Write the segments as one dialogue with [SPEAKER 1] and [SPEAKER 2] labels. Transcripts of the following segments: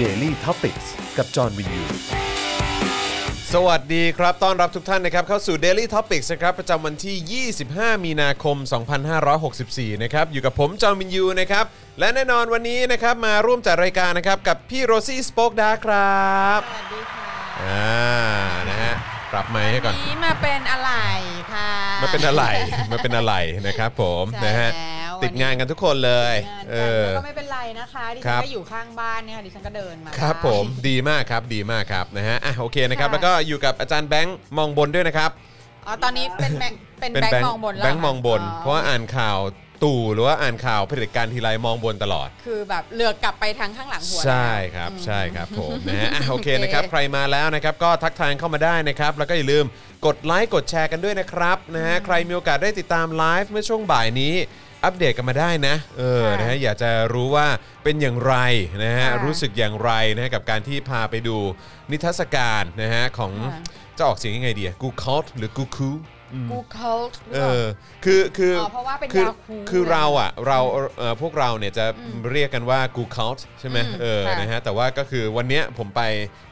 [SPEAKER 1] Daily t o p i c กกับจอห์นวินยู
[SPEAKER 2] สวัสดีครับ ต้อนรับทุกท่านนะครับเข้าสู่ Daily Topics นะครับประจำวันที่ 25 มีนาคม 2564 นะครับอยู่กับผมจอมินยูนะครับและแน่นอนวันนี้นะครับมาร่วมจัดรายการนะครับกับพี่โรซี่สป็อกดาครับ
[SPEAKER 3] สวัสดีค่ะ
[SPEAKER 2] อ่านะฮะรับไมค์ให้ก่อน
[SPEAKER 3] วันนี้มาเป็นอะไรค่ะ
[SPEAKER 2] มันเป็น อะไร มันเป็นอะไรนะครับผม
[SPEAKER 3] ใช่
[SPEAKER 2] นะฮะ
[SPEAKER 3] แล้ววันนี้
[SPEAKER 2] ติดงานกันทุกคนเลย
[SPEAKER 3] งาน
[SPEAKER 2] เอ
[SPEAKER 3] กัน
[SPEAKER 2] อ
[SPEAKER 3] แล้วก็ไม่เป็นไรนะคะดิ
[SPEAKER 2] ครั
[SPEAKER 3] ฉั
[SPEAKER 2] บ
[SPEAKER 3] นก็อยู่ข้างบ้านเนี่ยค่ะดิฉันก็เดินมา
[SPEAKER 2] ครับ
[SPEAKER 3] ได้
[SPEAKER 2] ผมดีมากครับดีมากครับนะฮะอ่ะโอเคนะครับ
[SPEAKER 3] ค่ะ
[SPEAKER 2] แล้วก็อยู่กับอาจารย์แบงค์มองบนด้วยนะครับ
[SPEAKER 3] อ๋อตอนนี้เป็นแบงค์เป็นแบงค์มองบนแล้ว
[SPEAKER 2] แบงค์มองบน เพราะว่าอ่านข่าวตู่หรือว่าอ่านข่าวเผด็จการทีไรมองบนตลอด
[SPEAKER 3] คือแบบเหลือกกลับไปทางข้างหลังหัว
[SPEAKER 2] ใช่
[SPEAKER 3] แล้ว
[SPEAKER 2] ครับ
[SPEAKER 3] อืม
[SPEAKER 2] ใช่ครับผมนะ ฮะอ่ะโอเคนะครับ
[SPEAKER 3] โอเค
[SPEAKER 2] ใครมาแล้วนะครับก็ทักทายเข้ามาได้นะครับ แล้วก็อย่าลืมกดไลค์กดแชร์กันด้วยนะครับนะฮะใครมีโอกาสได้ติดตามไลฟ์เมื่อช่วงบ่ายนี้ อัปเดตกันมาได้นะเออ
[SPEAKER 3] ค่ะ
[SPEAKER 2] นะฮะอยากจะรู้ว่าเป็นอย่างไรนะฮะ
[SPEAKER 3] ค่ะ
[SPEAKER 2] รู้สึกอย่างไรนะฮะกับการที่พาไปดูนิทรรศการนะฮะของ
[SPEAKER 3] ค่ะ
[SPEAKER 2] จะออกเสียงยังไงดีกูคอลหรือกูคู
[SPEAKER 3] กูเคิล
[SPEAKER 2] เออคือคืออ
[SPEAKER 3] อเพราะว่าเป็น
[SPEAKER 2] คือ
[SPEAKER 3] ดาวคู
[SPEAKER 2] คือเราอ่ะเราเอ่อพวกเราเนี่ยจะเรียกกันว่า Google Count ใช่ไหม
[SPEAKER 3] อืม
[SPEAKER 2] เออ
[SPEAKER 3] ค่ะ
[SPEAKER 2] นะฮะแต่ว่าก็คือวันเนี้ยผมไป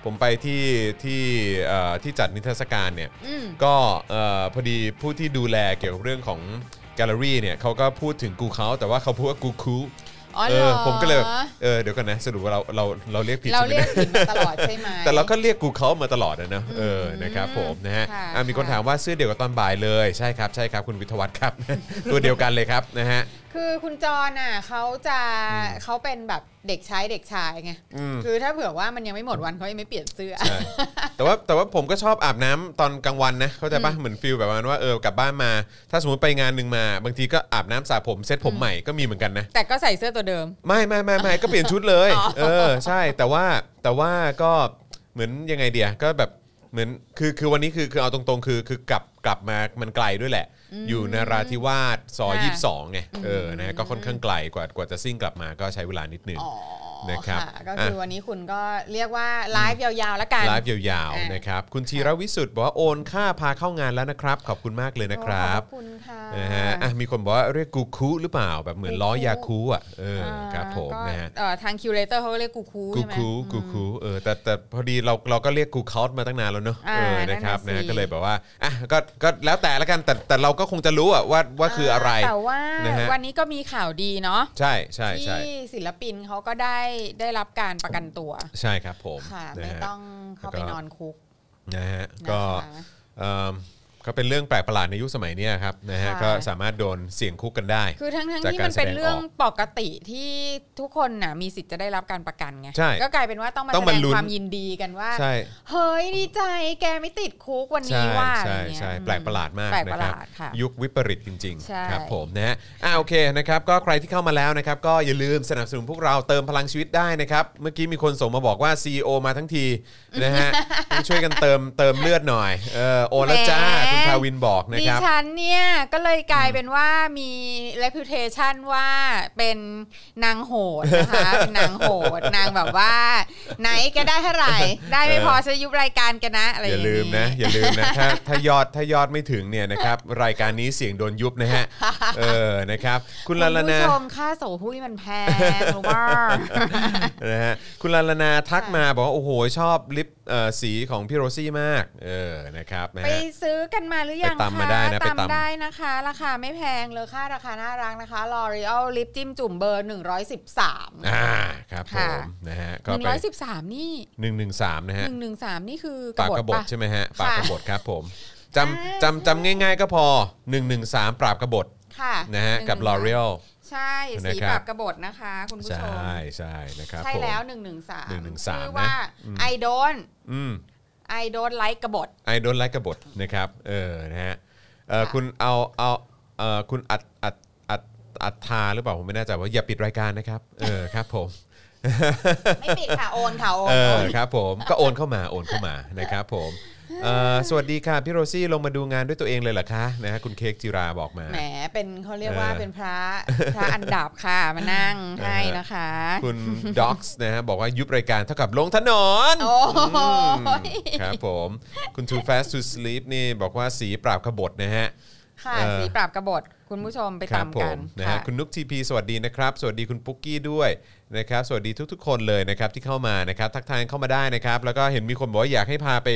[SPEAKER 2] ผมไปที่ที่เอ่อที่จัดนิทรรศการเนี่ย
[SPEAKER 3] อืม
[SPEAKER 2] ก็เอ่อพอดีผู้ที่ดูแลเกี่ยวกับเรื่องของแกลเลอรี่เนี่ยเขาก็พูดถึง Google Count แต่ว่าเขาพูดว่า Google Cool
[SPEAKER 3] อ๋อ
[SPEAKER 2] เอ
[SPEAKER 3] เหรอ
[SPEAKER 2] อผมก็เลยแบบเออเดี๋ยวกันนะสรุปว่าเราเราเราเรียกผิด
[SPEAKER 3] เรา
[SPEAKER 2] ใช่ไหมนี่ย
[SPEAKER 3] เรียกผิดมาตลอดใช่ไหม
[SPEAKER 2] แต่เราก็เรียกกูเขามาตลอดนะเนอะเออนะครับผมนะฮะ
[SPEAKER 3] ค่ะ
[SPEAKER 2] อ่ะมีคน
[SPEAKER 3] ค่ะ
[SPEAKER 2] ถามว่าเสื้อเดียวกับตอนบ่ายเลยใช่ครับใช่ครับคุณวิทยวัฒน์ ครับ ตัวเดียวกันเลยครับนะฮะ
[SPEAKER 3] คือคุณจรน่ะเขาจะเขาเป็นแบบเด็กใช้เด็กชายไง
[SPEAKER 2] อืม
[SPEAKER 3] คือถ้าเผื่อว่ามันยังไม่หมดวันเขายังไม่เปลี่ยนเสื้อ
[SPEAKER 2] ใช่แต่ว่าแต่ว่าผมก็ชอบอาบน้ำตอนกลางวันนะเข้าใจปะเหมือนฟิลแบบว่าเออกลับบ้านมา ถ้าสมมติไปงานหนึ่งมา บางทีก็อาบน้ำสระผมเซ็ตผมใหม่ก็มีเหมือนกันนะ
[SPEAKER 3] แต่ก็ใส่เสื้อตัวเดิม
[SPEAKER 2] ไม่ไม่ไม่ไม่ก็เปลี่ยนชุดเลย
[SPEAKER 3] อ๋อ
[SPEAKER 2] เออใช่แต่ว่าแต่ว่าก็เหมือนยังไงเดียก็แบบเหมือนคือคือวันนี้คือคือเอาตรงๆ คือคือกลับกลับมามันไกลด้วยแหละ อยู่นราธิวาสซอย
[SPEAKER 3] ค่ะ
[SPEAKER 2] ยี่สิบสองไงเออนะฮะก็ค่อนข้างไกลกว่ากว่าจะซิ่งกลับมาก็ใช้เวลานิดนึง
[SPEAKER 3] อ๋อ
[SPEAKER 2] นะครับ
[SPEAKER 3] ก็คือ
[SPEAKER 2] อ่ะ
[SPEAKER 3] วันนี้คุณก็เรียกว่าไลฟ์ยาวๆแล้วกัน
[SPEAKER 2] ไลฟ์ยาว
[SPEAKER 3] อ่ะ
[SPEAKER 2] ๆนะครับคุณธีรวิสุทธ์บอกว่าโอนค่าพาเข้างานแล้วนะครับ ขอบคุณมากเลยนะครับ
[SPEAKER 3] ขอบคุณค่ะ
[SPEAKER 2] นะฮะอ่ะมีคนบอกว่าเรียกกูคูหรือเปล่าแบบเหมือนล้อยาคูอ่ะเออครับผม
[SPEAKER 3] ก็
[SPEAKER 2] นะฮะ
[SPEAKER 3] เอ่อทางคิวเลเตอร์เขาก็เรียกกูคู
[SPEAKER 2] กู
[SPEAKER 3] ใช่ไหม
[SPEAKER 2] คูกูคูเออแต่แต่พอดีเราเราก็เรียกกูคอสมาตั้งนานแล้วเนอะ
[SPEAKER 3] อ่า
[SPEAKER 2] เออนะครับ
[SPEAKER 3] นั่นน่ะ
[SPEAKER 2] นะ
[SPEAKER 3] สิ
[SPEAKER 2] ก็เลยแบบว่าอ่ะก็ก็แล้วแต่ละกันแต่แต่เราก็คงจะรู้อะว่าว่าคืออะไร
[SPEAKER 3] แต่ว่า
[SPEAKER 2] นะฮะ
[SPEAKER 3] วันนี้ก็มีข่าวดีเนาะ
[SPEAKER 2] ใช่ใช่ใช่
[SPEAKER 3] ที่ศิลปินเขาก็ได้ได้รับการประกันตัว
[SPEAKER 2] ใช่ครับผม
[SPEAKER 3] ค่ะ
[SPEAKER 2] นะ
[SPEAKER 3] ไม่
[SPEAKER 2] ฮะ
[SPEAKER 3] ต้องเข้า
[SPEAKER 2] แล้
[SPEAKER 3] ไป
[SPEAKER 2] วก็
[SPEAKER 3] นอนคุก
[SPEAKER 2] นะฮะ
[SPEAKER 3] นะคะ
[SPEAKER 2] ก็เอ่อก็เป็นเรื่องแปลกประหลาดในยุคสมัยเนี้ยครับนะฮะ
[SPEAKER 3] ค่ะ
[SPEAKER 2] ก็สามารถโดนเสี่ยงคุกกันได้
[SPEAKER 3] คือทั้งทั้ง
[SPEAKER 2] จาก
[SPEAKER 3] ที่
[SPEAKER 2] การ
[SPEAKER 3] มันเป็น
[SPEAKER 2] แสดง
[SPEAKER 3] เรื่อง
[SPEAKER 2] ออก
[SPEAKER 3] ปกติที่ทุกคนน่ะมีสิทธิ์จะได้รับการประกันไง
[SPEAKER 2] ใช่
[SPEAKER 3] ก็กลายเป็นว่าต้องมา
[SPEAKER 2] ต้
[SPEAKER 3] แส
[SPEAKER 2] องมา
[SPEAKER 3] ด
[SPEAKER 2] ง ลุ้น
[SPEAKER 3] ความยินดีกันว่า
[SPEAKER 2] ใช่
[SPEAKER 3] เฮ้ยดีใจแกไม่ติดคุกวันนี้
[SPEAKER 2] ใช่
[SPEAKER 3] ว่าอะ
[SPEAKER 2] ใช่
[SPEAKER 3] ไรเงี้ย
[SPEAKER 2] ใช่
[SPEAKER 3] อืม
[SPEAKER 2] แปลกประหลาดมาก
[SPEAKER 3] แปลกป
[SPEAKER 2] นะ
[SPEAKER 3] ระห
[SPEAKER 2] ครับ
[SPEAKER 3] ลาดค่ะ
[SPEAKER 2] ยุควิปริตจริง
[SPEAKER 3] ใช่
[SPEAKER 2] ๆครับผมนะฮะอ่าโอเคนะครับก็ใครที่เข้ามาแล้วนะครับก็อย่าลืมสนับสนุนพวกเราเติมพลังชีวิตได้นะครับ เมื่อกี้มีคนส่งมาบอกว่า CEO มาทั้งทีนะฮะ ช่วยกันเติม เติมเลือดหน่อยเออโอนแล้วจ้า
[SPEAKER 3] แหม
[SPEAKER 2] คุณทาวินบอกนะ
[SPEAKER 3] ดิ
[SPEAKER 2] ครับ
[SPEAKER 3] ฉันเนี่ยก็เลยกลายเป็นว่ามี reputation ว่าเป็นนางโหดนะคะ เป็นนางโหดนางแบบว่า ไหนแกได้เท่าไหร่ ได้ไม่พอจะยุบรายการแกันนะอะไรอ
[SPEAKER 2] อย่า
[SPEAKER 3] ย่าง
[SPEAKER 2] ลืมนะ อย่าลืมนะถ้า ถ้ายอดถ้ายอดไม่ถึงเนี่ยนะครับ รายการนี้เสี่ยงโดนยุบ นะฮะเออนะครับ คุณ
[SPEAKER 3] คุณ
[SPEAKER 2] ลาลา
[SPEAKER 3] ผู้
[SPEAKER 2] นา
[SPEAKER 3] ชมค่าโสหุ้ยมันแพงหรือว่า
[SPEAKER 2] นะฮะคุณลาลานาทักมาบอกว่าโอ้โหชอบลิปเอ่อสีของพี่โรซี่มากเออนะครับนะ
[SPEAKER 3] ไป
[SPEAKER 2] ฮะ
[SPEAKER 3] ซื้อกันมาหรือยัง
[SPEAKER 2] ไปตำมา
[SPEAKER 3] คะ
[SPEAKER 2] ได้นะไปตำ
[SPEAKER 3] ตำได้นะคะ ราคาไม่แพงเลยค่าราคาน่ารักนะคะ L'Oreal ลิปจิ้มจุ่มเบอร์ 113
[SPEAKER 2] อ่าครับผ
[SPEAKER 3] ค่ะ
[SPEAKER 2] มนะฮะก็ไป
[SPEAKER 3] 113 นี่
[SPEAKER 2] หนึ่งหนึ่งสามนะฮะ
[SPEAKER 3] 113 นี่คือ
[SPEAKER 2] ปากกบฏ
[SPEAKER 3] ปะ
[SPEAKER 2] ใช่ไหมฮะ
[SPEAKER 3] ค่ะ
[SPEAKER 2] ปากกบฏครับผมจำจำจำง่ายๆก็พอ 113 ปราบกบฏ
[SPEAKER 3] ค่ะ
[SPEAKER 2] นะฮะกับ
[SPEAKER 3] 113
[SPEAKER 2] L'Oreal
[SPEAKER 3] ใช่สี
[SPEAKER 2] นะครับ
[SPEAKER 3] แบบกระบดนะคะ คุณผู้
[SPEAKER 2] ใช
[SPEAKER 3] ชม่
[SPEAKER 2] ใช่นะครับ
[SPEAKER 3] ใช่
[SPEAKER 2] ผม
[SPEAKER 3] แล้ว 113
[SPEAKER 2] 113
[SPEAKER 3] ชื่อว่า
[SPEAKER 2] นะอืม
[SPEAKER 3] I don't
[SPEAKER 2] อืม
[SPEAKER 3] I don't like กระบด
[SPEAKER 2] ไอโดนไลค์กบฏนะครับเออนะฮะเออ
[SPEAKER 3] ค่ะ
[SPEAKER 2] คุณเอาเอาเออคุณอัดอัดอัดอัดทาหรือเปล่าผมไม่แน่ใจว่าอย่าปิดรายการนะครับเออครับผม
[SPEAKER 3] ไม่ปิดค่ะ โอนค่ะโอน
[SPEAKER 2] เอ
[SPEAKER 3] โอ
[SPEAKER 2] อน ครับผมก็โอนเข้ามาโอนเข้ามานะครับผมเอ่อสวัสดีค่ะพี่โรซี่ลงมาดูงานด้วยตัวเองเลยเหรอคะนะฮะคุณเค้กจิราบอกมา
[SPEAKER 3] แหม เป็นเขาเรียกว่า
[SPEAKER 2] เออ
[SPEAKER 3] เป็นพระพระอันดับค่ะมานั่งให้นะคะ
[SPEAKER 2] คุณด็อกส์นะฮะบอกว่ายุบรายการเท่ากับลงถนน
[SPEAKER 3] โอ้โห
[SPEAKER 2] อืมครับผมคุณ too fast to sleep นี่บอกว่าสีปราบขบฏนะฮะ
[SPEAKER 3] ค่ะ
[SPEAKER 2] เออ
[SPEAKER 3] สีปราบกบฏคุณผู้ชมไป
[SPEAKER 2] ครับ
[SPEAKER 3] ตาม
[SPEAKER 2] ผ
[SPEAKER 3] กั
[SPEAKER 2] ม
[SPEAKER 3] น
[SPEAKER 2] นะ
[SPEAKER 3] ค่ะ
[SPEAKER 2] ฮะคุณนุกทีพีสวัสดีนะครับ สวัสดีคุณปุ๊กกี้ด้วยนะครับ สวัสดีทุก ๆ คนเลยนะครับที่เข้ามานะครับทักทายเข้ามาได้นะครับ แล้วก็เห็นมีคนบอกว่าอยากให้พาไป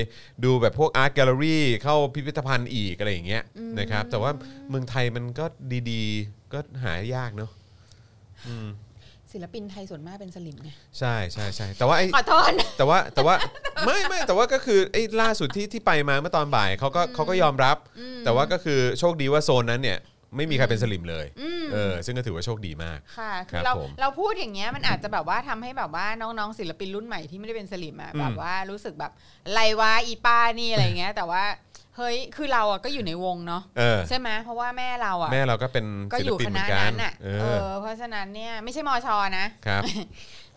[SPEAKER 2] ดูแบบพวกอาร์ตแกลเลอรี่เข้าพิพิธภัณฑ์อีกอะไรอย่างเงี้ยนะครับ แต่ว่าเมืองไทยมันก็ดีๆ ก็หายากเนาะ
[SPEAKER 3] ศิลปินไทยส่วนมากเป็นสลิมไง
[SPEAKER 2] ใช่ใช่ใช่แต่ว่าไอ้
[SPEAKER 3] ขอโทษ
[SPEAKER 2] แต่ว่าแต่ว่า ไม่ไม่แต่ว่าก็คือไอ้ล่าสุดที่ที่ไปมาเมื่อตอนบ่ายเขาก็เขาก็ยอมรับ แต่ว่าก็คือโชคดีว่าโซนนั้นเนี่ย ไม่มีใครเป็นสลิมเลยเออซึ่งก็ถือว่าโชคดีมาก
[SPEAKER 3] ค่ะ
[SPEAKER 2] ครั
[SPEAKER 3] คือบ เรา
[SPEAKER 2] ผม
[SPEAKER 3] เราพูดอย่างเงี้ยมันอาจจะแบบว่าทำให้แบบว่าน้องๆศิลปินรุ่นใหม่ที่ไม่ได้เป็นสลิมอะ
[SPEAKER 2] อืม
[SPEAKER 3] แบบว่ารู้สึกแบบไรวะอีป้านี่อะไรเงี้ย แต่ว่าเฮ้ยคือเราอะก็อยู่ในวงเนาะ
[SPEAKER 2] เออ
[SPEAKER 3] ใช่ไหมเพราะว่าแม่เราอะ
[SPEAKER 2] แม่เราก็เป็น
[SPEAKER 3] ก็
[SPEAKER 2] ศิ
[SPEAKER 3] อ
[SPEAKER 2] ล
[SPEAKER 3] ยู่
[SPEAKER 2] ปิน
[SPEAKER 3] ค
[SPEAKER 2] เหมื
[SPEAKER 3] ณะ
[SPEAKER 2] อนกัน
[SPEAKER 3] นั้นอะ
[SPEAKER 2] เอ
[SPEAKER 3] เอ
[SPEAKER 2] อ
[SPEAKER 3] อเพราะฉะนั้นเนี่ยไม่ใช่มอชอนะ
[SPEAKER 2] ครับ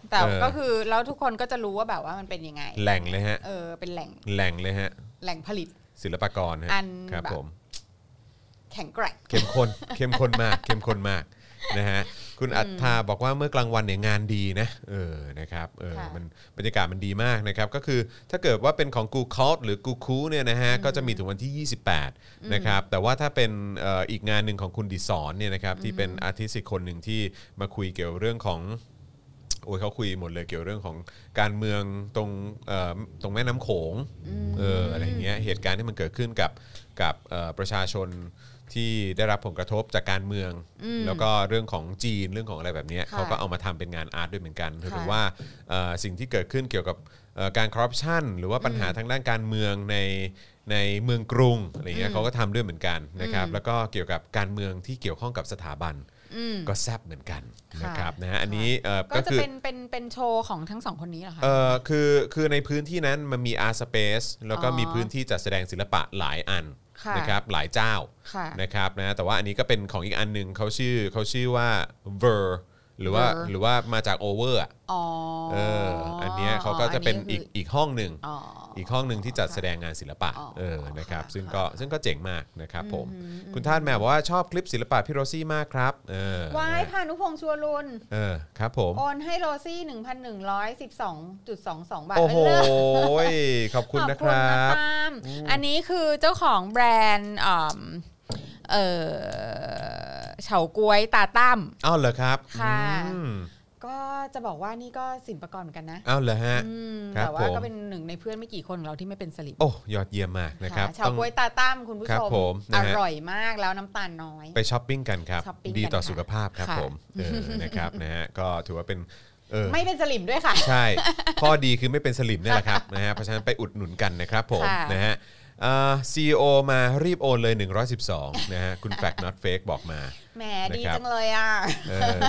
[SPEAKER 3] แต่
[SPEAKER 2] เออ
[SPEAKER 3] ก็คือเราทุกคนก็จะรู้ว่าแบบว่ามันเป็นยังไง
[SPEAKER 2] แหล่งเลยฮะ
[SPEAKER 3] เออเป็นแหล่ง
[SPEAKER 2] แหล่งเลยฮะ
[SPEAKER 3] แหล่งผลิต
[SPEAKER 2] ศิลปากรฮะ
[SPEAKER 3] อัน
[SPEAKER 2] ครับ
[SPEAKER 3] แบบ
[SPEAKER 2] ผม
[SPEAKER 3] แข็งแกร่ง
[SPEAKER 2] เข้มข้น เข้มข้นมาก เข้มข้นมากนะฮะ คุณอัฏฐาบอกว่าเมื่อกลางวันเนี่ยงานดีนะ เออ นะครับ เออ
[SPEAKER 3] ค่ะ
[SPEAKER 2] มันบรรยากาศมันดีมากนะครับ ก็คือถ้าเกิดว่าเป็นของกูคอสหรือกูคูเนี่ยนะฮะ ก็จะมีถึงวันที่ 28 นะครับ แต่ว่าถ้าเป็นเอ่ออีกงานหนึ่งของคุณดิสอนเนี่ยนะครับ ที่เป็นอาร์ติสต์อีกคนหนึ่งที่มาคุยเกี่ยวเรื่องของ โอ้ยเขาคุยหมดเลยเกี่ยวเรื่องของการเมืองตรงเอ่อตรงแม่น้ำโขงเอออะไรอย่างเงี้ยเหตุการณ์ที่มันเกิดขึ้นกับกับเอ่อประชาชนที่ได้รับผลกระทบจากการเมือง แล้วก็เรื่องของจีนเรื่องของอะไรแบบเนี้ย
[SPEAKER 3] ค่ะ
[SPEAKER 2] เขาก็เอามาทำเป็นงานอาร์ตด้วยเหมือนกันหรือ
[SPEAKER 3] ค่ะ
[SPEAKER 2] ว่าเอ่อสิ่งที่เกิดขึ้นเกี่ยวกับเอ่อการคอร์รัปชันหรือว่าปัญหาทางด้านการเมืองในในเมืองกรุงอะไรอย่างเงี้ยเขาก็ทำด้วยเหมือนกันนะครับแล้วก็เกี่ยวกับการเมืองที่เกี่ยวข้องกับสถาบัน
[SPEAKER 3] อืม
[SPEAKER 2] ก็แซบเหมือนกันนะ
[SPEAKER 3] ค่ะ
[SPEAKER 2] ครับนะฮะอันนี้เอ่อ
[SPEAKER 3] ก็
[SPEAKER 2] ก็
[SPEAKER 3] จะ
[SPEAKER 2] คือ
[SPEAKER 3] เป็นเป็นเป็นโชว์ของทั้งสองคนนี้เหรอคะ
[SPEAKER 2] เออคือคือในพื้นที่นั้นมันมี Art Space แล้วก็
[SPEAKER 3] อ๋อ
[SPEAKER 2] มีพื้นที่จัดแสดงศิลปะหลายอัน
[SPEAKER 3] ค่ะ
[SPEAKER 2] นะครับหลายเจ้า
[SPEAKER 3] ค่ะ
[SPEAKER 2] นะครับนะแต่ว่าอันนี้ก็เป็นของอีกอันหนึ่งเขาชื่อเขาชื่อว่า Ver หรือว่า
[SPEAKER 3] Ver
[SPEAKER 2] หรือว่ามาจาก Over อะ
[SPEAKER 3] อ๋อ
[SPEAKER 2] เอออันเนี้ยเขาก็จะเป็นอีกอีกห้องหนึ่ง
[SPEAKER 3] อ๋อ
[SPEAKER 2] อีกห้องหนึ่งที่จัดแสดงงานศิลปะ
[SPEAKER 3] อ๋อ
[SPEAKER 2] เออนะครับ
[SPEAKER 3] ค่ะ
[SPEAKER 2] ซึ่งก็ซึ่งก็เจ๋งมากนะครับผมคุณท่านแม่บอกว่าชอบคลิปศิลปะพี่โรซี่มากครับเออ
[SPEAKER 3] วาย
[SPEAKER 2] นะ
[SPEAKER 3] พานุพงษ์ชัวรุน
[SPEAKER 2] เออครับผม
[SPEAKER 3] โอนให้โรซี่ 1,112.22 บาท
[SPEAKER 2] โอ้โห
[SPEAKER 3] เลิศ
[SPEAKER 2] ขอบคุณนะ
[SPEAKER 3] ข
[SPEAKER 2] ครั
[SPEAKER 3] นะ
[SPEAKER 2] บ
[SPEAKER 3] ปาล์มอันนี้คือเจ้าของแบรนด์เอ่อเอ่อเฉาก้วยตาตั้ม
[SPEAKER 2] อ้าวเหรอครับ
[SPEAKER 3] ค่ะ
[SPEAKER 2] อืม
[SPEAKER 3] ก็จะบอกว่านี่ก็สินประกรเหมือนกันนะ
[SPEAKER 2] อ้าวเหรอฮะ
[SPEAKER 3] อืม
[SPEAKER 2] ครับ
[SPEAKER 3] แต่ว่า
[SPEAKER 2] ผม
[SPEAKER 3] ก็เป็นหนึ่งในเพื่อนไม่กี่คนของเราที่ไม่เป็นสลิป
[SPEAKER 2] โอ้ยอดเยี่ยมมากนะครับ
[SPEAKER 3] เฉา
[SPEAKER 2] ต้อง
[SPEAKER 3] ก้วยตาตั้มคุณผู้
[SPEAKER 2] ครั
[SPEAKER 3] ช
[SPEAKER 2] บ
[SPEAKER 3] ม
[SPEAKER 2] ผม
[SPEAKER 3] อ
[SPEAKER 2] นะฮะ
[SPEAKER 3] ร่อยมากแล้วน้ำตาลน้อย
[SPEAKER 2] ไปช้อปปิ้งกันครับ
[SPEAKER 3] ช้อปปิ้ง
[SPEAKER 2] ดีต่อ
[SPEAKER 3] กันค่ะ
[SPEAKER 2] สุขภาพครับ
[SPEAKER 3] ค่ะ
[SPEAKER 2] ผมเอ อนะครับนะฮะก็ถือว่าเป็นเออ
[SPEAKER 3] ไม่เป็นสลิมด้วยค่ะ
[SPEAKER 2] ใช่ ข้อดีคือไม่เป็นสลิมนี่แหละครับ นะฮะเพราะฉะนั้นไปอุดหนุนกันนะครับผม
[SPEAKER 3] ค่ะ
[SPEAKER 2] นะฮะซีโอ CEO มารีบโอนเลย 112นะฮะคุณแฟก not fake บอกมา
[SPEAKER 3] แหม
[SPEAKER 2] นะครับ
[SPEAKER 3] ดีจังเลยอ่ะ
[SPEAKER 2] เออ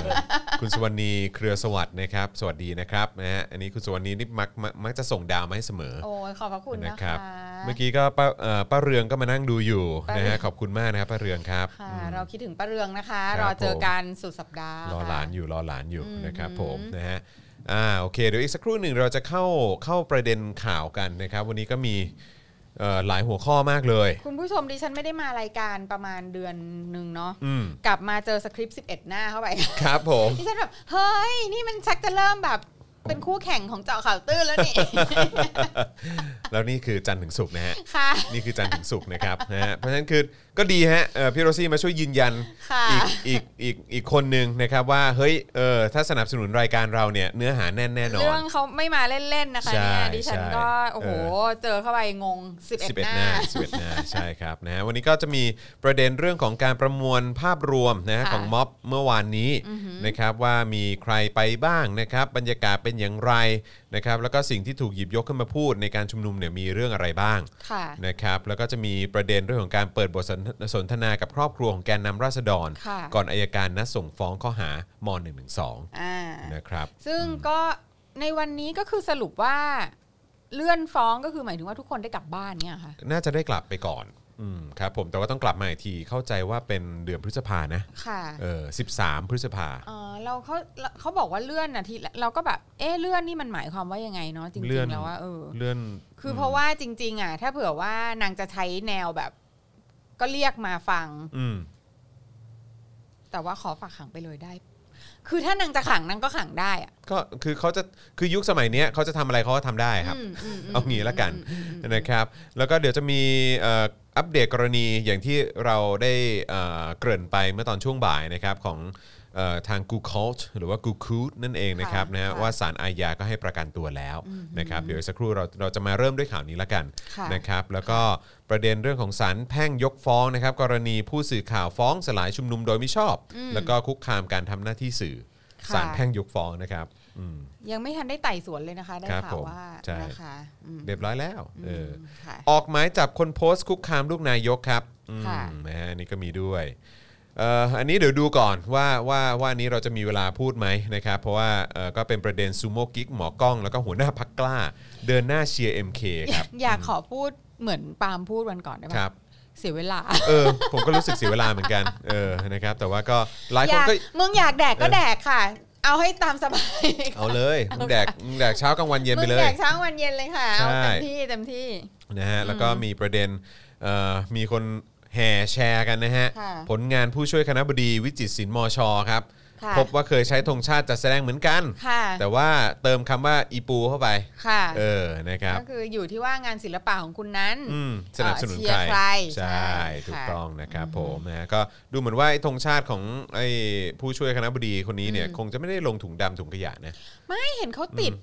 [SPEAKER 2] คุณสุวรรณีเครือสวัสดิ์นะครับ สวัสดีนะครับนะฮะอันนี้คุณสุวรรณีนี่มักมักมักจะส่งดาวมาให้เสมอ
[SPEAKER 3] โอ้ยขอบพระคุณนะคะ
[SPEAKER 2] รับเมื่อกี้ก็ป้าเอ่อป้าเรืองก็มานั่งดูอยู่
[SPEAKER 3] ป้า
[SPEAKER 2] นะ
[SPEAKER 3] เรื
[SPEAKER 2] ฮะ
[SPEAKER 3] อง
[SPEAKER 2] ขอบคุณมากนะครับป้าเรืองครับ
[SPEAKER 3] ค่ะ เราคิดถึงป้าเรืองนะคะ
[SPEAKER 2] ครับ
[SPEAKER 3] รอเจอกันสุดสัปดาห์
[SPEAKER 2] รอหลาน
[SPEAKER 3] ค่ะ
[SPEAKER 2] อยู่รอหลานอยู่
[SPEAKER 3] อืม
[SPEAKER 2] นะครับผมนะฮะอ่าโอเคเดี๋ยวอีกสักครู่หนึ่งเราจะเข้าเข้าประเด็นข่าวกันนะครับ วันนี้ก็มีเอ่อหลายหัวข้อมากเลย
[SPEAKER 3] คุณผู้ชมดิฉันไม่ได้มารายการประมาณเดือนหนึ่งเนาะ
[SPEAKER 2] อืม
[SPEAKER 3] กลับมาเจอสคริปต์ 11 หน้าเข้าไป
[SPEAKER 2] ครับผม
[SPEAKER 3] ดิฉันแบบ เฮ้ย นี่มันชักจะเริ่มแบบเป็นคู่แข่งของเจาะข่าวตื้นแล้วนี่
[SPEAKER 2] แล้วนี่คือจันทร์ถึงศุกร์นะฮะ
[SPEAKER 3] ค่ะ
[SPEAKER 2] นี่คือจันทร์ถึงศุกร์นะครับนะฮะเพราะฉะนั้นคือก็ดีฮะเอ่อพี่โรซี่มาช่วยยืนยัน
[SPEAKER 3] ค่ะ
[SPEAKER 2] อีกอีกอีกอีกคนหนึ่งนะครับว่าเฮ้ยเออถ้าสนับสนุนรายการเราเนี่ยเนื้อหาแน่นแน่นอน
[SPEAKER 3] เรื่องเขาไม่มาเล่น ๆ นะคะ
[SPEAKER 2] ใช่
[SPEAKER 3] เนี่ยดิฉัน
[SPEAKER 2] ใช่
[SPEAKER 3] ก็ โอ้โห
[SPEAKER 2] เอ
[SPEAKER 3] เจอเข้าไปงง 11 ห
[SPEAKER 2] 11
[SPEAKER 3] น้า
[SPEAKER 2] หน้า11หน้าใช่ครับนะฮะวันนี้ก็จะมีประเด็นเรื่องของการประมวลภาพรวมนะฮะ
[SPEAKER 3] ค่ะ
[SPEAKER 2] ของม็อบเมื่อวานนี้นะครับว่ามีใครไปบ้างนะครับบรรยากาศเป็นอย่างไรนะครับแล้วก็สิ่งที่ถูกหยิบยกขึ้นมาพูดในการชุมนุมเนี่ยมีเรื่องอะไรบ้าง
[SPEAKER 3] ค่ะ
[SPEAKER 2] นะครับแล้วก็จะมีประเด็นเรื่องของการเปิดบทสนสนทนากับครอบครัวของแกนนำราษฎร
[SPEAKER 3] ค่ะ
[SPEAKER 2] ก่อนอายการนัดส่งฟ้องข้อหาม1 1
[SPEAKER 3] อ่า
[SPEAKER 2] 2นะครับ
[SPEAKER 3] ซึ่งก็ในวันนี้ก็คือสรุปว่าเลื่อนฟ้องก็คือหมายถึงว่าทุกคนได้กลับบ้านเนี่ยค่ะ
[SPEAKER 2] น่าจะได้กลับไปก่อนอืมครับผมแต่ว่าต้องกลับมาอีกทีเข้าใจว่าเป็นเดือนพฤษภานะ
[SPEAKER 3] ค่ะ
[SPEAKER 2] เออ13 พฤษภา
[SPEAKER 3] เออเราเขาเขาบอกว่าเลื่อนนะทีเราก็แบบเอ๊ะเลื่อนนี่มันหมายความว่ายังไงเนาะจริง
[SPEAKER 2] เลื่อน
[SPEAKER 3] ๆแล้วว่าเออ
[SPEAKER 2] เลื่อน
[SPEAKER 3] คือเพราะว่าจริง ๆ อ่ะ ถ้าเผื่อว่านางจะใช้แนวแบบ ก็เรียกมาฟัง
[SPEAKER 2] อืม
[SPEAKER 3] แต่ว่าขอฝากขังไปเลยได้ คือถ้านางจะขังนางก็ขังได้อะ
[SPEAKER 2] ก็คือเขาจะคือยุคสมัยเนี้ยเขาจะทำอะไรเขาก็ทำได้ครับ
[SPEAKER 3] อืมมม
[SPEAKER 2] เอางี้ละกัน
[SPEAKER 3] อืมอืมอืม
[SPEAKER 2] นะครับ แล้วก็เดี๋ยวจะมีเอ่ออัปเดตกรณีอย่างที่เราได้เอ่อเกริ่นไปเมื่อตอนช่วงบ่ายนะครับของเอ่อทาง g o o g l e หรือว่า g o o g l e นั่นเองนะครับนะฮะว่าสารอาญาก็ให้ประกันตัวแล้วนะครับเดี๋ยวสักครู่เราเราจะมาเริ่มด้วยข่าวนี้ละกัน
[SPEAKER 3] ค่ะ
[SPEAKER 2] นะครับแล้วก็ประเด็นเรื่องของศาลแพ่งยกฟ้องนะครับกรณีผู้สื่อข่าวฟ้องสลายชุมนุมโดยไม่ชอบ แล้วก็คุกคามการทำหน้าที่สื่อ
[SPEAKER 3] ค่ะ
[SPEAKER 2] ศาลแพ่งยกฟ้องนะครับอืม
[SPEAKER 3] ยังไม่ทันได้ไต่สวนเลยนะคะ ได้
[SPEAKER 2] ครับ
[SPEAKER 3] ข่า
[SPEAKER 2] ผ
[SPEAKER 3] ว
[SPEAKER 2] ม
[SPEAKER 3] ว่า
[SPEAKER 2] ใช่
[SPEAKER 3] นะคะอืม
[SPEAKER 2] เรียบร้อยแล้วเอออ
[SPEAKER 3] มค่ะ
[SPEAKER 2] ออกหมายจับคนโพสต์คุกคามลูกนายกครับอืม
[SPEAKER 3] ค่ะ
[SPEAKER 2] นะฮะอันนี่ก็มีด้วยเอ่ออันนี้เดี๋ยวดูก่อนว่าว่าว่าอันนี้เราจะมีเวลาพูดไหมนะครับเพราะว่าเอ่อก็เป็นประเด็นซูโม่กิ๊กหมอกล้อง แล้วก็หัวหน้าพักกล้า เดินหน้าเชียร์ MK ครับ
[SPEAKER 3] อยากขอพูดเหมือนปาล์มพูดวันก่อนได้ไหม
[SPEAKER 2] ครับ
[SPEAKER 3] เสียเวลา
[SPEAKER 2] เออผมก็รู้สึกเสียเวลาเหมือนกันเออนะครับแต่ว่าก็หลาย
[SPEAKER 3] อ
[SPEAKER 2] คน
[SPEAKER 3] ยาก
[SPEAKER 2] ก็
[SPEAKER 3] มึงอยากแดกก็
[SPEAKER 2] เออ
[SPEAKER 3] แดกค่ะ เอาให้ตามสบาย
[SPEAKER 2] เอาเลยมึงแดกมึงแดกเช้ากลางวันเย็นไป
[SPEAKER 3] มึง
[SPEAKER 2] เลย
[SPEAKER 3] แดกเช้าวันเย็นเลยค่ะเอา
[SPEAKER 2] ใช่
[SPEAKER 3] เต็มที่เต็มที่
[SPEAKER 2] นะฮะแล้วก็มีประเด็นเอ่อมีคนแห่แชร์กันนะฮะ
[SPEAKER 3] ค่ะ
[SPEAKER 2] ผลงานผู้ช่วยคณะบดีวิจิตรศิลป์มชครับ
[SPEAKER 3] ค่ะ
[SPEAKER 2] พบว่าเคยใช้ธงชาติจัดแสดงเหมือนกัน
[SPEAKER 3] ค่ะ
[SPEAKER 2] แต่ว่าเติมคำว่าอีปูเข้าไป
[SPEAKER 3] ค่ะ
[SPEAKER 2] เออนะครับ
[SPEAKER 3] ก็คืออยู่ที่ว่างานศิลปะของคุณนั้น
[SPEAKER 2] อืมสนับสนุน
[SPEAKER 3] เชี
[SPEAKER 2] ใค
[SPEAKER 3] ย
[SPEAKER 2] ร
[SPEAKER 3] ร์ใคร
[SPEAKER 2] ใช
[SPEAKER 3] ใช่
[SPEAKER 2] ่
[SPEAKER 3] ค่ะ
[SPEAKER 2] ถูกต้องนะครับผมนะฮะก็ดูเหมือนว่าไอ้ธงชาติของไอ้ผู้ช่วยคณะบดีคนนี้เนี่ย
[SPEAKER 3] อืม
[SPEAKER 2] คงจะไม่ได้ลงถุงดำถุงขยะนะ
[SPEAKER 3] ไม่เห็นเขาติด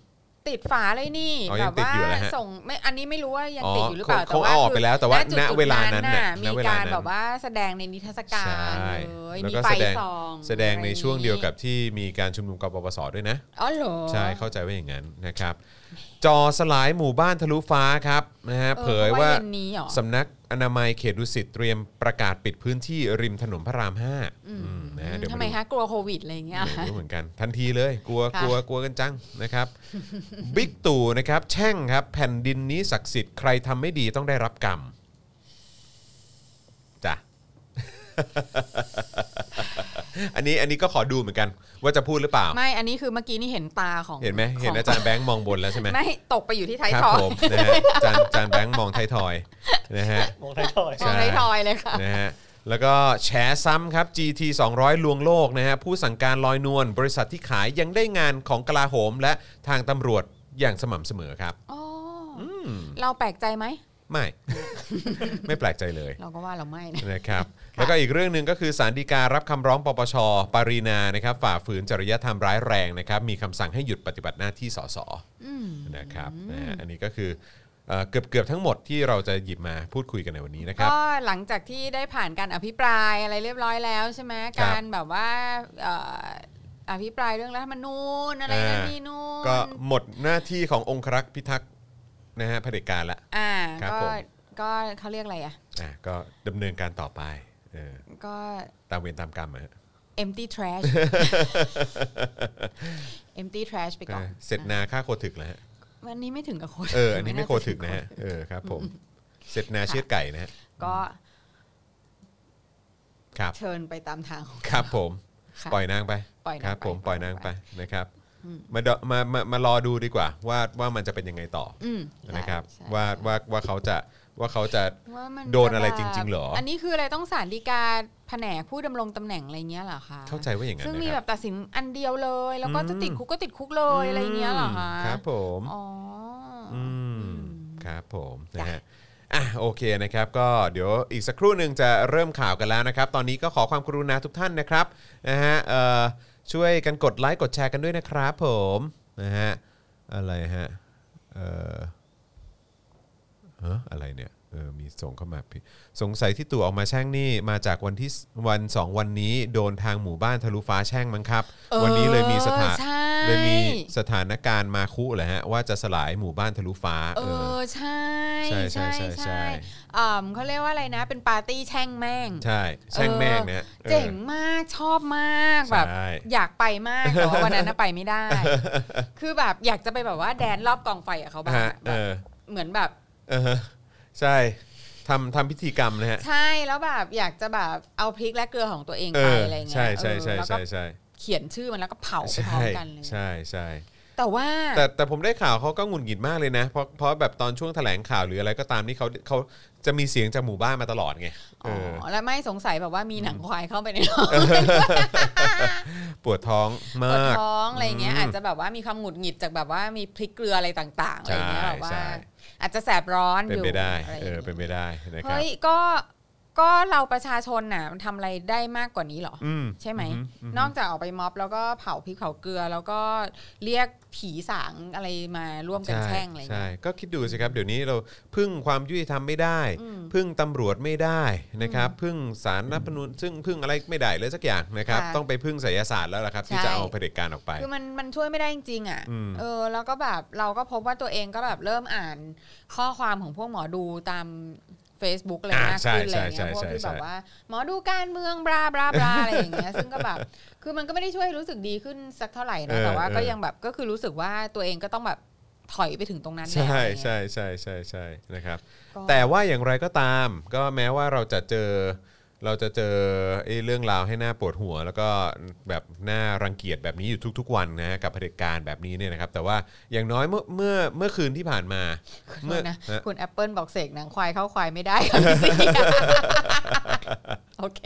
[SPEAKER 3] ติดฝาเลยนี่
[SPEAKER 2] อ๋อยั
[SPEAKER 3] แบ
[SPEAKER 2] ง
[SPEAKER 3] บ
[SPEAKER 2] ติด
[SPEAKER 3] ว่า
[SPEAKER 2] อยู่เหรอฮะ
[SPEAKER 3] ส่งไม่อันนี้ไม่รู้ว่ายัง
[SPEAKER 2] อ๋อ
[SPEAKER 3] ติดอยู่หรือเปล่า
[SPEAKER 2] คง
[SPEAKER 3] แต่
[SPEAKER 2] คง
[SPEAKER 3] ว่า
[SPEAKER 2] เอาออก
[SPEAKER 3] คื
[SPEAKER 2] ไปแล้วแต่ว่า
[SPEAKER 3] ณจุด
[SPEAKER 2] ณเวลานั้นน่ะ
[SPEAKER 3] มี
[SPEAKER 2] ณเวลานั้
[SPEAKER 3] การ
[SPEAKER 2] น
[SPEAKER 3] แบบว่าแสดงในนิทรรศกา
[SPEAKER 2] ใช่
[SPEAKER 3] รเลย
[SPEAKER 2] แล้ว
[SPEAKER 3] มี
[SPEAKER 2] ก็
[SPEAKER 3] ไฟ
[SPEAKER 2] แสดง
[SPEAKER 3] ส่อง
[SPEAKER 2] แสดงในช่วงเดียวกับที่มีการชุมนุมกบปปสด้วยนะ
[SPEAKER 3] อ๋อเหรอ
[SPEAKER 2] ใช่เข้าใจว่าอย่างนั้นนะครับ จอสลายหมู่บ้านทะลุฟ้าครับนะฮะ
[SPEAKER 3] เออ
[SPEAKER 2] เผยว่า
[SPEAKER 3] เขาว่าเย็นนี้เหรอ
[SPEAKER 2] สำนักอนามัยเขตดุสิตเตรียมประกาศปิดพื้นที่ริมถนนพระราม5อืมนะฮะเดี๋ยว
[SPEAKER 3] ทำ
[SPEAKER 2] มา
[SPEAKER 3] ไม
[SPEAKER 2] ดู
[SPEAKER 3] คะกลัวโควิดอะไรอย่างเงี้ย
[SPEAKER 2] ไม่รู้เหมือนกันทันทีเลยกลัว
[SPEAKER 3] ค่ะ
[SPEAKER 2] กลัวกลัวกันจัง นะครับ บิ๊กตู่นะครับ แช่งครับ แผ่นดินนี้ศักดิ์สิทธิ์ใครทำไม่ดีต้องได้รับกรรมจ้ะ อันนี้อันนี้ก็ขอดูเหมือนกัน ว่าจะพูดหรือเปล่า
[SPEAKER 3] ไม่อันนี้คือเมื่อกี้นี่เห็นตาของ
[SPEAKER 2] เห็นไหม
[SPEAKER 3] ขง
[SPEAKER 2] เห็นอาจารย์แบงค์มองบนแล้วใช่ไหม
[SPEAKER 3] ไม่ตกไปอยู่ที่ท้าย
[SPEAKER 2] ครับ
[SPEAKER 3] ทอย
[SPEAKER 2] ผมนะฮะอาจารย์อาจารย์แบงค์มองไทยทอยนะฮะ
[SPEAKER 1] มองไทยทอย
[SPEAKER 3] มองท้ายทอยเลยค่ะ
[SPEAKER 2] นะฮะแล้วก็แฉซ้ำครับ GT 200 ลวงโลกนะฮะผู้สั่งการลอยนวลบริษัทที่ขายยังได้งานของกลาโหม และทางตำรวจอย่างสม่ำเสมอครับ
[SPEAKER 3] อ๋ออเราแปลกใจไหม
[SPEAKER 2] ไม่ ไม่แปลกใจเลย
[SPEAKER 3] เราก็ว่าเราไม่นะ
[SPEAKER 2] นะครับ แล้วก็อีกเรื่องหนึ่งก็คือสารดีการรับคำร้องปปช ปารีนานะครับฝ่าฝืนจริยธรรมร้ายแรงนะครับมีคำสั่งให้หยุดปฏิบัติหน้าที่สสนะครับนะฮะอันนี้ก็คือเอ่อเกือบเกือบทั้งหมดที่เราจะหยิบมาพูดคุยกันในวันนี้นะครับ
[SPEAKER 3] ก็หลังจากที่ได้ผ่านการอภิปรายอะไรเรียบร้อยแล้วใช่ไหม
[SPEAKER 2] ครับ
[SPEAKER 3] การแบบว่าเอ่ออภิปรายเรื่องรัฐธรรมนูญอะไรนั่น
[SPEAKER 2] อ่า
[SPEAKER 3] นี่นู่น
[SPEAKER 2] ก็หมดหน้าที่ขององครักษ์พิทักษ์นะฮะเผด็จการละ
[SPEAKER 3] อ่า
[SPEAKER 2] ครับ
[SPEAKER 3] ก็
[SPEAKER 2] ผม
[SPEAKER 3] ก็เขาเรียกอะไรอ่ะ
[SPEAKER 2] อ่ะก็ดำเนินการต่อไปเออ
[SPEAKER 3] ก็
[SPEAKER 2] ตามเวรตามกรรมอะฮะ
[SPEAKER 3] empty trash empty trash ไปก่อน
[SPEAKER 2] เสร็จนาค่าโคตรถึกแล้วฮะ
[SPEAKER 3] วันนี้ไม่ถึงกับโคตร
[SPEAKER 2] เอออันนี้ไม่
[SPEAKER 3] า
[SPEAKER 2] โคตรถึกนะ
[SPEAKER 3] โคต
[SPEAKER 2] ฮะเออครับผมเสร็จนาเชือดไก่นะฮะ
[SPEAKER 3] ก็
[SPEAKER 2] ครับ
[SPEAKER 3] เชิญไปตามทางของ
[SPEAKER 2] ครับผม
[SPEAKER 3] ค่ะ
[SPEAKER 2] ปล่อยนางไป
[SPEAKER 3] ปล่อยนาง
[SPEAKER 2] ครับ
[SPEAKER 3] ไป
[SPEAKER 2] ผมป
[SPEAKER 3] ปล่
[SPEAKER 2] ล่อ
[SPEAKER 3] อย
[SPEAKER 2] นาน
[SPEAKER 3] ยาง ง
[SPEAKER 2] ไป
[SPEAKER 3] ไป
[SPEAKER 2] นะครับมาดมามามารอดูดีกว่า ว่าว่ามันจะเป็นยังไงต่ออ
[SPEAKER 3] อืม
[SPEAKER 2] นะครับ
[SPEAKER 3] ใช่
[SPEAKER 2] ว่าว่าว่าเขาจะว่าเขาจะ
[SPEAKER 3] ว่ามั
[SPEAKER 2] โดนอะไรจริงๆเหรออั
[SPEAKER 3] นนี้คืออะไรต้องสารดีกาแผนกผู้ดำรงตำแหน่งอะไรเงี้ยเหรอคะ
[SPEAKER 2] เข้าใจว่าอย่างนั้น
[SPEAKER 3] ซึ่ง
[SPEAKER 2] นะ
[SPEAKER 3] มี
[SPEAKER 2] ค
[SPEAKER 3] แบ
[SPEAKER 2] รับบ
[SPEAKER 3] ตัดสินอันเดียวเลย แล้วก็จะติดคุกก็ติดคุกเลยอะไรเงี้ยเหรอคะ
[SPEAKER 2] ครับผม
[SPEAKER 3] อ๋ออ
[SPEAKER 2] อืมครับผมนะ
[SPEAKER 3] จ้ะ
[SPEAKER 2] ฮะอ่ะโอเคนะครับก็เดี๋ยวอีกสักครู่หนึ่งจะเริ่มข่าวกันแล้วนะครับ ตอนนี้ก็ขอความกรุณาทุกท่านนะครับนะฮะเอ่อช่วยกันกดไลค์กดแชร์กันด้วยนะครับผมนะฮะอะไรฮะเอ่อฮะอะไรเนี่ยเออมีส่งเข้ามาพี่สงสัยที่ตู่ออกมาแช่งนี่มาจากวันที่สวันสองวันนี้โดนทางหมู่บ้านทะลุฟ้าแช่งมั้งครับ
[SPEAKER 3] ออ
[SPEAKER 2] วันนี้เลยมีสถาน
[SPEAKER 3] ใช่
[SPEAKER 2] เลยมีสถานการณ์มาคุเหรอฮะ ว่าจะสลายหมู่บ้านทะลุฟ้า
[SPEAKER 3] เออใช่
[SPEAKER 2] ใช่ใช่ใช่ใช่
[SPEAKER 3] อ่าเขาเรียกว่าอะไรนะ เป็นปาร์ตี้แช่งแม่ง
[SPEAKER 2] ใช่แช่งแม่งนะฮะ
[SPEAKER 3] เจ๋ง
[SPEAKER 2] ออ
[SPEAKER 3] มากชอบมากแบบ
[SPEAKER 2] ใช่
[SPEAKER 3] อยากไปมากแต่ว่าวันนั้นน่ะไปไม่ได้ คือแบบอยากจะไปแบบว่าแดนรอบกองไฟอะเขาบ้าง
[SPEAKER 2] ฮะ
[SPEAKER 3] อะ
[SPEAKER 2] เอ
[SPEAKER 3] แบบ
[SPEAKER 2] อ
[SPEAKER 3] เหมือนแบบ
[SPEAKER 2] เออฮะใช่ทำทำพิธีกรรมนะฮะ
[SPEAKER 3] ใช่แล้วแบบอยากจะแบบเอาพริกและเกลือของตัวเอง
[SPEAKER 2] เอ
[SPEAKER 3] ไป
[SPEAKER 2] อ
[SPEAKER 3] อะไรเงี้ย
[SPEAKER 2] ใช่ใช่
[SPEAKER 3] เออ
[SPEAKER 2] ใช่
[SPEAKER 3] แล้วก็
[SPEAKER 2] ใช่ใช่
[SPEAKER 3] เขียนชื่อมันแล้วก็เผาไปพร้อ
[SPEAKER 2] ใช่
[SPEAKER 3] มกันเลย
[SPEAKER 2] ใช่ใช่
[SPEAKER 3] แต่ว่า
[SPEAKER 2] แต่แต่ผมได้ข่าวเขาก็หงุนหงิดมากเลยนะ เพราะเพราะแบบตอนช่วงแถลงข่าวหรืออะไรก็ตามนี่เขาเขาจะมีเสียงจากหมู่บ้านมาตลอดไงเอ
[SPEAKER 3] อ๋
[SPEAKER 2] อ
[SPEAKER 3] อ แล้วไม่สงสัยแบบว่ามีหนังควายเข้าไปในท้อง
[SPEAKER 2] ปวดท้อง
[SPEAKER 3] ปวด
[SPEAKER 2] มาก
[SPEAKER 3] ท้องอะไรเงี้ย
[SPEAKER 2] อืม
[SPEAKER 3] อาจจะแบบว่ามีความหงุดหงิดจากแบบว่ามีพริกเกลืออะไรต่างๆอะไรเงี้ย
[SPEAKER 2] ใช่
[SPEAKER 3] แบบว่า
[SPEAKER 2] ใช่
[SPEAKER 3] อาจจะแสบร้อน
[SPEAKER 2] เป็น
[SPEAKER 3] อยู่
[SPEAKER 2] ไปได้
[SPEAKER 3] ะร
[SPEAKER 2] เออ
[SPEAKER 3] ย่างงี้ย
[SPEAKER 2] เป็นไปได้นะครับ
[SPEAKER 3] เฮ้ยก็ก็เราประชาชนน่ะมันทำอะไรได้มากกว่านี้เหรอ
[SPEAKER 2] อืม
[SPEAKER 3] ใช่ไหม
[SPEAKER 2] อือฮึ
[SPEAKER 3] นอกจากออกไปม็อบแล้วก็เผาพริกเผาเกลือ แล้วก็เรียกผีสางอะไรมาร่วมกัน
[SPEAKER 2] ใช่
[SPEAKER 3] แช่งอะไรเงี้
[SPEAKER 2] ใช่
[SPEAKER 3] ย
[SPEAKER 2] ก็คิดดูสิครับ เดี๋ยวนี้เราพึ่งความยุติธรรมไม่ได้
[SPEAKER 3] อืม
[SPEAKER 2] พึ่งตำรวจไม่ได้นะครับ พึ่งสารรัฐธรรมนูญซึ่งพึ่งอะไรไม่ได้เลยสักอย่างนะครับ
[SPEAKER 3] ค่ะ
[SPEAKER 2] ต้องไปพึ่งไสยศาสตร์แล้วล่ะครับ ที่
[SPEAKER 3] ใช่
[SPEAKER 2] จะเอาเผด็จการออกไป
[SPEAKER 3] คือมันมันช่วยไม่ได้จริงๆอ่ะ
[SPEAKER 2] อืม
[SPEAKER 3] เออ แล้วก็แบบเราก็พบว่าตัวเองก็แบบเริ่มอ่านข้อความของพวกหมอดูตาม Facebook อะไรมากขึ้นอะไรเงี้ยพวกที่แบบว่า หมอดูการเมืองบลาบลาบลาอะไรอย่างเงี้ย ซึ่งก็แบบ คือมันก็ไม่ได้ช่วยรู้สึกดีขึ้นสักเท่าไหร่นะ แต่ว่าก็ยังแบบก็คือรู้สึกว่าตัวเองก็ต้องแบบถอยไปถึงตรงนั้นแหละ
[SPEAKER 2] ใช่
[SPEAKER 3] อะไรเงี้ย
[SPEAKER 2] ใช่ใช่ใช่ใช่นะครับ
[SPEAKER 3] ก็
[SPEAKER 2] แต่ว่าอย่างไรก็ตาม ก็แม้ว่าเราจะเจอ เราจะเจอไอ้เรื่องราวให้หน้าปวดหัว แล้วก็แบบหน้ารังเกียจแบบนี้อยู่ทุก ๆ วันนะฮะกับเผด็จการแบบนี้เนี่ยนะครับ แต่ว่าอย่างน้อยเมื่อเมื่อเมื่อคืนที่ผ่านมา
[SPEAKER 3] โท
[SPEAKER 2] เมื่อ
[SPEAKER 3] ษนะ
[SPEAKER 2] ฮะ
[SPEAKER 3] คุณแอปเปิลบอกเสกหนังควายเข้าควายไม่ได้ครับสิ โอเค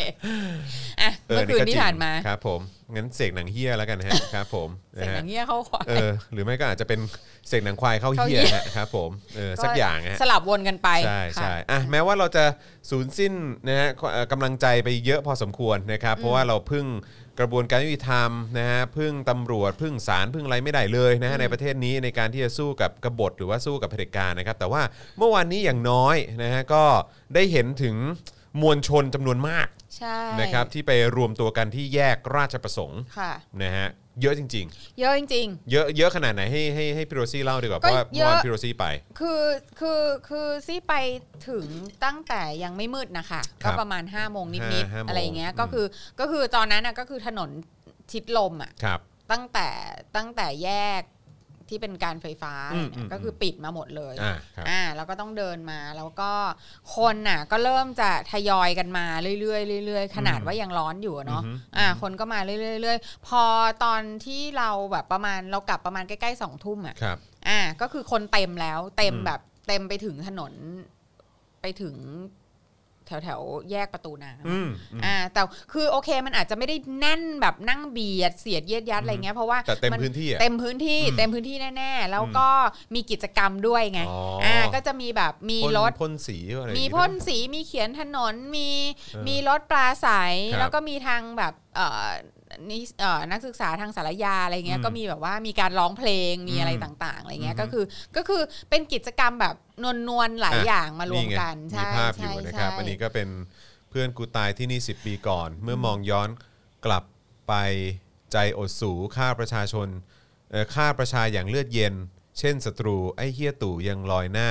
[SPEAKER 3] อ่ะเมื่อคืนที่ผ่านมา
[SPEAKER 2] ครับผมงั้นเสกหนังเฮียแล้วกันฮะ ครับผม
[SPEAKER 3] เสกหนั
[SPEAKER 2] ะฮะ
[SPEAKER 3] งเงี้ยเข้าควาย
[SPEAKER 2] เออหรือไม่ก็อาจจะเป็นเสกหนังควายเข้า
[SPEAKER 3] เข้า
[SPEAKER 2] เฮี
[SPEAKER 3] เหี้
[SPEAKER 2] ย
[SPEAKER 3] ย
[SPEAKER 2] ฮะครับผมเออสักอย่างฮะ
[SPEAKER 3] สลับวนกันไป
[SPEAKER 2] ใช่ใช่
[SPEAKER 3] ค่ะ
[SPEAKER 2] อ่ะแม้ว่าเราจะสูญสิ้นนะฮะเอ่อกำลังใจไปเยอะพอสมควรนะครับ เพราะว่าเราพึ่งกระบวนการยุติธรรมนะฮะพึ่งตำรวจพึ่งศาลพึ่งอะไรไม่ได้เลยนะฮะในประเทศนี้ในการที่จะสู้กับกบฏหรือว่าสู้กับเผด็จการนะครับ แต่ว่าเมื่อวานนี้อย่างน้อยนะฮะก็ได้เห็นถึงมวลชนจำนวนมาก
[SPEAKER 3] ใช่
[SPEAKER 2] นะครับที่ไปรวมตัวกันที่แยกราชประสงค์
[SPEAKER 3] ค่ะ
[SPEAKER 2] นะฮะเยอะจริง
[SPEAKER 3] เยอะจริง
[SPEAKER 2] ๆ เยอะเยอะขนาดไหนให้ให้ให้พี่โรซี่เล่าดีกว่าเพ
[SPEAKER 3] ก็
[SPEAKER 2] ราะว่า
[SPEAKER 3] เย
[SPEAKER 2] เมื่อ
[SPEAKER 3] อะ
[SPEAKER 2] วานพี่โรซี่ไป
[SPEAKER 3] ๆ คือคือคือซี่ไปถึงตั้งแต่ยังไม่มืดนะคะ
[SPEAKER 2] ครั
[SPEAKER 3] ก็
[SPEAKER 2] บ
[SPEAKER 3] ประมาณ5้าโมง
[SPEAKER 2] ห้า
[SPEAKER 3] นิด
[SPEAKER 2] ห้าโมง
[SPEAKER 3] ๆอะไรอย่างเงี้ย
[SPEAKER 2] อืม
[SPEAKER 3] ก็คือก็คือตอนนั้นน่ะก็คือถนนชิดลมอ่ะ
[SPEAKER 2] ครับ
[SPEAKER 3] ตั้งแต่ตั้งแต่แยกที่เป็นการไฟฟ้า
[SPEAKER 2] อืม
[SPEAKER 3] เนี่ย
[SPEAKER 2] อืม
[SPEAKER 3] ก็คือปิดมาหมดเลย
[SPEAKER 2] อ่าครับ
[SPEAKER 3] อ่าแล้วก็ต้องเดินมาแล้วก็คนน่ะก็เริ่มจะทยอยกันมาเรื่อยๆเรื่อยๆขนาด
[SPEAKER 2] อืม
[SPEAKER 3] ว่ายังร้อนอยู่อะเนาะ
[SPEAKER 2] อือฮึ
[SPEAKER 3] อ่า คนก็มาเรื่อยๆเรื่อยๆพอตอนที่เราแบบประมาณเรากลับประมาณใกล้ๆสองทุ่มอ่ะ
[SPEAKER 2] ครับ
[SPEAKER 3] อ่า ก็คือคนเต็มแล้วเต็ม
[SPEAKER 2] อืม
[SPEAKER 3] แบบเต็มไปถึงถนนไปถึงแถวแถวๆแยกประตูน้ำ
[SPEAKER 2] อืมอืม
[SPEAKER 3] อ่าแต่คือโอเคมันอาจจะไม่ได้แน่นแบบนั่งเบียดเสียดเยียดยัดอะไรเงี้ยเพราะว่า
[SPEAKER 2] แต่เต็ม
[SPEAKER 3] น
[SPEAKER 2] พื้นที่อะ
[SPEAKER 3] เต็มพื้นที่
[SPEAKER 2] อืม
[SPEAKER 3] เต็มพื้นที่แน่ๆ แล้วก็มีกิจกรรมด้วยไง
[SPEAKER 2] อ๋ออ่
[SPEAKER 3] อ่าก็จะมีแบบมี
[SPEAKER 2] พ่น
[SPEAKER 3] รถ
[SPEAKER 2] พ่นสีอะไรอย่าง
[SPEAKER 3] มี
[SPEAKER 2] งี้
[SPEAKER 3] พ่น
[SPEAKER 2] ด้วย
[SPEAKER 3] สีมีเขียนถนนมี
[SPEAKER 2] เออ
[SPEAKER 3] มีรถปลาใส
[SPEAKER 2] ครับ
[SPEAKER 3] แล้วก็มีทางแบบเอ่อนี่เอ่อนักศึกษาทางสารยาอะไรเงี้
[SPEAKER 2] อื
[SPEAKER 3] ย
[SPEAKER 2] ม
[SPEAKER 3] ก็มีแบบว่ามีการร้องเพลงมีอะไร
[SPEAKER 2] อืม
[SPEAKER 3] ต่างๆอะไรเงี้ย
[SPEAKER 2] อืม
[SPEAKER 3] ก็คือก็คือเป็นกิจกรรมแบบนวลๆหลาย
[SPEAKER 2] อ่ะ
[SPEAKER 3] อย่างมารวม
[SPEAKER 2] ไง
[SPEAKER 3] กันใช่
[SPEAKER 2] มีภาพอ
[SPEAKER 3] ใช่
[SPEAKER 2] ยู่นะครับ
[SPEAKER 3] ใช่
[SPEAKER 2] อันนี้ก็เป็นเพื่อนกูตายที่นี่ 10 ปีก่อน เมื่อมองย้อนกลับไปใจอดสูฆ่าประชาชนเอ่อฆ่าประชาอย่างเลือดเย็น เช่นศัตรูไอ้เฮี้ยตู่ยังลอยหน้า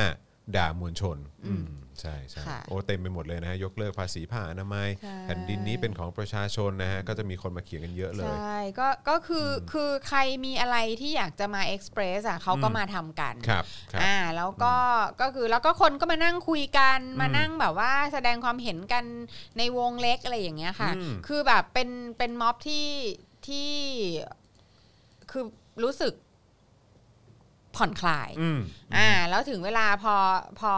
[SPEAKER 2] ด่ามวลชนอืมใช่ใช่
[SPEAKER 3] ค่ะ
[SPEAKER 2] โอ้เต็มไปหมดเลยนะฮะยกเลิกภาษีผ้าอนามัย
[SPEAKER 3] ใช่
[SPEAKER 2] แผ่นดินนี้เป็นของประชาชนนะฮะก็จะมีคนมาเขียนกันเยอะเลย
[SPEAKER 3] ใช่ก็ก็คืออคือใครมีอะไรที่อยากจะมาเอ็กซ์เพรสอ่ะเขาก็
[SPEAKER 2] อืม
[SPEAKER 3] มาทำกัน
[SPEAKER 2] ครับครับ
[SPEAKER 3] อ่าแล้วก็ก็คือแล้วก็คนก็มานั่งคุยกัน
[SPEAKER 2] อืม
[SPEAKER 3] มานั่งแบบว่าแสดงความเห็นกันในวงเล็กอะไรอย่างเงี้ยค่ะ
[SPEAKER 2] อืม
[SPEAKER 3] คือแบบเป็นเป็นม็อบที่ที่คือรู้สึกผ่อนคลาย
[SPEAKER 2] อืม
[SPEAKER 3] อ่าแล้วถึงเวลาพอพอ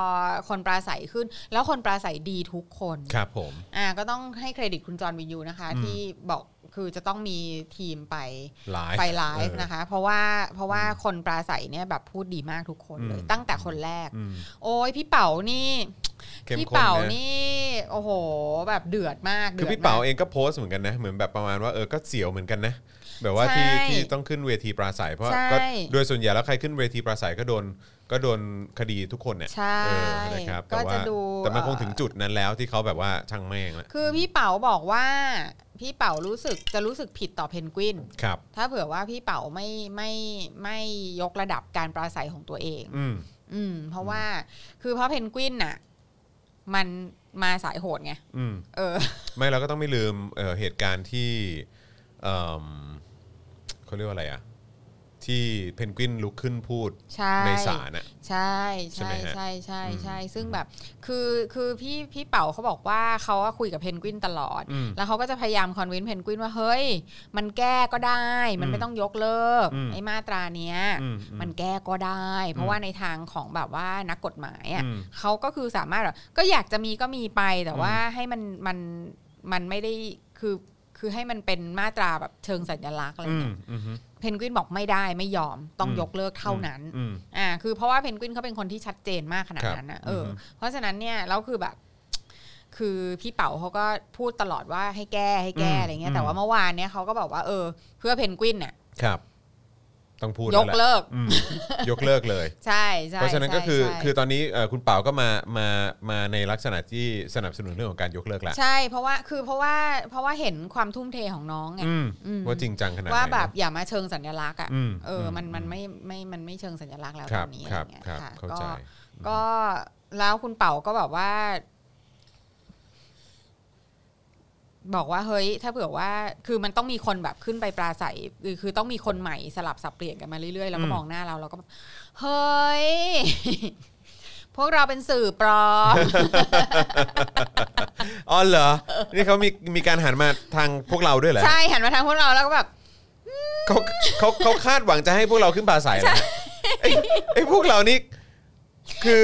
[SPEAKER 3] คนปราศัยขึ้น แล้วคนปราศัยดีทุกคน
[SPEAKER 2] ครับผม
[SPEAKER 3] อ่าก็ต้องให้เครดิตคุณจอห์นวินยูนะคะ
[SPEAKER 2] อืม
[SPEAKER 3] ที่บอกคือจะต้องมีทีมไป
[SPEAKER 2] ไลฟ์
[SPEAKER 3] ไปไลฟ์
[SPEAKER 2] เออ
[SPEAKER 3] นะคะ เพราะว่าเพราะว่าคนปราศัยเนี่ยแบบพูดดีมากทุกคนเลย
[SPEAKER 2] อืม
[SPEAKER 3] ตั้งแต่คนแรก
[SPEAKER 2] อืม
[SPEAKER 3] โอ้ยพี่เป๋านี่
[SPEAKER 2] เข้ม
[SPEAKER 3] พี่
[SPEAKER 2] ข้
[SPEAKER 3] เป๋า
[SPEAKER 2] นะ
[SPEAKER 3] นี่โอ้โห แบบเดือดมาก
[SPEAKER 2] คือ
[SPEAKER 3] ดืดมก
[SPEAKER 2] พี่เป๋าเองก็โพสต์เหมือนกันนะ เหมือนแบบประมาณว่าเออก็เสียวเหมือนกันนะ แบบว่าที่
[SPEAKER 3] ใช่
[SPEAKER 2] ที่ต้องขึ้นเวทีปราศัยเพราะ
[SPEAKER 3] ใช่
[SPEAKER 2] ก็โดยส่วนใหญ่แล้วใครขึ้นเวทีปราศัยก็โดนก็โดนคดีทุกคนเนี่ย
[SPEAKER 3] ใช่
[SPEAKER 2] เออนะครับแต่
[SPEAKER 3] ก็
[SPEAKER 2] ว่า
[SPEAKER 3] จะดู
[SPEAKER 2] แต่มันคง
[SPEAKER 3] เอ่อ
[SPEAKER 2] ถึงจุดนั้นแล้วที่เขาแบบว่าช่างแม่งแล้ว
[SPEAKER 3] คือพี่เป๋าบอกว่า พี่เป๋ารู้สึกจะรู้สึกผิดต่อเพนกวิน
[SPEAKER 2] ครับ
[SPEAKER 3] ถ้าเผื่อว่าพี่เป๋าไม่ไม่ไม่ยกระดับการปราศัยของตัวเอง
[SPEAKER 2] อืม
[SPEAKER 3] อืม เพราะว่าคือเพราะเพนกวินน่ะ มันมาสายโหดไง
[SPEAKER 2] อืม
[SPEAKER 3] เออ
[SPEAKER 2] ไม่เราก็ต้องไม่ลืมเอ่อเหตุการณ์ที่เอิ่มเขาเรียกว่าอะไรอ่ะ ที่เพนกวินลุกขึ้นพูด
[SPEAKER 3] ใช่
[SPEAKER 2] ในศาลน่ะ
[SPEAKER 3] ใช่
[SPEAKER 2] ใช่ไห
[SPEAKER 3] ใช่
[SPEAKER 2] มฮะ
[SPEAKER 3] ใช่ใช่ใช่
[SPEAKER 2] อืม
[SPEAKER 3] ซึ่งแบบคือคือพี่พี่เป๋าเขาบอกว่าเขาอะคุยกับเพนกวินตลอด
[SPEAKER 2] อืม
[SPEAKER 3] แล้วเขาก็จะพยายามคอนวินเพนกวินว่าเฮ้ย มันแก้ก็ได้ มันไม่ต้องยกเลิก
[SPEAKER 2] อืม
[SPEAKER 3] ไอ้มาตราเนี้ย
[SPEAKER 2] อืมอืม
[SPEAKER 3] มันแก้ก็ได้ เพราะว่าในทางของแบบว่านักกฎหมายอะ
[SPEAKER 2] อืม
[SPEAKER 3] เขาก็คือสามารถแบบก็อยากจะมีก็มีไปแต่ว่าให้มันมันมันไม่ได้คือคือให้มันเป็นมาตราแบบเชิงสัญลักษณ์อะไรเงี้ยเพนกวินบอกไม่ได้ไม่ยอมต้อง
[SPEAKER 2] อืม
[SPEAKER 3] ยกเลิกเท่านั้น
[SPEAKER 2] อืม
[SPEAKER 3] อ่าคือเพราะว่าเพนกวินเขาเป็นคนที่ชัดเจนมากขนาดนั้นนะเอออ
[SPEAKER 2] ม
[SPEAKER 3] เพราะฉะนั้นเนี่ยแล้วคือแบบ คือพี่เป๋าเขาก็พูดตลอดว่าให้แก้ให้แก้อะไรเงี้ยแต่ว่าเมื่อวานเนี่ยเขาก็บอกว่าเออ เพื่อเพนกวินเนี่ย
[SPEAKER 2] ครับ ต้องพูด
[SPEAKER 3] ย
[SPEAKER 2] แว
[SPEAKER 3] ก
[SPEAKER 2] แหะ
[SPEAKER 3] เลิก
[SPEAKER 2] อืมยกเลิกเลย
[SPEAKER 3] ใช่ใช่
[SPEAKER 2] เพราะฉะนั้นก็คือ
[SPEAKER 3] ใช่ใช่
[SPEAKER 2] คือตอนนี้เอ่อคุณเป่าก็มามามาในลักษณะที่สนับสนุนเรื่องของการยกเลิกละ
[SPEAKER 3] ใช่เพราะว่าคือเพราะว่าเพราะว่าเห็นความทุ่มเทของน้องไง
[SPEAKER 2] อืม
[SPEAKER 3] อืม
[SPEAKER 2] ว่าจริงจังขนาดไหน
[SPEAKER 3] ว่าแบบ
[SPEAKER 2] เนอะ
[SPEAKER 3] อย่ามาเชิงสัญลักษณ์อ่ะ
[SPEAKER 2] อืม
[SPEAKER 3] เอออมันมันไม่ไม่มันไม่เชิงสัญลักษณ์แล้ว
[SPEAKER 2] ค
[SPEAKER 3] ต
[SPEAKER 2] รั
[SPEAKER 3] อบ นนี้อะ
[SPEAKER 2] ค
[SPEAKER 3] ไร
[SPEAKER 2] รับ
[SPEAKER 3] เงี้ย
[SPEAKER 2] ครับ
[SPEAKER 3] ค่ะ
[SPEAKER 2] เข้า
[SPEAKER 3] ก็
[SPEAKER 2] ใจ
[SPEAKER 3] ก็แล้วคุณเป่าก็แบบว่า บอกว่าเฮ้ย ถ้าเผื่อว่าคือมันต้องมีคนแบบขึ้นไปปราศัยคือคือต้องมีคนใหม่สลับสับเปลี่ยนกันมาเรื่อยๆแล้วก็
[SPEAKER 2] อืม
[SPEAKER 3] มองหน้าเราเราก็แบบเฮ้ย พวกเราเป็นสื่อปลอม
[SPEAKER 2] อ๋อเหรอ นี่เขามีมีการหันมาทางพวกเราด้วยเหรอ
[SPEAKER 3] ใช่หันมาทางพวกเราแล้วก็แบบ
[SPEAKER 2] เขาเขาเขาคาดหวังจะให้พวกเราขึ้นปราศัยเหรอไอ้ไอ้พวกเรานี่คือ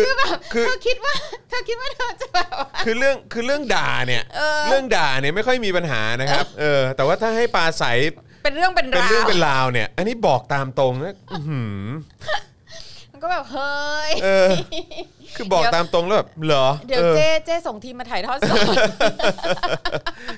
[SPEAKER 2] คือ
[SPEAKER 3] เธอคิดว่า เธอคิดว่าเธอจะแบบว่า
[SPEAKER 2] คือเรื่องคือเรื่องด่าเนี่ย
[SPEAKER 3] เออ
[SPEAKER 2] เรื่องด่าเนี่ยไม่ค่อยมีปัญหานะครับ เออ แต่ว่าถ้าให้ปลาใส
[SPEAKER 3] เป็นเรื่องเป็น
[SPEAKER 2] เป็น
[SPEAKER 3] รา
[SPEAKER 2] เรื่อง
[SPEAKER 3] ว
[SPEAKER 2] เป็นราวเนี่ย อันนี้บอกตามตรงนะอื้อหือ
[SPEAKER 3] มันก็แบบเฮ้ย
[SPEAKER 2] เออ คือบอกตามตรงแล้วแบบเหรอ
[SPEAKER 3] เดี๋ยว
[SPEAKER 2] ออ
[SPEAKER 3] เจ๊เจ๊ส่งทีมมาถ่ายทอดสด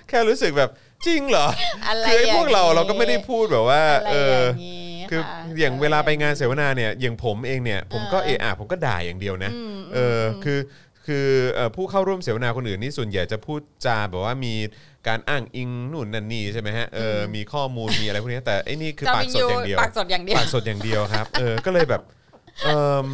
[SPEAKER 2] แค่รู้สึกแบบจริงเหรอ
[SPEAKER 3] อะไร
[SPEAKER 2] คือไอ้พวกเรา
[SPEAKER 3] อย่างนี้
[SPEAKER 2] เราก็ไม่ได้พูดแบบว่า
[SPEAKER 3] อะไร
[SPEAKER 2] เอ
[SPEAKER 3] อ
[SPEAKER 2] อ
[SPEAKER 3] ย่างนี้
[SPEAKER 2] คือ
[SPEAKER 3] ค่ะ
[SPEAKER 2] อย่างเวลาไปงานเสวนาเนี่ยอย่างผมเองเนี่ยผมก็เอะอะผมก็ด่าอย่างเดียวนะ
[SPEAKER 3] อืม
[SPEAKER 2] เอออคือคือเอ่อผู้เข้าร่วมเสวนาคนอื่นนี่ส่วนใหญ่จะพูดจาแบบว่ามีการอ้างอิงนู่นนั่นนี่ใช่ไหมฮะเออมีข้อมูลมีอะไรพวกนี้แต่ไอ้นี่คือ
[SPEAKER 3] จอ
[SPEAKER 2] ปาม ก
[SPEAKER 3] วิน
[SPEAKER 2] สด
[SPEAKER 3] ยู
[SPEAKER 2] อย่างเดียว
[SPEAKER 3] ปากสดอย่างเดียว
[SPEAKER 2] ปากสดอย่างเดียวครับเออก็เลยแบบเออ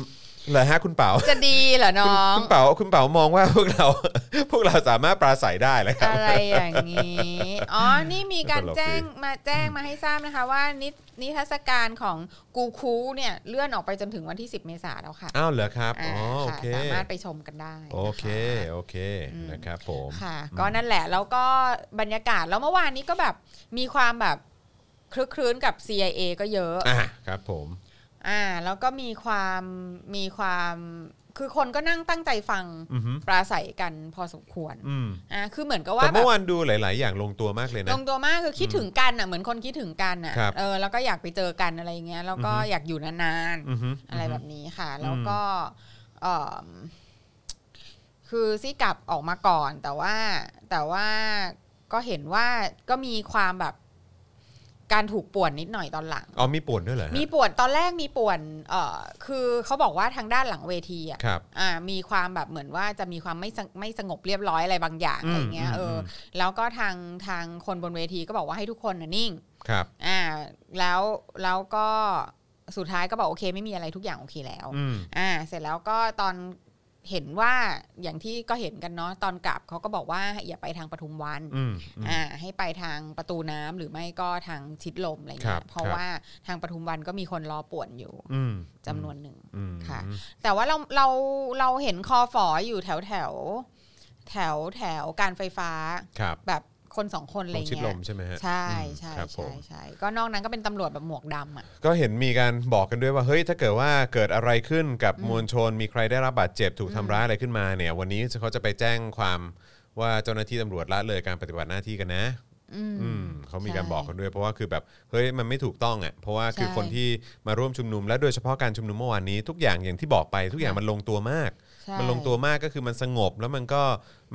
[SPEAKER 2] เหรอฮะคุณเป๋า
[SPEAKER 3] จะดีเหรอน้อง
[SPEAKER 2] คุณเป๋าคุณเป๋ามองว่าพวกเรา พวกเราสามารถปราศัยได้เลยครับ
[SPEAKER 3] อะไรอย่างนี้ อ๋อ นี่มีการ
[SPEAKER 2] ตลกดี
[SPEAKER 3] แจ้งมาแจ้งมาให้ทราบนะคะ ว่านิทนิทรรศการของกูคูเนี่ยเลื่อนออกไปจนถึงวันที่ 10 เมษายนแล้วค่ะ
[SPEAKER 2] อ้าวเหรอครับ
[SPEAKER 3] อ่า
[SPEAKER 2] อ๋อโอ
[SPEAKER 3] ค่ะ
[SPEAKER 2] เค
[SPEAKER 3] สามารถไปชมกันได้นะคะ
[SPEAKER 2] โอเคโอเค
[SPEAKER 3] อืม
[SPEAKER 2] นะครับผม
[SPEAKER 3] ค่ะ ก็นั่นแหละ แล้วก็บรรยากาศแล้วเมื่อวานนี้ก็แบบมีความแบบคลึกคลื้นกับ CIA ก็เยอะ
[SPEAKER 2] อ่ะครับผม
[SPEAKER 3] อ่า แล้วก็มีความมีความคือคนก็นั่งตั้งใจฟัง
[SPEAKER 2] อือฮึ
[SPEAKER 3] ปราศัยกันพอสมควร
[SPEAKER 2] อืม
[SPEAKER 3] อ่า คือเหมือนกับ
[SPEAKER 2] แต่
[SPEAKER 3] ว่าแบ
[SPEAKER 2] เมื่
[SPEAKER 3] บ
[SPEAKER 2] อวานดูหลาย ๆ อย่างลงตัวมากเลยนะ
[SPEAKER 3] ลงตัวมากคือคิดถึงกันอ่ะเหมือนคนคิดถึงกันอ่ะ
[SPEAKER 2] ครับ
[SPEAKER 3] เออแล้วก็อยากไปเจอกันอะไรอย่างเงี้ยแล้วก็
[SPEAKER 2] อือฮึ
[SPEAKER 3] อยากอยู่นาน
[SPEAKER 2] อือฮึ
[SPEAKER 3] ๆอะไรแบบนี้ค่ะ แล้วก็เอิ่มคือซี่กลับออกมาก่อน แต่ว่าแต่ว่าก็เห็นว่าก็มีความแบบการถูกป่วนนิดหน่อยตอนหลัง
[SPEAKER 2] อ๋อมีป่วนด้วยเหรอฮะ
[SPEAKER 3] มีป่วนตอนแรกมีป่วนเออคือเขาบอกว่าทางด้านหลังเวทีอ่ะ
[SPEAKER 2] ครับ
[SPEAKER 3] อ่ามีความแบบเหมือนว่าจะมีความไม่สงไม่สงบเรียบร้อยอะไรบางอย่าง
[SPEAKER 2] อืม
[SPEAKER 3] อะไรเงี้ย
[SPEAKER 2] อืม
[SPEAKER 3] เออ
[SPEAKER 2] ม
[SPEAKER 3] อแล้วก็ทางทางคนบนเวทีก็บอกว่าให้ทุกคนนะนิ่ง
[SPEAKER 2] ครับ
[SPEAKER 3] อ่าแล้วแล้วก็สุดท้ายก็บอกโอเค ไม่มีอะไรทุกอย่างโอเคแล้ว
[SPEAKER 2] อืม
[SPEAKER 3] อ่าเสร็จแล้วก็ตอนเห็นว่าอย่างที่ก็เห็นกันเนาะตอนกลับเขาก็บอกว่าอย่าไปทางปทุมวัน
[SPEAKER 2] อืมอืม
[SPEAKER 3] อ่าให้ไปทางประตูน้ำหรือไม่ก็ทางชิดลมอะไร
[SPEAKER 2] ครั
[SPEAKER 3] เงี้
[SPEAKER 2] บ
[SPEAKER 3] ยเพราะ
[SPEAKER 2] ครับ
[SPEAKER 3] ว่าทางปทุมวันก็มีคนรอป่วนอยู่
[SPEAKER 2] อืม
[SPEAKER 3] จำนวนหนึ่ง
[SPEAKER 2] อืม
[SPEAKER 3] ค่ะ แต่ว่าเราเราเราเห็นคอฝออยู่แถวแถวแถวแถวการไฟฟ้า
[SPEAKER 2] ครับ
[SPEAKER 3] แบบคนสองคนอะ
[SPEAKER 2] ล
[SPEAKER 3] ไรง
[SPEAKER 2] ชิดล
[SPEAKER 3] เงี้
[SPEAKER 2] ม
[SPEAKER 3] ย
[SPEAKER 2] ใช่ไหมฮะ
[SPEAKER 3] ใช่
[SPEAKER 2] อืม
[SPEAKER 3] ใช่
[SPEAKER 2] ครับผ
[SPEAKER 3] ใช่
[SPEAKER 2] ม
[SPEAKER 3] ใช่ก็นอกนั้นก็เป็นตำรวจแบบหมวกดำอ่ะ
[SPEAKER 2] ก็เห็นมีการบอกกันด้วยว่าเฮ้ยถ้าเกิดว่าเกิดอะไรขึ้นกับมวลชน มีใครได้รับบาดเจ็บถูกทำร้ายอะไรขึ้นมาเนี่ย วันนี้เขาจะไปแจ้งความว่าเจ้าหน้าที่ตำรวจละเลยการปฏิบัติหน้าที่กันนะ
[SPEAKER 3] อืม
[SPEAKER 2] อืมเขามี
[SPEAKER 3] ใช่
[SPEAKER 2] การบอกกันด้วยเพราะว่าคือแบบเฮ้ยมันไม่ถูกต้องอ่ะเพราะว่าคือ
[SPEAKER 3] ใช่
[SPEAKER 2] คนที่มาร่วมชุมนุมและโดยเฉพาะการชุมนุมเมื่อวานนี้ ทุกอย่างอย่างที่บอกไปทุกอย่าง
[SPEAKER 3] ค่ะ
[SPEAKER 2] มันลงตัวมาก
[SPEAKER 3] ใช่
[SPEAKER 2] มันลงตัวมากก็คือมันสงบแล้วมันก็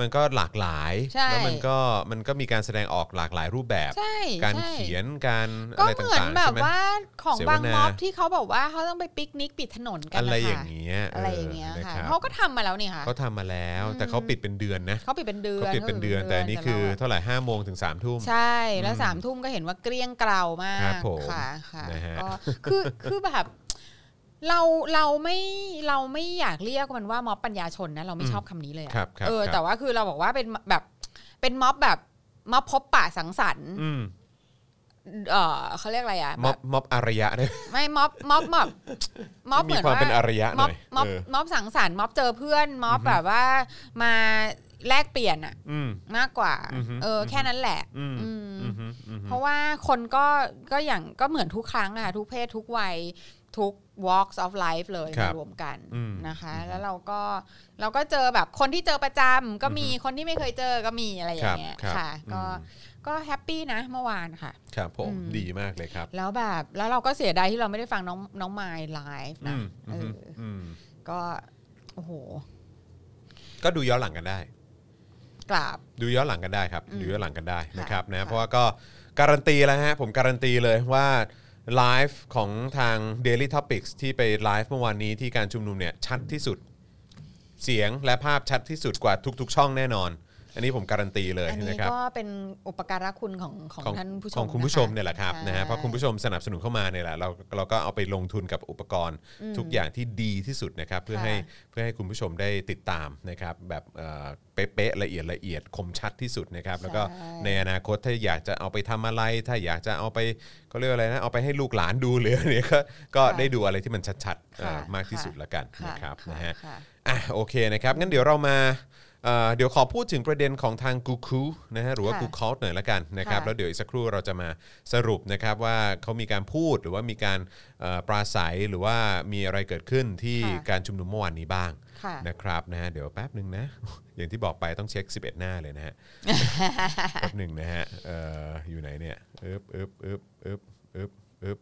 [SPEAKER 2] มันก็หลากหลาย
[SPEAKER 3] ใช่
[SPEAKER 2] แล้วมันก็มันก็มีการแสดงออกหลากหลายรูปแบบ
[SPEAKER 3] ใช่
[SPEAKER 2] การ
[SPEAKER 3] ใช่
[SPEAKER 2] เขียนการ
[SPEAKER 3] ก็
[SPEAKER 2] อะไร
[SPEAKER 3] เหมือน
[SPEAKER 2] ต่างๆ
[SPEAKER 3] แบ
[SPEAKER 2] ใช่
[SPEAKER 3] บ
[SPEAKER 2] ไหม
[SPEAKER 3] ว่าของ
[SPEAKER 2] เสว
[SPEAKER 3] บาง
[SPEAKER 2] นา
[SPEAKER 3] ม็อบที่เขาบอกว่าเขาต้องไปปิกนิกปิดถนนกัน
[SPEAKER 2] อะไร
[SPEAKER 3] นค
[SPEAKER 2] อย่างเงี้ย
[SPEAKER 3] อะไรอย่างเงี้ย
[SPEAKER 2] น
[SPEAKER 3] ค่ะ
[SPEAKER 2] รับ
[SPEAKER 3] เขาก็ทำมาแล้วนี่ค่ะ
[SPEAKER 2] เขาทำมาแล้ว
[SPEAKER 3] อืม
[SPEAKER 2] แต่เขาปิดเป็นเดือนนะ
[SPEAKER 3] เขาปิดเป็นเดือน
[SPEAKER 2] เขาปิดเป็นเดือน แต่อันนี่คือเท่าไหร่ห้าโมงถึงสามทุ่ม
[SPEAKER 3] ใช่แล้วสามทุ่มก็เห็นว่าเกลี้ยงเกลาวมา
[SPEAKER 2] ครั
[SPEAKER 3] ก
[SPEAKER 2] บผม
[SPEAKER 3] ค่ะค่ะ
[SPEAKER 2] นะฮะ
[SPEAKER 3] ก็ คือคือแบบเราเราไม่เราไม่อยากเรียกมันว่าม็อบปัญญาชนนะเราไม่ชอบคำนี้เลยอะ
[SPEAKER 2] ครับครับ
[SPEAKER 3] เออ
[SPEAKER 2] ครับ
[SPEAKER 3] แต่ว่าคือเราบอกว่าเป็นแบบเป็นม็อบแบบม็อบพบปะสังสรรค์
[SPEAKER 2] อืม
[SPEAKER 3] เออเขาเรียกอะไรอ่ะ
[SPEAKER 2] ม็
[SPEAKER 3] แบ
[SPEAKER 2] อบบม็อบอารยะ เนี่ย
[SPEAKER 3] ไม่ม็อบม็อบม็อบม็อบ
[SPEAKER 2] มี
[SPEAKER 3] เหมือน
[SPEAKER 2] ความ
[SPEAKER 3] ว่า
[SPEAKER 2] เป็นอารยะหน่
[SPEAKER 3] ม็อบ
[SPEAKER 2] อย
[SPEAKER 3] ม็อบ
[SPEAKER 2] เออ
[SPEAKER 3] ม็อบสังสรรค์ม็อบเจอเพื่อนม็อบแบบว่ามาแลกเปลี่ยนอ่ะ
[SPEAKER 2] อืม
[SPEAKER 3] มากกว่า
[SPEAKER 2] อือฮึ
[SPEAKER 3] เอออ
[SPEAKER 2] อฮึ
[SPEAKER 3] แค่นั้นแหละ
[SPEAKER 2] อืม
[SPEAKER 3] อืม
[SPEAKER 2] อืมอืม
[SPEAKER 3] เพราะว่าคนก็ก็อย่างก็เหมือนทุกครั้งอะค่ะทุกเพศทุกวัย ทุก walks of life เลยมารวมกันนะคะ แล้วเราก็เราก็เจอแบบคนที่เจอประจำก็มีคนที่ไม่เคยเจอก็มีอะไรอย่างเงี้ยค่ะ ก็ก็แฮปปี้นะเมื่อวานค่ะ
[SPEAKER 2] ครับผม
[SPEAKER 3] อืม
[SPEAKER 2] ดีมากเลยครับ
[SPEAKER 3] แล้วแบบแล้วเราก็เสียดายที่เราไม่ได้ฟังน้องน้องไมล์ไลฟ์
[SPEAKER 2] อื
[SPEAKER 3] นะ
[SPEAKER 2] ม
[SPEAKER 3] เอ
[SPEAKER 2] อืม
[SPEAKER 3] อ
[SPEAKER 2] อืม
[SPEAKER 3] ก็โอ้โห
[SPEAKER 2] ก็ดูย้อนหลังกันได้
[SPEAKER 3] กราบ
[SPEAKER 2] ดูย้อนหลังกันได้ครับ
[SPEAKER 3] อืม
[SPEAKER 2] ดูย้อนหลังกันได้
[SPEAKER 3] ค่ะ
[SPEAKER 2] นะครับนะ
[SPEAKER 3] ค่ะ
[SPEAKER 2] เพราะว่าก็การันตีแล้วฮะผมการันตีเลยว่าไลฟ์ของทาง Daily Topics ที่ไปไลฟ์เมื่อวานนี้ที่การชุมนุมเนี่ยชัดที่สุด เสียงและภาพชัดที่สุดกว่าทุก ๆ ช่องแน่นอน อันนี้ผมการันตีเลย
[SPEAKER 3] อันนี้
[SPEAKER 2] นะครับ
[SPEAKER 3] ก็เป็นอุปการะคุณของของท่านผู้ชม
[SPEAKER 2] ของคุณผู้ชมเนี่ยแหละครับ
[SPEAKER 3] ใ
[SPEAKER 2] นะฮะเพราะคุณผู้ชมสนับสนุนเข้ามาเนี่ยแหละเราเราก็เอาไปลงทุนกับอุปกรณ์ทุกอย่างที่ดีที่สุดนะครับเพื่อ
[SPEAKER 3] ค่ะ
[SPEAKER 2] ให้เพื่อให้คุณผู้ชมได้ติดตามนะครับแบบเอ่อเป๊ะๆละเอียดละเอียดคมชัดที่สุดนะครับแล้วก็
[SPEAKER 3] ใช่
[SPEAKER 2] ในอนาคตถ้าอยากจะเอาไปทำอะไร ถ้าอยากจะเอาไปเขาเรียกว่าอะไรนะเอาไปให้ลูกหลานดูหรืออะไรเนี่ยก็ก็ได้ดูอะไรที่มันชัดๆเอ่อ
[SPEAKER 3] ค่ะ
[SPEAKER 2] มากที่สุดละกัน
[SPEAKER 3] ค่ะ
[SPEAKER 2] นะครับ
[SPEAKER 3] ค่ะ
[SPEAKER 2] นะฮะ
[SPEAKER 3] ค่ะ
[SPEAKER 2] อ่ะโอเคนะครับงั้นเดี๋ยวเรามาเอ่อเดี๋ยวขอพูดถึงประเด็นของทางกูคูนะฮะหรือว่า
[SPEAKER 3] ค่ะ
[SPEAKER 2] กูคอลหน่อยละกันนะครับ
[SPEAKER 3] ค่ะ
[SPEAKER 2] แล้วเดี๋ยวอีกสักครู่เราจะมาสรุปนะครับว่าเขามีการพูดหรือว่ามีการเอ่อปราศัยหรือว่ามีอะไรเกิดขึ้นที่
[SPEAKER 3] ค่ะ
[SPEAKER 2] การชุมนุมเมื่อวานนี้บ้าง
[SPEAKER 3] ค่ะ
[SPEAKER 2] นะครับนะฮะเดี๋ยวแป๊บหนึ่งนะ อย่างที่บอกไปต้องเช็ค 11 หน้าเลยนะ ฮะ แป๊บหนึ่งนะฮะเอ่ออยู่ไหนเนี่ยอึบอึบอึบอึบอึบอึบ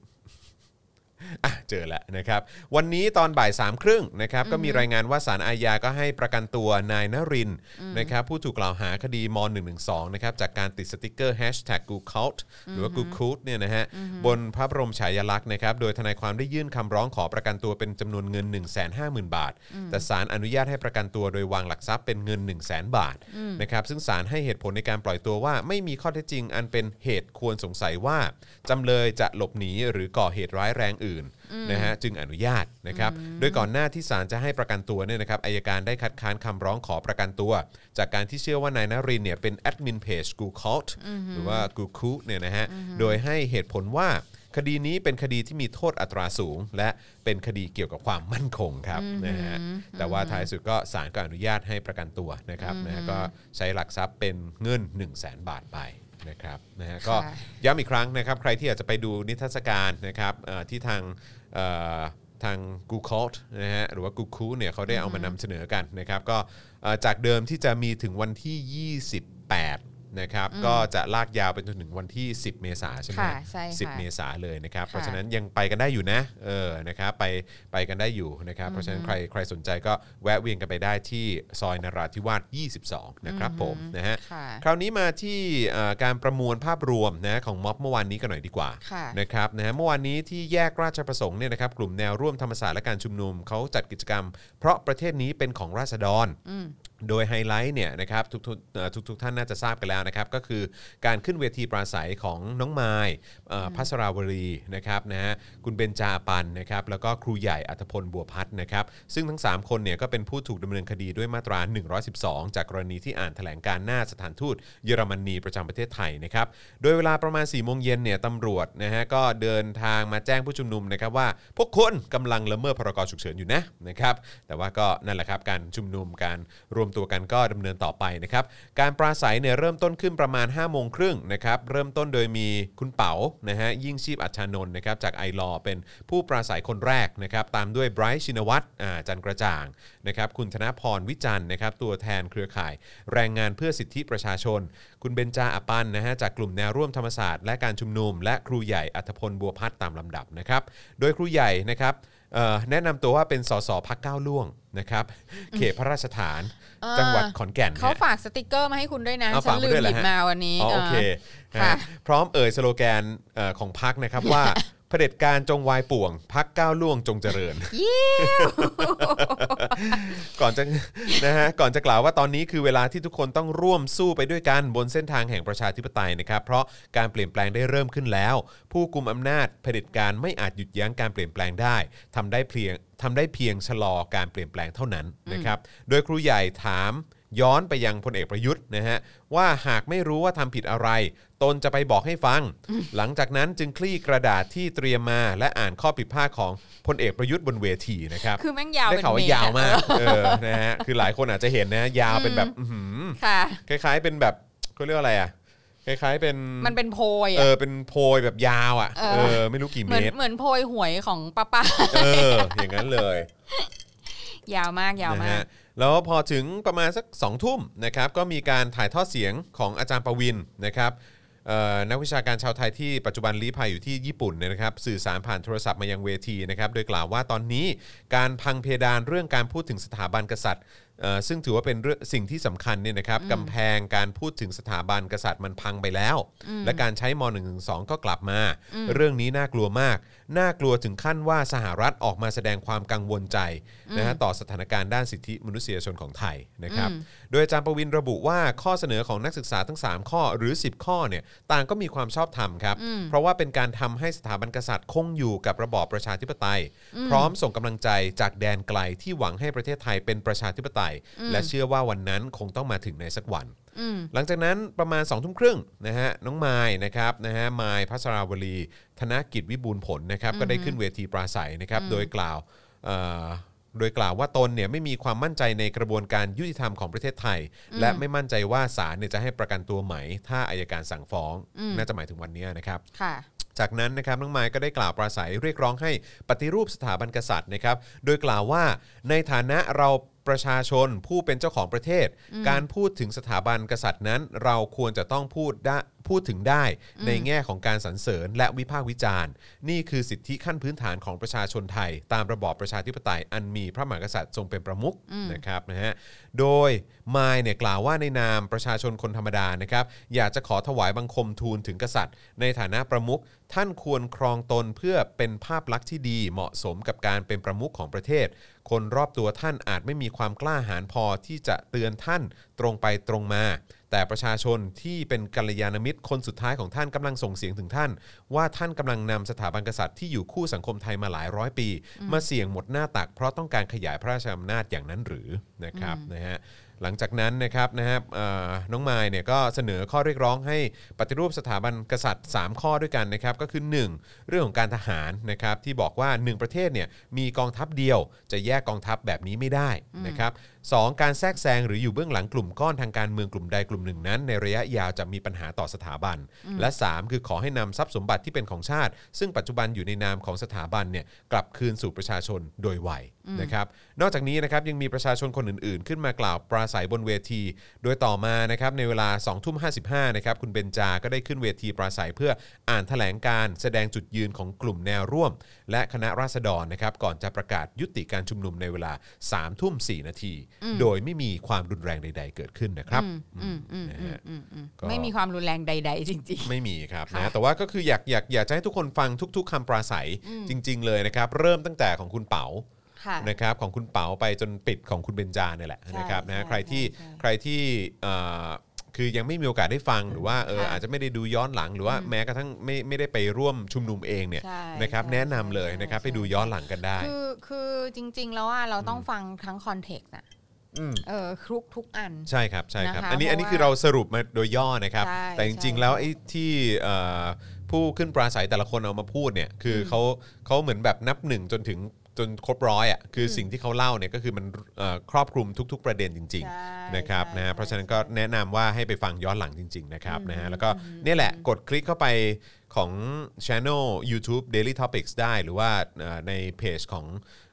[SPEAKER 2] อ่ะเจอแล้วนะครับ วันนี้ตอนบ่ายสามครึ่งนะครับก็มีรายงานว่าสารอาญาก็ให้ประกันตัวนายนรินทร์นะครับผู้ถูกกล่าวหาคดีม .112 นะครับจากการติดสติกเกอร์ hashtag g o o c o u t หรือว่า g o o c o u t เนี่ยนะฮะบนพระบรมฉายาลักษณ์นะครับโดยทนายความได้ยื่นคำร้องขอประกันตัวเป็นจำนวนเงิน 1 5 0 0 0 0 บาท แต่สารอนุญาตให้ประกันตัวโดยวางหลักทรัพย์เป็นเงิน 1 0 0 0 0 0 บาทนะครับซึ่งสารให้เหตุผลในการปล่อยตัวว่า ไม่มีข้อเท็จจริงอันเป็นเหตุควรสงสัยว่าจำเลยจะหลบหนีหรือก่อเหตุร้ายแรงอื่น นะฮะจึงอนุญาตนะครับ โดยก่อนหน้าที่ศาลจะให้ประกันตัวเนี่ยนะครับอายการได้คัดค้านคำร้องขอประกันตัว จากการที่เชื่อว่านายนรินทร์เนี่ยเป็นแอดมินเพจ Google Cult หรือว่า Google เนี่ยนะฮะ โดยให้เหตุผลว่าคดีนี้เป็นคดีที่มีโทษอัตราสูง และเป็นคดีเกี่ยวกับความมั่นคงครับนะฮะ แต่ว่าท้ายสุดก็ศาลก็อนุญาตให้ประกันตัวนะครับนะฮะก็ใช้หลักทรัพย์เป็นเงิน 1 0 0 0 0แบาทไปนะครับนะฮะก็
[SPEAKER 3] ค่ะ
[SPEAKER 2] ย้ำอีกครั้งนะครับใครที่อยากจะไปดูนิทรรศการนะครับเอ่อที่ทางเอ่อทาง Google นะฮะหรือว่า Google เนี่ยเขาได้เอามานำเสนอกันนะครับก็เอ่อจากเดิมที่จะมีถึงวันที่ 28นะครับก็จะลากยาวไปจนถึงวันที่ 10 เมษาใช่ไหม
[SPEAKER 3] ค่ะใช่ค่ะ
[SPEAKER 2] 10 เมษาเลยนะครับ
[SPEAKER 3] ค่ะ
[SPEAKER 2] เพราะฉะนั้นยังไปกันได้อยู่นะเออนะครับไปไปกันได้อยู่นะครับเพราะฉะนั้นใครใครสนใจก็แวะเวียนกันไปได้ที่ซอยนราธิวาส 22 นะครับผมนะฮะ
[SPEAKER 3] ค่ะ
[SPEAKER 2] คราวนี้มาที่เอ่อการประมวลภาพรวมนะของม็อบเมื่อวานนี้กันหน่อยดีกว่า
[SPEAKER 3] ค่ะ
[SPEAKER 2] นะครับนะฮะเมื่อวานนี้ที่แยกราชประสงค์เนี่ยนะครับกลุ่มแนวร่วมธรรมศาสตร์และการชุมนุมเขาจัดกิจกรรม เพราะประเทศนี้เป็นของราษฎร โดยไฮไลท์เนี่ยนะครับทุกทุกเอ่อทุกทุกท่านน่าจะทราบกันแล้วนะครับก็คือการขึ้นเวทีปราศัยของน้องไมายเอ่อพัสราวรีนะครับนะฮะคุณเบญจาปันนะครับแล้วก็ครูใหญ่อัธพลบัวพัฒน์นะครับซึ่งทั้ง 3 คนเนี่ยก็เป็นผู้ถูกดำเนินคดีด้วยมาตรา 112 จากกรณีที่อ่านแถลงการณ์หน้าสถานทูตเยอรมนีประจำประเทศไทยนะครับโดยเวลาประมาณ4ี่โมงเย็นเนี่ยตำรวจนะฮะก็เดินทางมาแจ้งผู้ชุมนุมนะครับว่าพวกคุณกำลังละเมิดพรกฉุกเฉินอยู่นะนะครับแต่ว่าก็นั่นแหละครับการชุมนุมการรวมตัวกันก็ดำเนินต่อไปนะครับการปราศัยเนี่ยเริ่มต้นขึ้นประมาณ5้าโมงครึ่งนะครับเริ่มต้นโดยมีคุณเป๋านะฮะยิ่งชีพอัชชานนท์นะครับจากไอรอเป็นผู้ปราศัยคนแรกนะครับตามด้วยไบรท์ชินวัตรอ่าจันกระจ่างนะครับคุณธนพรวิจันทร์นะครับตัวแทนเครือข่าย แรงงานเพื่อสิทธิประชาชน คุณเบญจาอปันนะฮะจากกลุ่มแนวร่วมธรรมศาสตร์และการชุมนุม และครูใหญ่อัธพลบัวพัฒน์ตามลำดับนะครับโดยครูใหญ่นะครับเอ่อแนะนำตัวว่าเป็นสสพักก้าวล่วงนะครับเขตพระราชฐาน
[SPEAKER 3] อ่า
[SPEAKER 2] จังหวัดขอนแก่น
[SPEAKER 3] เขา
[SPEAKER 2] ฮะ
[SPEAKER 3] ฝากสติกเกอร์มาให้คุณด้วยนะ
[SPEAKER 2] เอา
[SPEAKER 3] ฉั
[SPEAKER 2] ฝาก
[SPEAKER 3] นลื
[SPEAKER 2] ไว้
[SPEAKER 3] ม
[SPEAKER 2] ด้วย
[SPEAKER 3] ห
[SPEAKER 2] เหรอ
[SPEAKER 3] ยิบ
[SPEAKER 2] ฮะ
[SPEAKER 3] มาวันนี้
[SPEAKER 2] อ๋อโอเค
[SPEAKER 3] เออ
[SPEAKER 2] นะ
[SPEAKER 3] ค่ะ
[SPEAKER 2] ฮะพร้อมเอ่ยสโลแกนเอ่อของพักนะครับ ว่า เผด็จการจงวายป่วงพักก้าวล่วงจงเจริญ
[SPEAKER 3] เยี่
[SPEAKER 2] ก่อนจะ นะฮะก่อนจะกล่าวว่าตอนนี้คือเวลาที่ทุกคนต้องร่วมสู้ไปด้วยกันบนเส้นทางแห่งประชาธิปไตยนะครับ เพราะการเปลี่ยนแปลงได้เริ่มขึ้นแล้ว ผู้กุมอำนาจเผด็จการไม่อาจหยุดยั้งการเปลี่ยนแปลงได้ทำได้เพียงทำได้เพียงชะลอการเปลี่ยนแปลงเท่านั้นนะครับ โดยครูใหญ่ถาม ย้อนไปยังพลเอกประยุทธ์นะฮะว่าหากไม่รู้ว่าทำผิดอะไร ตนจะไปบอกให้ฟัง หลังจากนั้นจึงคลี่กระดาษที่เตรียมมาและอ่านข้อผิดพลาดของพลเอกประยุทธ์บนเวทีนะครับ
[SPEAKER 3] คือแม่งยาว
[SPEAKER 2] ได้
[SPEAKER 3] เป็น
[SPEAKER 2] ข่าว
[SPEAKER 3] เม
[SPEAKER 2] ว่า
[SPEAKER 3] ตร
[SPEAKER 2] ยาวมาก
[SPEAKER 3] อะ
[SPEAKER 2] เออนะฮะคือหลายคนอาจจะเห็นนะยาวเป็นแบบอื้อหือ
[SPEAKER 3] ค่ะ
[SPEAKER 2] คล้ายๆ เป็นแบบเขาเรียกว่าอะไรอ่ะคล้ายๆเป็น
[SPEAKER 3] มันเป็นโพย
[SPEAKER 2] เออ
[SPEAKER 3] อะ
[SPEAKER 2] เป็นโพยแบบยาวอ่ะ
[SPEAKER 3] เออ
[SPEAKER 2] เออไม่รู้กี่
[SPEAKER 3] เห
[SPEAKER 2] เม
[SPEAKER 3] มือน
[SPEAKER 2] ตร
[SPEAKER 3] เหมือนโพยหวยของป้าป้า
[SPEAKER 2] เอออย่างนั้นเลย
[SPEAKER 3] ยาวมากยาว
[SPEAKER 2] นะ
[SPEAKER 3] มาก
[SPEAKER 2] ฮะแล้วพอถึงประมาณสัก2องทุ่มนะครับก็มีการถ่ายทอดเสียงของอาจารย์ประวินนะครับเอ่อนักวิชาการชาวไทยที่ปัจจุบันลี้ภัยอยู่ที่ญี่ปุ่นเนยนะครับสื่อสารผ่านโทรศัพท์มายังเวทีนะครับโดยกล่าวว่าตอนนี้การพังเพดานเรื่องการพูดถึงสถาบันกษัตริย์เอ่อซึ่งถือว่าเป็นเรื่องสิ่งที่สำคัญเนี่ยนะครับกำแพงการพูดถึงสถาบันกษัตริย์มันพังไปแล้ว และการใช้ม .112 ก็กลับมา เรื่องนี้น่ากลัวมาก น่ากลัวถึงขั้นว่าสหรัฐออกมาแสดงความกังวลใจนะฮะต่อสถานการณ์ด้านสิทธิมนุษยชนของไทยนะครับ โดยอาจารย์ประวินระบุว่าข้อเสนอของนักศึกษาทั้ง 3 ข้อหรือ 10 ข้อเนี่ยต่างก็มีความชอบธรรมครับ เพราะว่าเป็นการทำให้สถาบันกษัตริย์คงอยู่กับระบอบประชาธิปไตย พร้อมส่งกำลังใจจากแดนไกลที่หวังให้ประเทศไทยเป็นประชาธิปไตย และเชื่อว่าวันนั้นคงต้องมาถึงในสักวัน
[SPEAKER 3] อืม
[SPEAKER 2] หลังจากนั้นประมาณ2องทุ่มครึ่งนะฮะน้องไม้นะครับนะฮะไม้พัชราวลี ธนกิจวิบูลย์ผลนะครับก็ได้ขึ้นเวทีปราศัยนะครับโดยกล่าวเอ่อโดยกล่าวว่าตนเนี่ยไม่มีความมั่นใจในกระบวนการยุติธรรมของประเทศไทย และไม่มั่นใจว่าศาลเนี่ยจะให้ประกันตัวไหม ถ้าอายการสั่งฟ้อง น่าจะหมายถึงวันเนี้ยนะครับ
[SPEAKER 3] ค่ะ
[SPEAKER 2] จากนั้นนะครับน้องไม้ก็ได้กล่าวปราศัยเรียกร้องให้ปฏิรูปสถาบันกษัตริย์นะครับ โดยกล่าวว่าในฐานะเราประชาชนผู้เป็นเจ้าของประเทศ การพูดถึงสถาบันกษัตริย์นั้น เราควรจะต้องพูดได้พูดถึงได้ในแง่ของการสรรเสริญและวิพากษ์วิจารณ์ นี่คือสิทธิขั้นพื้นฐานของประชาชนไทย ตามระบอบประชาธิปไตยอันมีพระมหากษัตริย์ทรงเป็นประมุขนะครับนะฮะโดยมายเนี่ยกล่าวว่าในนามประชาชนคนธรรมดานะครับ อยากจะขอถวายบังคมทูลถึงกษัตริย์ ในฐานะประมุข ท่านควรครองตนเพื่อเป็นภาพลักษณ์ที่ดีเหมาะสมกับการเป็นประมุขของประเทศ คนรอบตัวท่านอาจไม่มีความกล้าหาญพอที่จะเตือนท่านตรงไปตรงมา แต่ประชาชนที่เป็นกัลยาณมิตรคนสุดท้ายของท่านกำลังส่งเสียงถึงท่าน ว่าท่านกำลังนำสถาบันกษัตริย์ที่อยู่คู่สังคมไทยมาหลายร้อยปี มาเสี่ยงหมดหน้าตักเพราะต้องการขยายพระราชอำนาจอย่างนั้นหรือนะครับนะฮะ หลังจากนั้นนะครับนะฮะเอ่อน้องมายเนี่ยก็เสนอข้อเรียกร้องให้ปฏิรูปสถาบันกษัตริย์ 3 ข้อด้วยกันนะครับก็คือ 1 เรื่องของการทหารนะครับที่บอกว่า 1 ประเทศเนี่ยมีกองทัพเดียว จะแยกกองทัพแบบนี้ไม่ได้นะครับสองการแทรกแซงหรืออยู่เบื้องหลังกลุ่มก้อนทางการเมืองกลุ่มใดกลุ่มหนึ่งนั้น ในระยะยาวจะมีปัญหาต่อสถาบัน และ 3 คือขอให้นำทรัพย์สมบัติที่เป็นของชาติ ซึ่งปัจจุบันอยู่ในนามของสถาบันเนี่ยกลับคืนสู่ประชาชนโดยไวนะครับนอกจากนี้นะครับยังมีประชาชนคนอื่นๆ ขึ้นมากล่าวปราศัยบนเวที โดยต่อมานะครับในเวลา2องทุ่มห้นะครับคุณเบนจา ก็ได้ขึ้นเวทีปราศัยเพื่ออ่านแถลงการแสดงจุดยืนของกลุ่มแนวร่วม และคณะราษฎรนะครับก่อนจะประกาศยุติการชุมนุมในเวลา3ามทุ่มสนาที โดยไม่มีความรุนแรงใด ๆ เกิดขึ้นนะครับ
[SPEAKER 3] อืมอืมอืมอืมอืมอืม
[SPEAKER 2] ก็
[SPEAKER 3] ไม่มีความรุนแรงใด ๆ จริง
[SPEAKER 2] ไม่มีครับ
[SPEAKER 3] ค่ะ
[SPEAKER 2] นะแต่ว่าก็คืออยากอยากอยากจะให้ทุกคนฟังทุก ๆคำปราศัย
[SPEAKER 3] อืม
[SPEAKER 2] จริง ๆ เลยนะครับเริ่มตั้งแต่ของคุณเป๋า
[SPEAKER 3] ๆ ค่ะ
[SPEAKER 2] นะครับของคุณเป๋าไปจนปิดของคุณเบนจาเนี่ยแหละ
[SPEAKER 3] ใช่
[SPEAKER 2] นะครับนะ
[SPEAKER 3] ใช่
[SPEAKER 2] ใครที่
[SPEAKER 3] ใช่
[SPEAKER 2] ใครที่เอ่อคือยังไม่มีโอกาสได้ฟังหรือว่าเออ
[SPEAKER 3] ค่ะ
[SPEAKER 2] อาจจะไม่ได้ดูย้อนหลังหรือว่าแม้กระทั่งไม่ไม่ได้ไปร่วมชุมนุมเองเนี่ย
[SPEAKER 3] ใช่
[SPEAKER 2] นะครับ
[SPEAKER 3] ใช่
[SPEAKER 2] แนะนำเลยนะครับ
[SPEAKER 3] ใช่
[SPEAKER 2] ไปดูย้อนหลังกันได้
[SPEAKER 3] คือคือจริง ๆ แล้วว่าเราต้องฟังทั้งคอนเทกต์นะ
[SPEAKER 2] อืม
[SPEAKER 3] เออทุกทุกอัน
[SPEAKER 2] ใช่ครับใช่ครับ
[SPEAKER 3] นะคะ
[SPEAKER 2] อันนี้
[SPEAKER 3] เพราะ
[SPEAKER 2] อันนี้คือเราสรุปมาโดยย่อนะครับ
[SPEAKER 3] ใช่
[SPEAKER 2] แต่จริง
[SPEAKER 3] ใช่
[SPEAKER 2] ๆ แล้วไอ้ที่เอ่อผู้ขึ้นปราศัยแต่ละคนเอามาพูดเนี่ยคืออเขาเขาเหมือนแบบนับหนึ่งจนถึงจนครบร้อยอ่ะคืออสิ่งที่เขาเล่าเนี่ยก็คือมันเอ่อครอบคลุมทุก ๆ ประเด็นจริง
[SPEAKER 3] ใช่
[SPEAKER 2] ๆ นะครับ
[SPEAKER 3] ใช่
[SPEAKER 2] นะฮะ
[SPEAKER 3] ใช่
[SPEAKER 2] เพราะฉะนั้นก็แนะนำว่าให้ไปฟังย้อนหลังจริง ๆ นะครับนะฮะแล้วก็เนี่ยแหละกดคลิกเข้าไปของ Channel YouTube Daily Topics ได้หรือว่าเอ่อในเพจของ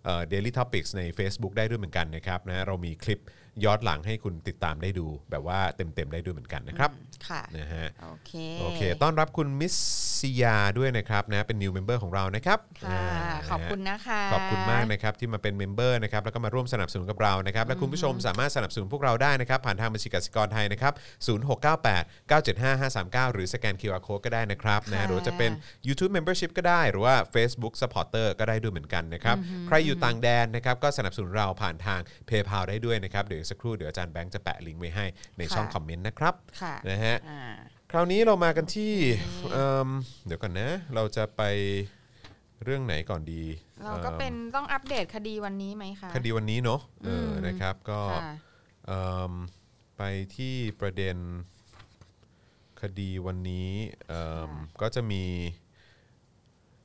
[SPEAKER 2] เอ่อ Daily Topics ใน Facebook ได้ด้วยเหมือนกันนะครับนะฮะเรามีคลิปย้อนหลังให้คุณติดตามได้ดู แบบว่าเต็ม ๆ ได้ด้วยเหมือนกันนะครับ
[SPEAKER 3] ค่ะ
[SPEAKER 2] นะฮะ
[SPEAKER 3] โอเค
[SPEAKER 2] โอเค ต้อนรับคุณมิสซิยาด้วยนะครับนะเป็น new member ของเรานะครับา
[SPEAKER 3] ค่ะ
[SPEAKER 2] นะฮะ
[SPEAKER 3] ขอบคุณนะคะ
[SPEAKER 2] ขอบคุณมากนะครับที่มาเป็นเมมเบอร์นะครับแล้วก็มาร่วมสนับสนุนกับเรานะครับและคุณผู้ชมสามารถสนับสนุนพวกเราได้นะครับ ผ่านทางบัญชีกสิกรไทยนะครับ 0698 975 539 หรือสแกน QR Code ก็ได้นะครับ
[SPEAKER 3] ค่ะ
[SPEAKER 2] นะหรือว่าจะเป็น YouTube Membership ก็ได้ หรือว่า Facebook Supporter ก็ได้ด้วยเหมือนกันนะครับ ใครอยู่ต่างแดนนะครับก็สนับสนุนเราผ่านทาง PayPal ได้ด้วยนะครับ เดี๋ยวอีกสักครู่เดี๋ยวอาจารย์แบงค์จะแปะลิงก์ไว้ให้ในช่องคอมเมนต์นะครับ
[SPEAKER 3] ค่ะ
[SPEAKER 2] นะฮะ
[SPEAKER 3] อ่า
[SPEAKER 2] คราวนี้เรามากันที่เอิ่มเดี๋ยวก่อนนะ เราจะไปเรื่องไหนก่อนดี
[SPEAKER 3] เราก็
[SPEAKER 2] อิ่ม
[SPEAKER 3] เป็นต้องอัปเดตคดีวันนี้ไหมคะ
[SPEAKER 2] คดีวันนี้เนาะเอออ
[SPEAKER 3] ม
[SPEAKER 2] นะครับก็
[SPEAKER 3] ค่ะ
[SPEAKER 2] เอิ่ม ไปที่ประเด็นคดีวันนี้เอิ่มก็จะมี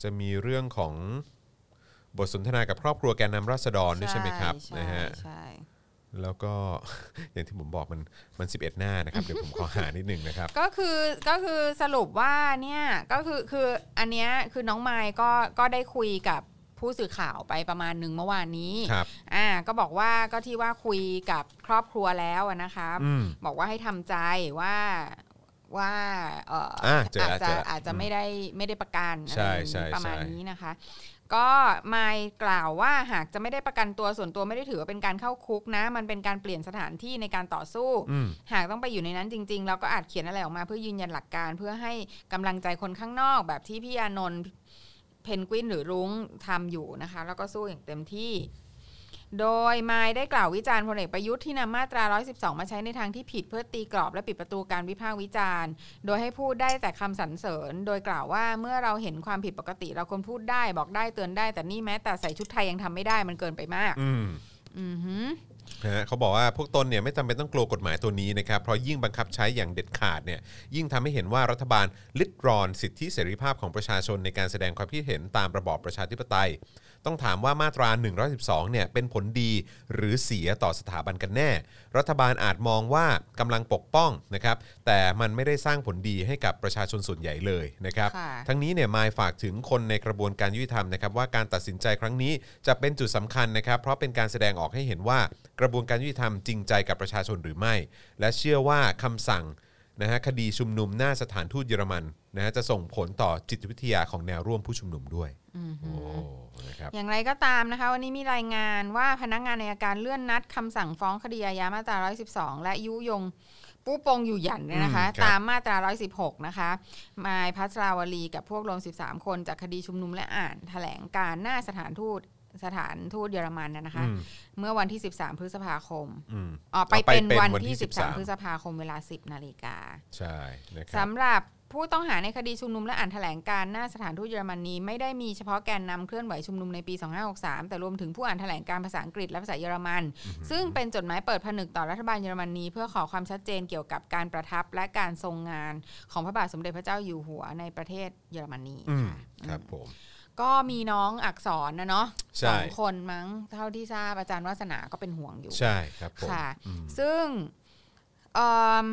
[SPEAKER 2] จะมีเรื่องของบทสนทนากับครอบครัวแกนนำราษฎรด้วยใช่ไหมครับ
[SPEAKER 3] ใช่
[SPEAKER 2] นะฮะ
[SPEAKER 3] ใช่
[SPEAKER 2] แล้วก็ อย่างที่ผมบอกมันมัน 11 หน้านะครับ เดี๋ยวผมขอหานิดนึงนะครับ
[SPEAKER 3] ก็คือก็คือสรุปว่าเนี่ยก็คือคืออันเนี้ยคือน้องไมค์ก็ก็ได้คุยกับผู้สื่อข่าวไปประมาณหนึ่งเมื่อวานนี้
[SPEAKER 2] ครับ
[SPEAKER 3] อ่าก็บอกว่าก็ที่ว่าคุยกับครอบครัวแล้วอะนะคะ
[SPEAKER 2] อืม
[SPEAKER 3] บอกว่าให้ทำใจว่าว่าเอ่ออา
[SPEAKER 2] เจอละ
[SPEAKER 3] อาจ
[SPEAKER 2] เจ
[SPEAKER 3] จะ
[SPEAKER 2] อละ
[SPEAKER 3] อาจจะไม่ได้ไม่ได้ประกันอะ
[SPEAKER 2] ใช่
[SPEAKER 3] ไรอย่าง
[SPEAKER 2] ใช่
[SPEAKER 3] นี้ประมาณ
[SPEAKER 2] ใช่
[SPEAKER 3] นี้นะคะ ก็ไมค์กล่าวว่าหากจะไม่ได้ประกันตัวส่วนตัวไม่ได้ถือว่าเป็นการเข้าคุกนะ มันเป็นการเปลี่ยนสถานที่ในการต่อสู้
[SPEAKER 2] อืม
[SPEAKER 3] หากต้องไปอยู่ในนั้นจริง ๆ เราก็อาจเขียนอะไรออกมาเพื่อยืนยันหลักการเพื่อให้กำลังใจคนข้างนอกแบบที่พี่อานนท์เพนกวินหรือรุ้งทำอยู่นะคะ แล้วก็สู้อย่างเต็มที่ โดยไมายได้กล่าววิจารณ์พลเอกประยุทธ์ที่นำมาตรา 112 มาใช้ในทางที่ผิดเพื่อตีกรอบและปิดประตูการวิพากษ์วิจารณ์ โดยให้พูดได้แต่คำสรรเสริญ โดยกล่าวว่าเมื่อเราเห็นความผิดปกติ เราควรพูดได้บอกได้เตือนได้ แต่นี่แม้แต่ใส่ชุดไทยยังทำไม่ได้มันเกินไปมาก
[SPEAKER 2] อืม
[SPEAKER 3] อือหือ
[SPEAKER 2] ฮะเขาบอกว่าพวกตนเนี่ยไม่จำเป็นต้องกลัวกฎหมายตัวนี้นะครับ เพราะยิ่งบังคับใช้อย่างเด็ดขาดเนี่ย ยิ่งทำให้เห็นว่ารัฐบาลลิดรอนสิทธิเสรีภาพของประชาชนในการแสดงความคิดเห็นตามระบอบประชาธิปไตย ต้องถามว่ามาตรา 112 เนี่ยเป็นผลดีหรือเสียต่อสถาบันกันแน่ รัฐบาลอาจมองว่ากำลังปกป้องนะครับ แต่มันไม่ได้สร้างผลดีให้กับประชาชนส่วนใหญ่เลยนะครับ
[SPEAKER 3] ค่ะ
[SPEAKER 2] ทั้งนี้เนี่ยมายฝากถึงคนในกระบวนการยุติธรรมนะครับว่าการตัดสินใจครั้งนี้จะเป็นจุดสำคัญนะครับเพราะเป็นการแสดงออกให้เห็นว่ากระบวนการยุติธรรมจริงใจกับประชาชนหรือไม่ และเชื่อว่าคำสั่งนะฮะคดีชุมนุมหน้าสถานทูตเยอรมันนะฮะจะส่งผลต่อจิตวิทยาของแนวร่วมผู้ชุมนุมด้วยโอ้นะครับ
[SPEAKER 3] อย่างไรก็ตามนะคะ วันนี้มีรายงานว่าพนักงานในอาการเลื่อนนัดคำสั่งฟ้องคดีอาญามาตรา 112 และยุยงปู้ปงอยู่หยันเนี่ยนะคะ
[SPEAKER 2] อืมครับ
[SPEAKER 3] ตามมาตรา 116 นะคะมายพัชราวลีกับพวกรวม 13 คนจากคดีชุมนุมและอ่านแถลงการณ์หน้าสถานทูตสถานทูตเยอรมันนะนะคะ
[SPEAKER 2] อืม
[SPEAKER 3] เมื่อวันที่ 13 พฤษภาคม
[SPEAKER 2] อืม
[SPEAKER 3] อ๋อไป
[SPEAKER 2] เอาไป
[SPEAKER 3] เป็น
[SPEAKER 2] เป็น
[SPEAKER 3] วัน
[SPEAKER 2] วันที่
[SPEAKER 3] ที่
[SPEAKER 2] 13
[SPEAKER 3] 13 พฤษภาคมเวลา 10 นาฬิกา
[SPEAKER 2] ใช่นะครับ
[SPEAKER 3] สำหรับผู้ต้องหาในคดีชุมนุมและอ่านแถลงการณ์หน้าสถานทูตเยอรมนีไม่ได้มีเฉพาะแกนนำเคลื่อนไหวชุมนุมในปี 2563 แต่รวมถึงผู้อ่านแถลงการณ์ภาษาอังกฤษและภาษาเยอรมัน ซึ่งเป็นจดหมายเปิดผนึกต่อรัฐบาลเยอรมนีเพื่อขอความชัดเจนเกี่ยวกับการประทับและการทรงงานของพระบาทสมเด็จพระเจ้าอยู่หัวในประเทศเยอรมนี
[SPEAKER 2] อืม
[SPEAKER 3] ค่ะ
[SPEAKER 2] ครับผม
[SPEAKER 3] ก็มีน้องอักษรนะเนาะ
[SPEAKER 2] ใช่
[SPEAKER 3] สองคนมั้งเท่าที่ทราบอาจารย์วาสนาก็เป็นห่วงอยู่
[SPEAKER 2] ใช่ครับผม
[SPEAKER 3] ค่ะ
[SPEAKER 2] อืม
[SPEAKER 3] ซึ่งเอิ่ม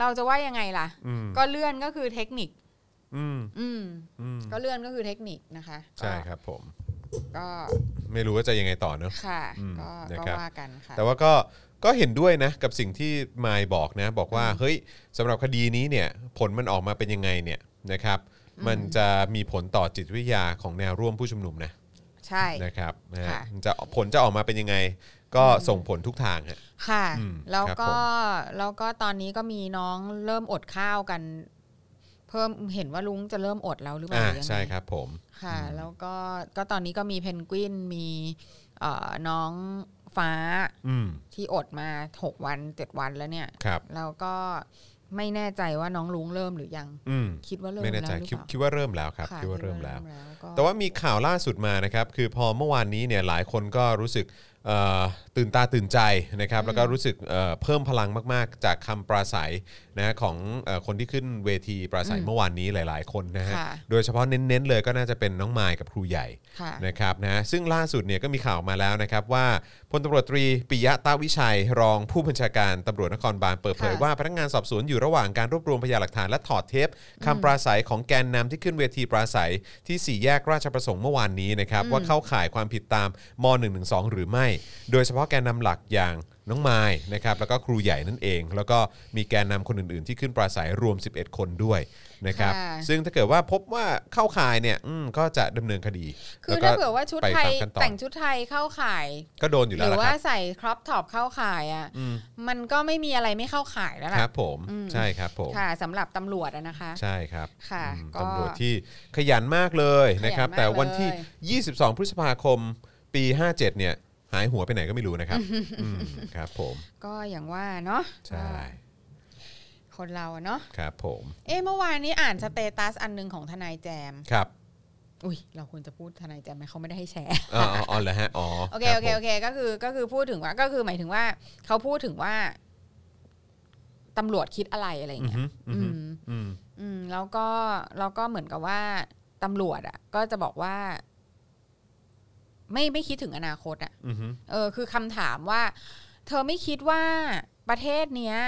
[SPEAKER 3] เราจะว่ายังไงล่ะ
[SPEAKER 2] อืม
[SPEAKER 3] ก็เลื่อนก็คือเทคนิค
[SPEAKER 2] อืม
[SPEAKER 3] อืม
[SPEAKER 2] อืม
[SPEAKER 3] ก็เลื่อนก็คือเทคนิคนะคะ
[SPEAKER 2] ใช่
[SPEAKER 3] ก็
[SPEAKER 2] ครับผม
[SPEAKER 3] ก็
[SPEAKER 2] ไม่รู้ว่าจะยังไงต่อเนอะ
[SPEAKER 3] ค่ะ
[SPEAKER 2] อืม
[SPEAKER 3] ก็
[SPEAKER 2] นะ
[SPEAKER 3] ก็
[SPEAKER 2] ครับ
[SPEAKER 3] ว่ากันค่ะ
[SPEAKER 2] แต่ว่าก็ก็เห็นด้วยนะกับสิ่งที่มายบอกนะ บอกว่า
[SPEAKER 3] อืม
[SPEAKER 2] เฮ้ยสำหรับคดีนี้เนี่ยผลมันออกมาเป็นยังไงเนี่ยนะครับ
[SPEAKER 3] อืม
[SPEAKER 2] มันจะมีผลต่อจิตวิทยาของแนวร่วมผู้ชุมนุมนะ
[SPEAKER 3] ใช่
[SPEAKER 2] นะครับนะฮะ
[SPEAKER 3] ค่ะ
[SPEAKER 2] มันจะผลจะออกมาเป็นยังไง ก็ส่งผลทุกทางฮะ
[SPEAKER 3] ค่ะ
[SPEAKER 2] อืม
[SPEAKER 3] แล้ว
[SPEAKER 2] ครับ
[SPEAKER 3] ก็
[SPEAKER 2] ผม
[SPEAKER 3] แล้วก็ตอนนี้ก็มีน้องเริ่มอดข้าวกัน เพิ่มเห็นว่าลุงจะเริ่มอดแล้วหรือเปล่า
[SPEAKER 2] อ่า
[SPEAKER 3] หรือยัง
[SPEAKER 2] ใช่
[SPEAKER 3] ไง
[SPEAKER 2] ครับผม
[SPEAKER 3] ค่ะ
[SPEAKER 2] อืม
[SPEAKER 3] แล้วก็ก็ตอนนี้ก็มีเพนกวินมีเอ่อน้องฟ้า
[SPEAKER 2] อืม
[SPEAKER 3] ที่อดมาหกวันเจ็ดวันแล้วเนี่ย
[SPEAKER 2] ครับ
[SPEAKER 3] แล้วก็ไม่แน่ใจว่าน้องลุงเริ่มหรือยัง
[SPEAKER 2] อืม
[SPEAKER 3] คิดว่าเริ่ม
[SPEAKER 2] ไม่
[SPEAKER 3] แล้วห
[SPEAKER 2] แน่
[SPEAKER 3] รือ
[SPEAKER 2] ใจ
[SPEAKER 3] เป
[SPEAKER 2] คิด
[SPEAKER 3] ล่า
[SPEAKER 2] คิดว่าเริ่มแล้วครับ
[SPEAKER 3] ะ
[SPEAKER 2] คิดว่าเริ่มแล้ว
[SPEAKER 3] ก็
[SPEAKER 2] แต่ว่ามีข่าวล่าสุดมานะครับ คือพอเมื่อวานนี้เนี่ยหลายคนก็รู้สึกเอ่อตื่นตาตื่นใจนะครับ แล้วก็รู้สึกเอ่อเพิ่มพลังมาก ๆ จากคำปราศัยนะฮะของเอ่อคนที่ขึ้นเวทีปราศัยเมื่อวานนี้หลาย ๆ คนนะฮะ
[SPEAKER 3] ค่ะ
[SPEAKER 2] โดยเฉพาะเน้น ๆ เลยก็น่าจะเป็นน้องมายกับครูใหญ่
[SPEAKER 3] ค่ะ
[SPEAKER 2] นะครับนะซึ่งล่าสุดเนี่ยก็มีข่าวมาแล้วนะครับว่าพลตำรวจตรีปิยะตาวิชัย รองผู้บัญชาการตำรวจนครบาลเปิดเผย
[SPEAKER 3] ค่ะ
[SPEAKER 2] ว่าพนักงานสอบสวนอยู่ระหว่างการรวบรวมพยานหลักฐานและถอดเทปคำปราศัยของแกนนำที่ขึ้นเวทีปราศัยที่สี่แยกราชประสงค์เมื่อวานนี้นะครับ
[SPEAKER 3] อืม
[SPEAKER 2] ว่าเข้าข่ายความผิดตามม .112 หรือไม่ โดยเฉพาะแกนนำหลักอย่างน้องไม้นะครับแล้วก็ครูใหญ่นั่นเอง แล้วก็มีแกนนำคนอื่น ๆ ที่ขึ้นปราศัยรวม 11 คนด้วยนะครับ
[SPEAKER 3] ค่ะ
[SPEAKER 2] ซึ่งถ้าเกิดว่าพบว่าเข้าข่ายเนี่ยอืมก็จะดำเนินคดี
[SPEAKER 3] คือถ้าเผื่อว่าชุดไทย
[SPEAKER 2] ไปามขั้นอน
[SPEAKER 3] แต่งชุดไทยเข้าข่าย
[SPEAKER 2] ก็โดนอยู่
[SPEAKER 3] ห
[SPEAKER 2] แล้
[SPEAKER 3] รื
[SPEAKER 2] ว
[SPEAKER 3] อ
[SPEAKER 2] ล่ะค
[SPEAKER 3] ว่า
[SPEAKER 2] รับ
[SPEAKER 3] ใส่ครอปท็อปเข้าข่ายอ่ะ
[SPEAKER 2] อืม
[SPEAKER 3] มันก็ไม่มีอะไรไม่เข้าข่ายแล้ว
[SPEAKER 2] ค
[SPEAKER 3] ล่ะ
[SPEAKER 2] รับผม
[SPEAKER 3] อืม
[SPEAKER 2] ใช่ครับผม
[SPEAKER 3] ค่ะสำหรับตำรวจอะนะคะ
[SPEAKER 2] ใช่ครับ
[SPEAKER 3] ค่ะ
[SPEAKER 2] อืม
[SPEAKER 3] ก็
[SPEAKER 2] ตำรวจที่ขยันมากเลยนะครับ
[SPEAKER 3] ขยันมาก
[SPEAKER 2] แต่วันที่
[SPEAKER 3] เล
[SPEAKER 2] ยี่22 พฤษภาคมปี 57 เนี่ย หายหัวไปไหนก็ไม่รู้นะครับอืมครับผม
[SPEAKER 3] ก็อย่างว่าเนาะ
[SPEAKER 2] ใช่
[SPEAKER 3] คนเราอะเนาะ
[SPEAKER 2] ครับผม
[SPEAKER 3] เอ๊ะเมื่อวานนี้อ่านสเตตัสอันหนึ่งของทนายแจม
[SPEAKER 2] ครับ
[SPEAKER 3] อุ้ยเราควรจะพูดทนายแจมไหมเขาไม่ได้ให้แชร์
[SPEAKER 2] อ๋ออ๋ออ๋อเหรอฮะอ๋อ
[SPEAKER 3] โอเค
[SPEAKER 2] รั
[SPEAKER 3] โอบ เค
[SPEAKER 2] ผม
[SPEAKER 3] โอเคก็คือก็คือพูดถึงว่าก็คือหมายถึงว่าเขาพูดถึงว่า ตำรวจคิดอะไรอะไรอย่างเงี้ย
[SPEAKER 2] อืม
[SPEAKER 3] อืม
[SPEAKER 2] อืม
[SPEAKER 3] อืมแล้วก็แล้วก็เหมือนกับว่าตำรวจอ่ะ ก็จะบอกว่า ไม่ไม่คิดถึงอนาคตอ่ะ
[SPEAKER 2] อืม
[SPEAKER 3] เออ คือคำถามว่า เธอไม่คิดว่าประเทศเนี้ย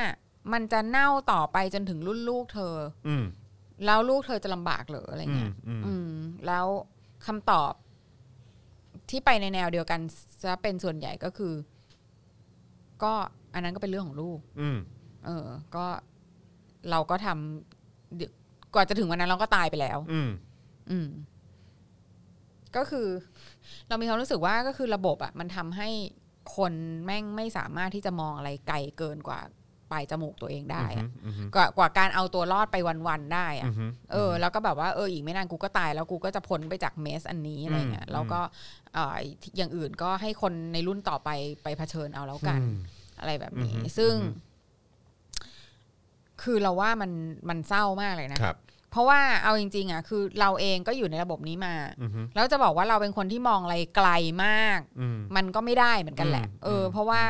[SPEAKER 3] มันจะเน่าต่อไปจนถึงรุ่นลูกเธอ
[SPEAKER 2] อืม
[SPEAKER 3] แล้วลูกเธอจะลำบากเหรออะไร
[SPEAKER 2] อืม
[SPEAKER 3] เงี้ย
[SPEAKER 2] อืม
[SPEAKER 3] อืม แล้วคำตอบที่ไปในแนวเดียวกันจะเป็นส่วนใหญ่ก็คือ ก็อันนั้นก็เป็นเรื่องของลูก
[SPEAKER 2] อืม
[SPEAKER 3] เออ ก็เราก็ทำเดี๋ยวกว่าจะถึงวันนั้นเราก็ตายไปแล้ว
[SPEAKER 2] อืม
[SPEAKER 3] อืม ก็คือ เรามีความรู้สึกว่าก็คือระบบอะมันทำให้คนแม่งไม่สามารถที่จะมองอะไรไกลเกินกว่าปลายจมูกตัวเองได้อะ
[SPEAKER 2] อืม
[SPEAKER 3] กว่ากว่าการเอาตัวรอดไปวันๆได้
[SPEAKER 2] อื
[SPEAKER 3] อะ
[SPEAKER 2] ม
[SPEAKER 3] เออแล้วก็แบบว่าเอออีกไม่นานกูก็ตายแล้วกูก็จะพ้นไปจากเมสอันนี้อะไรเงี้
[SPEAKER 2] อื
[SPEAKER 3] ย
[SPEAKER 2] ม
[SPEAKER 3] แล้วก็เอ่ออย่างอื่นก็ให้คนในรุ่นต่อไปไปเผชิญเอาแล้วกัน อะไรแบบนี้
[SPEAKER 2] อือฮึ
[SPEAKER 3] ซึ่ง
[SPEAKER 2] อือฮึ
[SPEAKER 3] คือเราว่ามันมันเศร้ามากเลยนะ
[SPEAKER 2] ครับ
[SPEAKER 3] เพราะว่าเอาจริงๆอ่ะคือเราเองก็อยู่ในระบบนี้มา
[SPEAKER 2] อืม
[SPEAKER 3] แล้วจะบอกว่าเราเป็นคนที่มองอะไรไกลมาก
[SPEAKER 2] อืม
[SPEAKER 3] มันก็ไม่ได้เหมือนกันแหละ
[SPEAKER 2] อืม
[SPEAKER 3] เอออ
[SPEAKER 2] ม
[SPEAKER 3] เพราะว่า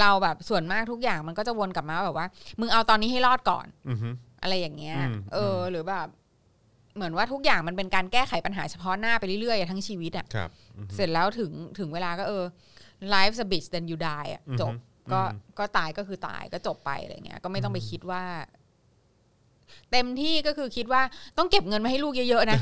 [SPEAKER 3] เราแบบส่วนมากทุกอย่างมันก็จะวนกลับมาว่าแบบว่า มึงเอาตอนนี้ให้รอดก่อน
[SPEAKER 2] อืม
[SPEAKER 3] อะไรอย่างเงี้ย
[SPEAKER 2] อืม
[SPEAKER 3] เอออ
[SPEAKER 2] ม
[SPEAKER 3] หรือแบบ เหมือนว่าทุกอย่างมันเป็นการแก้ไขปัญหาเฉพาะหน้าไปเรื่อยๆอะทั้งชีวิตอ่ะ
[SPEAKER 2] ครับอืม
[SPEAKER 3] เสร็จแล้วถึงถึงเวลาก็เออ life's a bitch then you die อะ
[SPEAKER 2] อือฮึ
[SPEAKER 3] จบก็
[SPEAKER 2] อืม
[SPEAKER 3] ก็ตายก็คือตายก็จบไปอะไรเงี้ย ก็ไม่ต้องไปคิดว่า เต็มที่ก็คือคิดว่าต้องเก็บเงินมาให้ลูกเยอะ ๆนะ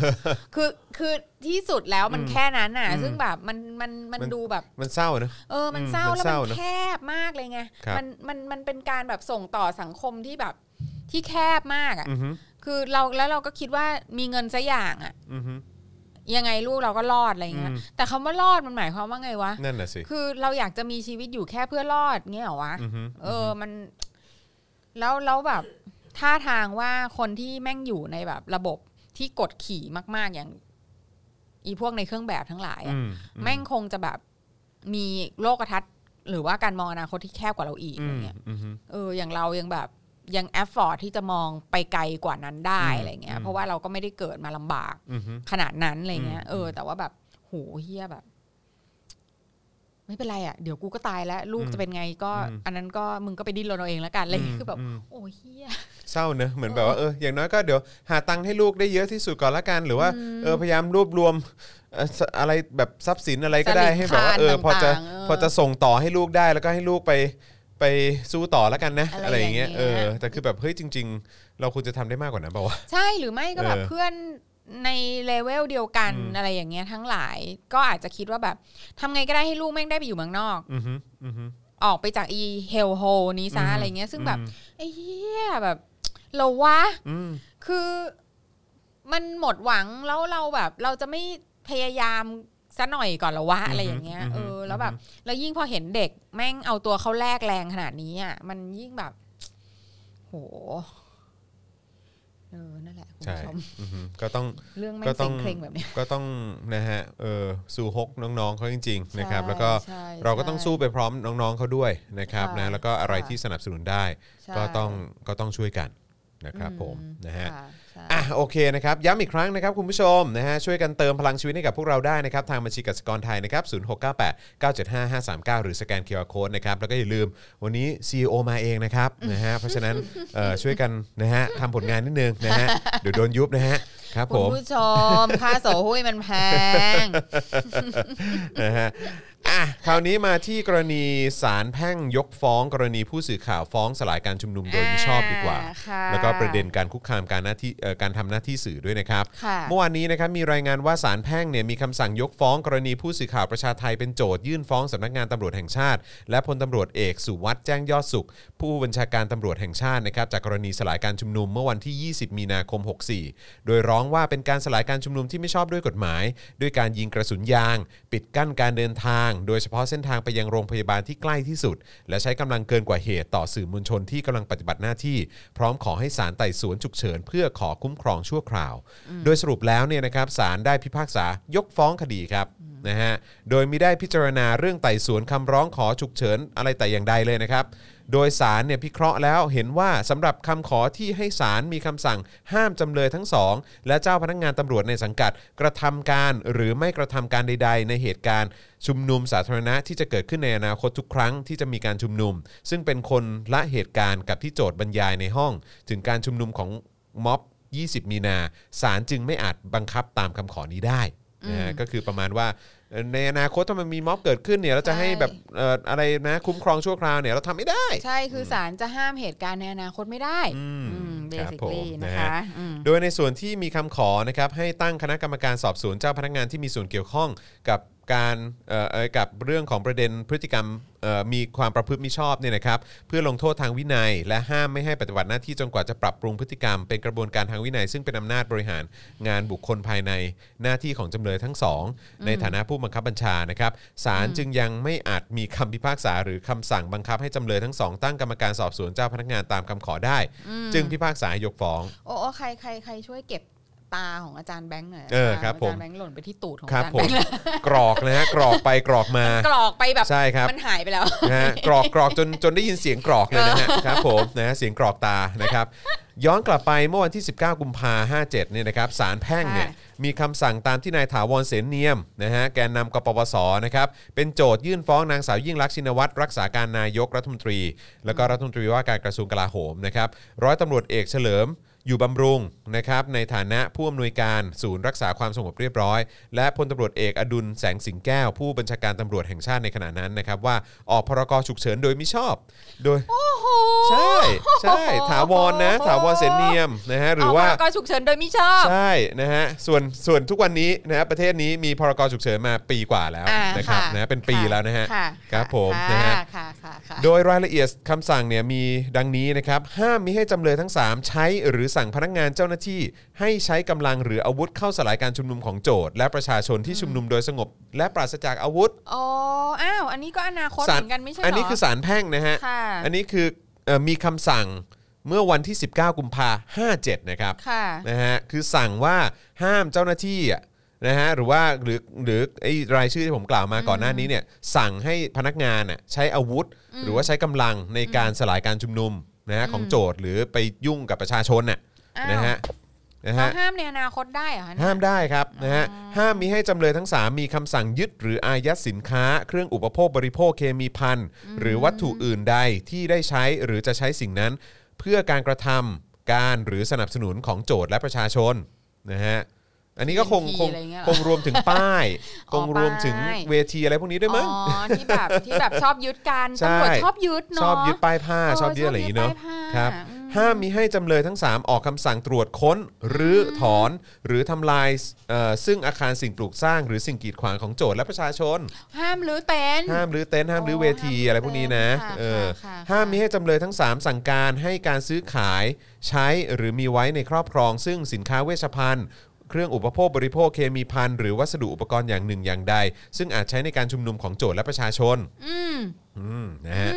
[SPEAKER 3] คือคือที่สุดแล้วมัน
[SPEAKER 2] อืม
[SPEAKER 3] แค่นั้นน่ะ
[SPEAKER 2] อืม
[SPEAKER 3] ซึ่งแบบมันมันมัน
[SPEAKER 2] มัน
[SPEAKER 3] ดูแบบ
[SPEAKER 2] มันเศร้านะ
[SPEAKER 3] เออ มัน
[SPEAKER 2] อืม
[SPEAKER 3] เศร้า
[SPEAKER 2] มัน
[SPEAKER 3] แล้
[SPEAKER 2] เศ
[SPEAKER 3] วมั
[SPEAKER 2] ร้าน เนอะ
[SPEAKER 3] แคบมากเลยไง
[SPEAKER 2] ครับ
[SPEAKER 3] มันมันมันเป็นการแบบส่งต่อสังคมที่แบบที่แคบมากอ่ะ
[SPEAKER 2] อืม
[SPEAKER 3] คือเราแล้วเราก็คิดว่ามีเงินสักอย่างอ่ะ
[SPEAKER 2] อืม
[SPEAKER 3] ยังไงลูกเราก็รอดอะไรเงี้ย
[SPEAKER 2] อืม
[SPEAKER 3] แต่คำว่ารอดมันหมายความว่าไงวะ
[SPEAKER 2] นั่นน่ะสิ
[SPEAKER 3] คือเราอยากจะมีชีวิตอยู่แค่เพื่อรอดเงี้ยเหรอวะ
[SPEAKER 2] อืม
[SPEAKER 3] เออ มัน แล้วแล้วแบบท่าทางว่าคนที่แม่งอยู่ในแบบระบบที่กดขี่มากๆอย่าง อีพวกในเครื่องแบบทั้งหลายอะ
[SPEAKER 2] อื
[SPEAKER 3] แม่งคงจะแบบมีโลกทัศน์หรือว่าการมองอนาคตที่แคบกว่าเราอีก
[SPEAKER 2] อื
[SPEAKER 3] อะไร
[SPEAKER 2] ม
[SPEAKER 3] เงี้ย
[SPEAKER 2] อืม
[SPEAKER 3] เออ อย่างเรายังแบบยังแอฟฟอร์ที่จะมองไปไกลกว่านั้นได้อะไรเงี้
[SPEAKER 2] อื
[SPEAKER 3] ย
[SPEAKER 2] ม
[SPEAKER 3] เพราะว่าเราก็ไม่ได้เกิดมาลำบาก
[SPEAKER 2] อืม
[SPEAKER 3] ขนาดนั้นอะไรเงี้ย
[SPEAKER 2] อืม
[SPEAKER 3] เออ แต่ว่าแบบโหเฮียแบบ ไม่เป็นไรอะ่ะ เดี๋ยวกูก็ตายแล้ว ลูก
[SPEAKER 2] อืม
[SPEAKER 3] จะเป็นไงก็
[SPEAKER 2] อืม
[SPEAKER 3] อันนั้นก็มึงก็ไปดิ้นรนเอาเองแล้วกันอะไรเงี้ยคือแบบ
[SPEAKER 2] ม
[SPEAKER 3] โอ้เฮีย
[SPEAKER 2] เศร้าเนอะเหมือนแบบว่าเอออย่างน้อยก็เดี๋ยวหาตังค์ให้ลูกได้เยอะที่สุดก่อนละกัน หรือว่าเออพยายามรวบรวมเอ่อสอะไรแบบทรัพย์สินอะไรก็ได้
[SPEAKER 3] สลิด
[SPEAKER 2] ให้แบบว่าเออ
[SPEAKER 3] ทาน
[SPEAKER 2] พอจะ
[SPEAKER 3] ต่างๆเออ
[SPEAKER 2] พอจะส่งต่อให้ลูกได้แล้วก็ให้ลูกไปไปสู้ต่อละกันนะ อะ
[SPEAKER 3] อะไร ไรอ
[SPEAKER 2] อา
[SPEAKER 3] ย่ย่าง งเงี้
[SPEAKER 2] เงี้ย
[SPEAKER 3] ย
[SPEAKER 2] เออแต่คือแบบเฮ้ยจริง ๆ เราควรจะทำได้มากกว่านั้นเปล่าวะ
[SPEAKER 3] ใช่หรือไม่ก็แบบ
[SPEAKER 2] เออ
[SPEAKER 3] เพื่อนในเลเวลเดียวกัน
[SPEAKER 2] อืม
[SPEAKER 3] อะไรอย่างเงี้ยทั้งหลาย ก็อาจจะคิดว่าแบบทำไงก็ได้ให้ลูกแม่งได้ไปอยู่เมืองนอก
[SPEAKER 2] อือฮึอือฮึ
[SPEAKER 3] ออกไปจากอีเฮลโฮนี้ซะ
[SPEAKER 2] อืม
[SPEAKER 3] อะไรเงี้ย ซึ่งแบบ
[SPEAKER 2] อืม
[SPEAKER 3] ไอ้เฮียแบบเหราวะ
[SPEAKER 2] อืม
[SPEAKER 3] คือมันหมดหวังแล้วเราแบบ เราจะไม่พยายามซะหน่อยก่อนเหรอวะ
[SPEAKER 2] อือฮึ
[SPEAKER 3] อะไรอย่างเงี้ย
[SPEAKER 2] อือฮึ
[SPEAKER 3] เออแล้วแบบ
[SPEAKER 2] อือฮึ
[SPEAKER 3] แล้วยิ่งพอเห็นเด็กแม่งเอาตัวเข้าแลกแรงขนาดนี้อ่ะมันยิ่งแบบ โหเออนั่นแหละคุณ
[SPEAKER 2] ใช่
[SPEAKER 3] ผู้ชม
[SPEAKER 2] อือฮึก็ต้อง
[SPEAKER 3] เรื่องแม่
[SPEAKER 2] ก็
[SPEAKER 3] ง
[SPEAKER 2] ต้
[SPEAKER 3] เซ็
[SPEAKER 2] อง
[SPEAKER 3] งเคร่งแบบเนี้ย
[SPEAKER 2] ก็ต้องนะฮะเออสู่ฮกน้องๆเขาจริงๆนะครับ แล้วก็
[SPEAKER 3] ใช่
[SPEAKER 2] เราก็ต้อง
[SPEAKER 3] ใช่
[SPEAKER 2] สู้ไปพร้อมน้องๆเขาด้วยนะครับ
[SPEAKER 3] ใช่
[SPEAKER 2] นะแล้วก็อะไร
[SPEAKER 3] ค่ะ
[SPEAKER 2] ที่สนับสนุนได้
[SPEAKER 3] ใช่
[SPEAKER 2] ก็ต้องก็ต้องช่วยกันนะครับ
[SPEAKER 3] อื
[SPEAKER 2] ผมนะฮะ
[SPEAKER 3] ค่ใช่
[SPEAKER 2] อ่ะโอเคนะครับย้ำอีกครั้งนะครับคุณผู้ชมนะฮะช่วยกันเติมพลังชีวิตให้กับพวกเราได้นะครับ ทางบัญชีกสิกรไทยนะครับ 0698975539 หรือสแกน QR Code นะครับแล้วก็อย่าลืมวันนี้ CEO มาเองนะครับ นะฮะเพราะฉะนั้นเอ่อช่วยกันนะฮะทำผลงานนิดนึงนะฮะเดี๋ยวโดนยุบนะฮะครับ
[SPEAKER 3] คุ
[SPEAKER 2] ผ
[SPEAKER 3] ณ
[SPEAKER 2] ม
[SPEAKER 3] ผู้ช ม ค่าโสหุ้ยมันแพง
[SPEAKER 2] นะฮะอ่ะคราวนี้มาที่กรณีศาลแพ่งยกฟ้องกรณีผู้สื่อข่าวฟ้องสลายการชุมนุมโดยมิชอบดีกว่า
[SPEAKER 3] อ่าค่ะ
[SPEAKER 2] แล้วก็ประเด็นการคุกคามการหน้าที่เอ่อการทำหน้าที่สื่อด้วยนะครับ
[SPEAKER 3] ค่ะ
[SPEAKER 2] เมื่อวานนี้นะครับมีรายงานว่าศาลแพ่งเนี่ยมีคำสั่งยกฟ้องกรณีผู้สื่อข่าวประชาไทยเป็นโจทยื่นฟ้องสำนักงานตำรวจแห่งชาติ และพลตำรวจเอกสุวัสด์แจ้งยอดสุข ผู้บัญชาการตำรวจแห่งชาตินะครับจากกรณีสลายการชุมนุมเมื่อวันที่ 20 มีนาคม 64 โดยร้องว่าเป็นการสลายการชุมนุมที่ไม่ชอบด้วยกฎหมาย ด้วยการยิงกระสุนยาง ปิดกั้นการเดินทาง โดยเฉพาะเส้นทางไปยังโรงพยาบาลที่ใกล้ที่สุด และใช้กำลังเกินกว่าเหตุต่อสื่อมวลชนที่กำลังปฏิบัติหน้าที่ พร้อมขอให้ศาลไต่สวนฉุกเฉินเพื่อขอคุ้มครองชั่วคราว โดยสรุปแล้วเนี่ยนะครับศาลได้พิพากษายกฟ้องคดีครับ นะฮะโดยมิได้พิจารณาเรื่องไต่สวนคำร้องขอฉุกเฉินอะไรแต่อย่างใดเลยนะครับ โดยสารเนี่ยพิเคราะห์แล้วเห็นว่าสำหรับคำขอที่ให้สารมีคำสั่งห้ามจำเลยทั้งสอง และเจ้าพนักงานตำรวจในสังกัด กระทำการหรือไม่กระทำการใด ๆ ในเหตุการณ์ ชุมนุมสาธารณะที่จะเกิดขึ้นในอนาคตทุกครั้งที่จะมีการชุมนุม ซึ่งเป็นคนละเหตุการณ์กับที่โจทย์บรรยายในห้อง ถึงการชุมนุมของม็อบ 20 มีนาศาลจึงไม่อาจบังคับตามคำขอนี้ได้นะฮะก็คือประมาณว่าเอ่อในอนาคตถ้ามันมีม็อบเกิดขึ้นเนี่ยเราจะให้
[SPEAKER 3] ใช่
[SPEAKER 2] แบบเอ่ออะไรนะคุ้มครองชั่วคราวเนี่ยเราทำไม่ได้
[SPEAKER 3] ใช่คือศาลจะห้ามเหตุการณ์ในอนาคตไม่ได้เบ
[SPEAKER 2] ครับ
[SPEAKER 3] สิ
[SPEAKER 2] ผ
[SPEAKER 3] คลี
[SPEAKER 2] ม
[SPEAKER 3] นะ
[SPEAKER 2] ฮ
[SPEAKER 3] คะอืม
[SPEAKER 2] โดยในส่วนที่มีคำขอนะครับให้ตั้งคณะกรรมการสอบสวนเจ้าพนักงานที่มีส่วนเกี่ยวข้องกับการเอ่อเอ่อกับเรื่องของประเด็นพฤติกรรมเอ่อมีความประพฤติมิชอบเนี่ยนะครับเพื่อลงโทษทางวินัย และห้ามไม่ให้ปฏิบัติหน้าที่จนกว่าจะปรับปรุงพฤติกรรม เป็นกระบวนการทางวินัย ซึ่งเป็นอำนาจบริหารงานบุคคลภายในหน้าที่ของจำเลยทั้งสอง ในฐานะผู้บังคับบัญชานะครับศาลจึงยังไม่อาจมีคำพิพากษาหรือคำสั่งบังคับให้จำเลยทั้งสองตั้งกรรมการสอบสวนเจ้าพนักงานตามคำขอได้ จึงพิพากษายกฟ้อง
[SPEAKER 3] โอ้ใครใครใครช่วยเก็บตาของอาจารย์แบงค์หน่อย
[SPEAKER 2] เออครับ
[SPEAKER 3] า
[SPEAKER 2] ผ
[SPEAKER 3] จาม รย์แบงค์หล่นไปที่ตูดของ
[SPEAKER 2] ครับ
[SPEAKER 3] อาจารย์
[SPEAKER 2] ผ
[SPEAKER 3] แบ
[SPEAKER 2] ม
[SPEAKER 3] งค์แล้ว
[SPEAKER 2] กรอกนะฮะกรอกไปกรอกมาก
[SPEAKER 3] รอกไปแบบ
[SPEAKER 2] ใช่ครับ
[SPEAKER 3] มันหายไปแล้ว
[SPEAKER 2] นะฮะกรอกกรอกจนจนได้ยินเสียงกรอกเลยนะฮะครับผมนะฮะเสียงกรอกตานะครับ ย้อนกลับไปเมื่อวันที่ 19 กุมภาพันธ์57เนี่ยนะครับศาลแพ่งเนี่ย
[SPEAKER 3] ค่ะ
[SPEAKER 2] มีคำสั่งตามที่นายถาวรเสนเนียมนะฮะแกนนำกปปสนะครับเป็นโจทยื่นฟ้องนางสาวยิ่งลักษณ์ชินวัตรรักษาการนายกรัฐมนตรี แล้วก็รัฐมนตรีว่าการกระทรวงกลาโหมนะครับร้อยตำรวจเอกเฉลิม อยู่บำรุงนะครับในฐานะผู้อำนวยการศูนย์รักษาความสงบเรียบร้อย และพลตำรวจเอกอดุลแสงสิงแก้ว ผู้บัญชาการตำรวจแห่งชาติในขณะนั้นนะครับว่าออกพรกฉุกเฉินโดยมิชอบ โดย
[SPEAKER 3] โอ้โห
[SPEAKER 2] ใช่ใช่ถาวรนะ ถาวรเสนเนียมนะฮะหรือว่า
[SPEAKER 3] เก็ฉุกเฉินโดยมิชอบ
[SPEAKER 2] ใช่นะฮะส่วนส่วนทุกวันนี้นะฮะประเทศนี้มีพรกฉุกเฉินมาปีกว่าแล้ว
[SPEAKER 3] อ่า
[SPEAKER 2] นะครับ
[SPEAKER 3] ค่ะ
[SPEAKER 2] นะเป็นปีแล้วนะฮะ
[SPEAKER 3] ค่ะ
[SPEAKER 2] ครับผม
[SPEAKER 3] ค่
[SPEAKER 2] นะฮะ
[SPEAKER 3] ค่ะค่ะค่ะ
[SPEAKER 2] โดยรายละเอียดคำสั่งเนี่ยมีดังนี้นะครับ ห้ามมิให้จำเลยทั้ง 3 ใช้หรือสั่งพนักงานเจ้าหน้าที่ ให้ใช้กำลังหรืออาวุธเข้าสลายการชุมนุมของโจทย์ และประชาชนที่ชุมนุมโดยสงบ และปราศจากอาวุธ
[SPEAKER 3] อ๋ออ้าวอันนี้ก็อนาคต
[SPEAKER 2] ศาล
[SPEAKER 3] เหมือนกันไม่ใช่เหรอ
[SPEAKER 2] อั
[SPEAKER 3] อั
[SPEAKER 2] นนี้คือสารแพ่งนะฮะ
[SPEAKER 3] ค่ะ
[SPEAKER 2] อันนี้คือเอ่อมีคำสั่งเมื่อวันที่ 19 กุมภาห้าเจ็ดนะครับ
[SPEAKER 3] ค่ะ
[SPEAKER 2] นะฮะคือสั่งว่าห้ามเจ้าหน้าที่อะนะฮะหรือว่าหรือหรือไอ้รายชื่อที่ผมกล่าวมาก่อนหน้านี้เนี่ยสั่งให้พนักงานน่ะใช้อาวุธ หรือว่าใช้กำลังในการสลายการชุมนุมนะฮะของโจทย์หรือไปยุ่งกับประชาชนน่ะ
[SPEAKER 3] อ้าว
[SPEAKER 2] นะฮะนะ
[SPEAKER 3] เขา
[SPEAKER 2] ฮะ
[SPEAKER 3] ห้ามในอนาคตได้เหรอคะเนี่ย
[SPEAKER 2] ห้ามได้ครับนะฮะห้ามมีให้จำเลยทั้ง 3 มีคำสั่งยึดหรืออายัดสินค้า เครื่องอุปโภคบริโภคเคมีภัณฑ์หรือวัตถุอื่นใดที่ได้ใช้หรือจะใช้สิ่งนั้น เพื่อการกระทำการหรือสนับสนุนของโจทย์และประชาชนนะฮะอันนี้ก็คง
[SPEAKER 3] TNT
[SPEAKER 2] คง
[SPEAKER 3] อะไรเงี้ยเหรอ
[SPEAKER 2] คงรวมถึงป้าย ค
[SPEAKER 3] อ๋อง
[SPEAKER 2] รวมถึง
[SPEAKER 3] ป้าย
[SPEAKER 2] เวทีอะไรพวกนี้ด้วยมั้ง
[SPEAKER 3] อ๋อที่ แบบที่แบบชอบยึดกัน
[SPEAKER 2] ใช่
[SPEAKER 3] ตำรวจชอบยึด
[SPEAKER 2] ช
[SPEAKER 3] เนาะ
[SPEAKER 2] อบยึดป้ายผ้า
[SPEAKER 3] เออ
[SPEAKER 2] ชอบยึดอะไรอย่างนี้เนาะ
[SPEAKER 3] ชอบยึดป้ายผ้า
[SPEAKER 2] ครับ
[SPEAKER 3] อืม
[SPEAKER 2] ห้ามมีให้จำเลยทั้ง 3 ออกคำสั่งตรวจค้น หรือถอน หรือทำลายเอ่อซึ่งอาคารสิ่งปลูกสร้าง หรือสิ่งกีดขวางของโจทย์และประชาชน
[SPEAKER 3] ห้ามรื้อเต็นท์
[SPEAKER 2] ห้ามรื้อเต็นท์ห้ามรื้อ
[SPEAKER 3] โอ้
[SPEAKER 2] เวที
[SPEAKER 3] ห้ามรื้อ
[SPEAKER 2] อะไรพวกนี้นะ
[SPEAKER 3] เต็นท์ค่ะ
[SPEAKER 2] เออ
[SPEAKER 3] ค่ะค่ะ
[SPEAKER 2] ห้ามมิให้จำเลยทั้ง 3 สั่งการให้การซื้อขายใช้หรือมีไว้ในครอบครอง ซึ่งสินค้าเวชภัณฑ์ เครื่องอุปโภคบริโภคเคมีภัณฑ์หรือวัสดุอุปกรณ์อย่างหนึ่งอย่างใด ซึ่งอาจใช้ในการชุมนุมของโจทย์และประชาชน อืมนะฮะ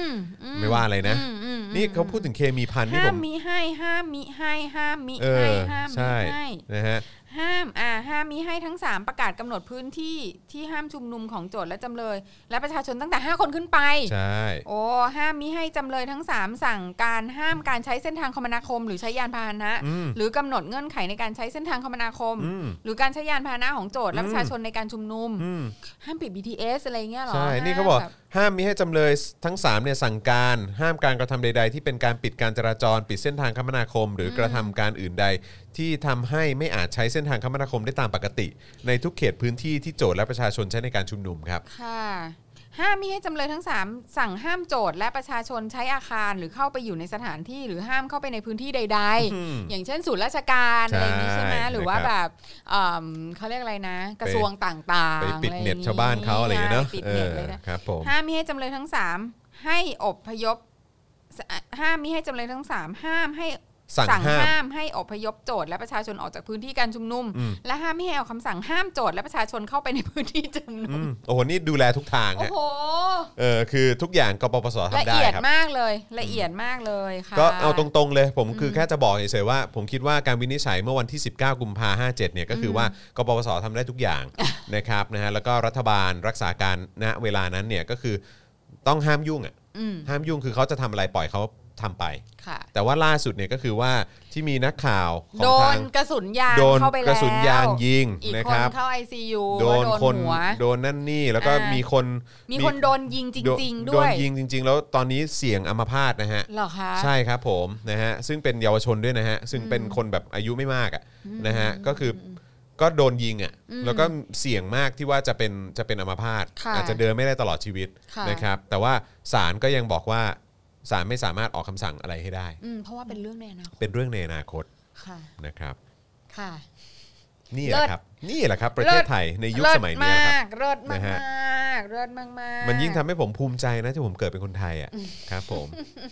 [SPEAKER 2] ไม่ว่าอะไรนะ
[SPEAKER 3] อืมอืมอืม
[SPEAKER 2] นี่เขาพูดถึงเคมีภัณฑ์นี่
[SPEAKER 3] ห้า
[SPEAKER 2] ผม ม
[SPEAKER 3] มีให้ห้ามมีให้ห้ามมี
[SPEAKER 2] เอ
[SPEAKER 3] ให้
[SPEAKER 2] อ
[SPEAKER 3] ห้ามมี
[SPEAKER 2] ใช่
[SPEAKER 3] ให้
[SPEAKER 2] นะฮะ
[SPEAKER 3] ห้ามอ่าห้ามมีให้ทั้ง 3 ประกาศกำหนดพื้นที่ที่ห้ามชุมนุมของโจทย์และจำเลย และประชาชนตั้งแต่ 5 คนขึ้นไป
[SPEAKER 2] ใช่
[SPEAKER 3] โอ้ห้ามมีให้จำเลยทั้ง 3 สั่งการห้ามการใช้เส้นทางคมนาคม หรือใช้ยานพาหนะ
[SPEAKER 2] อืม
[SPEAKER 3] หรือกำหนดเงื่อนไขในการใช้เส้นทางคมนาคม
[SPEAKER 2] อืม
[SPEAKER 3] หรือการใช้ยานพาหนะของโจทย์และ
[SPEAKER 2] อืม
[SPEAKER 3] ประชาชนในการชุมนุม
[SPEAKER 2] อืม
[SPEAKER 3] ห้ามปิด BTS อะไรเงี้ยเหรอ
[SPEAKER 2] ใช่
[SPEAKER 3] ห้ม
[SPEAKER 2] นี่เขาบอก
[SPEAKER 3] แบบ
[SPEAKER 2] ห้ามมิให้จำเลยทั้ง3เนี่ยสั่งการ ห้ามการกระทำใด ๆ ที่เป็นการปิดการจราจร ปิดเส้นทางคมนาคม หรือกระทำการอื่นใด ที่ทำให้ไม่อาจใช้เส้นทางคมนาคมได้ตามปกติ ในทุกเขตพื้นที่ที่โจทย์และประชาชนใช้ในการชุมนุมครับ
[SPEAKER 3] ค่ะห้ามมิให้จำเลยทั้ง 3 สั่งห้ามโจทย์และประชาชนใช้อาคารหรือเข้าไปอยู่ในสถานที่หรือห้ามเข้าไปในพื้นที่ใด
[SPEAKER 2] อืม
[SPEAKER 3] ๆ อย่างเช่นศูนย์ราชการ
[SPEAKER 2] ใช่
[SPEAKER 3] อะไรอย่างนี้ใช่ไหมหรือว่า
[SPEAKER 2] นะครับ
[SPEAKER 3] แบบเอิ่มเขาเรียกอะไรนะ กระทรวงต่างๆ
[SPEAKER 2] ไปปิด
[SPEAKER 3] อะไรอย่ง
[SPEAKER 2] เน็ตชาวบ้านเขาอะไรอย่างเงี้ยเนอะ
[SPEAKER 3] ไปปิดเน็ตเลยนะ
[SPEAKER 2] เออครับผม
[SPEAKER 3] ห้ามมิให้จำเลยทั้ง 3 ให้อบพยพห้ามมิให้จำเลยทั้ง 3 ห้ามให้
[SPEAKER 2] สั่ง
[SPEAKER 3] สั่ง
[SPEAKER 2] ห้าม
[SPEAKER 3] ห้ามให้อพยพโจทย์และประชาชนออกจากพื้นที่การชุมนุม
[SPEAKER 2] อืม
[SPEAKER 3] และห้ามไม่ให้เอาคำสั่งห้ามโจทย์และประชาชนเข้าไปในพื้นที่ชุมนุ
[SPEAKER 2] อื
[SPEAKER 3] ม
[SPEAKER 2] มโอ้โห นี่ดูแลทุกทาง
[SPEAKER 3] โอ้
[SPEAKER 2] ฮะ
[SPEAKER 3] โห
[SPEAKER 2] เออคือทุกอย่างกปปส
[SPEAKER 3] ละ
[SPEAKER 2] ทำได้
[SPEAKER 3] เอียด
[SPEAKER 2] ครับ
[SPEAKER 3] มากเลยละเอียดมากเลยค่ะ
[SPEAKER 2] ก็เอาตรงๆเลย ผมคือแค่จะบอกเฉยๆว่า ผมคิดว่าการวินิจฉัยเมื่อวันที่ 19 กุมภา57เนี่ยก็คือว่ากปปสทำได้ทุกอย่าง นะครับนะฮะแล้วก็รัฐบาลรักษาการณเวลานั้นเนี่ยก็คือต้องห้ามยุ่งอ่ะ
[SPEAKER 3] อืม
[SPEAKER 2] ห้ามยุ่งคือเขาจะทำอะไรปล่อยเขาทำไป
[SPEAKER 3] ค่ะ
[SPEAKER 2] แต่ว่าล่าสุดเนี่ยก็คือว่าที่มีนักข่าวขอ
[SPEAKER 3] โด
[SPEAKER 2] งทาน ง
[SPEAKER 3] กระสุนยาง
[SPEAKER 2] โดน
[SPEAKER 3] เข้าไป
[SPEAKER 2] ก
[SPEAKER 3] แล้ว
[SPEAKER 2] ระสุนยางยิง
[SPEAKER 3] อีก
[SPEAKER 2] นะ
[SPEAKER 3] ค
[SPEAKER 2] คน รับ
[SPEAKER 3] เข้า ICU
[SPEAKER 2] โดน
[SPEAKER 3] ว่า
[SPEAKER 2] คน
[SPEAKER 3] หัว
[SPEAKER 2] โดนนั่นนี่แล้วก็
[SPEAKER 3] อ่ามี
[SPEAKER 2] มีคน
[SPEAKER 3] มีคนโดนยิงจริง ๆ
[SPEAKER 2] โด
[SPEAKER 3] ด้วน ย
[SPEAKER 2] ยิงจริง ๆ แล้วตอนนี้เสี่ยงอัมพาตนะฮะ
[SPEAKER 3] เหรอคะ
[SPEAKER 2] ใช่ครับผมนะฮะซึ่งเป็นเยาวชนด้วยนะฮะซึ่งเป็นคนแบบอายุไม่มากอะนะฮะก็คือก็โดนยิงอ่ะแล้วก็เสี่ยงมากที่ว่าจะเป็นจะเป็นอัมพาต
[SPEAKER 3] ค่ะ
[SPEAKER 2] อาจจะเดินไม่ได้ตลอดชีวิต
[SPEAKER 3] ค่ะ
[SPEAKER 2] นะครับแต่ว่าศาลก็ยังบอกว่าศาลไม่สามารถออกคำสั่งอะไรให้ได้
[SPEAKER 3] อืมเพราะว่าเป็นเรื่องในอนาคต
[SPEAKER 2] เป็นเรื่องในอนาคต
[SPEAKER 3] ค่ะ
[SPEAKER 2] นะครับ
[SPEAKER 3] ค่ะ
[SPEAKER 2] นี่แหละ
[SPEAKER 3] เลิศ
[SPEAKER 2] ครับนี่แหละครับประเทศไทยในยุคสมัย
[SPEAKER 3] เลิ
[SPEAKER 2] นี้
[SPEAKER 3] ศ
[SPEAKER 2] แหละค
[SPEAKER 3] มา
[SPEAKER 2] รับ
[SPEAKER 3] กเลิศมาก
[SPEAKER 2] นะฮะ
[SPEAKER 3] เลิศมากมาก
[SPEAKER 2] มันยิ่งทำให้ผมภูมิใจนะที่ผมเกิดเป็นคนไทยอ่ะครับผม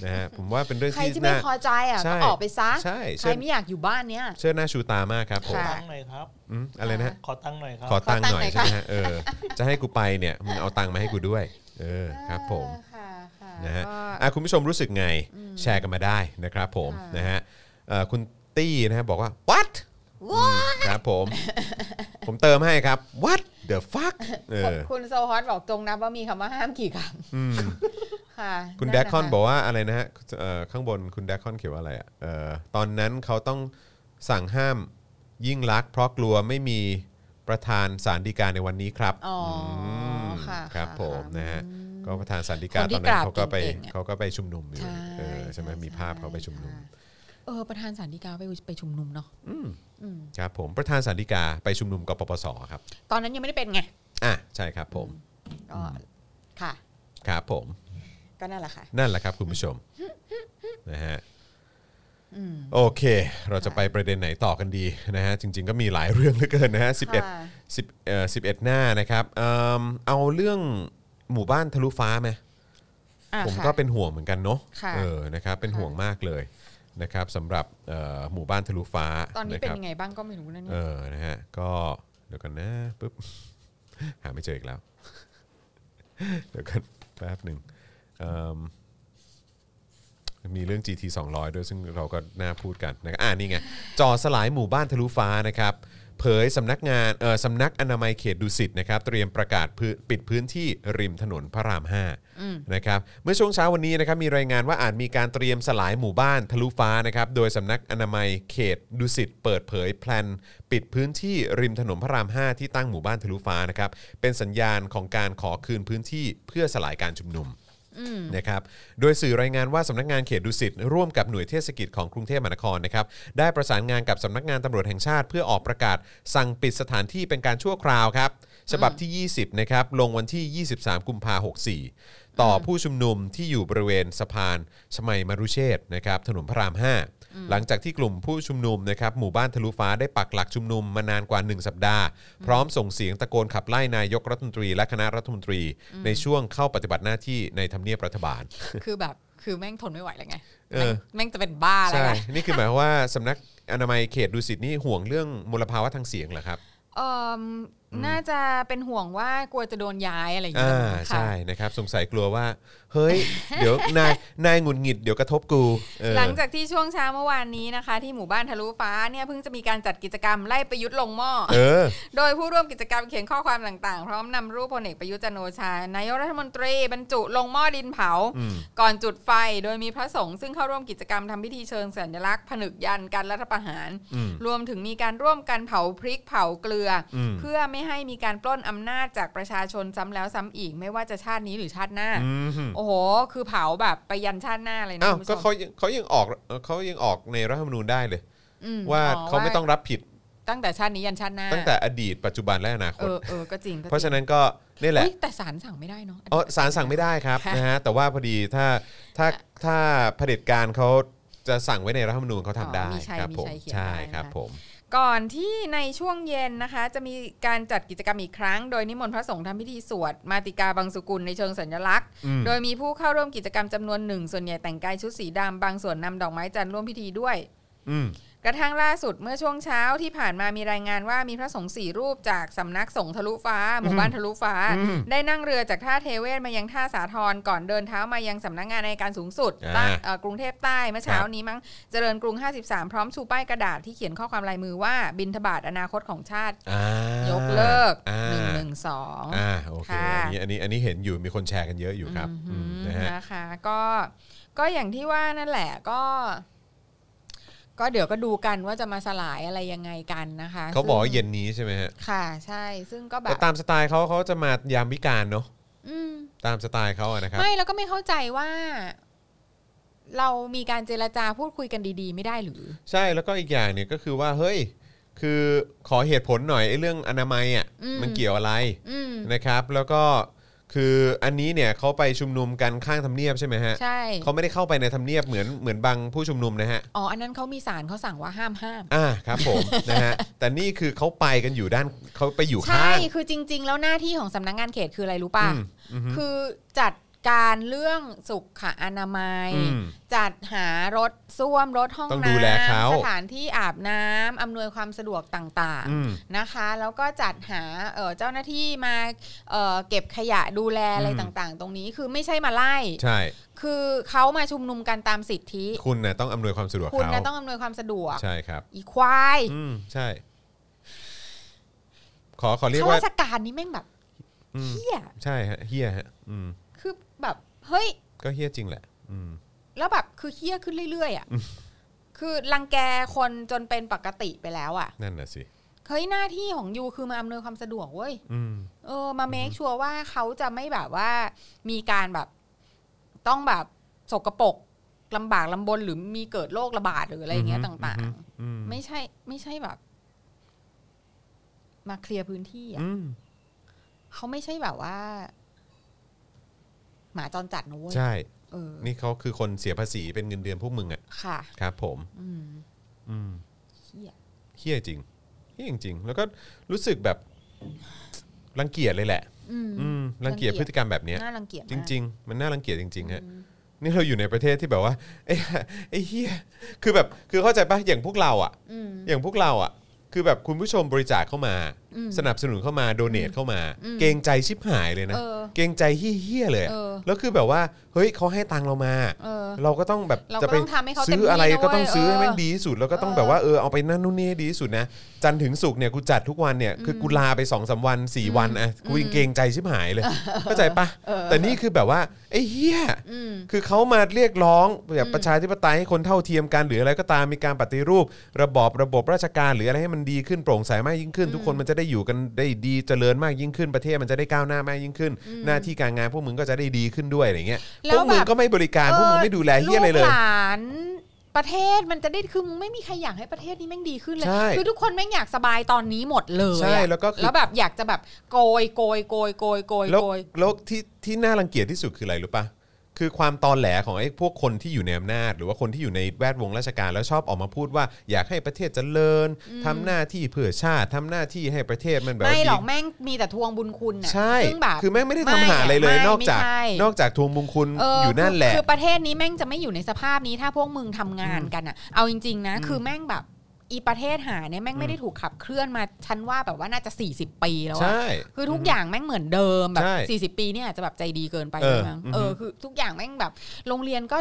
[SPEAKER 2] นะฮะผมว่าเป็นเรื่อง
[SPEAKER 3] ใคร
[SPEAKER 2] ที่
[SPEAKER 3] ที่ไม่
[SPEAKER 2] น่า
[SPEAKER 3] พอใจอ่ะ
[SPEAKER 2] ใช่
[SPEAKER 3] ก็ออกไปซะ
[SPEAKER 2] ใช่
[SPEAKER 3] ใค
[SPEAKER 2] เชิ
[SPEAKER 3] ร
[SPEAKER 2] ญ
[SPEAKER 3] ไม่อยากอยู่บ้านเนี้ย
[SPEAKER 2] เชื่อหน้าชูตามากครับผม
[SPEAKER 3] ค่ะ
[SPEAKER 4] ตั้งหน่อยครับ
[SPEAKER 2] อืมอะไรนะฮะ
[SPEAKER 4] ขอตั้งหน่อยครับ
[SPEAKER 2] ขอตังค์หน่อย
[SPEAKER 3] ขอตั
[SPEAKER 2] ใช่
[SPEAKER 3] งค์หน่อย
[SPEAKER 2] ไหม
[SPEAKER 3] ค่ะ
[SPEAKER 2] ฮะเออ จะให้กูไปเนี่ยมึงเอาตังค์มาให้กูด้วย เออครับผม
[SPEAKER 3] ค่ะค่ะ
[SPEAKER 2] นะฮะ
[SPEAKER 3] ก็
[SPEAKER 2] อ่ะคุณผู้ชมรู้สึกไงแชร์กันมาได้นะครับผม
[SPEAKER 3] ค่ะ
[SPEAKER 2] นะฮะเอ่อคุณตี้นะฮะบอกว่า what
[SPEAKER 3] ว้า
[SPEAKER 2] ครับผม ผมเติมให้ครับ what the fuck เออ
[SPEAKER 3] คุณโซฮอตบอกตรงนะว่ามีคำว่าห้ามกี่ครั้ง
[SPEAKER 2] อืม
[SPEAKER 3] ค่ะ
[SPEAKER 2] คุณ
[SPEAKER 3] นั่น
[SPEAKER 2] แด
[SPEAKER 3] นะ
[SPEAKER 2] กคอนะ บอกว่าอะไรนะฮะเอ่อข้างบนคุณแดกคอนเขียนว่าอะไรอ่ะเอ่อตอนนั้นเขาต้องสั่งห้ามยิ่งลักษณ์เพราะกลัวไม่มีประธานสารดีกาในวันนี้ครับ
[SPEAKER 3] อ๋อ
[SPEAKER 2] ม
[SPEAKER 3] ค่ะ
[SPEAKER 2] ครับ
[SPEAKER 3] ค่ะ
[SPEAKER 2] ผมนะฮะ
[SPEAKER 3] อืม
[SPEAKER 2] ก็ประธานสันติกา
[SPEAKER 3] คนที่
[SPEAKER 2] ตอนนั้น
[SPEAKER 3] กราบ
[SPEAKER 2] เขาก็ไป
[SPEAKER 3] เก่งๆเนี่ย
[SPEAKER 2] เขาก็ไปชุมนุมอยู่
[SPEAKER 3] ใช่
[SPEAKER 2] เออใช่ไหม
[SPEAKER 3] ใช่
[SPEAKER 2] มีภาพเขาไปชุมนุม
[SPEAKER 3] ใช่ เออ ประธานสันติกาไปไปชุมนุมเนาะอืม
[SPEAKER 2] ครับผมประธานสันติกาไปชุมนุมกปปสครับ
[SPEAKER 3] ตอนนั้นยังไม่ได้เป็นไง
[SPEAKER 2] อ่ะใช่ครับผม
[SPEAKER 3] ก็ค่ะ
[SPEAKER 2] ครับผม
[SPEAKER 3] ก็นั่นแหละค่ะ
[SPEAKER 2] นั่นแหละครับคุณผู้ชม นะฮะ
[SPEAKER 3] อืม
[SPEAKER 2] โอเค เราจะไปประเด็นไหนต่อกันดีนะฮะจริง ๆ ก็มีหลายเรื่องเหลือเกินนะฮะ11
[SPEAKER 3] ค่ะ
[SPEAKER 2] 10เอ่อ11 หน้านะครับเอิ่มเอาเรื่องหมู่บ้านทะลุฟ้าไหม
[SPEAKER 3] อ่ะ
[SPEAKER 2] ผม
[SPEAKER 3] ค่ะ
[SPEAKER 2] ก็เป็นห่วงเหมือนกันเนาะ
[SPEAKER 3] ค่ะ
[SPEAKER 2] เออ นะครับ เป็น
[SPEAKER 3] ค่ะ
[SPEAKER 2] ห่วงมากเลยนะครับสำหรับเอ่อหมู่บ้านทะลุฟ้า
[SPEAKER 3] ตอนนี้เป็
[SPEAKER 2] ครั
[SPEAKER 3] นะยั
[SPEAKER 2] บ
[SPEAKER 3] งไงบ้างก็ไม่รู้นะเนี่
[SPEAKER 2] เอย อ นะฮะ ก็เดี๋ยวกันนะปุ๊บ หาไม่เจออีกแล้ว เดี๋ยวกันแป๊บหนึ่งเอิ่มมีเรื่อง GT 200 ด้วยซึ่งเราก็น่าพูดกันนะครับอ่านี่ไงจอสลายหมู่บ้านทะลุฟ้านะครับ เผยสำนักงานเออสำนักอนามัยเขตดุสิตนะครับ เตรียมประกาศพื้นปิดพื้นที่ริมถนนพระราม 5 นะครับเมื่อช่วงเช้าวันนี้นะครับมีรายงานว่าอาจมีการเตรียมสลายหมู่บ้านทะลุฟ้านะครับ โดยสำนักอนามัยเขตดุสิตเปิดเผยแพลนปิดพื้นที่ริมถนนพระราม 5 ที่ตั้งหมู่บ้านทะลุฟ้านะครับเป็นสัญญาณของการขอคืนพื้นที่เพื่อสลายการชุมนุม นะครับ โดยสื่อรายงานว่าสำนักงานเขตดุสิตร่วมกับหน่วยเทศกิจของกรุงเทพมหานครนะครับได้ประสานงานกับสำนักงานตำรวจแห่งชาติ เพื่อออกประกาศสั่งปิดสถานที่เป็นการชั่วคราวครับฉบับที่ 20 นะครับ ลงวันที่ 23 กุมภาพันธ์64 ต่อผู้ชุมนุมที่อยู่บริเวณสะพานชมัยมรุเชษฐ์นะครับถนนพระราม 5 หลังจากที่กลุ่มผู้ชุมนุมนะครับหมู่บ้านทะลุฟ้าได้ปักหลักชุมนุมมานานกว่า 1 สัปดาห์ พร้อมส่งเสียงตะโกนขับไล่นายกรัฐมนตรีและคณะรัฐมนตรี ในช่วงเข้าปฏิบัติหน้าที่ในทำเนียบรัฐบาล
[SPEAKER 3] คือแบบคือแม่งทนไม่ไหวแล้วไง
[SPEAKER 2] เออ
[SPEAKER 3] แม่งจะเป็นบ้าแล้ว
[SPEAKER 2] ใช่
[SPEAKER 3] ไง
[SPEAKER 2] นี่คือหมายความว่าสำนักอนามัยเขตดุสิตนี่ห่วงเรื่องมลภาวะทางเสียงเหรอครับ
[SPEAKER 3] เออน่าจะเป็นห่วงว่ากลัวจะโดนย้ายอะไรอย่าง
[SPEAKER 2] อ่า
[SPEAKER 3] เงี้ยค่ะ
[SPEAKER 2] ใช่นะครับสงสัยกลัวว่า เฮ้ย เดี๋ยวนายนายหงุดหงิดเดี๋ยวกระทบกูเออ
[SPEAKER 3] หลังจากที่ช่วงเช้าเมื่อวานนี้นะคะ ที่หมู่บ้านทะลุฟ้าเนี่ยเพิ่งจะมีการจัดกิจกรรมไล่ประยุทธ์ลงหม้อ
[SPEAKER 2] เออ
[SPEAKER 3] โดยผู้ร่วมกิจกรรมเขียนข้อความต่างๆ พร้อมนำรูปพลเอกประยุทธ์จันทร์โอชานายกรัฐมนตรีบรรจุลงหม้อดินเผา
[SPEAKER 2] อืม
[SPEAKER 3] ก่อนจุดไฟโดยมีพระสงฆ์ซึ่งเข้าร่วมกิจกรรมทำพิธีเชิงสัญลักษณ์ผนึกยันการรัฐประหาร
[SPEAKER 2] อืม
[SPEAKER 3] รวมถึงมีการร่วมกันเผาพริกเผาเกลืออ
[SPEAKER 2] ม
[SPEAKER 3] เพื่อไม่ให้มีการปล้นอำนาจจากประชาชนซ้ำแล้วซ้ำอีก ไม่ว่าจะชาตินี้หรือชาติหน้า
[SPEAKER 2] อืม
[SPEAKER 3] โอ้โห คือเผาแบบไปยันชาติหน้าเลยนะ
[SPEAKER 2] อ้าว
[SPEAKER 3] คุณผู้ช
[SPEAKER 2] ก็
[SPEAKER 3] ม
[SPEAKER 2] เขายังเขายังออกเขายังออกในรัฐธรรมนูญได้เลย
[SPEAKER 3] อืม
[SPEAKER 2] ว่า
[SPEAKER 3] อ๋อ
[SPEAKER 2] เขาไม่ต้องรับผิด
[SPEAKER 3] ตั้งแต่ชาตินี้ยันชาติหน้า
[SPEAKER 2] ตั้งแต่อดีตปัจจุบันและอนาค
[SPEAKER 3] เอ
[SPEAKER 2] ต
[SPEAKER 3] อเออก็จริงก็จง
[SPEAKER 2] เพราะฉะนั้นก็นี่แหละ
[SPEAKER 3] เฮ้ยแต่ศาลสั่งไม่ได้เนาะ
[SPEAKER 2] เออสารสั่งไม่ได้ครับ
[SPEAKER 3] ค่ะ
[SPEAKER 2] นะฮะแต่ว่าพอดีถ้าถ้า
[SPEAKER 3] ค่ะ
[SPEAKER 2] ถ้าเผด็จการเขาจะสั่งไว้ในรัฐธรรมนูญเขาทำได้
[SPEAKER 3] อ๋อมีใช้
[SPEAKER 2] ครัผม
[SPEAKER 3] มีใช้เขียน
[SPEAKER 2] ใช่
[SPEAKER 3] ได้
[SPEAKER 2] ครับ
[SPEAKER 3] นะคะ
[SPEAKER 2] ผม
[SPEAKER 3] ก่อนที่ในช่วงเย็นนะคะ จะมีการจัดกิจกรรมอีกครั้ง โดยนิมนต์พระสงฆ์ทำพิธีสวด มาติกาบังสุกุลในเชิงสัญลักษณ์
[SPEAKER 2] อืม
[SPEAKER 3] โดยมีผู้เข้าร่วมกิจกรรมจำนวนหนึ่ง ส่วนใหญ่แต่งกายชุดสีดำบางส่วนนำดอกไม้จันทร์ร่วมพิธีด้วย
[SPEAKER 2] อืม
[SPEAKER 3] กระทั่งล่าสุดเมื่อช่วงเช้าที่ผ่านมามีรายงานว่ามีพระสงฆ์สี่รูปจากสำนักสงฆ์ทะลุฟ้า หมู่บ้านทะลุฟ้า
[SPEAKER 2] อืม
[SPEAKER 3] ได้นั่งเรือจากท่าเทเวศมายังท่าสาทรก่อนเดินเท้ามายังสำนักงานในการสูงสุด
[SPEAKER 2] อ่า
[SPEAKER 3] ใต้เอ่อกรุงเทพใต้เมื่อเช้า
[SPEAKER 2] ครับ
[SPEAKER 3] นี้มั้งเจริญกรุง 53 พร้อมชูป้ายกระดาษที่เขียนข้อความลายมือว่าบินทบาทอนาคตของชาติ
[SPEAKER 2] อ่าย
[SPEAKER 3] กเลิก
[SPEAKER 2] อ่า
[SPEAKER 3] 112
[SPEAKER 2] อ่าโอเค
[SPEAKER 3] ค่ะ
[SPEAKER 2] อันนี้อันนี้อันนี้เห็นอยู่มีคนแชร์กันเยอะอยู่ครับ
[SPEAKER 3] อื
[SPEAKER 2] อื
[SPEAKER 3] ม
[SPEAKER 2] มนะฮะ
[SPEAKER 3] นะคะก็ก็อย่างที่ว่านั่นแหละก็ ก็เดี๋ยวก็ดูกันว่าจะมาสลายอะไรยังไงกันนะคะ
[SPEAKER 2] เขาบอกว่า
[SPEAKER 3] ซึ่ง
[SPEAKER 2] เย็นนี้ใช่ไหมฮะ
[SPEAKER 3] ค่ะ ใช่ซึ่งก็แบ
[SPEAKER 2] แต่
[SPEAKER 3] บ
[SPEAKER 2] ตามสไตล์เขาเขาจะมายามวิการเนาะ
[SPEAKER 3] อืม
[SPEAKER 2] ตามสไตล์เขาอะนะครับ
[SPEAKER 3] ไม่แล้วก็ไม่เข้าใจว่า เรามีการเจรจาพูดคุยกันดีๆ ไม่ได้หรือ
[SPEAKER 2] ใช่แล้วก็อีกอย่างเนี่ยก็คือว่าเฮ้ย คือขอเหตุผลหน่อยไอ้เรื่องอนามัยอ่ะ
[SPEAKER 3] อืม
[SPEAKER 2] มันเกี่ยวอะไร
[SPEAKER 3] อืม
[SPEAKER 2] นะครับ แล้วก็คืออันนี้เนี่ยเขาไปชุมนุมกันข้างทำเนียบใช่ไหมฮะ
[SPEAKER 3] ใช่
[SPEAKER 2] เขาไม่ได้เข้าไปในทำเนียบเหมือนเหมือนบางผู้ชุมนุมนะฮะ
[SPEAKER 3] อ๋ออันนั้นเขามีสารเขาสั่งว่าห้ามห้าม
[SPEAKER 2] อ่าครับ ผม นะฮะแต่นี่คือเขาไปกันอยู่ด้านเขาไปอยู่
[SPEAKER 3] ใช่
[SPEAKER 2] ข้าง
[SPEAKER 3] คือจริง ๆ แล้วหน้าที่ของสำนักงานเขตคืออะไรรู้ป่ะ
[SPEAKER 2] อืมอือฮึ
[SPEAKER 3] คือจัดการเรื่องสุขอนามัย
[SPEAKER 2] อืม
[SPEAKER 3] จัดหารถส้วมรถห้อง
[SPEAKER 2] ต้องดู
[SPEAKER 3] น้
[SPEAKER 2] แลเขา
[SPEAKER 3] ำสถานที่อาบน้ำอำนวยความสะดวกต่าง
[SPEAKER 2] อืม
[SPEAKER 3] ๆนะคะ แล้วก็จัดหาเอ่อเจ้าหน้าที่มาเอ่อเก็บขยะดูแลอะไร
[SPEAKER 2] อืม
[SPEAKER 3] ต่างๆ ตรงนี้คือไม่ใช่มาไล่
[SPEAKER 2] ใช่
[SPEAKER 3] คือเขามาชุมนุมกันตามสิทธิ
[SPEAKER 2] คุณน่ะต้องอำนวยความสะดวก
[SPEAKER 3] คุณ
[SPEAKER 2] เขา
[SPEAKER 3] นะต้องอำนวยความสะดวก
[SPEAKER 2] ใช่ครับ
[SPEAKER 3] อีควาย
[SPEAKER 2] อืมใช่ ขอขอเรียก
[SPEAKER 3] ข้า
[SPEAKER 2] ว่า
[SPEAKER 3] ราชการนี่แม่งแบบ
[SPEAKER 2] อืม
[SPEAKER 3] เฮี้ย
[SPEAKER 2] ใช่ฮะเฮียฮะ อืม
[SPEAKER 3] คือแบบเฮ้ย
[SPEAKER 2] ก็เฮียจริงแหละ อืม
[SPEAKER 3] แล้วแบบคือเฮี้ยขึ้นเรื่อยๆอ่ะ คือรังแกคนจนเป็นปกติไปแล้วอ่ะ
[SPEAKER 2] นั่นน่ะสิ
[SPEAKER 3] เฮ้ยหน้าที่ของยูคือมาอำนวยความสะดวกเว้ย
[SPEAKER 2] อืม
[SPEAKER 3] เออมาเมคชัวร์ว่าเขาจะไม่แบบว่ามีการแบบต้องแบบสกปรกลำบากลำบนหรือมีเกิดโรคระบาดหรืออะไรอย่างเงี้ยต่าง
[SPEAKER 2] อืม
[SPEAKER 3] ๆ ไม่ใช่ไม่ใช่แบบ มาเคลียร์พื้นที่อ่ะ
[SPEAKER 2] อืม
[SPEAKER 3] เขาไม่ใช่แบบว่า หมาจรจัดนะเว้ย
[SPEAKER 2] ใช่
[SPEAKER 3] เออ
[SPEAKER 2] นี่เขาคือคนเสียภาษีเป็นเงินเดือนพวกมึงอ่ะ
[SPEAKER 3] ค่ะ
[SPEAKER 2] ครับ ผม
[SPEAKER 3] อืม
[SPEAKER 2] อืม
[SPEAKER 3] เฮีย
[SPEAKER 2] เฮียจริงเฮียจริงๆแล้วก็รู้สึกแบบรังเกียจเลยแหละ
[SPEAKER 3] อืม
[SPEAKER 2] อืมรังเกียจพฤติกรรมแบบเนี้ย
[SPEAKER 3] น่ารังเกียจมาก
[SPEAKER 2] จริง ๆ มันน่ารังเกียจจริงๆฮะนี่เราอยู่ในประเทศที่แบบว่า ไอ้ไอ้เฮียคือแบบคือเข้าใจปะอย่างพวกเราอ่ะ
[SPEAKER 3] อืม
[SPEAKER 2] อย่างพวกเราอ่ะ คือแบบคุณผู้ชมบริจาคเข้ามา
[SPEAKER 3] อืม
[SPEAKER 2] สนับสนุนเข้ามาโดเนทเข้ามา
[SPEAKER 3] อืม
[SPEAKER 2] เกรงใจชิบหายเลยนะ
[SPEAKER 3] เออ
[SPEAKER 2] เกรงใจเฮี้ยๆเลยอะ
[SPEAKER 3] เออ
[SPEAKER 2] แล้วคือแบบว่า เฮ้ยเขาให้ตังค์เรามา
[SPEAKER 3] เออ
[SPEAKER 2] เราก็ต้องแบบ
[SPEAKER 3] เราก็
[SPEAKER 2] จะไป
[SPEAKER 3] ต้องทำให้เขาเต็ม
[SPEAKER 2] ซื้ออะไร
[SPEAKER 3] ที่นะ
[SPEAKER 2] ก็ต้อง
[SPEAKER 3] เว้ย
[SPEAKER 2] ซื้อให้
[SPEAKER 3] เออ
[SPEAKER 2] มันดีที่สุดแล้วก็ต้อง
[SPEAKER 3] เออ
[SPEAKER 2] แบบว่าเออเอาไปนั่นนู่นนี่ให้ดีที่สุดนะ จันทร์ถึงสุกร์เนี่ยกูจัดทุกวันเนี่ยคือกูลาไปสองสามวันสี่วันอ่ะกูยังเกรงใจชิบหายเลยเข้าใจปะ
[SPEAKER 3] เออ
[SPEAKER 2] แต่นี่คือแบบว่าไอ้เฮี้ย
[SPEAKER 3] อืม
[SPEAKER 2] คือเขามาเรียกร้องแบบประชาธิปไตยให้คนเท่าเทียมกันหรืออะไรก็ตามมีการปฏิรูป ระบอบระบบราชการหรืออะไรให้มันดีขึ้นโปร่งใสมากยิ่งขึ้น ทุกคนมันจะได้อยู่กันได้ดีเจริญมากยิ่งขึ้นประเทศมันจะได้ก้าวหน้ามากยิ่งขึ้น หน้าที่การงานพวกมึงก็จะได้ดีขึ้นด้วยอะไรเงี้ย
[SPEAKER 3] แล้
[SPEAKER 2] พ
[SPEAKER 3] ว
[SPEAKER 2] วกมึง
[SPEAKER 3] แบบ
[SPEAKER 2] ก็ไม่บริการพวกมึงไม่ดูแลเฮียอะไรเลย
[SPEAKER 3] กหลานประเทศมันจะได้คือมึงไม่มีใครอยากให้ประเทศนี้แม่งดีขึ้นเลย
[SPEAKER 2] ใช่
[SPEAKER 3] คือทุกคนแม่งอยากสบายตอนนี้หมดเลยอะ
[SPEAKER 2] ใช่แล้วก็คือ
[SPEAKER 3] แล้วแบบอยากจะแบบโกยโกยโกยโกยโกย
[SPEAKER 2] แล้ว
[SPEAKER 3] โกย
[SPEAKER 2] แล้วที่ที่น่ารังเกียจที่สุดคืออะไรรู้ปะคือความตอนแหลของไอ้พวกคนที่อยู่ในอำนาจ หรือว่าคนที่อยู่ในแวดวงราชการแล้วชอบออกมาพูดว่า อยากให้ประเทศเจริญทำหน้าที่เพื่อชาติทำหน้าที่ให้ประเทศมันแบบว่า
[SPEAKER 3] ไม่หรอก
[SPEAKER 2] ดี
[SPEAKER 3] แม่งมีแต่ทวงบุญคุณน่ะ
[SPEAKER 2] ใช่
[SPEAKER 3] ซึ่งแบบ
[SPEAKER 2] คือแม่งไม่ได้ทำหาอะไรเลย
[SPEAKER 3] ม่
[SPEAKER 2] นอกจาก
[SPEAKER 3] ไม่ใช่
[SPEAKER 2] นอกจากทวงบุญคุณ
[SPEAKER 3] เ
[SPEAKER 2] อยู่นั่นแหละ
[SPEAKER 3] คือประเทศนี้แม่งจะไม่อยู่ในสภาพนี้ถ้าพวกมึงทำงานกันอ่ะ เอาจริง ๆ นะ คือแม่งแบบอีประเทศหาเนี่ยแม่งไม่ได้ถูกขับเคลื่อนมาฉันว่าแบบว่าน่าจะ 40 ปีแล้วอะ
[SPEAKER 2] ใช่
[SPEAKER 3] คือทุกอย่างแม่งเหมือนเดิมแบ
[SPEAKER 2] ใช่
[SPEAKER 3] บ 40 ปีเนี่ยอาจจะแบบใจดีเกินไป
[SPEAKER 2] เออ
[SPEAKER 3] ด้วยมั้ง
[SPEAKER 2] อือฮึ
[SPEAKER 3] เออคือทุกอย่างแม่งแบบ โรงเรียนก็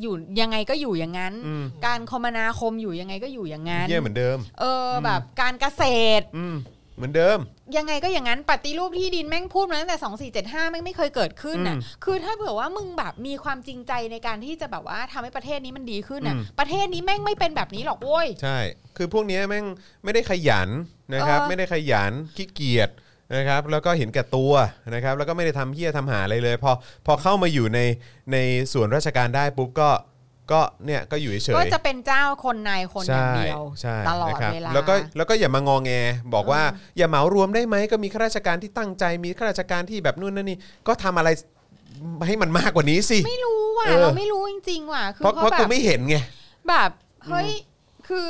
[SPEAKER 3] อยู่ยังไงก็อยู่อย่างนั้น
[SPEAKER 2] อืม
[SPEAKER 3] การคมนาคมอยู่ยังไงก็อยู่อย่างนั้น
[SPEAKER 2] เยี่ยเหมือนเดิม
[SPEAKER 3] เอออแบบการเกษตร
[SPEAKER 2] อืมเหมือนเดิม
[SPEAKER 3] ยังไงก็อย่างนั้นปฏิรูปที่ดินแม่งพูดมาตั้งแต่ 2475แม่งไม่เคยเกิดขึ้นน่ะ
[SPEAKER 2] อืม
[SPEAKER 3] คือถ้าเผื่อว่ามึงแบบมีความจริงใจในการที่จะแบบว่าทำให้ประเทศนี้มันดีขึ้นน่ะ
[SPEAKER 2] อืม
[SPEAKER 3] ประเทศนี้แม่งไม่เป็นแบบนี้หรอกโว้ย
[SPEAKER 2] ใช่ คือพวกเนี้ยแม่งไม่ได้ขยันนะครับ
[SPEAKER 3] เออ
[SPEAKER 2] ไม่ได้ขยันขี้เกียจนะครับ แล้วก็เห็นแก่ตัวนะครับ แล้วก็ไม่ได้ทำเพี้ยทำหาอะไรเลย พอพอเข้ามาอยู่ในในส่วนราชการได้ปุ๊บก็ก็เนี่ยก็อยู่เฉยๆ
[SPEAKER 3] ก็จะเป็นเจ้าคนนายคนอย่างเดียว
[SPEAKER 2] ใช่
[SPEAKER 3] ตลอด
[SPEAKER 2] นะครับ
[SPEAKER 3] เวลา
[SPEAKER 2] แล้วก็แล้วก็อย่ามางองแงบอกว่าอย่าเหมารวมได้ไหมก็มีข้าราชการที่ตั้งใจมีข้าราชการที่แบบนู่นนั่นนี่ก็ทำอะไรให้มันมากกว่านี้สิ
[SPEAKER 3] ไม่รู้ว่ะ
[SPEAKER 2] เออ
[SPEAKER 3] เราไม่รู้จริงๆว่ะคือ
[SPEAKER 2] เพราะเพ
[SPEAKER 3] เขา
[SPEAKER 2] ราะ
[SPEAKER 3] แบ
[SPEAKER 2] กู
[SPEAKER 3] บ
[SPEAKER 2] ไม่เห็นไง
[SPEAKER 3] แบบเฮ้ยคือ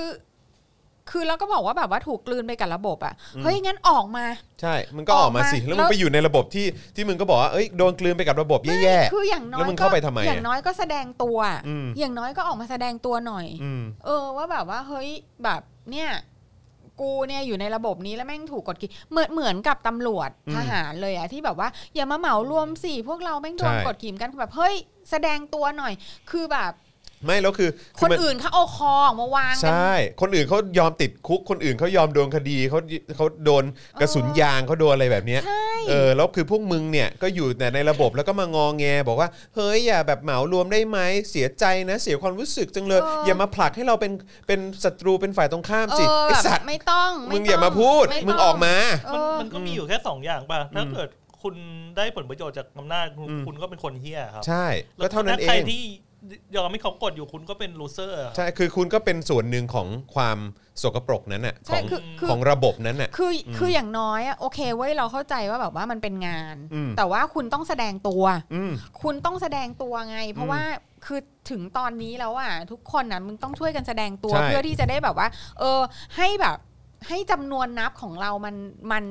[SPEAKER 3] คือแล้วก็บอกว่าแบบว่าถูกกลืนไปกับระบบอ่ะเฮ้ยงั้นออกมา
[SPEAKER 2] ใช่ มึงก็ออกมาสิ
[SPEAKER 3] ออกมา
[SPEAKER 2] แล้วมึง
[SPEAKER 3] แล้ว
[SPEAKER 2] ไปอยู่ในระบบที่ที่มึงก็บอกว่าเอ้ยโดนกลืนไปกับระบบแย่
[SPEAKER 3] คืออย่างน้อย
[SPEAKER 2] แล้วมึงเข้าไปทำไมอะ
[SPEAKER 3] อย่างน้อยก็แสดงตัวอะ
[SPEAKER 2] อืม
[SPEAKER 3] อย่างน้อยก็ออกมาแสดงตัวหน่อย
[SPEAKER 2] ๆอืม
[SPEAKER 3] เออว่าแบบว่าเฮ้ยแบบเนี่ย กูเนี่ยอยู่ในระบบนี้แล้วแม่งถูกกดขี่เหมือนเหมือนกับตำรวจ
[SPEAKER 2] อืม
[SPEAKER 3] ทหารเลยอะที่แบบว่า อย่ามาเหมารวมสิพวกเราแม่งโดน
[SPEAKER 2] ใช่
[SPEAKER 3] กดขี่เหมือนกันคือแบบเฮ้ยแสดงตัวหน่อย คือแบบ
[SPEAKER 2] ไม่แล้วคือ
[SPEAKER 3] ค
[SPEAKER 2] คื
[SPEAKER 3] น
[SPEAKER 2] มั
[SPEAKER 3] อื่นเขาเอาคอออกมาวาง
[SPEAKER 2] ใช
[SPEAKER 3] กัน่
[SPEAKER 2] คนอื่นเขายอมติดคุก คนอื่นเขายอมโดนคดีเขาเขาโดนกระสุนยางเขาโดนอะไรแบบเนี้ย
[SPEAKER 3] ใช่
[SPEAKER 2] เออแล้วคือพวกมึงเนี่ยก็อยู่แต่ในระบบแล้วก็มางองแง บอกว่าเฮ้ยอย่าแบบเหมารวมได้ไหมเสียใจนะ เสียความรู้สึกจังเลย อย่ามาผลักให้เราเป็นเป็นศัตรูเป็นฝ่ายตรงข้าม
[SPEAKER 3] เอ
[SPEAKER 2] สิ
[SPEAKER 3] อ
[SPEAKER 2] ไอ
[SPEAKER 3] แบบ
[SPEAKER 2] สัตว์
[SPEAKER 3] ไม่ต้องไ
[SPEAKER 2] มึงอย่ามาพูด
[SPEAKER 3] ไต้
[SPEAKER 2] มึงออกมา
[SPEAKER 3] เอ
[SPEAKER 4] มัน
[SPEAKER 3] อ
[SPEAKER 4] มันก็มีอยู่แค่สองอย่างป่ะ ถ้าเกิดคุณได้ผลประโยชน์จากอำนาจคุณ
[SPEAKER 2] อืม
[SPEAKER 4] คุณก็เป็นคนเฮี้ยครับ
[SPEAKER 2] ใช่ก็เท่านั้นเอ
[SPEAKER 4] แล้วถ้ใครง ที่ยอมให้เขากดอยู่คุณก็เป็นลูเซอร์
[SPEAKER 2] ใช่ คือคุณก็เป็นส่วนหนึ่งของความสกปรกนั้นน่ะ
[SPEAKER 3] ใช่
[SPEAKER 2] ของ
[SPEAKER 3] คือคือ
[SPEAKER 2] ของระบบนั้นน่ะ
[SPEAKER 3] คืออคืออย่างน้อยอะโอเคเว้ยเราเข้าใจว่าแบบว่ามันเป็นงาน
[SPEAKER 2] อืม
[SPEAKER 3] แต่ว่าคุณต้องแสดงตัว
[SPEAKER 2] อืม
[SPEAKER 3] คุณต้องแสดงตัวไง เพ
[SPEAKER 2] อื
[SPEAKER 3] ราะ
[SPEAKER 2] ม
[SPEAKER 3] ว่าคือถึงตอนนี้แล้วอ่ะทุกคนนะมึงต้องช่วยกันแสดงตัว
[SPEAKER 2] ใช่
[SPEAKER 3] เพื่อที่จะได้แบบว่า เออให้แบบให้จำนวนนับของเรามันมัน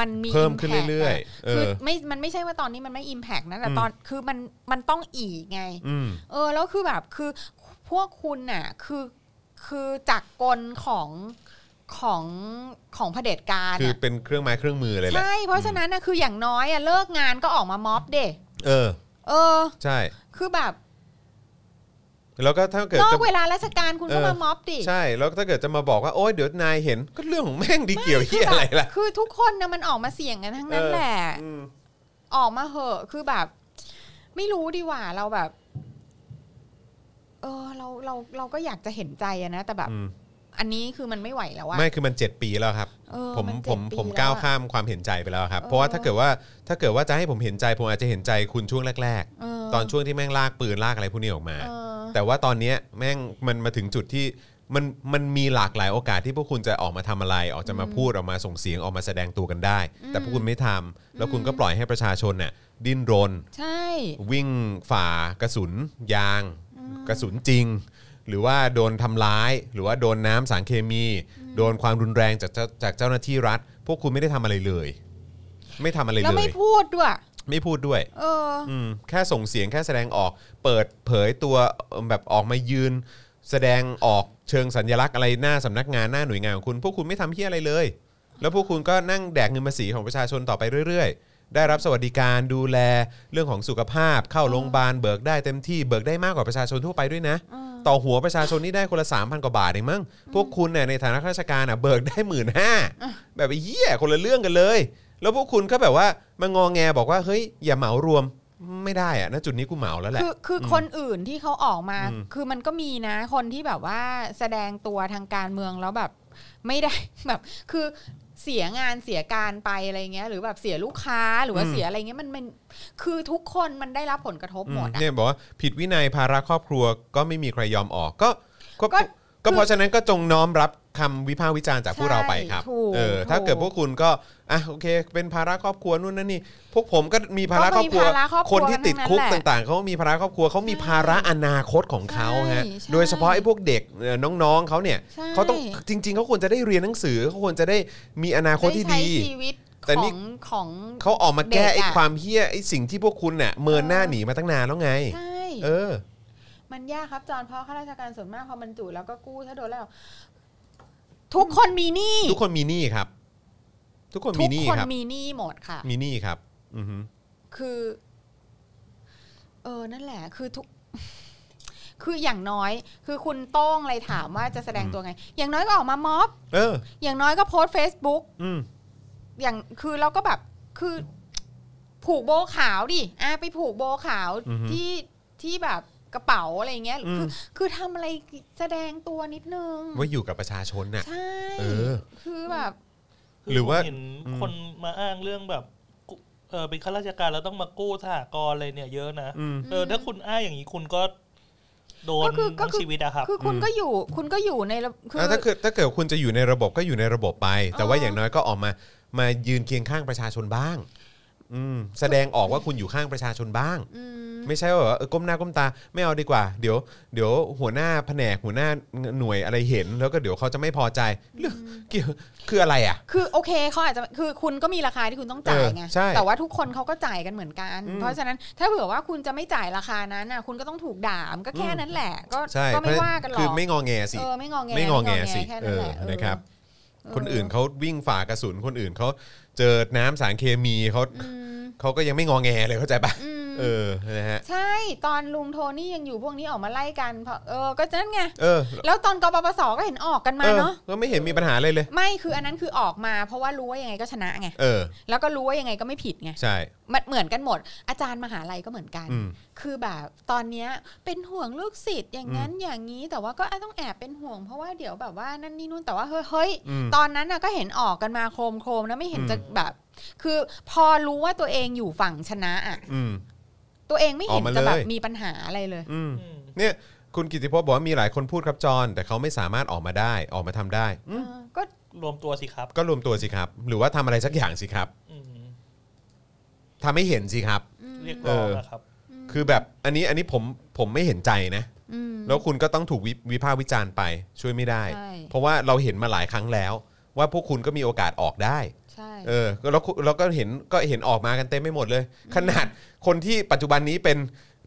[SPEAKER 3] มันมี
[SPEAKER 2] เพิ่มขึ้น
[SPEAKER 3] impact
[SPEAKER 2] เรื่อย
[SPEAKER 3] ะ
[SPEAKER 2] ๆ เอ
[SPEAKER 3] คือ
[SPEAKER 2] อ
[SPEAKER 3] ไม่มันไม่ใช่ว่าตอนนี้มันไม่อิมแพกนะแต่
[SPEAKER 2] อืม
[SPEAKER 3] ตอนคือมันมันต้องอีกไง
[SPEAKER 2] อืม
[SPEAKER 3] เออแล้วคือแบบคือพวกคุณน่ะคือคือจักรกลของของของเผด็จการ
[SPEAKER 2] คือ
[SPEAKER 3] อะ
[SPEAKER 2] เป็นเครื่องไม้เครื่องมือเลยแหละ
[SPEAKER 3] ใช่เพราะฉะนั้นนะคืออย่างน้อยอ่ะเลิกงานก็ออกมาม็อบเด
[SPEAKER 2] เออ
[SPEAKER 3] เออ
[SPEAKER 2] ใช่
[SPEAKER 3] คือแบบ
[SPEAKER 2] แล้วก็ถ้าเกิด
[SPEAKER 3] นอ
[SPEAKER 2] จะ
[SPEAKER 3] กเวลาราชการคุณก็มาม็อบดิ
[SPEAKER 2] ใช่ แล้วถ้าเกิดจะมาบอกว่า โอ๊ยเดี๋ยวนายเห็น ก็เรื่องของแม่งดีเกี่ยวเหียอะไรล่ะ
[SPEAKER 3] คือทุกคนนะมันออกมาเสี่ยงกันทั้งนั้น
[SPEAKER 2] เออ
[SPEAKER 3] แหละ
[SPEAKER 2] อืม
[SPEAKER 3] ออกมาเหอะ คือแบบ ไม่รู้ดีกว่าเราแบบ เออ เราเราเราก็อยากจะเห็นใจอะนะ แต่แบบ
[SPEAKER 2] อืม
[SPEAKER 3] อันนี้คือมันไม่ไหวแล้วอะ
[SPEAKER 2] ไม่ คือมัน 7 ปีแล้วครับ
[SPEAKER 3] เออ
[SPEAKER 2] ผม
[SPEAKER 3] นเจ็
[SPEAKER 2] ผ
[SPEAKER 3] ด
[SPEAKER 2] ม
[SPEAKER 3] ปี
[SPEAKER 2] ผม
[SPEAKER 3] แล้อะ
[SPEAKER 2] ก้าวข้ามความเห็นใจไปแล้วครับ
[SPEAKER 3] เออ
[SPEAKER 2] เพราะว่าถ้าเกิดว่าถ้าเกิดว่าจะให้ผมเห็นใจผมอาจจะเห็นใจคุณช่วงแรก
[SPEAKER 3] เ
[SPEAKER 2] ๆ ตอนช่วงที่แม่งลากปืนลากอะไรพวกนี้ออกมา
[SPEAKER 3] เออ
[SPEAKER 2] แต่ว่าตอนเนี้ยแม่งมันมาถึงจุดที่มันมันมีหลากหลายโอกาสที่พวกคุณจะออกมาทำอะไร ออกจะมาพูดออกมาส่งเสียงออกมาแสดงตัวกันได้ แต่พวกคุณไม่ทำแล้วคุณก็ปล่อยให้ประชาชนน่ะดิ้นรน
[SPEAKER 3] ใช่
[SPEAKER 2] วิ่งฝ่ากระสุนยาง กระสุนจริง หรือว่าโดนทำร้าย หรือว่าโดนน้ำสารเคมี โดนความรุนแรงจากเจ้าจากเจ้าหน้าที่รัฐ พวกคุณไม่ได้ทำอะไรเลย ไม่ทำอะไร
[SPEAKER 3] แล้ว
[SPEAKER 2] เลย
[SPEAKER 3] ไม่พูดด้วย
[SPEAKER 2] ไม่พูดด้วย
[SPEAKER 3] เออ
[SPEAKER 2] อืมแค่ส่งเสียงแค่แสดงออก เปิดเผยตัวเอิ่มแบบออกมายืน แสดงออกเชิงสัญลักษณ์อะไรหน้าสำนักงานหน้าหน่วยงานของคุณ พวกคุณไม่ทำเฮี้ยอะไรเลย แล้วพวกคุณก็นั่งแดกเงินภาษีของประชาชนต่อไปเรื่อย ๆ ได้รับสวัสดิการดูแลเรื่องของสุขภาพ เข้าโรงพยาบาลเบิกได้เต็มที่เบิกได้มากกว่าประชาชนทั่วไปด้วยนะ ต่อหัวประชาชนนี่ได้คนละ3,000กว่าบาทเองมั้งพวกคุณเนี่ยในฐานะข้าราชการอ่ะเบิกได้หมื่นห้าแบบไอ้เหี้ยคนละเรื่องกันเลย แล้วพวกคุณก็แบบว่ามางองแงบอกว่าเฮ้ยอย่าเหมารวมไม่ได้อะณจุดนี้กูเหมาแล้วแหละ
[SPEAKER 3] คือคืออคนอื่นที่เขาออกมา
[SPEAKER 2] อืม
[SPEAKER 3] คือมันก็มีนะ คนที่แบบว่าแสดงตัวทางการเมืองแล้วแบบ ไม่ได้ แบบคือเสียงานเสียการไปอะไรเงี้ย หรือแบบเสียลูกค้าหรือว่าเสียอะไรเงี้ยมันมันคือทุกคนมันได้รับผลกระทบหมด
[SPEAKER 2] เนี่
[SPEAKER 3] อะ
[SPEAKER 2] ยบอกว่าผิดวินัยภาระครอบครัวก็ไม่มีใครยอมออกก็ก็
[SPEAKER 3] ก็
[SPEAKER 2] ก็เพราะฉะนั้นก็จงน้อมรับคำวิพากษ์วิจารณ์จากพวกเราไปครับ
[SPEAKER 3] ใช่ถูก
[SPEAKER 2] เออถ้า
[SPEAKER 3] ถูก
[SPEAKER 2] เกิดพวกคุณก็อ่ะโอเค เป็นภาระครอบครัวนู่นนั่นนี่พวกผมก็มีภาระครอบครัว
[SPEAKER 3] ก็มีภาระครอบครัว
[SPEAKER 2] คนที่ติดคุก
[SPEAKER 3] ทั้งนั้นแหละ
[SPEAKER 2] ต่างๆเขามีภาระครอบครัวเขามีภาระอนาคตของเขา
[SPEAKER 3] ใช่
[SPEAKER 2] ฮะ
[SPEAKER 3] ใช่
[SPEAKER 2] โดยเฉพาะไอ้พวกเด็กเอ่อน้องๆเขาเนี่ย
[SPEAKER 3] ใช่
[SPEAKER 2] เขาต้องจริง ๆเขาควรจะได้เรียนหนังสือเขาควรจะได้มีอนาคตที่
[SPEAKER 3] ได้ใช้
[SPEAKER 2] ดี
[SPEAKER 3] ชีวิต
[SPEAKER 2] แต่
[SPEAKER 3] ข
[SPEAKER 2] นี่
[SPEAKER 3] องของ
[SPEAKER 2] เขาออกมาแก้ไอ้
[SPEAKER 3] เด็ะ
[SPEAKER 2] ความเฮี้ยไอ้สิ่งที่พวกคุณเนี่ยเมินหน้าหนีมาตั้งนานแล้วไง
[SPEAKER 3] ใช่
[SPEAKER 2] เออ
[SPEAKER 3] มันยากครับจอนเพราะข้าราชการส่วนมากพอมันจุแล้วก็กู้ถ้าโดนแล้ว ทุกคนมีหนี้
[SPEAKER 2] ทุกคนมีหนี้ครับ ทุกคน
[SPEAKER 3] ทุ
[SPEAKER 2] มี
[SPEAKER 3] ก
[SPEAKER 2] หนี้
[SPEAKER 3] คน
[SPEAKER 2] ครับ
[SPEAKER 3] มีหนี้หมดค่ะ
[SPEAKER 2] มีหนี้ครับ อือฮึ
[SPEAKER 3] คือ เออนั่นแหละ คือทุก คืออย่างน้อย คือคุณโต้งเลยถามว่าจะแสดงตัวไง อย่างน้อยก็ออกมาม็อบ
[SPEAKER 2] เออ
[SPEAKER 3] อย่างน้อยก็โพสต์ Facebook
[SPEAKER 2] อืม
[SPEAKER 3] อย่างคือเราก็แบบ คือ ผูกโบว์ขาวดิอ่ะไปผูกโบว์ขาว
[SPEAKER 2] อือฮึ
[SPEAKER 3] ที่ที่แบบกระเป๋าอะไรเงี้ย
[SPEAKER 2] อืม
[SPEAKER 3] คือ คือทำอะไรแสดงตัวนิดนึง
[SPEAKER 2] ว่าอยู่กับประชาชนน่ะ
[SPEAKER 3] ใช่
[SPEAKER 2] เออ
[SPEAKER 3] คือแบบ
[SPEAKER 4] คื
[SPEAKER 2] หรือว่า
[SPEAKER 4] ผมเห็น
[SPEAKER 2] อืม
[SPEAKER 4] คนมาอ้างเรื่องแบบกู้เออเป็นข้าราชการแล้วต้องมากู้สหกรณ์อะไรเนี่ยเยอะนะ
[SPEAKER 2] อืม
[SPEAKER 4] เออถ้าคุณอ้างอย่างนี้คุณก็โดน
[SPEAKER 3] ก็คือก็
[SPEAKER 4] ทั้ง
[SPEAKER 3] คือ
[SPEAKER 4] ชีวิตอะครับ
[SPEAKER 3] คือคุณก็อยู่ คุณก็อยู่ในระคือ
[SPEAKER 2] อ่ะถ้าเกิดถ้าเกิดคุณจะอยู่ในระบบก็อยู่ในระบบไป แต่ว่า
[SPEAKER 3] เออ
[SPEAKER 2] อ
[SPEAKER 3] อ
[SPEAKER 2] ย่างน้อยก็ออกมา มายืนเคียงข้างประชาชนบ้าง อืม แสดงออกว่าคุณอยู่ข้างประชาชนบ้าง
[SPEAKER 3] อืม
[SPEAKER 2] ไม่ใช่ว่าแบบว่าเออก้มหน้าก้มตาไม่เอาดีกว่า เดี๋ยวเดี๋ยวหัวหน้าแผนกหัวหน้าหน่วยอะไรเห็น แล้วก็เดี๋ยวเขาจะไม่พอใจเรื่องเกี่ยวคืออะไรอ่ะ
[SPEAKER 3] คือโอเคเขาอาจจะคือคุณก็มีราคาที่คุณต้องจ่ายไง
[SPEAKER 2] เออใช่
[SPEAKER 3] แต่ว่าทุกคนเขาก็จ่ายกันเหมือนกัน
[SPEAKER 2] อืม
[SPEAKER 3] เพราะฉะนั้นถ้าเผื่อว่าคุณจะไม่จ่ายราคานั้นน่ะ คุณก็ต้องถูกด่ามันก็แค่
[SPEAKER 2] อืม
[SPEAKER 3] นั้นแหละ ก็
[SPEAKER 2] ใช่
[SPEAKER 3] ก็
[SPEAKER 2] เพ
[SPEAKER 3] ไม่
[SPEAKER 2] ระ
[SPEAKER 3] ว่ากันหร
[SPEAKER 2] คือ อกไม่งอแงสิ
[SPEAKER 3] เออไม่งอแง
[SPEAKER 2] ไม่งอแงสิ
[SPEAKER 3] แค่
[SPEAKER 2] เอ
[SPEAKER 3] นั้น
[SPEAKER 2] อ
[SPEAKER 3] แหละเออ
[SPEAKER 2] นะครับ
[SPEAKER 3] เ
[SPEAKER 2] คนอื่นเขาวิ่งฝ่ากระสุนคนอื่นเขาเจอน้ำสารเคมีเขา
[SPEAKER 3] อืม
[SPEAKER 2] เขาก็ยังไม่งอแงเลยเข้าใจปะ
[SPEAKER 3] อืม
[SPEAKER 2] เออนะฮะ
[SPEAKER 3] ใช่ตอนลุงโทนี่ยังอยู่พวกนี้ออกมาไล่กันเพราะเออก็นั่นไง
[SPEAKER 2] เออ
[SPEAKER 3] แล้วตอนกปปสก็เห็นออกกันมา
[SPEAKER 2] ออ
[SPEAKER 3] เนาะ
[SPEAKER 2] ก็ไม่เห็นมีปัญหาอะไรเลย
[SPEAKER 3] ไม่คืออันนั้นคือออกมา เพราะว่ารู้ว่ายังไงก็ชนะไง
[SPEAKER 2] เออ
[SPEAKER 3] แล้วก็รู้ว่ายังไงก็ไม่ผิดไง
[SPEAKER 2] ใช่
[SPEAKER 3] มันเหมือนกันหมด อาจารย์มหาลัยก็เหมือนกัน
[SPEAKER 2] อืม
[SPEAKER 3] คือแบบตอนเนี้ยเป็นห่วงลูกศิษย์อย่างนั้นอย่างนี้แต่ว่าก็ต้องแอบเป็นห่วง เพราะว่าเดี๋ยวแบบว่านั่นนี่นู่นแต่ว่าเฮ้ยเฮ้ย
[SPEAKER 2] อืม
[SPEAKER 3] ตอนนั้นน่ะก็เห็นออกกันมาโครมโครมๆนะไม่เห็น
[SPEAKER 2] อืม
[SPEAKER 3] จะแบบ คือพอรู้ว่าตัวเองอยู่ฝั่งชนะอ่ะ
[SPEAKER 2] อืม
[SPEAKER 3] ตัวเองไม่เห็
[SPEAKER 2] อ
[SPEAKER 3] น
[SPEAKER 2] อกมา
[SPEAKER 3] จะแบบ
[SPEAKER 2] เลย
[SPEAKER 3] มีปัญหาอะไรเลย
[SPEAKER 2] อืม
[SPEAKER 4] อืม
[SPEAKER 2] เนี่ยคุณกิติพจน์บอกว่ามีหลายคนพูดครับจอนแต่เขาไม่สามารถออกมาได้ออกมาทำได้อืม
[SPEAKER 3] เออก็
[SPEAKER 4] รวมตัวสิครับ
[SPEAKER 2] ก็รวมตัวสิครับ หรือว่าทำอะไรสักอย่างสิครับ
[SPEAKER 4] อืม
[SPEAKER 2] ทำให้เห็นสิครับ
[SPEAKER 3] อืม
[SPEAKER 4] เรียกร้องนะครับ
[SPEAKER 2] คือแบบอันนี้อันนี้ผมผมไม่เห็นใจนะ
[SPEAKER 3] อืม
[SPEAKER 2] แล้วคุณก็ต้องถูกวิวิพากษ์วิจารณ์ไปช่วยไม่ได้
[SPEAKER 3] ใช่
[SPEAKER 2] เพราะว่าเราเห็นมาหลายครั้งแล้ว ว่าพวกคุณก็มีโอกาสออกได้
[SPEAKER 3] ใช่
[SPEAKER 2] เออแล้วคุณแล้วก็เห็นก็เห็นออกมากันเต็มไม่หมดเลย ขนาดคนที่ปัจจุบันนี้เป็น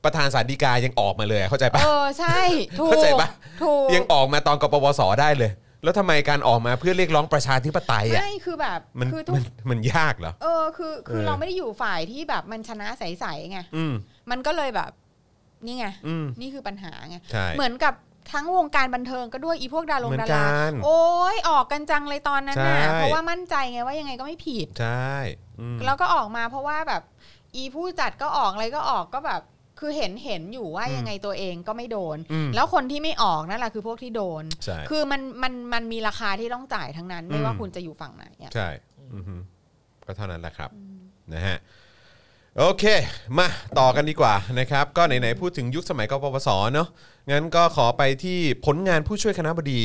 [SPEAKER 2] ประธานสาลฎีกายังออกมาเลยเข้าใจปะ
[SPEAKER 3] เออใช่ ถูก
[SPEAKER 2] เข้าใจปะ
[SPEAKER 3] ถูก
[SPEAKER 2] ยังออกมาตอนกปปสได้เลย แล้วทำไมการออกมาเพื่อเรียกร้องประชาธิปไตยอ่ะ
[SPEAKER 3] ไม่คือแบบ
[SPEAKER 2] มัน
[SPEAKER 3] คือทุ
[SPEAKER 2] มั
[SPEAKER 3] ก
[SPEAKER 2] นมันยากเหรอ
[SPEAKER 3] เออคือคือ
[SPEAKER 2] เออ
[SPEAKER 3] เราไม่ได้อยู่ฝ่ายที่แบบมันชนะใสๆไง
[SPEAKER 2] อืม
[SPEAKER 3] มันก็เลยแบบ นี่ไง
[SPEAKER 2] อืม
[SPEAKER 3] นี่คือปัญหาไง
[SPEAKER 2] ใช่
[SPEAKER 3] เหมือนกับทั้งวงการบันเทิงก็ด้วยอีพวกดารง
[SPEAKER 2] เหมือ
[SPEAKER 3] ดาน
[SPEAKER 2] กั
[SPEAKER 3] ราน โอ้ยออกกันจังเลยตอนนั้นน่ะ
[SPEAKER 2] ใช่
[SPEAKER 3] เพราะว่ามั่นใจไงว่ายังไงก็ไม่ผิด
[SPEAKER 2] ใช่อืม
[SPEAKER 3] แล้วก็ออกมาเพราะว่าแบบ อีผู้จัดก็ออกอะไรก็ออกก็แบบ คือเห็นเห็นอยู่ว่า
[SPEAKER 2] อืม
[SPEAKER 3] ยังไงตัวเองก็ไม่โดน
[SPEAKER 2] อืม
[SPEAKER 3] แล้วคนที่ไม่ออกนั่นแหละคือพวกที่โดน
[SPEAKER 2] ใช่
[SPEAKER 3] คือมันมันมันมีราคาที่ต้องจ่ายทั้งนั้น ไม่
[SPEAKER 2] อืม
[SPEAKER 3] ว่าคุณจะอยู่ฝั่งไหนอะ
[SPEAKER 2] ใช่อือฮึก็เท่านั้นแหละครับนะฮะโอเค มาต่อกันดีกว่านะครับ ก็ไหนๆพูดถึงยุคสมัยกปปสเนาะงั้นก็ขอไปที่ผลงานผู้ช่วยคณะบดี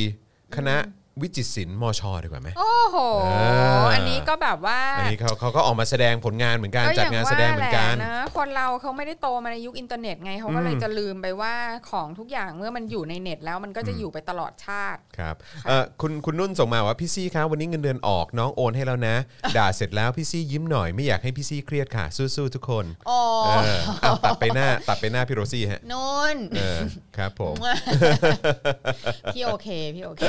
[SPEAKER 2] คณะวิจิตรศิลป์มชดีกว่าไหม
[SPEAKER 3] โอ้โห
[SPEAKER 2] เอออั
[SPEAKER 3] อันนี้ก็แบบว่า
[SPEAKER 2] อันนี้เขาเขาก็ออกมาแสดงผลงานเหมือนกันจัดงานแสดงเหมือนกัน
[SPEAKER 3] ย่างว่าแหละนะคนเราเขาไม่ได้โตมาในยุคอินเทอร์เน็ตไงเขาก็เลยจะลืมไปว่าของทุกอย่างเมื่อมันอยู่ในเน็ตแล้วมันก็จะอยู่ไปตลอดชาติ
[SPEAKER 2] ครับเอ่อคุณคุณนุ่นส่งมาว่าพี่ซี่คะวันนี้เงินเดือนออกน้องโอนให้แล้วนะ ด่าเสร็จแล้วพี่ซี่ยิ้มหน่อยไม่อยากให้พี่ซี่เครียดค่ะ สู้ๆทุกคน
[SPEAKER 3] อ๋อ
[SPEAKER 2] เออเอาตัดไปหน้าตัดไปหน้าพี่โรซี่ฮะ
[SPEAKER 3] นุ่น
[SPEAKER 2] เออครับผม
[SPEAKER 3] พี่โอเค พี่โอเค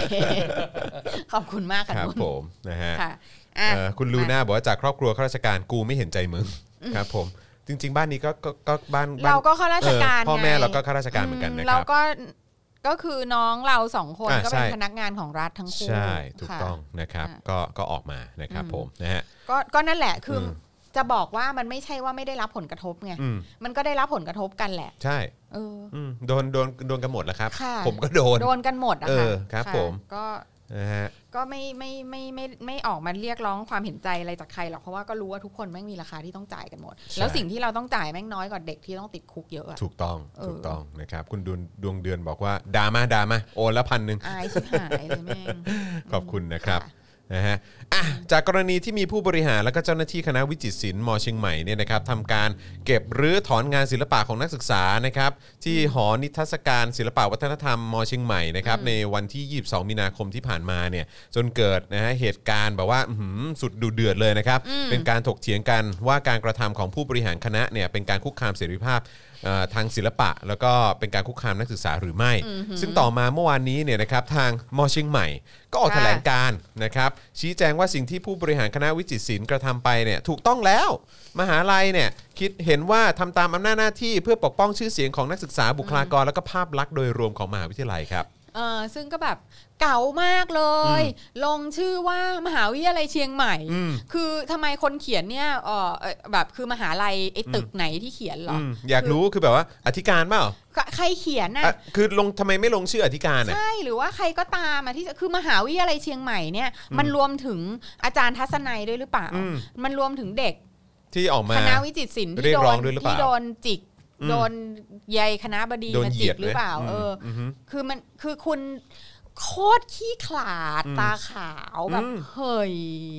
[SPEAKER 3] ขอบคุณมากค่ะ
[SPEAKER 2] ครับ
[SPEAKER 3] นุ่น
[SPEAKER 2] ผมนะฮะ
[SPEAKER 3] ค่ะอ่ะ
[SPEAKER 2] เอ่อคุณลูน่าบอกว่าจากครอบครัวข้าราชการกูไม่เห็นใจมึงครับผมจริง ๆ บ้านนี้ก็ก็ก็บ้านบ้น
[SPEAKER 3] เราก็ข้าราชการ
[SPEAKER 2] เออพ่อแม่
[SPEAKER 3] ไง
[SPEAKER 2] เราก็ข้าราชการเหมือนกันนะค
[SPEAKER 3] เรา
[SPEAKER 2] รับ
[SPEAKER 3] ก็ก็คือน้องเราสองคน
[SPEAKER 2] อ่ะ
[SPEAKER 3] ก็เป็น
[SPEAKER 2] ใช่
[SPEAKER 3] พนักงานของรัฐทั้งคู่
[SPEAKER 2] ใช่ถูก
[SPEAKER 3] ค่ะ
[SPEAKER 2] ต้องนะครับ
[SPEAKER 3] ค่ะ
[SPEAKER 2] ก็ก็ออกมานะครับผมนะฮะ
[SPEAKER 3] ก็ก็นั่นแหละคืออ
[SPEAKER 2] ม
[SPEAKER 3] จะบอกว่ามันไม่ใช่ว่าไม่ได้รับผลกระทบไง
[SPEAKER 2] อืม
[SPEAKER 3] มันก็ได้รับผลกระทบกันแหละ
[SPEAKER 2] ใช่
[SPEAKER 3] เออ
[SPEAKER 2] อืมโดนโดนโดนกันหมดแล้วครับ
[SPEAKER 3] ค่ะ
[SPEAKER 2] ผมก็โดน
[SPEAKER 3] โดนกันหมดอะ
[SPEAKER 2] เออ
[SPEAKER 3] ค่ะ
[SPEAKER 2] ครับ
[SPEAKER 3] ะ
[SPEAKER 2] ผม
[SPEAKER 3] ก็
[SPEAKER 2] นะฮะ
[SPEAKER 3] ก็ไม่ไม่ไม่ไม่ไม่ไม่ออกมาเรียกร้องความเห็นใจอะไรจากใครหรอกเพราะว่าก็รู้ว่าทุกคนแม่งมีราคาที่ต้องจ่ายกันหมด แล้วสิ่งที่เราต้องจ่ายแม่งน้อยกว่าเด็กที่ต้องติดคุกเยอะอะ
[SPEAKER 2] ถูกต้อง
[SPEAKER 3] เออ
[SPEAKER 2] ถูกต้องนะครับคุณดวงดวงเดือนบอกว่าดรามาดรามาโอนละพันหนึ่ง
[SPEAKER 3] อายชิบหายเลยแม่ง
[SPEAKER 2] ขอบคุณนะครับ
[SPEAKER 3] ค่ะ
[SPEAKER 2] นะฮะอ่ะจากกรณีที่มีผู้บริหารและก็เจ้าหน้าที่คณะวิจิตรศิลป์มเชียงใหม่เนี่ยนะครับทำการเก็บรื้อถอนงานศิลปะของนักศึกษานะครับที่หอนิทรรศการศิลปะวัฒนธรรมมเชียงใหม่นะครับในวันที่ 22 มีนาคมที่ผ่านมาเนี่ยจนเกิดนะฮะเหตุการณ์แบบว่าอื้อหือสุดดุเดือดเลยนะครับ
[SPEAKER 3] อืม
[SPEAKER 2] เป็นการถกเถียงกันว่าการกระทำของผู้บริหารคณะเนี่ยเป็นการคุกคามเสรีภาพเอ่อทางศิลปะ แล้วก็เป็นการคุกคามนักศึกษาหรือไม่ ซึ่งต่อมาเมื่อวานนี้เนี่ยนะครับทางมเชียงใหม่ ก็ออก
[SPEAKER 3] ค่ะ
[SPEAKER 2] แถลงการนะครับ ชี้แจงว่าสิ่งที่ผู้บริหารคณะวิจิตรศิลป์กระทำไปเนี่ยถูกต้องแล้ว มหาลัยเนี่ยคิดเห็นว่าทำตามอำนาจหน้าที่เพื่อปกป้องชื่อเสียงของนักศึกษาบุคลากร และก็ภาพลักษณ์โดยรวมของมหาวิทยาลัยครับ
[SPEAKER 3] เออซึ่งก็แบบเก่ามากเลย ลงชื่อว่ามหาวิทยาลัยเชียงใหม่
[SPEAKER 2] อืม
[SPEAKER 3] คือทำไมคนเขียนเนี่ยเออเอ่อแบบคือมหาลัยไอ้ตึกไหนที่เขียนเหรอ
[SPEAKER 2] อืมอยากรู้คือแบบว่าอธิการเปล่า
[SPEAKER 3] ใครใครเขียนน่ะ
[SPEAKER 2] อ่ะคือลงทำไมไม่ลงชื่ออธิการอ่ะ
[SPEAKER 3] ใช่หรือว่าใครก็ตามอะที่จะคือมหาวิทยาลัยเชียงใหม่เนี่ยมันรวมถึงอาจารย์ทัศนัยด้วยหรือเปล่า
[SPEAKER 2] อืม
[SPEAKER 3] มันรวมถึงเด็ก
[SPEAKER 2] ที่ออกมา
[SPEAKER 3] คณะวิจิตรศิลป์
[SPEAKER 2] เรี
[SPEAKER 3] ที่
[SPEAKER 2] ยก
[SPEAKER 3] โด
[SPEAKER 2] ร้อน งด้วยหรือเปล่า
[SPEAKER 3] ที่โดนจิก
[SPEAKER 2] อืม
[SPEAKER 3] โดนใยคณะบดี
[SPEAKER 2] โดน
[SPEAKER 3] มา
[SPEAKER 2] เห
[SPEAKER 3] จิ
[SPEAKER 2] ยีย
[SPEAKER 3] ก
[SPEAKER 2] ด
[SPEAKER 3] หรือเปล่า
[SPEAKER 2] ม
[SPEAKER 3] เอออ
[SPEAKER 2] อฮึ
[SPEAKER 3] คือมันคือคุณ โคตรขี้ขลาด ตาขาวแบบ
[SPEAKER 2] อืม
[SPEAKER 3] เฮ้ย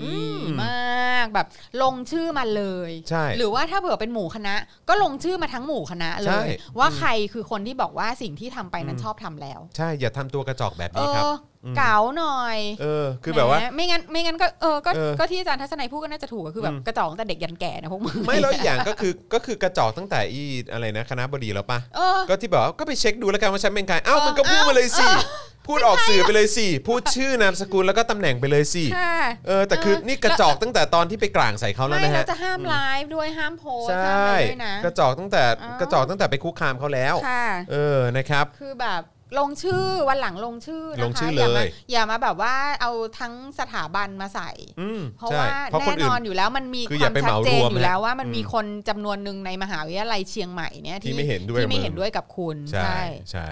[SPEAKER 2] อืม
[SPEAKER 3] มากแบบลงชื่อมาเลย
[SPEAKER 2] ใช่
[SPEAKER 3] หรือว่าถ้าเผื่อเป็นหมู่คณะ ก็ลงชื่อมาทั้งหมู่คณะเล
[SPEAKER 2] ใช่
[SPEAKER 3] ย ว่าใครคือคนที่บอกว่าสิ่งที่ทำไปนั้นชอบทำแล้ว
[SPEAKER 2] ใช่อย่าทำตัวกระจอกแบบ
[SPEAKER 3] เอ
[SPEAKER 2] นี้ครับ
[SPEAKER 3] อ
[SPEAKER 2] อืม
[SPEAKER 3] เก๋าหน่อย
[SPEAKER 2] เออ คือแบบว่า
[SPEAKER 3] หมไม่งั้นไม่งั้นก็เออก็
[SPEAKER 2] เออ
[SPEAKER 3] ก็ที่อาจารย์ทัศนัยพูดก็น่าจะถูกก็คือแบ
[SPEAKER 2] อื
[SPEAKER 3] บ
[SPEAKER 2] ม
[SPEAKER 3] กระจอกตั้งแต่เด็กยันแก่นะพวกมึง
[SPEAKER 2] ไม่แล้วอีกอย่างก็คือก็คือกระจอกตั้งแต่อีอะไรนะคณะบดีแล้วปะ
[SPEAKER 3] เออ
[SPEAKER 2] ก็ที่บอกว่าก็ไปเช็คดูแล้วกันว่าฉันเป็นใครเอ้า
[SPEAKER 3] เออ
[SPEAKER 2] มันก็พูดมาเลยสิ
[SPEAKER 3] เออ
[SPEAKER 2] พูดออกสื่อไปเลยสิพูดชื่อนามสกุลแล้วก็ตำแหน่งไปเลยสิ
[SPEAKER 3] ค่ะ
[SPEAKER 2] เออแต่คือ
[SPEAKER 3] เออ
[SPEAKER 2] นี่กระจอกตั้งแต่ตอนที่ไปกลางใส่เขาแล้ว
[SPEAKER 3] ไม่
[SPEAKER 2] นะ
[SPEAKER 3] เรา
[SPEAKER 2] ฮะ
[SPEAKER 3] จะห้ามไลฟ์ด้วยห้ามโพส
[SPEAKER 2] ใช
[SPEAKER 3] ต์ห้าม
[SPEAKER 2] ่
[SPEAKER 3] อะไรด้วยนะ
[SPEAKER 2] กระจอกตั้งแต่
[SPEAKER 3] อ๋อ
[SPEAKER 2] กระจอกตั้งแต่ไปคุกคามเขาแล้ว
[SPEAKER 3] ค่ะ
[SPEAKER 2] เออนะครับ
[SPEAKER 3] คือแบบลงชื่อวันหลังลงชื่อนะคะ
[SPEAKER 2] ลงชื่อ
[SPEAKER 3] อ
[SPEAKER 2] เลย
[SPEAKER 3] ย่ามาอย่ามาแบบว่าเอาทั้งสถาบันมาใส่
[SPEAKER 2] อืม
[SPEAKER 3] เพราะ
[SPEAKER 2] ใช่
[SPEAKER 3] ว่า
[SPEAKER 2] เพราะค
[SPEAKER 3] แน่
[SPEAKER 2] น
[SPEAKER 3] น
[SPEAKER 2] อื่น
[SPEAKER 3] อนอยู่แล้วมันมี
[SPEAKER 2] คืออย่าว
[SPEAKER 3] คาม
[SPEAKER 2] ไปเห
[SPEAKER 3] ชัด
[SPEAKER 2] มา
[SPEAKER 3] เจ
[SPEAKER 2] ร
[SPEAKER 3] น
[SPEAKER 2] วม
[SPEAKER 3] อยู่แล้วว่ามัน
[SPEAKER 2] อืม
[SPEAKER 3] มีคนจำนวนหนึ่งในมหาวิทยาลัยเชียงใหม่เนี่ย
[SPEAKER 2] ที่ไม่เห็นด้วย
[SPEAKER 3] ที่ไม่
[SPEAKER 2] กับมึง
[SPEAKER 3] เห็นด้วยกับคุณ
[SPEAKER 2] ใช่ใช่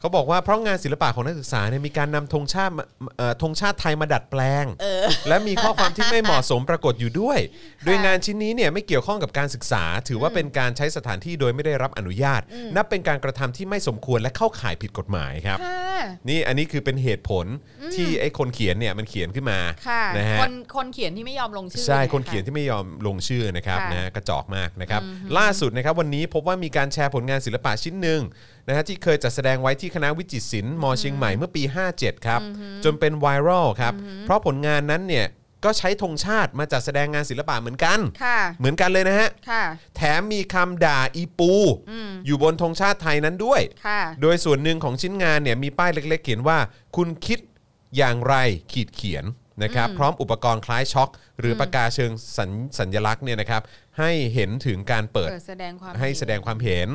[SPEAKER 2] เขาบอกว่าเพราะงานศิลปะของนักศึกษาเนี่ยมีการนำธงชาติมาเอ่อธงชาติไทยมาดัดแปลง
[SPEAKER 3] เออ
[SPEAKER 2] และมีข้อความที่ไม่เหมาะสมปรากฏอยู่ด้วย โดยงานชิ้นนี้เนี่ยไม่เกี่ยวข้องกับการศึกษา ถือว่าเป็นการใช้สถานที่โดยไม่ได้รับอนุญาต นับเป็นการกระทำที่ไม่สมควรและเข้าข่ายผิดกฎหมายครับ
[SPEAKER 3] ค่ะ
[SPEAKER 2] นี่อันนี้คือเป็นเหตุผลที่ไอ้คนเขียนเนี่ยมันเขียนขึ้นมา
[SPEAKER 3] ค่ะ
[SPEAKER 2] นะฮะ
[SPEAKER 3] คนคนเขียนที่ไม่ยอมลงชื่อ
[SPEAKER 2] ใช่
[SPEAKER 3] เย
[SPEAKER 2] คนเขียน
[SPEAKER 3] ค่ะ
[SPEAKER 2] ที่ไม่ยอมลงชื่อนะครับ
[SPEAKER 3] ค่ะ
[SPEAKER 2] นะฮะกระจอกมากนะครับ ล่าสุดนะครับวันนี้พบว่ามีการแชร์ผลงานศิลปะชิ้นหนึ่งนะฮะที่เคยจัดแสดงไว้ที่คณะวิจิตรศิลป์มเชียงใหม่เมื่อปี 57 ครับ จนเป็นไวรัลครับ เพราะผลงานนั้นเนี่ยก็ใช้ธงชาติมาจัดแสดงงานศิลปะเหมือนกัน
[SPEAKER 3] ค่ะ
[SPEAKER 2] เหมือนกันเลยนะฮะ
[SPEAKER 3] ค่ะ
[SPEAKER 2] แถมมีคำด่าอีปู อยู่บนธงชาติไทยนั้นด้วย
[SPEAKER 3] ค่ะ
[SPEAKER 2] โดยส่วนหนึ่งของชิ้นงานเนี่ยมีป้ายเล็ก ๆ เขียนว่า คุณคิดอย่างไรขีดเขียนนะครับ พร้อมอุปกรณ์คล้ายช็อค หรือปากกาเชิงสัญสัญลักษณ์เนี่ยนะครับ ให้เห็นถึงการเปิด
[SPEAKER 3] เปิดแสดงความ
[SPEAKER 2] ให้แสดง
[SPEAKER 3] เห็น
[SPEAKER 2] ความเห็น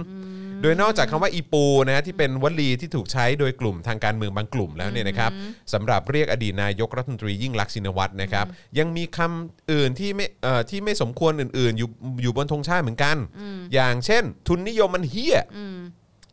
[SPEAKER 2] โดยนอกจากคำว่าอีปูนะฮะที่เป็นวลีที่ถูกใช้โดยกลุ่มทางการเมืองบางกลุ่มแล้วเนี่ยนะครับสำหรับเรียกอดีตนายกรัฐมนตรียิ่งลักษณ์ชินวัตรนะครับ ยังมีคำอื่นที่ไม่เอ่อที่ไม่สมควรอื่น ๆ อยู่อยู่บนธงชาติเหมือนกัน อย่างเช่น ทุนนิยมมันเฮี้ย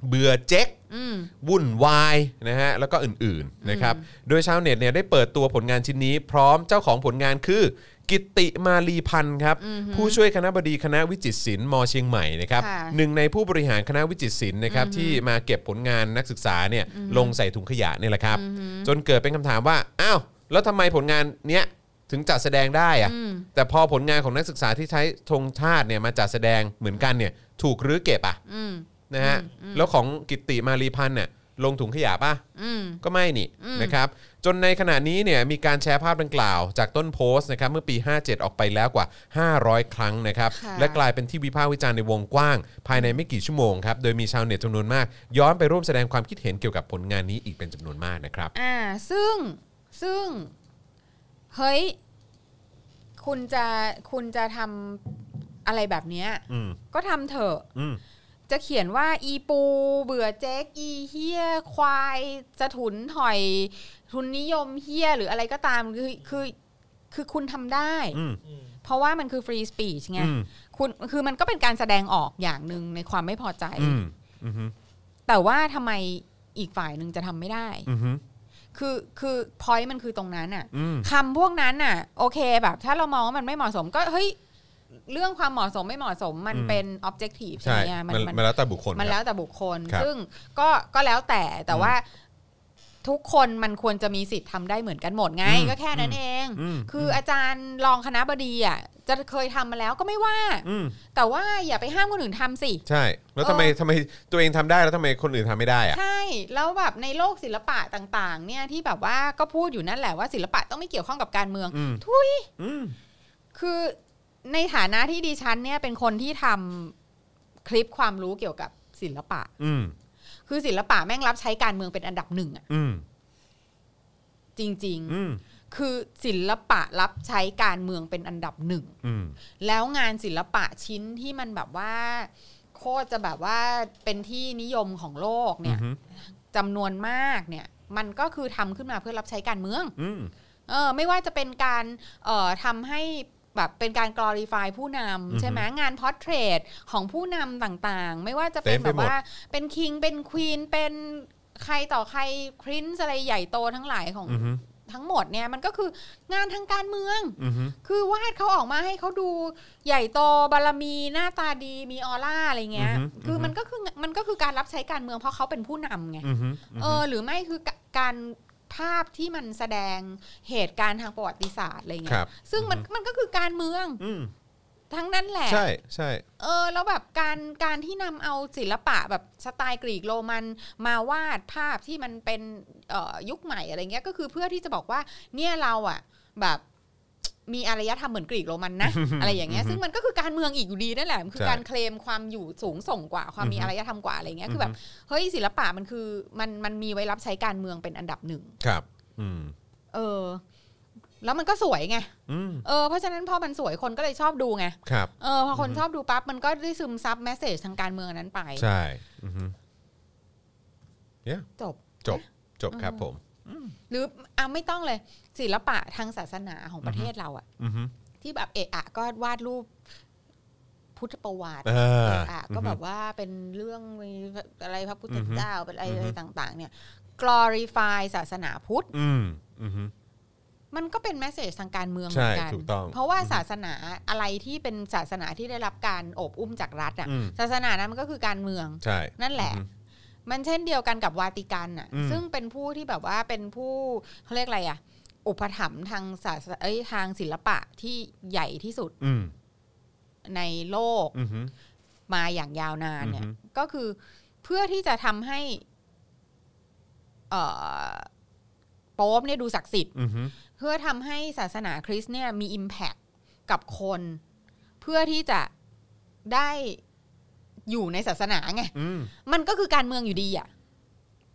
[SPEAKER 2] เบื่อเจ๊ก
[SPEAKER 3] อืม
[SPEAKER 2] วุ่นวายนะฮะแล้วก็อื่นๆนะครับโดยชาวเน็ตเนี่ยได้เปิดตัวผลงานชิ้นนี้ พร้อมเจ้าของผลงานคือ กิตติมาลีพันธ์ครับผู้ช่วยคณะบดีคณะวิจิตรศิลป์มเชียงใหม่นะครับ
[SPEAKER 3] ค่ะ
[SPEAKER 2] หนึ่งในผู้บริหารคณะวิจิตรศิลป์นะครับที่มาเก็บผลงานนักศึกษาเนี่ยลงใส่ถุงขยะเนี่ยแหละครับ จนเกิดเป็นคำถามว่าอ้าวแล้วทำไมผลงานเนี้ยถึงจัดแสดงได้อะ
[SPEAKER 3] อืม
[SPEAKER 2] แต่พอผลงานของนักศึกษาที่ใช้ธงชาติเนี่ยมาจัดแสดงเหมือนกันเนี่ยถูกรื้อเก็บอ่ะ
[SPEAKER 3] อืม
[SPEAKER 2] นะฮะแล้วของกิตติมารีพันธ์เนี่ยลงถุงขยะป่ะ
[SPEAKER 3] อืม
[SPEAKER 2] ก็ไม่นี่นะครับจนในขณะนี้เนี่ยมีการแชร์ภาพดังกล่าว จากต้นโพสต์นะครับเมื่อปี 57 ออกไปแล้วกว่า 500 ครั้งนะครับ
[SPEAKER 3] ค่ะ
[SPEAKER 2] และกลายเป็นที่วิพากษ์วิจารณ์ในวงกว้าง ภายในไม่กี่ชั่วโมงครับ โดยมีชาวเน็ตจำนวนมาก ย้อนไปร่วมแสดงความคิดเห็นเกี่ยวกับผลงานนี้อีกเป็นจำนวนมากนะครับ
[SPEAKER 3] อ่าซึ่งซึ่ง เฮ้ย คุณจะคุณจะทำอะไรแบบเนี้ย
[SPEAKER 2] อืม
[SPEAKER 3] ก็ทำเถอะ
[SPEAKER 2] อืม
[SPEAKER 3] จะเขียนว่าอีปู เบื่อเจ๊กอีเฮียควายจะถุนถอย ทุนนิยมเฮียหรืออะไรก็ตาม คือคือคือคุณทำได้
[SPEAKER 2] อืม
[SPEAKER 4] อืม
[SPEAKER 3] เพราะว่ามันคือฟรีสปีชไง
[SPEAKER 2] อืม
[SPEAKER 3] คุณคือมันก็เป็นการแสดงออกอย่างหนึ่งในความไม่พอใจ
[SPEAKER 2] อืมอืม
[SPEAKER 3] แต่ว่าทำไมอีกฝ่ายหนึ่งจะทำไม่ได้
[SPEAKER 2] อืม
[SPEAKER 3] คือคือพอยต์มันคือตรงนั้นอะ
[SPEAKER 2] อืม
[SPEAKER 3] คำพวกนั้นน่ะ โอเคแบบ ถ้าเรามองว่ามันไม่เหมาะสมก็เฮ้ย เรื่องความเหมาะสมไม่เหมาะสมมัน
[SPEAKER 2] อืม
[SPEAKER 3] เป็น objective ใช่
[SPEAKER 2] ใช่
[SPEAKER 3] ไหมอะ
[SPEAKER 2] มันมันแล้วแต่บุคคล
[SPEAKER 3] มัน
[SPEAKER 2] ค
[SPEAKER 3] แล้
[SPEAKER 2] รับ
[SPEAKER 3] วแต่บุคคล
[SPEAKER 2] ครับ
[SPEAKER 3] ซึ่งก็ก็แล้วแต่แต่
[SPEAKER 2] อืม
[SPEAKER 3] ว่าทุกคนมันควรจะมีสิทธิ์ทำได้เหมือนกันหมดไง
[SPEAKER 2] อืม
[SPEAKER 3] ก็แค่นั้นเอง
[SPEAKER 2] อืม
[SPEAKER 3] คืออาจารย์รองคณะบดีอ่ะจะเคยทำมาแล้วก็ไม่ว่า
[SPEAKER 2] อืม
[SPEAKER 3] แต่ว่าอย่าไปห้ามคนอื่นทำสิ
[SPEAKER 2] ใช่แล้วทำไมทำไมตัวเองทำได้แล้วทำไมคนอื่นทำไม่ได้อะ
[SPEAKER 3] ใช่ แล้วแบบในโลกศิลปะต่างๆ เนี่ยที่แบบว่าก็พูดอยู่นั่นแหละว่าศิลปะต้องไม่เกี่ยวข้องกับการเมือง
[SPEAKER 2] อืม
[SPEAKER 3] ทุย
[SPEAKER 2] อืม
[SPEAKER 3] คือในฐานะที่ดิฉันเนี่ยเป็นคนที่ทำคลิปความรู้เกี่ยวกับศิลปะ
[SPEAKER 2] อืม
[SPEAKER 3] คือศิลปะแม่งรับใช้การเมืองเป็นอันดับหนึ่งอะ
[SPEAKER 2] อืม
[SPEAKER 3] จริง
[SPEAKER 2] อืม
[SPEAKER 3] ๆ คือศิลปะรับใช้การเมืองเป็นอันดับหนึ่ง
[SPEAKER 2] อืม
[SPEAKER 3] แล้วงานศิลปะชิ้นที่มันแบบว่า โคตรจะแบบว่าเป็นที่นิยมของโลกเนี่ย
[SPEAKER 2] อืม
[SPEAKER 3] จำนวนมากเนี่ย มันก็คือทำขึ้นมาเพื่อรับใช้การเมือง
[SPEAKER 2] อืม
[SPEAKER 3] เออไม่ว่าจะเป็นการเอ่อทำให้แบบเป็นการ glorify ผู้นำใช่ไหมงาน portrait ของผู้นำต่างๆ ไม่ว่าจะเป็น
[SPEAKER 2] เต็มไป
[SPEAKER 3] แบบ
[SPEAKER 2] หมด
[SPEAKER 3] ว่าเป็นคิงเป็นควีนเป็นใครต่อใครพรินซ์อะไรใหญ่โตทั้งหลายของ
[SPEAKER 2] อืม
[SPEAKER 3] ทั้งหมดเนี่ยมันก็คืองานทางการเมือง
[SPEAKER 2] อืม
[SPEAKER 3] คือวาดเขาออกมาให้เขาดูใหญ่โตบารมีหน้าตาดีมีออร่าอะไรเงี้ย
[SPEAKER 2] อือฮึ
[SPEAKER 3] คืออ
[SPEAKER 2] อฮึ
[SPEAKER 3] มันก็คือมันก็คือการรับใช้การเมืองเพราะเขาเป็นผู้นำไง
[SPEAKER 2] อืม
[SPEAKER 3] เออหรือไม่คือการ ภาพที่มันแสดงเหตุการณ์ทางประวัติศาสตร์อะไรเงี้
[SPEAKER 2] ครั
[SPEAKER 3] ย
[SPEAKER 2] บ
[SPEAKER 3] ซึ่งมันมันก็คือการเมือง
[SPEAKER 2] อืม
[SPEAKER 3] ทั้งนั้นแหละ
[SPEAKER 2] ใช่ใช่
[SPEAKER 3] เออแล้วแบบการการที่นำเอาศิลปะแบบสไตล์กรีกโรมันมาวาดภาพที่มันเป็นเอ่อยุคใหม่อะไรเงี้ยก็คือเพื่อที่จะบอกว่าเนี่ยเราอ่ะแบบมีอารยธรรมเหมือนกรีกโรมัน นะ อะไรอย่างเงี้ยซึ่งมันก็คือการเมืองอีกอยู่ดีนั่นแหละมันคือ
[SPEAKER 2] ใช่
[SPEAKER 3] การเคลมความอยู่สูงส่งกว่าความมี
[SPEAKER 2] อือฮึ
[SPEAKER 3] อารยธรรมกว่าอะไรเงี้ยคื
[SPEAKER 2] ม
[SPEAKER 3] ออแบบเฮ้ยศิลปะมันคือมันมันมีไว้รับใช้การเมืองเป็นอันดับหนึ่ง
[SPEAKER 2] ครับ อืม
[SPEAKER 3] เออ แล้วมันก็สวยไง
[SPEAKER 2] อืม
[SPEAKER 3] เออเพราะฉะนั้นพอมันสวยคนก็เลยชอบดูไง
[SPEAKER 2] ครับ
[SPEAKER 3] เออพอคน
[SPEAKER 2] อือฮึ
[SPEAKER 3] ชอบดูปั๊บ มันก็ได้ซึมซับแมสเซจทางการเมืองอันนั้นไป
[SPEAKER 2] ใช่อือฮึ
[SPEAKER 3] จบ
[SPEAKER 2] จบจบครับผม
[SPEAKER 3] หรืออ่ะไม่ต้องเลย ศิลปะทางศาสนาของประเทศเราอะ
[SPEAKER 2] อือฮึ
[SPEAKER 3] ที่แบบเอะอะก็วาดรูปพุทธประวัติ
[SPEAKER 2] เออ
[SPEAKER 3] เอะอะก็
[SPEAKER 2] อือฮึ
[SPEAKER 3] แบบว่าเป็นเรื่องมีอะไรพระพุทธ
[SPEAKER 2] อือฮึ
[SPEAKER 3] เจ้าเป็นอะไร
[SPEAKER 2] อือฮึ
[SPEAKER 3] ต่าง ๆ เนี่ย glorify ศาสนาพุทธ
[SPEAKER 2] อืมอือฮึ
[SPEAKER 3] มันก็เป็นแมสเซจทางการเมืองเห
[SPEAKER 2] ใช่
[SPEAKER 3] มือนกัน
[SPEAKER 2] ถูกต้อง
[SPEAKER 3] เพราะว่า
[SPEAKER 2] อือฮึ
[SPEAKER 3] ศาสนาอะไรที่เป็นศาสนาที่ได้รับการโอบอุ้มจากรัฐอะ
[SPEAKER 2] อืม
[SPEAKER 3] ศาสนานั้นมันก็คือการเมือง
[SPEAKER 2] ใช่
[SPEAKER 3] นั่นแหละ
[SPEAKER 2] อือฮึ
[SPEAKER 3] มันเช่นเดียวกันกับวาติกันน่ะ
[SPEAKER 2] อืม
[SPEAKER 3] ซึ่งเป็นผู้ที่แบบว่าเป็นผู้เขาเรียกอะไรอ่ะ อุปถัมภ์ทางศาสเอ้ยทางศิลปะที่ใหญ่ที่สุด
[SPEAKER 2] อืม
[SPEAKER 3] ในโลก
[SPEAKER 2] อือฮึ
[SPEAKER 3] มาอย่างยาวนานเนี่ย
[SPEAKER 2] อือฮึ
[SPEAKER 3] ก็คือเพื่อที่จะทำให้เอ่อโป๊ปเนี่ยดูศักดิ์สิทธิ์
[SPEAKER 2] อือฮึ
[SPEAKER 3] เพื่อทำให้ศาสนาคริสต์เนี่ยมีอิมแพคกับคน เพื่อที่จะได้อยู่ในศาสนาไง
[SPEAKER 2] อืม
[SPEAKER 3] มันก็คือการเมืองอยู่ดีอ่ะ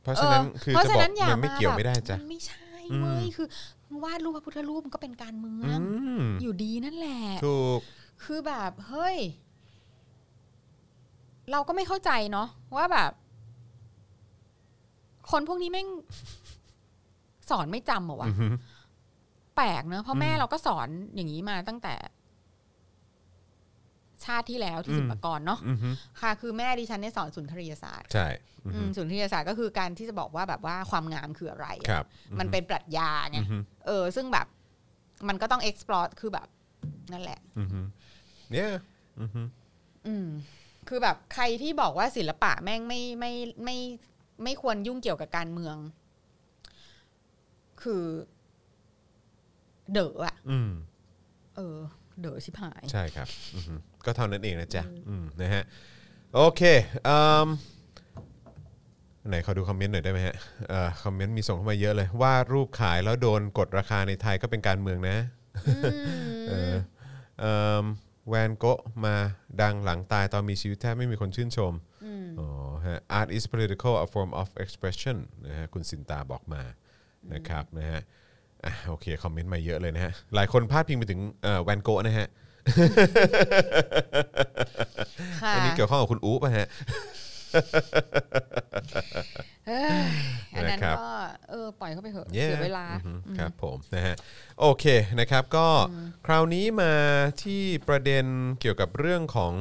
[SPEAKER 2] เพราะฉะนั้นคือ
[SPEAKER 3] เพราะ
[SPEAKER 2] จะ
[SPEAKER 3] ฉะ
[SPEAKER 2] บอก
[SPEAKER 3] นั้นอย่า
[SPEAKER 2] มันไม่
[SPEAKER 3] มา
[SPEAKER 2] เกี่ยว
[SPEAKER 3] แบบ
[SPEAKER 2] ไม่ได้จ้ะ
[SPEAKER 3] มันไม่ใช่
[SPEAKER 2] อืม
[SPEAKER 3] เว้ยคือวาดรูปพระพุทธรูปมันก็เป็นการเมือ
[SPEAKER 2] อื
[SPEAKER 3] ง
[SPEAKER 2] ม
[SPEAKER 3] อยู่ดีนั่นแหละ
[SPEAKER 2] ถูก
[SPEAKER 3] คือแบบเฮ้ย เราก็ไม่เข้าใจเนาะว่าแบบ คนพวกนี้แม่ง สอนไม่จำเหรอวะ
[SPEAKER 2] อือฮึ
[SPEAKER 3] แปลกเนอะเพราะแม่
[SPEAKER 2] อืม
[SPEAKER 3] เราก็สอนอย่างนี้มาตั้งแต่ ชาติที่แล้วที่
[SPEAKER 2] อืม
[SPEAKER 3] ศิลปากรเนาะ
[SPEAKER 2] อือฮึ
[SPEAKER 3] ค่ะ คือแม่ดิฉันเนี่ยสอนสุนทรียศาสตร์
[SPEAKER 2] ใช่อือฮึ
[SPEAKER 3] อืมสุนทรียศาสตร์ก็คือการที่จะบอกว่าแบบว่าความงามคืออะไรอะ
[SPEAKER 2] ครับ
[SPEAKER 3] มันเป็นปรัชญาไง
[SPEAKER 2] อือฮึ
[SPEAKER 3] เออ ซึ่งแบบ มันก็ต้อง explore คือแบบ นั่นแหละ
[SPEAKER 2] อือฮึเนี่ยอือฮึ
[SPEAKER 3] อืม คือแบบใครที่บอกว่าศิลปะแม่งไม่ไม่ไม่ไม่ไม่ควรยุ่งเกี่ยวกับการเมือง คือ เด๋ออะ
[SPEAKER 2] อืม
[SPEAKER 3] เออ เด๋อชิบหาย
[SPEAKER 2] ใช่ครับอือฮึก็เท่านั้นเองนะจ๊ะอืมนะฮะ โอเคอืมไหนขอดูคอมเมนต์หน่อยได้ไหมฮะเอ่อคอมเมนต์มีส่งเข้ามาเยอะเลย ว่ารูปขายแล้วโดนกดราคาในไทยก็เป็นการเมืองนะ เออเอิ่มแวนโกะมาดังหลังตายตอนมีชีวิตแทบไม่มีคนชื่นชม อ๋อฮะ art is political a form of expression นะฮะคุณสินตาบอกมานะครับนะฮะอ่ะโอเค คอมเมนต์มาเยอะเลยนะฮะ หลายคนพาดพิงไปถึงแวนโกะนะฮะ
[SPEAKER 3] ค่ะ
[SPEAKER 2] อันนี้เกี่ยวข้องกับคุณอู๋ป่ะฮะ
[SPEAKER 3] เอ้ยอันนั้น
[SPEAKER 2] นะครับ
[SPEAKER 3] ก็ เออ ปล่อยเข้าไปเถอะ
[SPEAKER 2] Yeah
[SPEAKER 3] เสียเวลา
[SPEAKER 2] อือฮึครับผมนะฮะโอเคนะครับก็คราวนี้มาที่ประเด็นเกี่ยวกับเรื่องของ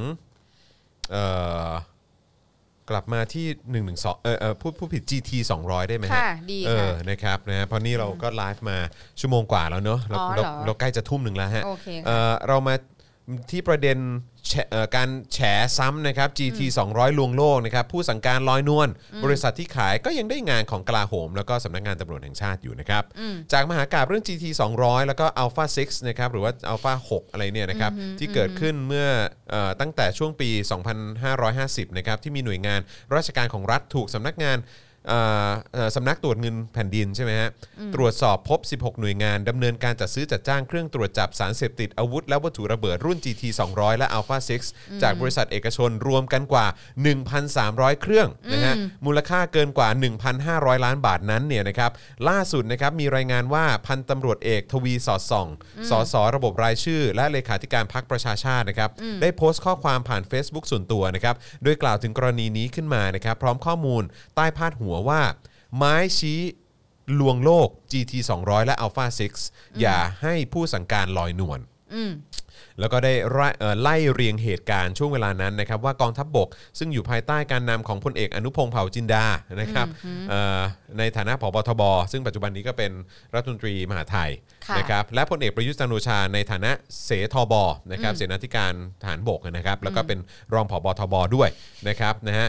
[SPEAKER 2] เอ่อกลับมาที่1นึเออเออพูดพูดผิด GT 200 ได้ไหมฮ
[SPEAKER 3] ค่ะดีค่ะ
[SPEAKER 2] เออนะครับนะฮะเพราะนี่เราก็ไลฟ์มาชั่วโมงกว่าแล้วเนอะเรา
[SPEAKER 3] อ๋อเหร
[SPEAKER 2] เรา
[SPEAKER 3] อ
[SPEAKER 2] เราใกล้จะทุ่มหนึ่งแล้วฮะ
[SPEAKER 3] โอเคค่ะ
[SPEAKER 2] เออเรามาที่ประเด็นแฉเอ่อการแฉซ้ำนะครับ GT 200 ลวงโลกนะครับผู้สั่งการลอยนวลบริษัทที่ขายก็ยังได้งานของกลาโหม แล้วก็สำนักงานตำรวจแห่งชาติอยู่นะครับ จากมหากาบเรื่อง GT 200 แล้วก็ Alpha 6นะครับหรือว่า Alpha 6 อะไรเนี่ยนะครับที่เกิดขึ้นเมื่อเอ่อตั้งแต่ช่วงปี 2550 นะครับที่มีหน่วยงานราชการของรัฐถูกสำนักงานเอ่อเอ่อสำนักตรวจเงินแผ่นดินใช่ไหมฮะตรวจสอบพบ 16 หน่วยงานดำเนินการจัดซื้อจัดจ้างเครื่องตรวจจับสารเสพติดอาวุธและวัตถุระเบิดรุ่น GT 200 และ Alpha 6 จากบริษัทเอกชนรวมกันกว่า 1,300 เครื่องนะฮะ มูลค่าเกินกว่า 1,500 ล้านบาทนั้นเนี่ยนะครับล่าสุดนะครับมีรายงานว่าพันตำรวจเอกทวีสอดส่องสอสอระบบรายชื่อ และเลขาธิการพักประชาชาตินะครับได้โพสต์ข้อความผ่าน Facebook ส่วนตัวนะครับโดยกล่าวถึงกรณีนี้ขึ้นมานะครับพร้อมข้อมูลใต้พาดหัวว่า ไม้ชี้ลวงโลก GT 200 และ Alpha 6 อย่าให้ผู้สั่งการลอยนวล
[SPEAKER 3] อืม
[SPEAKER 2] แล้วก็ได้ไล่เอ่อไล่เรียงเหตุการณ์ช่วงเวลานั้นนะครับ ว่ากองทัพบบก ซึ่งอยู่ภายใต้การนำของพลเอกอนุพงษ์เผ่าจินดานะครับเอ่อในฐานะผบทบ ซึ่งปัจจุบันนี้ก็เป็นรัฐมนตรีมหาดไทย
[SPEAKER 3] ค่ะ
[SPEAKER 2] นะครับและพลเอกประยุทธ์จันทร์โอชาในฐานะเสทบนะครับเสนาธิการฐานบกนะครับ แล้วก็เป็นรองผบทบด้วยนะครับนะฮะ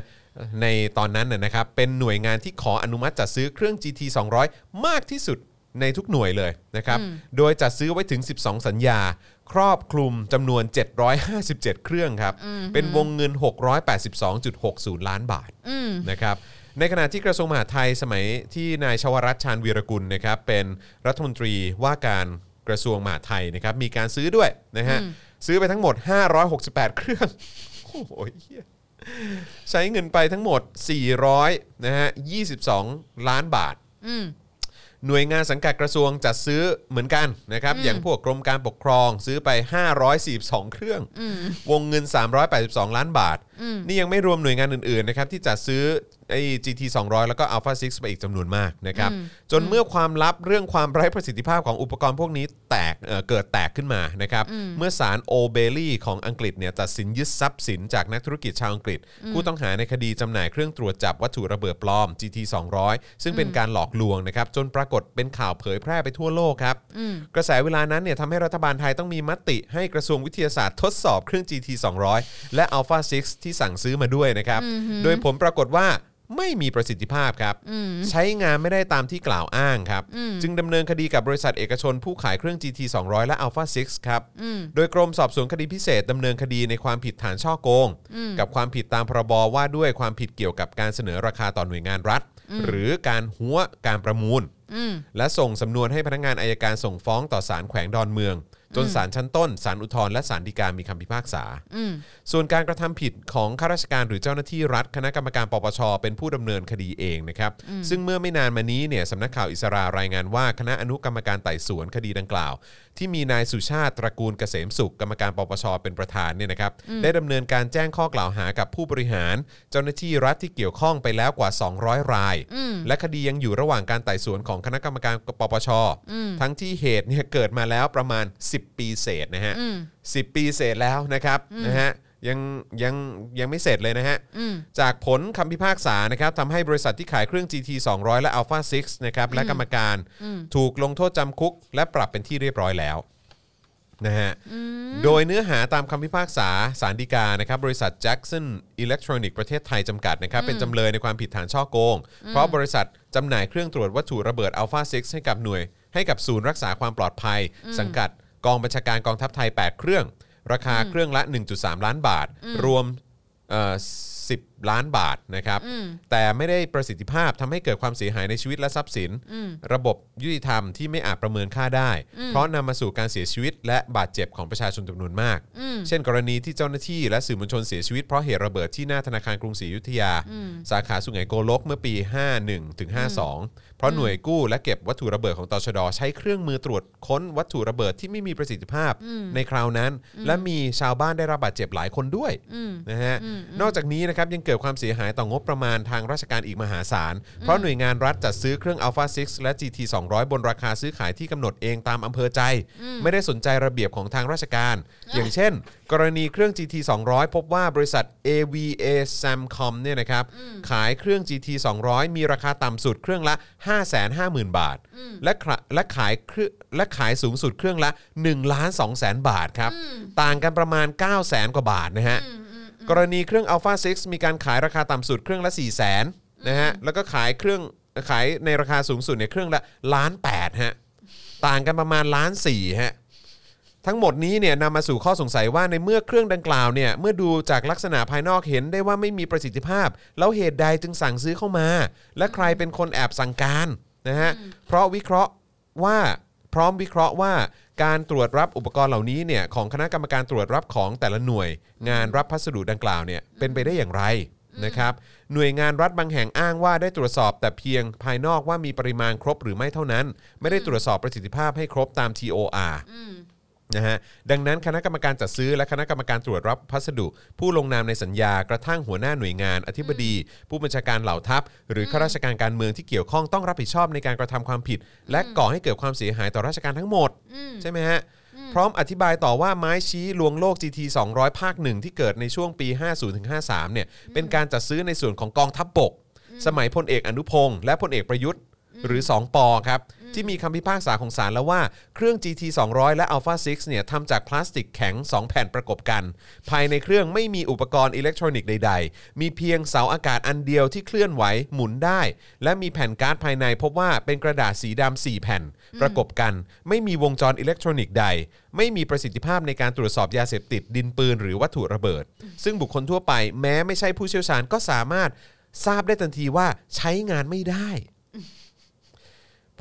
[SPEAKER 2] ในตอนนั้นน่ะนะครับ เป็นหน่วยงานที่ขออนุมัติจัดซื้อเครื่อง GT 200 มากที่สุดในทุกหน่วยเลยนะครับ โดยจัดซื้อไว้ถึง 12 สัญญา ครอบคลุมจำนวน 757 เครื่องครับ เป็นวงเงิน 682.60 ล้านบาท
[SPEAKER 3] อืม
[SPEAKER 2] นะครับในขณะที่กระทรวงมหาดไทยสมัยที่นายชวรัตน์ชาญวีรกุลนะครับเป็นรัฐมนตรีว่าการกระทรวงมหาดไทยนะครับมีการซื้อด้วยนะฮะซื้อไปทั้งหมด 568 เครื่อง โอ้โหเหี้ยใช้เงินไปทั้งหมด 400นะฮะ22 ล้านบาท
[SPEAKER 3] อืม
[SPEAKER 2] หน่วยงานสังกัดกระทรวงจัดซื้อเหมือนกันนะครับอย่างพวกกรมการปกครองซื้อไป 542 เครื่อง วงเงิน 382 ล้านบาท นี่ยังไม่รวมหน่วยงานอื่นๆนะครับที่จัดซื้อไอ้ GT 200 แล้วก็ Alpha 6 ไปอีกจำนวนมากนะครับจนเมื่อความลับเรื่องความไร้ประสิทธิภาพของอุปกรณ์พวกนี้แตกเอ่อเกิดแตกขึ้นมานะครับเมื่อศาลโอเบลี่ของอังกฤษเนี่ยตัดสินยึดทรัพย์สินจากนักธุรกิจชาวอังกฤษ ผู้ต้องหาในคดีจำหน่ายเครื่องตรวจจับวัตถุระเบิดปลอม GT 200 ซึ่งเป็นการหลอกลวงนะครับจนปรากฏเป็นข่าวเผยแพร่ไปทั่วโลกครับ กระแสเวลานั้นเนี่ยทำให้รัฐบาลไทยต้องมีมติให้กระทรวงวิทยาศาสตร์ทดสอบเครื่อง GT 200 และ Alpha 6 ที่สั่งซื้อมาด้วยนะครับ โดยผลปรากฏว่าไม่มีประสิทธิภาพครับ ใช้งานไม่ได้ตามที่กล่าวอ้างครับ จึงดำเนินคดีกับบริษัทเอกชนผู้ขายเครื่อง GT 200 และ Alpha 6 ครับ โดยกรมสอบสวนคดีพิเศษดำเนินคดีในความผิดฐานช่อโกง กับความผิดตามพรบว่าด้วยความผิดเกี่ยวกับการเสนอราคาต่อหน่วยงานรัฐ หรือการหัวการประมูล
[SPEAKER 3] อืม
[SPEAKER 2] และส่งสำนวนให้พนักงานอายการส่งฟ้องต่อศาลแขวงดอนเมือง จนศาลชั้นต้นศาลอุทธรณ์และศาลฎีกามีคำพิพากษา
[SPEAKER 3] อืม
[SPEAKER 2] ส่วนการกระทำผิดของข้าราชการหรือเจ้าหน้าที่รัฐ คณะกรรมการปปชเป็นผู้ดำเนินคดีเองนะครับซึ่งเมื่อไม่นานมานี้เนี่ยสำนักข่าวอิสารารายงานว่าคณะอนุกรรมการไต่สวนคดีดังกล่าว ที่มีนายสุชาติตระกูลเกษมสุข กรรมการปปชเป็นประธานเนี่ยนะครับได้ดำเนินการแจ้งข้อกล่าวหากับผู้บริหาร เจ้าหน้าที่รัฐที่เกี่ยวข้องไปแล้วกว่า 200 ราย
[SPEAKER 3] อืม
[SPEAKER 2] และคดียังอยู่ระหว่างการไต่สวนของคณะกรรมการปปช ทั้งที่เหตุเนี่ยเกิดมาแล้วประมาณ 10 ปีเศษนะฮะ
[SPEAKER 3] อืม
[SPEAKER 2] สิปีเศษแล้วนะครับนะฮะยังยังยังไม่เสร็จเลยนะฮะ
[SPEAKER 3] อืม
[SPEAKER 2] จากผลคำพิพากษานะครับทำให้บริษัทที่ขายเครื่อง GT 200 และ Alpha 6นะครับและกรรมการถูกลงโทษจำคุก และปรับเป็นที่เรียบร้อยแล้วนะฮะโดยเนื้อหาตามคำพิพากษาสารดีกานะครับบริษัท Jackson Electronic ประเทศไทยจำกัดนะครับเป็นจำเลยในความผิดฐานช่อโกง เพราะบริษัทจำหน่ายเครื่องตรวจวัตถุระเบิด Alpha 6 ให้กับหน่วย ให้กับศูนย์รักษาความปลอดภัย สังกัดกองบัญชาการกองทัพไทย 8 เครื่อง ราคาเครื่องละ 1.3 ล้านบาท รวม สิบล้านบาทนะครับ แต่ไม่ได้ประสิทธิภาพทำให้เกิดความเสียหายในชีวิตและทรัพย์สิน ระบบยุติธรรมที่ไม่อาจประเมินค่าได้ เพราะนำมาสู่การเสียชีวิต และบาดเจ็บของประชาชนจำนวนมาก เช่น กรณีที่เจ้าหน้าที่และสื่อมวลชนเสียชีวิตเพราะเหตุระเบิดที่หน้าธนาคารกรุงศรีอยุธยา สาขาสุไหงโกลกเมื่อปี 51ถึง52 เพราะหน่วยกู้และเก็บวัตถุระเบิดของตชดใช้เครื่องมือตรวจค้นวัตถุระเบิดที่ไม่มีประสิทธิภาพในคราวนั้น และมีชาวบ้านได้รับบาดเจ็บหลายคนด้วย นะฮะนอกจากนี้นะครับยังเกิดความเสียหายต่องบประมาณทางราชการอีกมหาศาล เพราะหน่วยงานรัฐจัดซื้อเครื่อง Alpha 6 และ GT 200 บนราคาซื้อขายที่กำหนดเองตามอำเภอใจ ไม่ได้สนใจระเบียบของทางราชการ อย่างเช่น กรณีเครื่อง GT 200 พบว่าบริษัท AVA Samcom เนี่ยนะครับขายเครื่อง GT 200 มีราคาต่ำสุดเครื่องละ 550,000 บาท และขะและขายเครื่องและขายสูงสุดเครื่องละ1ล้าน2แสนบาทครับต่างกันประมาณ 9 0 0แสนกว่าบาทนะฮะ กรณีเครื่อง Alpha 6 มีการขายราคาต่ำสุดเครื่องละ 4 0 0แสนนะฮะ แล้วก็ขายเครื่องขายในราคาสูงสุดเนี่ยเครื่องละล้านแปดฮะ ต่างกันประมาณล้านสี่ฮะ ทั้งหมดนี้เนี่ยนำมาสู่ข้อสงสัยว่าในเมื่อเครื่องดังกล่าวเนี่ยเมื่อดูจากลักษณะภายนอกเห็นได้ว่าไม่มีประสิทธิภาพ แล้วเหตุใดจึงสั่งซื้อเข้ามา และใครเป็นคนแอบสั่งการนะฮะเพราะวิเคราะห์ว่าพร้อมวิเคราะห์ว่า การตรวจรับอุปกรณ์เหล่านี้เนี่ยของคณะกรรมการตรวจรับของแต่ละหน่วย งานรับพัสดุดังกล่าวเนี่ยเป็นไปได้อย่างไร นะครับหน่วยงานรัฐบางแห่งอ้างว่าได้ตรวจสอบแต่เพียงภายนอกว่ามีปริมาณครบหรือไม่เท่านั้น ไม่ได้ตรวจสอบประสิทธิภาพให้ครบตาม TOR นะฮะดังนั้นคณะกรรมการจัดซื้อและคณะกรรมการตรวจรับพัสดุ ผู้ลงนามในสัญญากระทั่งหัวหน้าหน่วยงานอธิบดี ผู้บัญชาการเหล่าทัพ หรือข้าราชการการเมืองที่เกี่ยวข้องต้องรับผิดชอบในการกระทำความผิด และก่อให้เกิดความเสียหายต่อราชการทั้งหมด ใช่ไหมฮะ พร้อมอธิบายต่อว่าไม้ชี้ลวงโลก GT 200 ภาคหนึ่งที่เกิดในช่วงปี 50-53 เนี่ย เป็นการจัดซื้อในส่วนของกองทัพบบก สมัยพลเอกอนุพงศ์และพลเอกประยุทธ์ หรือ 2 ปอครับ ที่มีคำพิพากษาของศาลแล้วว่า เครื่อง GT 200 และ Alpha 6เนี่ยทำจากพลาสติกแข็ง 2 แผ่นประกบกัน ภายในเครื่องไม่มีอุปกรณ์อิเล็กทรอนิกส์ใด ๆ มีเพียงเสาอากาศอันเดียวที่เคลื่อนไหวหมุนได้ และมีแผ่นการ์ดภายในพบว่าเป็นกระดาษสีดำ4แผ่น ประกบกัน ไม่มีวงจรอิเล็กทรอนิกส์ใด ไม่มีประสิทธิภาพในการตรวจสอบยาเสพติดดินปืนหรือวัตถุระเบิด ซึ่งบุคคลทั่วไปแม้ไม่ใช่ผู้เชี่ยวชาญก็สามารถทราบได้ทันทีว่าใช้งานไม่ได้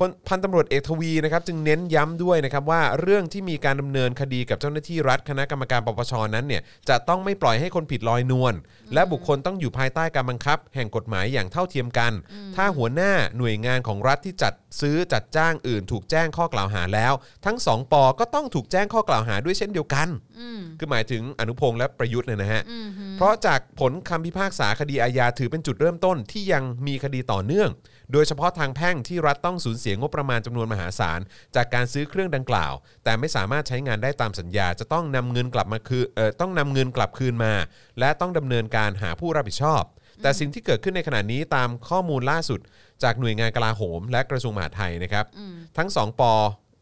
[SPEAKER 2] พลพันตำรวจเอกทวีนะครับจึงเน้นย้ำด้วยนะครับว่าเรื่องที่มีการดำเนินคดีกับเจ้าหน้าที่รัฐคณะกรรมการปปชนั้นเนี่ยจะต้องไม่ปล่อยให้คนผิดลอยนวลและบุคคลต้องอยู่ภายใต้การบังคับ แห่งกฎหมายอย่างเท่าเทียมกัน ถ้าหัวหน้าหน่วยงานของรัฐที่จัดซื้อจัดจ้างอื่น ถูกแจ้งข้อกล่าวหาแล้ว ทั้งสองปอก็ต้องถูกแจ้งข้อกล่าวหาด้วยเช่นเดียวกัน
[SPEAKER 3] อืม
[SPEAKER 2] คือหมายถึงอนุพงษ์และประยุทธ์เนี่ยนะฮะ
[SPEAKER 3] อืมฮึ
[SPEAKER 2] เพราะจากผลคำพิพากษาคดีอาญาถือเป็นจุดเริ่มต้นที่ยังมีคดีต่อเนื่อง โดยเฉพาะทางแพ่งที่รัฐต้องสูญเสียงบประมาณจำนวนมหาศาล จากการซื้อเครื่องดังกล่าว แต่ไม่สามารถใช้งานได้ตามสัญญา จะต้องนำเงินกลับมาคือเอ่อต้องนำเงินกลับคืนมา และต้องดำเนินการหาผู้รับผิดชอบ แต่สิ่งที่เกิดขึ้นในขณะนี้ตามข้อมูลล่าสุด จากหน่วยงานกลาโหม และกระทรวงมหาดไทยนะครับ ทั้ง 2 ปอ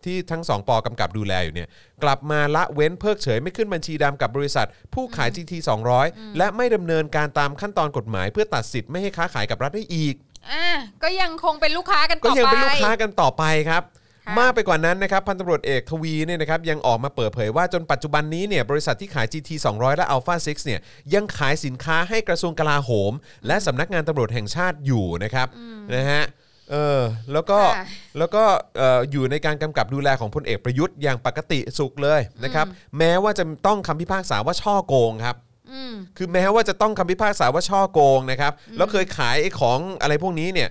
[SPEAKER 2] ที่ทั้ง 2 ปอกำกับดูแลอยู่เนี่ยกลับมาละเว้นเพิกเฉยไม่ขึ้นบัญชีดำกับบริษัท ผู้ขาย GT 200 และไม่ดำเนินการตามขั้นตอนกฎหมาย เพื่อตัดสิทธิ์ไม่ให้ค้าขายกับรัฐได้อีก
[SPEAKER 3] อ่ะก็ยังคงเป็นลูกค้ากัน
[SPEAKER 2] ก็
[SPEAKER 3] ต่อไป
[SPEAKER 2] ยังเป็นลูกค้ากันต่อไปครับ
[SPEAKER 3] ค่ะ
[SPEAKER 2] มากไปกว่านั้นนะครับ พันตำรวจเอกทวีเนี่ยนะครับยังออกมาเปิดเผยว่าจนปัจจุบันนี้เนี่ยบริษัทที่ขาย GT 200 และ Alpha 6เนี่ยยังขายสินค้าให้กระทรวงกลาโหม และสำนักงานตำรวจแห่งชาติอยู่นะครับนะฮะเออแล้วก็
[SPEAKER 3] ค่ะ
[SPEAKER 2] แล้วก็เอ่ออยู่ในการกำกับดูแลของพลเอกประยุทธ์อย่างปกติสุขเลยนะครับแม้ว่าจะต้องคำพิพากษาว่าช่อโกงครับ
[SPEAKER 3] อืม
[SPEAKER 2] คือแม้ว่าจะต้องคำพิพากษาว่าช่อโกงนะครับแล้วเคยขายไอ้ของอะไรพวกนี้เนี่ย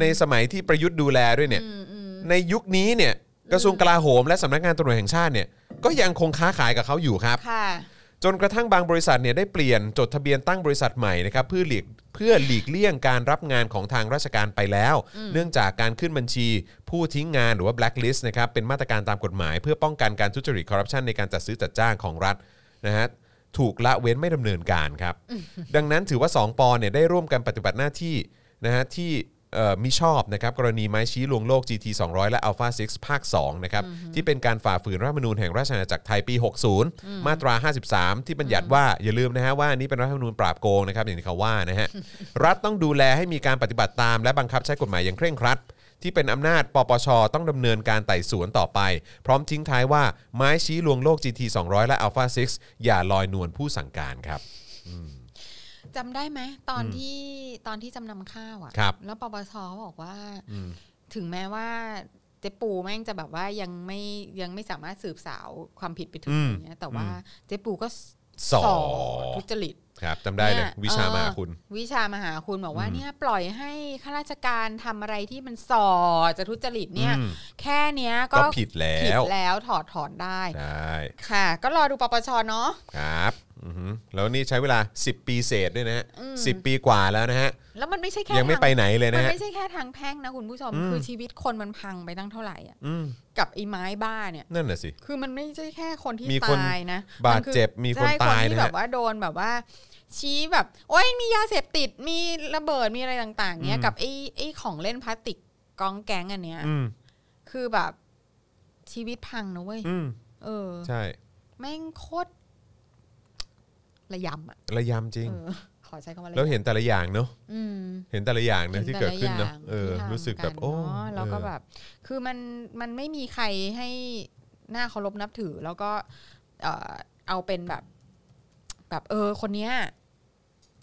[SPEAKER 2] ในสมัยที่ประยุทธ์ดูแลด้วยเนี่ยในยุคนี้เนี่ยกระทรวงกลาโหมและสำนักงานตำรวจแห่งชาติเนี่ยก็ยังคงค้าขายกับเขาอยู่ครับ
[SPEAKER 3] ค่ะ
[SPEAKER 2] จนกระทั่งบางบริษัทเนี่ยได้เปลี่ยนจดทะเบียนตั้งบริษัทใหม่นะครับเพื่อหลีกเพื่อหลีกเลี่ยงการรับงานของทางราชการไปแล้ว เนื่องจากการขึ้นบัญชี ผู้ทิ้งงานหรือว่า blacklist นะครับเป็นมาตรการตามกฎหมาย เพื่อป้องกันการทุจริตคอร์รัปชันในการจัดซื้อจัดจ้างของรัฐนะฮะถูกละเว้นไม่ดำเนินการครับ ดังนั้นถือว่า 2 ปอเนี่ยได้ร่วมกันปฏิบัติหน้าที่นะฮะที่เอ่อมิชอบนะครับกรณีไม้ชี้ลวงโลก GT 200 และ Alpha 6 ภาค2นะครับที่เป็นการฝ่าฝืนรัฐธรรมนูญแห่งราชอาณาจักรไทยปี 60 มาตรา 53 ที่บัญญัติว่าอย่าลืมนะฮะว่าอันนี้เป็นรัฐธรรมนูญปราบโกงนะครับอย่างที่เขาว่านะฮะ รัฐต้องดูแลให้มีการปฏิบัติตาม และบังคับใช้กฎหมายอย่างเคร่งครัด ที่เป็นอำนาจปปช ต้องดำเนินการไต่สวนต่อไป พร้อมทิ้งท้ายว่าไม้ชี้ลวงโลก GT 200 และ Alpha 6 อย่าลอยนวลผู้สั่งการครับ
[SPEAKER 3] จำได้ไหมตอนที่ตอนที่จำนำข้าวอ่ะ
[SPEAKER 2] ครับ
[SPEAKER 3] แล้วปปชบอกว่า ถึงแม้ว่าเจ๊ปูแม่งจะแบบว่ายังไม่ยังไม่สามารถสืบสาวความผิดไปถึง
[SPEAKER 2] อืม
[SPEAKER 3] อย่างเงี้ยแต่ว่าเจ๊ปูก็
[SPEAKER 2] สอ
[SPEAKER 3] ดทุจริต
[SPEAKER 2] ครับจำได้เลย
[SPEAKER 3] นี่
[SPEAKER 2] วิชามา
[SPEAKER 3] เออ
[SPEAKER 2] คุณ
[SPEAKER 3] วิชามหาคุณบอกว่า
[SPEAKER 2] อืม
[SPEAKER 3] เนี่ยปล่อยให้ข้าราชการทำอะไรที่มันสอจะทุจริตเนี่ย
[SPEAKER 2] อืม
[SPEAKER 3] แค่เนี้ย
[SPEAKER 2] ก็
[SPEAKER 3] ก็
[SPEAKER 2] ผิดแล้
[SPEAKER 3] ผิด
[SPEAKER 2] ว
[SPEAKER 3] แล้วถอดถอนได้
[SPEAKER 2] ใช่
[SPEAKER 3] ค่ะ ก็รอดูปปชเนาะ
[SPEAKER 2] ครับอือหือแล้วนี่ใช้เวลา 10 ปีเศษด้วยนะฮะ
[SPEAKER 3] อืม
[SPEAKER 2] สิปีกว่าแล้วนะฮะ
[SPEAKER 3] แล้วมันไม่ใช่แค่
[SPEAKER 2] ยังไม่
[SPEAKER 3] ทา
[SPEAKER 2] ไปไหนเลย
[SPEAKER 3] มั
[SPEAKER 2] นะ
[SPEAKER 3] น
[SPEAKER 2] ฮะ
[SPEAKER 3] ไม่ใช่แค่ทางแพ่งนะคุณผู้ชม
[SPEAKER 2] อืม
[SPEAKER 3] คือชีวิตคนมันพังไปตั้งเท่าไหร่อะ
[SPEAKER 2] อืม
[SPEAKER 3] กับไอ้ไม้บ้าเนี่ย
[SPEAKER 2] นั่นน่ะสิ
[SPEAKER 3] คือมันไม่ใช่แค่คนที่
[SPEAKER 2] มีคน
[SPEAKER 3] ตายนะ
[SPEAKER 2] บาดเจ็บมีคน
[SPEAKER 3] ใช่
[SPEAKER 2] ตาย
[SPEAKER 3] คนที่
[SPEAKER 2] นะฮะ
[SPEAKER 3] แบบว่าโดนแบบว่า ชี้แบบ โอ้ยมียาเสพติดมีระเบิดมีอะไรต่าง ๆ เนี่ยกับไอ้ไอ้ของเล่นพลาสติกกองแก๊งอันเนี้ย
[SPEAKER 2] อืม
[SPEAKER 3] คือแบบชีวิตพังนะเว้ย
[SPEAKER 2] อืม
[SPEAKER 3] เออ
[SPEAKER 2] ใช่
[SPEAKER 3] แม่งโคตรระยำอ่ะ
[SPEAKER 2] ระยำจริง
[SPEAKER 3] เออขอใช้คำว่าระ
[SPEAKER 2] แล้ว
[SPEAKER 3] ย
[SPEAKER 2] เห็นแต่ละอย่างเนาะ
[SPEAKER 3] ำอืม
[SPEAKER 2] เห็นแต่ละอย่างนะ
[SPEAKER 3] ห็
[SPEAKER 2] ที่
[SPEAKER 3] แต่
[SPEAKER 2] เกิด
[SPEAKER 3] ละ
[SPEAKER 2] ขึ้นเนาะ
[SPEAKER 3] อย่าง
[SPEAKER 2] เออ
[SPEAKER 3] ที่ทำ
[SPEAKER 2] รู้สึกแบบ
[SPEAKER 3] น
[SPEAKER 2] โอ้
[SPEAKER 3] เนะแล้วก็
[SPEAKER 2] เออ
[SPEAKER 3] แบบ คือมันมันไม่มีใครให้หน้าเคารพนับถือ แล้วก็เออเอาเป็นแบบ แบบเออ คนเนี้ย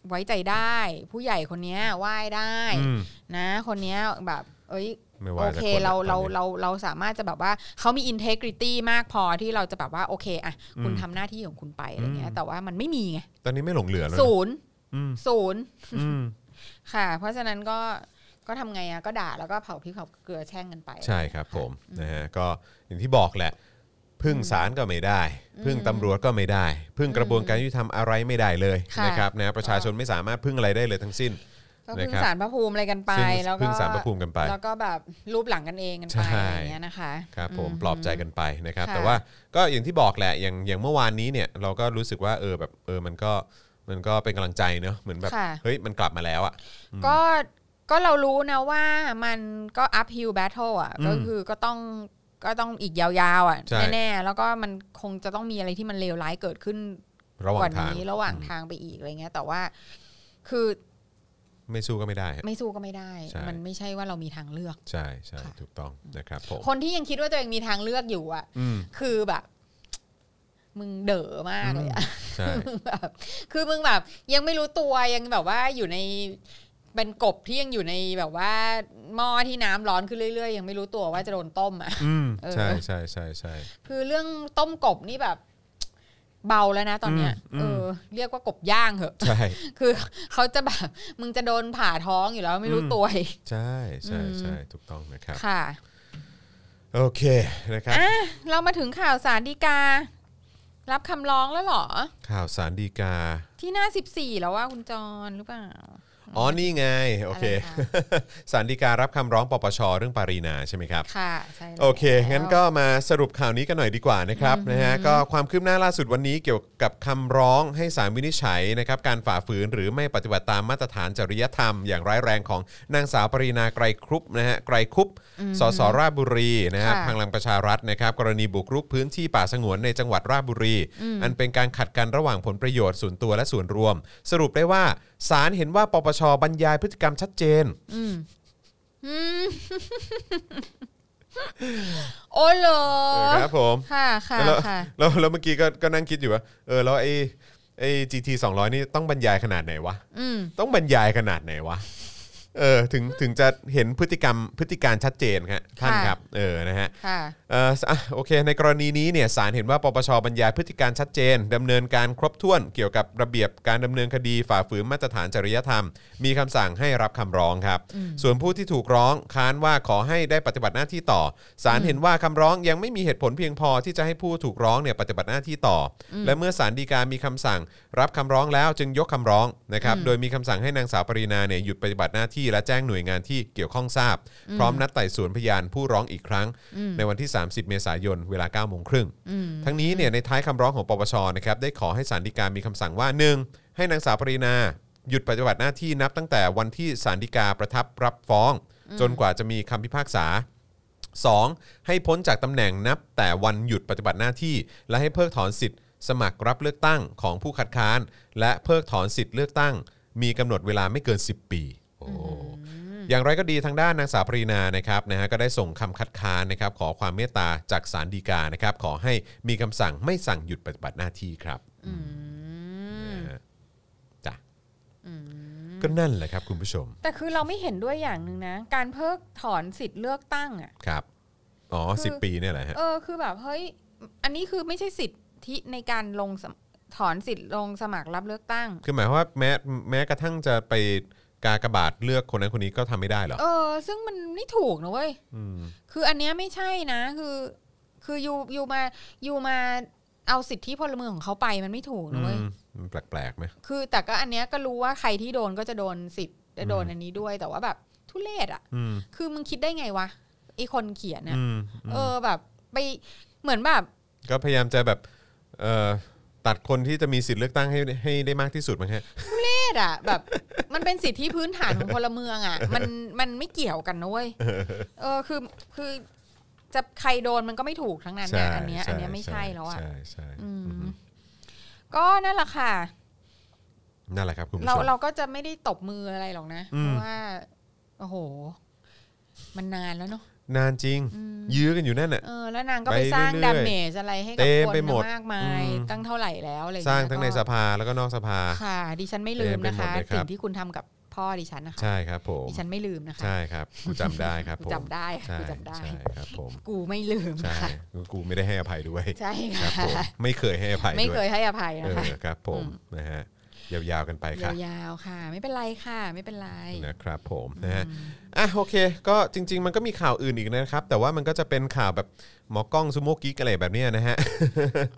[SPEAKER 3] ไว้ใจได้ ผู้ใหญ่คนเนี้ยไหว้ได้
[SPEAKER 2] อืม
[SPEAKER 3] นะ คนเนี้ยแบบ เอ้ย
[SPEAKER 2] ไม่
[SPEAKER 3] โอ
[SPEAKER 2] ว่าจะ
[SPEAKER 3] เคน
[SPEAKER 2] ละ
[SPEAKER 3] เราเรา
[SPEAKER 2] คนลย
[SPEAKER 3] เราเราสามารถจะแบบว่าเขามี integrity มากพอที่เราจะแบบว่าโอเคอะคุณ
[SPEAKER 2] อืม
[SPEAKER 3] ทำหน้าที่ของคุณไปอะไรเงี้
[SPEAKER 2] อื
[SPEAKER 3] ย
[SPEAKER 2] ม
[SPEAKER 3] แต่ว่ามันไม่มีไง
[SPEAKER 2] ตอนนี้ไม่หลงเหลือแล้วนะ
[SPEAKER 3] ศูนย์
[SPEAKER 2] อืม
[SPEAKER 3] ศูนย์
[SPEAKER 2] อืม
[SPEAKER 3] ค่ะ เพราะฉะนั้นก็ก็ทำไงอะก็ด่าแล้วก็เผาพริกเผาเกลือแช่งกันไป
[SPEAKER 2] ใช่ครับผมนะฮะก็อย่างที่บอกแหละ พึ่งศาลก็ไม่ได้ พึ่งตำรวจก็ไม่ได้ พึ่งกระบวนการยุติธรรมอะไรไม่ได้เลย
[SPEAKER 3] ค่ะ
[SPEAKER 2] นะครับนะประชาชนไม่สามารถพึ่งอะไรได้เลยทั้งสิ้น
[SPEAKER 3] ก็พึ่
[SPEAKER 2] นะ
[SPEAKER 3] ง
[SPEAKER 2] ครับ
[SPEAKER 3] สารพระภูมิอะไรกันไป
[SPEAKER 2] ซึ่ง
[SPEAKER 3] แล้ว
[SPEAKER 2] พึ่
[SPEAKER 3] ก็
[SPEAKER 2] งศาลพระภูมิกันไป
[SPEAKER 3] แล้วก็แบบรูปหลังกันเองกัน
[SPEAKER 2] ใช่
[SPEAKER 3] ไปอะไรอย่างเงี้ยนะคะ
[SPEAKER 2] ครับผม
[SPEAKER 3] อื
[SPEAKER 2] ปลอบใจกันไปนะครับ
[SPEAKER 3] ค่ะ
[SPEAKER 2] แต่ว่าก็อย่างที่บอกแหละอย่างอย่างเมื่อวานนี้เนี่ยเราก็รู้สึกว่าเออแบบเออมันก็มันก็เป็นกำลังใจเนอะเหมือนแบบ
[SPEAKER 3] ค่ะ
[SPEAKER 2] เฮ้ยมันกลับมาแล้วอ่ะ
[SPEAKER 3] ก็ ก็เรารู้นะว่ามันก็ uphill battle อ่ะ
[SPEAKER 2] อืม
[SPEAKER 3] ก็คือก็ต้องก็ต้องอีกยาวๆอ่ะ
[SPEAKER 2] ใช่
[SPEAKER 3] แน่ๆแล้วก็มันคงจะต้องมีอะไรที่มันเลวร้ายเกิดขึ้น
[SPEAKER 2] ระห
[SPEAKER 3] ก
[SPEAKER 2] ว่าง
[SPEAKER 3] ว่า
[SPEAKER 2] ทาง
[SPEAKER 3] นี้ระหว่างทางไปอีกอะไรเงี้ย แต่ว่าคือ
[SPEAKER 2] ไม่สู้ก็ไม่ได้
[SPEAKER 3] ไม่สู้ก็ไม่ได้
[SPEAKER 2] ใช่
[SPEAKER 3] มันไม่ใช่ว่าเรามีทางเลือก
[SPEAKER 2] ใช่ใช่
[SPEAKER 3] ค่ะ
[SPEAKER 2] ถูกต้องนะครับผม
[SPEAKER 3] คนที่ยังคิดว่าตัวเองมีทางเลือกอยู่อ่ะ
[SPEAKER 2] อืม
[SPEAKER 3] คือแบบ มึงเด๋อมากเลยอะ
[SPEAKER 2] ใช่
[SPEAKER 3] แบบคือมึงแบบยังไม่รู้ตัวยังแบบว่าอยู่ในเป็นกบที่ยังอยู่ในแบบว่าหม้อที่น้ำร้อนขึ้นเรื่อยๆ ยังไม่รู้ตัวว่าจะโดนต้มอ่ะ
[SPEAKER 2] อืม
[SPEAKER 3] เออ
[SPEAKER 2] ใช่ใช่ใช่ใช่
[SPEAKER 3] คือเรื่องต้มกบนี่แบบ เบาแล้วนะตอนเนี้ย
[SPEAKER 2] อืมอืม
[SPEAKER 3] เออ เรียกว่ากบย่างเหอะ
[SPEAKER 2] ใช่
[SPEAKER 3] คือเขาจะแบบ มึงจะโดนผ่าท้องอยู่แล้วไม่รู้ตัวอีก
[SPEAKER 2] ใช่ใช่ใช่ถูกต้องนะครับ
[SPEAKER 3] ค่ะ
[SPEAKER 2] โอเคนะครับ
[SPEAKER 3] อ่ะ เรามาถึงข่าวสารดีกา รับคำร้องแล้วเหรอ
[SPEAKER 2] ข่าวสารดีกา
[SPEAKER 3] ที่หน้าสิบสี่แล้วว่าคุณจรหรือเปล่า
[SPEAKER 2] อ๋อนี่ไง โอเค
[SPEAKER 3] อะไรคะ
[SPEAKER 2] สารดีการรับคำร้องปปชเรื่องปารีนาใช่ไหมครับ
[SPEAKER 3] ค่ะใช่แล้ว
[SPEAKER 2] โอเค งั้นก็มาสรุปข่าวนี้กันหน่อยดีกว่านะครับนะฮะ ก็ความคืบหน้าล่าสุดวันนี้เกี่ยวกับคำร้องให้ศาลวินิจฉัยนะครับการฝ่าฝืนหรือไม่ปฏิบัติตามมาตรฐานจริยธรรม อย่างร้ายแรงของนางสาวปรีนาไกรครุปนะฮะ ไกรคุปสสราชบุรีนะฮะ
[SPEAKER 3] ค่ะ
[SPEAKER 2] พลังประชารัฐนะครับกรณีบุกรุกพื้นที่ป่าสงวนในจังหวัดราชบุรี อันเป็นการขัดกันระหว่างผลประโยชน์ส่วนตัวและส่วนรวม สรุปได้ว่าศาลเห็นว่าปปชบรรยายพฤติกรรมชัดเจน
[SPEAKER 3] โอ้เหรอ
[SPEAKER 2] เออครับผม
[SPEAKER 3] ค่ะค่ะ
[SPEAKER 2] แล้ว
[SPEAKER 3] ค่ะ
[SPEAKER 2] แล้ว แล้วเมื่อกี้ก็ก็นั่งคิดอยู่ว่าเออแล้วไอ้ไอ้ GT 200 นี่ต้องบรรยายขนาดไหนวะ
[SPEAKER 3] อืม
[SPEAKER 2] ต้องบรรยายขนาดไหนวะเออถึงถึงจะเห็นพฤติกรรมพฤติการชัดเจนครับท่าน
[SPEAKER 3] ค่ะ
[SPEAKER 2] ครับเออนะฮะ
[SPEAKER 3] ค่ะ
[SPEAKER 2] เอ่ออ่ะโอเค ในกรณีนี้เนี่ยศาลเห็นว่าปปชบรรยายพฤติการชัดเจนดำเนินการครบถ้วนเกี่ยวกับระเบียบการดำเนินคดีฝ่าฝืนมาตรฐานจริยธรรม มีคำสั่งให้รับคำร้องครับ ส่วนผู้ที่ถูกร้องค้านว่าขอให้ได้ปฏิบัติหน้าที่ต่อศาลเห็นว่าคำร้องยังไม่มีเหตุผลเพียงพอที่จะให้ผู้ถูกร้องเนี่ยปฏิบัติหน้าที่ต่ออและเมื่อศาลฎีกามีคำสั่ง รับคำร้องแล้วจึงยกคำร้องนะครับโดยมีคำสั่งให้นางสาวปรินาเนี่ยหยุดปฏิบัติหน้าที่และแจ้งหน่วยงานที่เกี่ยวข้องทราบ พร้อมนัดไต่สวนพยานผู้ร้องอีกครั้ง ในวันที่ 30 เมษายน เวลา9โมงครึ่ง ทั้งนี้เนี่ยในท้ายคำร้องของปปชนะครับได้ขอให้ศาลฎีกามีคำสั่งว่า 1. ให้นางสาวปรินา หยุดปฏิบัติหน้าที่นับตั้งแต่วันที่ศาลฎีกาประทับรับฟ้อง จนกว่าจะมีคำพิพากษา 2. ให้พ้นจากตำแหน่งนับแต่วันหยุดปฏิบัติหน้าที่ และให้เพิกถอนสิทธิ์สมัครรับเลือกตั้งของผู้คัดค้าน และเพิกถอนสิทธิ์เลือกตั้ง มีกำหนดเวลาไม่เกิน 10 ปีโอ้อย่างไรก็ดีทางด้านนางสาวปรีนานะครับนะฮะก็ได้ส่งคำคัดค้านนะครับ ขอความเมตตาจากศาลฎีกานะครับ ขอให้มีคำสั่งไม่สั่งหยุดปฏิบัติหน้าที่ครับ
[SPEAKER 3] อืม
[SPEAKER 2] นะฮะจ้ะ
[SPEAKER 3] อืม
[SPEAKER 2] ก็นั่นแหละครับคุณผู้ชม
[SPEAKER 3] แต่คือเราไม่เห็นด้วยอย่างหนึ่งนะ การเพิกถอนสิทธิ์เลือกตั้งอ่ะ
[SPEAKER 2] ครับอ๋อ
[SPEAKER 3] คือ
[SPEAKER 2] สิบปีเนี่ยแหละฮะ
[SPEAKER 3] เออ คือแบบเฮ้ย อันนี้คือไม่ใช่สิทธิในการลงสมถอนสิทธิ์ลงสมัครรับเลือกตั้ง
[SPEAKER 2] คือหมายความว่าแม้แม้กระทั่งจะไปกากบาทเลือกคนนั้นคนนี้ก็ทำไม่ได้เหรอ
[SPEAKER 3] เออ ซึ่งมันไม่ถูกนะเว้ย
[SPEAKER 2] อืม
[SPEAKER 3] คืออันเนี้ยไม่ใช่นะ คือ คืออยู่อยู่มาอยู่มาเอาสิทธิพลเมืองของเขาไปมันไม่ถูกนะเว้ย
[SPEAKER 2] อืมมันแปลกๆไหม
[SPEAKER 3] คือแต่ก็อันเนี้ยก็รู้ว่าใครที่โดนก็จะโดนสิบจะโดน
[SPEAKER 2] อืม
[SPEAKER 3] อันนี้ด้วยแต่ว่าแบบทุเลศอ่ะ
[SPEAKER 2] อืม
[SPEAKER 3] คือมึงคิดได้ไงวะไอคนเขียนนะ
[SPEAKER 2] อืม
[SPEAKER 3] เออแบบไปเหมือนแบบ
[SPEAKER 2] ก็พยายามจะแบบเอ่อตัดคนที่จะมีสิทธิ์เลือกตั้งให้ให้ได้มากที่สุดมั้งฮะ
[SPEAKER 3] เพศอะแบบ มันเป็นสิทธิพื้นฐานของพลเมือง อะมันมันไม่เกี่ยวกันนะเว้ยเออคือคือจะใครโดนมันก็ไม่ถูกทั้งนั้น
[SPEAKER 2] ใช่
[SPEAKER 3] นะอันเนี้ย
[SPEAKER 2] ใช่
[SPEAKER 3] อันเนี้ยไม่ใช่แล้วอะ
[SPEAKER 2] ใช่ใช่
[SPEAKER 3] อืม
[SPEAKER 2] อืม
[SPEAKER 3] ก็นั่นแหละค่ะ
[SPEAKER 2] นั่นแหละครับคุณผู้
[SPEAKER 3] เรา
[SPEAKER 2] ชม
[SPEAKER 3] เราก็จะไม่ได้ตบมืออะไรหรอกนะ
[SPEAKER 2] อืม
[SPEAKER 3] เพราะว่าโอ้โห มันนานแล้วเนาะ
[SPEAKER 2] นานจริง
[SPEAKER 3] อืม
[SPEAKER 2] ยื้อกันอยู่นั่นน่ะ
[SPEAKER 3] เออแล้วนางก็
[SPEAKER 2] ไป
[SPEAKER 3] ไปสร้าง
[SPEAKER 2] เรื่อยๆ
[SPEAKER 3] ดาเมจอะไรให้กั
[SPEAKER 2] เต็
[SPEAKER 3] บ
[SPEAKER 2] ม
[SPEAKER 3] คน
[SPEAKER 2] ไปหมด
[SPEAKER 3] มากมาย
[SPEAKER 2] อืม
[SPEAKER 3] ตั้งเท่าไหร่แล้วอะไรอย่
[SPEAKER 2] สร้าง
[SPEAKER 3] เย
[SPEAKER 2] ทั้งใน
[SPEAKER 3] ก็
[SPEAKER 2] สภาแล้วก็นอกสภา
[SPEAKER 3] ค่ะ ดิฉันไม่ลืม
[SPEAKER 2] เต็ม
[SPEAKER 3] นะ
[SPEAKER 2] ไปหมด
[SPEAKER 3] คะ
[SPEAKER 2] เลยครับ
[SPEAKER 3] สิ่งที่คุณทำกับพ่อดิฉันนะคะ
[SPEAKER 2] ใช่ครับผม
[SPEAKER 3] ดิฉันไม่ลืมนะคะ
[SPEAKER 2] ใช่ครับกูจำได้ครับ
[SPEAKER 3] กู
[SPEAKER 2] ผม
[SPEAKER 3] จำได้
[SPEAKER 2] ใช่
[SPEAKER 3] กูจำได้
[SPEAKER 2] ใช่ครับผม
[SPEAKER 3] กูไม่ลืม
[SPEAKER 2] ใช่
[SPEAKER 3] ค่ะ
[SPEAKER 2] กูไม่ได้ให้อภัยด้วย
[SPEAKER 3] ใช่
[SPEAKER 2] ค
[SPEAKER 3] ค่ะ
[SPEAKER 2] รับผมไม่เคยให้อภัย
[SPEAKER 3] ไม่
[SPEAKER 2] ด้ว
[SPEAKER 3] เคยให้อภัย
[SPEAKER 2] เอ
[SPEAKER 3] นะคะ
[SPEAKER 2] อครับผมนะฮะยาวๆกันไปค
[SPEAKER 3] ย
[SPEAKER 2] รับ
[SPEAKER 3] าวๆค่ะ ไม่เป็นไรค่ะ ไม่เป็นไร
[SPEAKER 2] นะครับผมนะฮะอ่ะโอเค ก็จริง ๆ มันก็มีข่าวอื่นอีกนะครับ แต่ว่ามันก็จะเป็นข่าวแบบหมอกล้องซูโม่กิ๊กอะไรแบบเนี้ยนะฮะ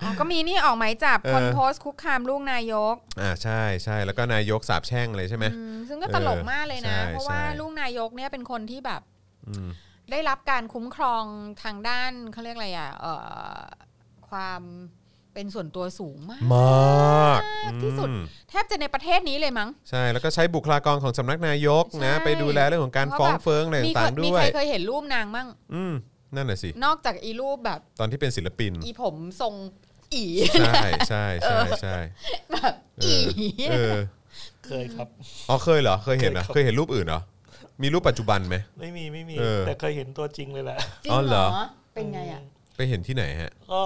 [SPEAKER 3] อ๋อก็มีนี่ออกหมายจับคน
[SPEAKER 2] เออ
[SPEAKER 3] โพสต์คุกคามลูกนายก
[SPEAKER 2] อ่าใช่ใช่แล้วก็นายกสาบแช่งเลยใช่ไหม
[SPEAKER 3] อืมซึ่งก็ตลกมากเลยนะ
[SPEAKER 2] เออใช่
[SPEAKER 3] เพราะว่า
[SPEAKER 2] ใช่
[SPEAKER 3] ลูกนายกเนี่ยเป็นคนที่แบบ
[SPEAKER 2] อืม
[SPEAKER 3] ได้รับการคุ้มครองทางด้านเขาเรียกอะไรอ่ะเอ่อความ เป็นส่วนตัวสูงมาก
[SPEAKER 2] มาก
[SPEAKER 3] ที่สุด
[SPEAKER 2] อืม
[SPEAKER 3] แทบจะในประเทศนี้เลยมั้ง
[SPEAKER 2] ใช่แล้วก็ใช้บุคลากรของสำนักนายกนะ
[SPEAKER 3] ใช่
[SPEAKER 2] ไปดูแลเรื่องของการฟ้องเฟ้องอะไร
[SPEAKER 3] มี
[SPEAKER 2] ต่างๆ
[SPEAKER 3] มี
[SPEAKER 2] ด้ว
[SPEAKER 3] ใคร
[SPEAKER 2] ย
[SPEAKER 3] เคยเห็นรูปนางมั่ง
[SPEAKER 2] อืมนั่นแหละสิ
[SPEAKER 3] นอกจากอีรูปแบบ
[SPEAKER 2] ตอนที่เป็นศิลปิน
[SPEAKER 3] อีผมทรงอี
[SPEAKER 2] ใช่ใช่ใช่ใช่
[SPEAKER 3] แบบ
[SPEAKER 2] เอ
[SPEAKER 3] อี
[SPEAKER 2] อเออ
[SPEAKER 4] เคยครับ
[SPEAKER 2] อ๋อเคยเหรอเคยเห็นเหรอ
[SPEAKER 4] เคยครับ
[SPEAKER 2] เคยเห็นรูปอื่นเหรอมีรูปปัจจุบันไหม
[SPEAKER 4] ไม่มีไม่มี
[SPEAKER 2] เออ
[SPEAKER 4] แต่เคยเห็นตัวจริงเลยแหละ
[SPEAKER 3] จริ
[SPEAKER 2] อ๋อง เห
[SPEAKER 3] เห
[SPEAKER 2] ร
[SPEAKER 3] ร
[SPEAKER 2] อ
[SPEAKER 3] อ เป็นไงอ่ะ
[SPEAKER 2] ไปเห็นที่ไหนฮะ
[SPEAKER 4] ก็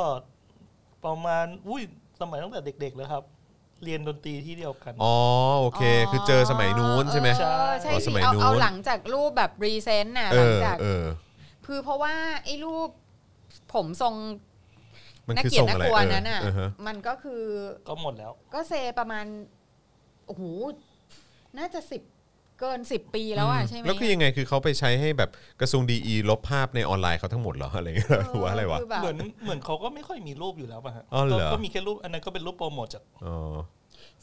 [SPEAKER 4] ประมาณอุ้ยสมัยตั้งแต่เด็ก ๆ แล้วครับ เรียนดนตรีที่เดียวกัน
[SPEAKER 2] อ๋อโอเค คือเจอสมัยนู้นใช่ไหม
[SPEAKER 3] เออใช่
[SPEAKER 2] อ๋อส
[SPEAKER 3] สิ
[SPEAKER 2] มัย
[SPEAKER 3] เอา
[SPEAKER 2] นู้น
[SPEAKER 3] เอาหลังจากรูปแบบรีเซนต์น่ะ
[SPEAKER 2] เอ
[SPEAKER 3] หลัง
[SPEAKER 2] อ
[SPEAKER 3] จาก
[SPEAKER 2] เออ
[SPEAKER 3] คือเพราะว่าไอ้รูปผมทรง
[SPEAKER 2] มัน
[SPEAKER 3] น่า
[SPEAKER 2] คือ
[SPEAKER 3] เกลีย
[SPEAKER 2] ทร
[SPEAKER 3] ด
[SPEAKER 2] ง
[SPEAKER 3] น่า
[SPEAKER 2] อะไร
[SPEAKER 3] กลัว
[SPEAKER 2] เออ
[SPEAKER 3] นั้นน่ะ
[SPEAKER 2] เออฮะ
[SPEAKER 3] มันก็คือ
[SPEAKER 4] ก็หมดแล้ว
[SPEAKER 3] ก็เซประมาณโอ้โหน่าจะสิบเกินสิบปีแล้วอ่ะใช่ไหม
[SPEAKER 2] แล้วคือยังไงคือเขาไปใช้ให้แบบกระทรวงดีอีลบภาพในออนไลน์เขาทั้งหมดเหรออะไรเงี้ย หรือว่าอะไรวะ
[SPEAKER 3] คืแบบ
[SPEAKER 4] เหมือนเหมือนเขาก็ไม่ค่อยมีรูปอยู่แล้วป่ะฮะ
[SPEAKER 2] อ๋อเหรอ
[SPEAKER 4] ก็ก็มีแค่รูปอันนั้นก็เป็นรูปโปรโมทจาก
[SPEAKER 2] อ๋อ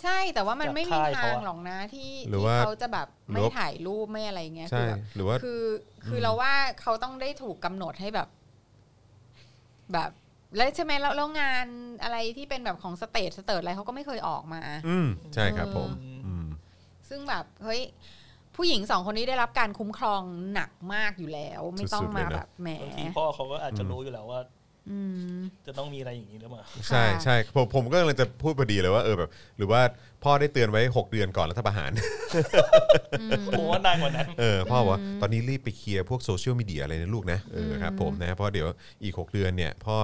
[SPEAKER 3] ใช่แต่ว่ามันไม่มี
[SPEAKER 4] จากค่าย
[SPEAKER 3] ทา
[SPEAKER 4] เขา
[SPEAKER 3] ง
[SPEAKER 4] อะ
[SPEAKER 3] หรอกนะที่
[SPEAKER 2] หรือ
[SPEAKER 3] ที่
[SPEAKER 2] ว่า
[SPEAKER 3] เขาจะแบบไม่
[SPEAKER 2] ลบ
[SPEAKER 3] ถ่ายรูปไม่อะไรเงี้ย
[SPEAKER 2] ใช่
[SPEAKER 3] คือแบบ
[SPEAKER 2] หรือว่า
[SPEAKER 3] คือคืออ
[SPEAKER 2] ม
[SPEAKER 3] เราว่าเขาต้องได้ถูกกำหนดให้แบบ แบบ แล้วใช่ไหมแล้วแล้วงานอะไรที่เป็นแบบของสเตทสเตทอะไรเขาก็ไม่เคยออกมา
[SPEAKER 2] อืมใช่ครับผม
[SPEAKER 4] อืม
[SPEAKER 2] อืม
[SPEAKER 3] ซึ่งแบบเฮ้ยผู้หญิงสองคนนี้ได้รับการคุ้มครองหนักมากอยู่แล้ว ไม่ต้องมาแบบแหม
[SPEAKER 4] บางทีพ่อเขาก็อาจจะรู้อยู่แล้วว่า
[SPEAKER 3] อืม
[SPEAKER 4] จะต้องมีอะไรอย่างนี้หรือเปล่า
[SPEAKER 2] ใช่
[SPEAKER 3] ค่ะ
[SPEAKER 2] ใช่ผมผมก็กำลังจะพูดพอดีเลยว่าเออแบบ หรือว่าพ่อได้เตือนไว้ 6 เดือนก่อนรัฐประหาร
[SPEAKER 3] อืม
[SPEAKER 4] ผมว่านานกว่านั้น
[SPEAKER 2] เออพ่อบอกว่า
[SPEAKER 3] อืม
[SPEAKER 2] ตอนนี้รีบไปเคลียร์พวกโซเชียลมีเดียอะไรนะลูกนะเออครับผมนะเพราะเดี๋ยวอีก 6 เดือนเนี่ยพ่อ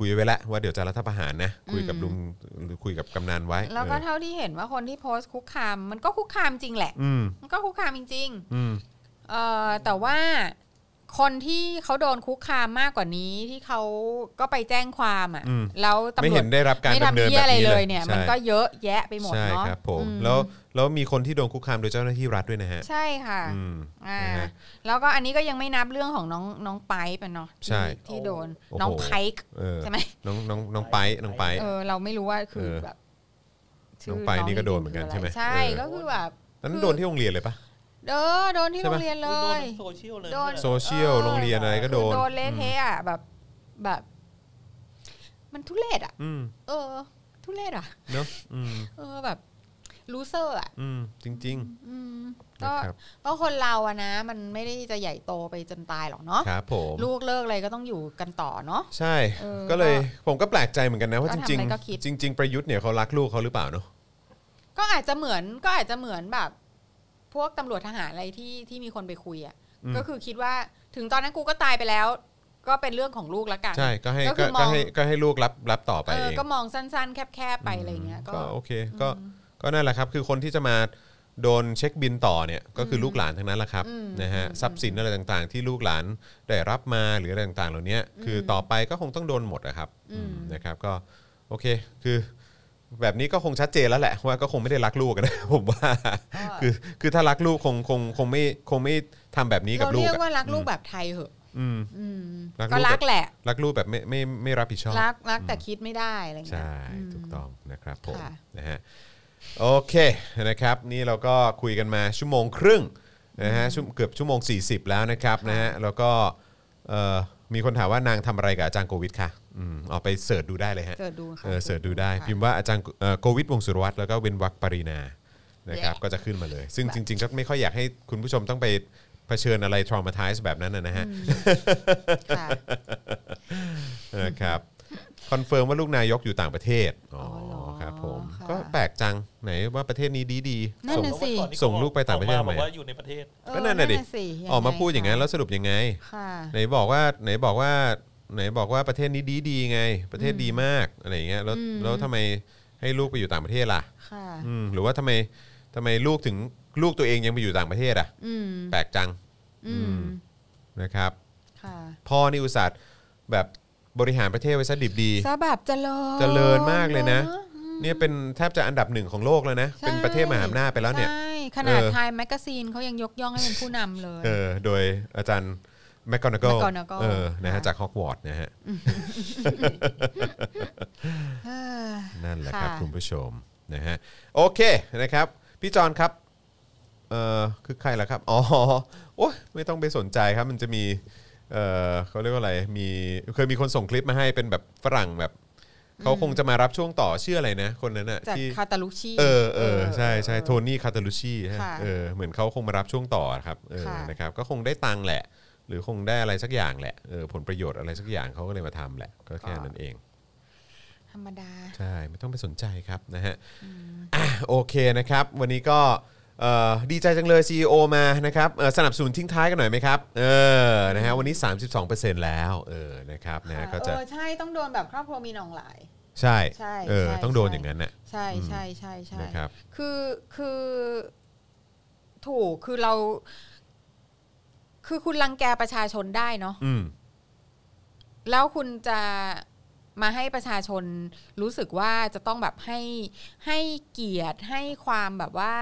[SPEAKER 2] คุยไว้แล้วว่าเดี๋ยวจะรัฐประหารนะคุยกับ
[SPEAKER 3] อืม
[SPEAKER 2] ลุงหรือคุยกับกำนันไว้
[SPEAKER 3] แล้วก็
[SPEAKER 2] เออ
[SPEAKER 3] เท่าที่เห็นว่าคนที่โพสต์คุกคาม มันก็คุกคามจริงแหละ
[SPEAKER 2] อืม
[SPEAKER 3] มันก็คุกคามจริงๆ
[SPEAKER 2] อืม
[SPEAKER 3] เอ่อแต่ว่าคนที่เขาโดนคุกคามมากกว่านี้ที่เขาก็ไปแจ้งความอ่ะ
[SPEAKER 2] อืม
[SPEAKER 3] แล้ว
[SPEAKER 2] ไม่
[SPEAKER 3] ตำรว
[SPEAKER 2] เห็
[SPEAKER 3] จ
[SPEAKER 2] นได้รับการ
[SPEAKER 3] ไม่
[SPEAKER 2] ดำ
[SPEAKER 3] ทำ
[SPEAKER 2] เนิน
[SPEAKER 3] เยี่
[SPEAKER 2] แบบ
[SPEAKER 3] ยอะไร
[SPEAKER 2] นี้
[SPEAKER 3] เลย
[SPEAKER 2] ย
[SPEAKER 3] เนี่ย มัน
[SPEAKER 2] ใช่
[SPEAKER 3] ก็เยอะแยะไปหมด
[SPEAKER 2] ใช่
[SPEAKER 3] เนาะ
[SPEAKER 2] ครับผม
[SPEAKER 3] อื
[SPEAKER 2] แล้วแล้วมีคนที่โดนคุกคามโดยเจ้าหน้าที่รัฐด้วยนะฮะ
[SPEAKER 3] ใช่ค่ะ
[SPEAKER 2] อืม
[SPEAKER 3] อ่า
[SPEAKER 2] นะฮะ
[SPEAKER 3] แล้วก็อันนี้ก็ยังไม่นับเรื่องของน้องน้องไปป์เป็นเนาะที่
[SPEAKER 2] ใช่
[SPEAKER 3] ที่โดน
[SPEAKER 2] โอ้โห
[SPEAKER 3] น้องไพค์
[SPEAKER 2] เออ
[SPEAKER 3] ใช่ไหม
[SPEAKER 2] น้องน้องน้องไปน้องไป
[SPEAKER 3] เออ เราไม่รู้ว่าคือ
[SPEAKER 2] เออ
[SPEAKER 3] แบบ
[SPEAKER 2] น้องไปนี่ก็โดนเหมือนกันใช่ไหม
[SPEAKER 3] ใช่
[SPEAKER 2] เออ
[SPEAKER 3] ก็คือแบบ
[SPEAKER 2] นั้นโดนที่โรงเรียนเลยปะ
[SPEAKER 3] เออโดนที่
[SPEAKER 2] ใช่
[SPEAKER 3] โร
[SPEAKER 2] ปะ
[SPEAKER 3] งเรียนเล
[SPEAKER 4] โดน
[SPEAKER 3] ย
[SPEAKER 4] โซเชียลเลย
[SPEAKER 3] โดน
[SPEAKER 4] เนี่ย
[SPEAKER 2] โซเชียล
[SPEAKER 3] เออ
[SPEAKER 2] โรงเรียนอะไรก็โดน
[SPEAKER 3] คือโดนเละเทะอ่ะแบบแบบ มันทุเรศอ่ะ
[SPEAKER 2] อืม
[SPEAKER 3] เออ ทุเรศอ่ะ
[SPEAKER 2] เนอะอืม
[SPEAKER 3] เออแบบลูเซอร์อ่ะ
[SPEAKER 2] อืมจริง
[SPEAKER 3] อืม
[SPEAKER 2] ๆ
[SPEAKER 3] ก็
[SPEAKER 2] นะครับ
[SPEAKER 3] ก็คนเราอะนะ มันไม่ได้จะใหญ่โตไปจนตายหรอกเนาะ
[SPEAKER 2] ครับผม
[SPEAKER 3] ลูกเลิกอะไรก็ต้องอยู่กันต่อเนาะ
[SPEAKER 2] ใช่
[SPEAKER 3] เออ
[SPEAKER 2] ก็เลยผมก็แปลกใจเหมือนกันนะว่า
[SPEAKER 3] ก็
[SPEAKER 2] จ
[SPEAKER 3] ทำ
[SPEAKER 2] ริง
[SPEAKER 3] อะไรก็คิด
[SPEAKER 2] ๆจริง ๆ ประยุทธ์เนี่ยเขารักลูกเขาหรือเปล่าเนาะ
[SPEAKER 3] ก็อาจจะเหมือนก็อาจจะเหมือนแบบ พวกตำรวจทหารอะไรที่ที่มีคนไปคุยอ่ะ
[SPEAKER 2] อืม
[SPEAKER 3] ก็คือคิดว่าถึงตอนนั้นกูก็ตายไปแล้ว ก็เป็นเรื่องของลูกละกัน
[SPEAKER 2] ใช่ก็ให้
[SPEAKER 3] ก็คื
[SPEAKER 2] ก็
[SPEAKER 3] อมอ
[SPEAKER 2] ก็
[SPEAKER 3] ง
[SPEAKER 2] ให้ก็ให้ลูกรับรับต่อไป
[SPEAKER 3] เอ
[SPEAKER 2] เอ
[SPEAKER 3] อง ก็มองสั้น ๆ แคบๆไปอะไรเงี้ยก็
[SPEAKER 2] ก็โอเคก็ก็นั่นแหละครับ คือคนที่จะมาโดนเช็คบินต่อเนี่ยก็คืออลูกหลานทั้งนั้นแหละครับ
[SPEAKER 3] อืม
[SPEAKER 2] นะฮะ
[SPEAKER 3] อืม
[SPEAKER 2] ทรัพย์สินอะไรต่างๆ ที่ลูกหลานได้รับมาหรืออะไรต่างๆ เหล่านี้คืออ
[SPEAKER 3] ม
[SPEAKER 2] ต่อไปก็คงต้องโดนหมดนะครับ
[SPEAKER 3] อื
[SPEAKER 2] อื
[SPEAKER 3] ม
[SPEAKER 2] มนะครับ ก็โอเคคือ แบบนี้ก็คงชัดเจนแล้วแหละว่าก็คงไม่ได้รักลูกกันนะ ผมว่า
[SPEAKER 3] ก็
[SPEAKER 2] คือคือถ้ารักลูกคงคงคงไม่คงไม่ทำแบบนี้กับ
[SPEAKER 3] เรา
[SPEAKER 2] ลูก
[SPEAKER 3] เรียก
[SPEAKER 2] อะ
[SPEAKER 3] ว่ารักลูกแบบไทยเหอะ
[SPEAKER 2] อืม
[SPEAKER 3] อืม
[SPEAKER 2] รักลูก
[SPEAKER 3] ก็รักแหละ
[SPEAKER 2] รักลูกแบบไม่ไม่ไม่รับผิดชอบ
[SPEAKER 3] รักรักแต่คิดไม่ได้อะไรเงี้ย
[SPEAKER 2] ใช่
[SPEAKER 3] อืม
[SPEAKER 2] ถูกต้องนะครับผม
[SPEAKER 3] ค่ะ
[SPEAKER 2] นะฮะโอเคนะครับ นี่เราก็คุยกันมาชั่วโมงครึ่งนะฮะชั่วเกือบชั่วโมง 40 แล้วนะครับนะฮะแล้วก็เอ่อมีคนถามว่านางทำอะไรกับอาจารย์โควิดค่ะอืมเอาไปเสิร์ชดูได้เลยฮะ
[SPEAKER 3] เสิร์ชดูค่ะ
[SPEAKER 2] เออเสิร์ชดูได้
[SPEAKER 3] ค่ะ
[SPEAKER 2] พิมพ์ว่าอาจารย์เอ่อโควิดวงศ์สุรวัตรแล้วก็เวนวักปรินานะครับ
[SPEAKER 3] แย่
[SPEAKER 2] ก็จะขึ้นมาเลย ซึ่งจริง ๆ ก็ไม่ค่อยอยากให้คุณผู้ชมต้องไปเผชิญอะไร traumatize แบบนั้นนะนะฮะ
[SPEAKER 3] ค่ะ
[SPEAKER 2] นะครับคอนเฟิร์มว่าลูกนายกอยู่ต่างประเทศ อ๋อ
[SPEAKER 3] อเหรอ
[SPEAKER 2] ครับผม
[SPEAKER 3] ค่ะ
[SPEAKER 2] ก็แปลกจังไหนว่าประเทศนี้ดีดี
[SPEAKER 3] นั่น
[SPEAKER 2] ส่ง
[SPEAKER 3] น่ะสิ
[SPEAKER 4] เพราะว่าอนนี้
[SPEAKER 2] ส่งลูกไปต่างประเทศ
[SPEAKER 4] ออม
[SPEAKER 2] ทำไม
[SPEAKER 4] บอกว่าอยู่ในประเทศ
[SPEAKER 3] เออ
[SPEAKER 2] ก็นั่นน่ะดิ
[SPEAKER 3] สิ
[SPEAKER 2] ออกมาพูดอย่างนั้นแล้วสรุปยังไง
[SPEAKER 3] ค่ะ
[SPEAKER 2] ไหนบอกว่าไหนบอกว่าไหนบอกว่าประเทศนี้ดีดีไง ประเทศดีมากอะไรอย่างเงี้ยแล้วแล้วทำไมให้ลูกไปอยู่ต่างประเทศล่ะ
[SPEAKER 3] ค่ะ
[SPEAKER 2] อืมหรือว่าทำไมทำไมลูกถึงลูกตัวเองยังไปอยู่ต่างประเทศอ่ะ
[SPEAKER 3] อืม
[SPEAKER 2] แปลกจัง
[SPEAKER 3] อืม
[SPEAKER 2] นะครับ
[SPEAKER 3] ค่ะ
[SPEAKER 2] พ่อนี่อุตส่าห์แบบบริหารประเทศไว้ซะดิบดี
[SPEAKER 3] ซะแบบเจริญ
[SPEAKER 2] เจริญมากเลยนะ
[SPEAKER 3] อ
[SPEAKER 2] เนี่ยเป็นแทบจะอันดับหนึ่งของโลกแล้วนะ
[SPEAKER 3] ใช่
[SPEAKER 2] เป็นประเทศมหาอำนาจไปแล้วเนี่ย
[SPEAKER 3] ใช่ขนาด
[SPEAKER 2] เออ
[SPEAKER 3] ไทยแมกกาซีนเขายังยกย่องให้เป็นผู้นำเลย
[SPEAKER 2] เออโดยอาจารย์แมคกอนาโก
[SPEAKER 3] McGonagall
[SPEAKER 2] เออนะฮะ
[SPEAKER 3] ค่ะ
[SPEAKER 2] จากฮอกวอตส์นะฮะ
[SPEAKER 3] เออ
[SPEAKER 2] นั่นแหละครับ
[SPEAKER 3] ค่ะ
[SPEAKER 2] คุณผู้ชมนะฮะโอเคนะครับ พี่จอนครับเอ่อคือใครล่ะครับ อ๋อโอ้ยไม่ต้องไปสนใจครับมันจะมีเออเขาเรียกว่าอะไรมีเคยมีคนส่งคลิปมาให้เป็นแบบฝรั่งแบบ เขาคงจะมารับช่วงต่อชื่ออะไรนะ คนนั้นอ่ะ
[SPEAKER 3] จาก
[SPEAKER 2] ที่
[SPEAKER 3] คาตาลุชี
[SPEAKER 2] เออเออใช่ใช่โทนี่คาตาลูชีฮะ
[SPEAKER 3] ค่ะ
[SPEAKER 2] เออเหมือนเขาคงมารับช่วงต่อครับเออ
[SPEAKER 3] ค่ะ
[SPEAKER 2] นะครับก็คงได้ตังค์แหละ หรือคงได้อะไรสักอย่างแหละเออผลประโยชน์อะไรสักอย่างเขาก็เลยมาทำแหละ ก็แค่นั้นเอง
[SPEAKER 3] ธรรมดา
[SPEAKER 2] ใช่ ไม่ต้องไปสนใจครับนะฮะอ่ะโอเคนะครับ วันนี้ก็เอ่อดีใจจังเลย CEO มานะครับเอ่อสนับสนุนทิ้งท้ายกันหน่อยไหมครับเออนะฮะวันนี้ 32%แล้วเออนะครับนะก็จะ
[SPEAKER 3] เออใช่ต้องโดนแบบครอบครัวมีหนองหลาย
[SPEAKER 2] ใช่
[SPEAKER 3] ใช่
[SPEAKER 2] เออ
[SPEAKER 3] ใช่
[SPEAKER 2] ต้องโดน
[SPEAKER 3] ใช่
[SPEAKER 2] อย่างนั้นน่ะ
[SPEAKER 3] ใช่
[SPEAKER 2] อืม
[SPEAKER 3] ใช่ใช่ใช่
[SPEAKER 2] นะครับ
[SPEAKER 3] คือคือถูกคือเรา คือคุณรังแกประชาชนได้เนาะ
[SPEAKER 2] อืม
[SPEAKER 3] แล้วคุณจะมาให้ประชาชนรู้สึกว่าจะต้องแบบให้ให้เกียรติให้ความแบบว่า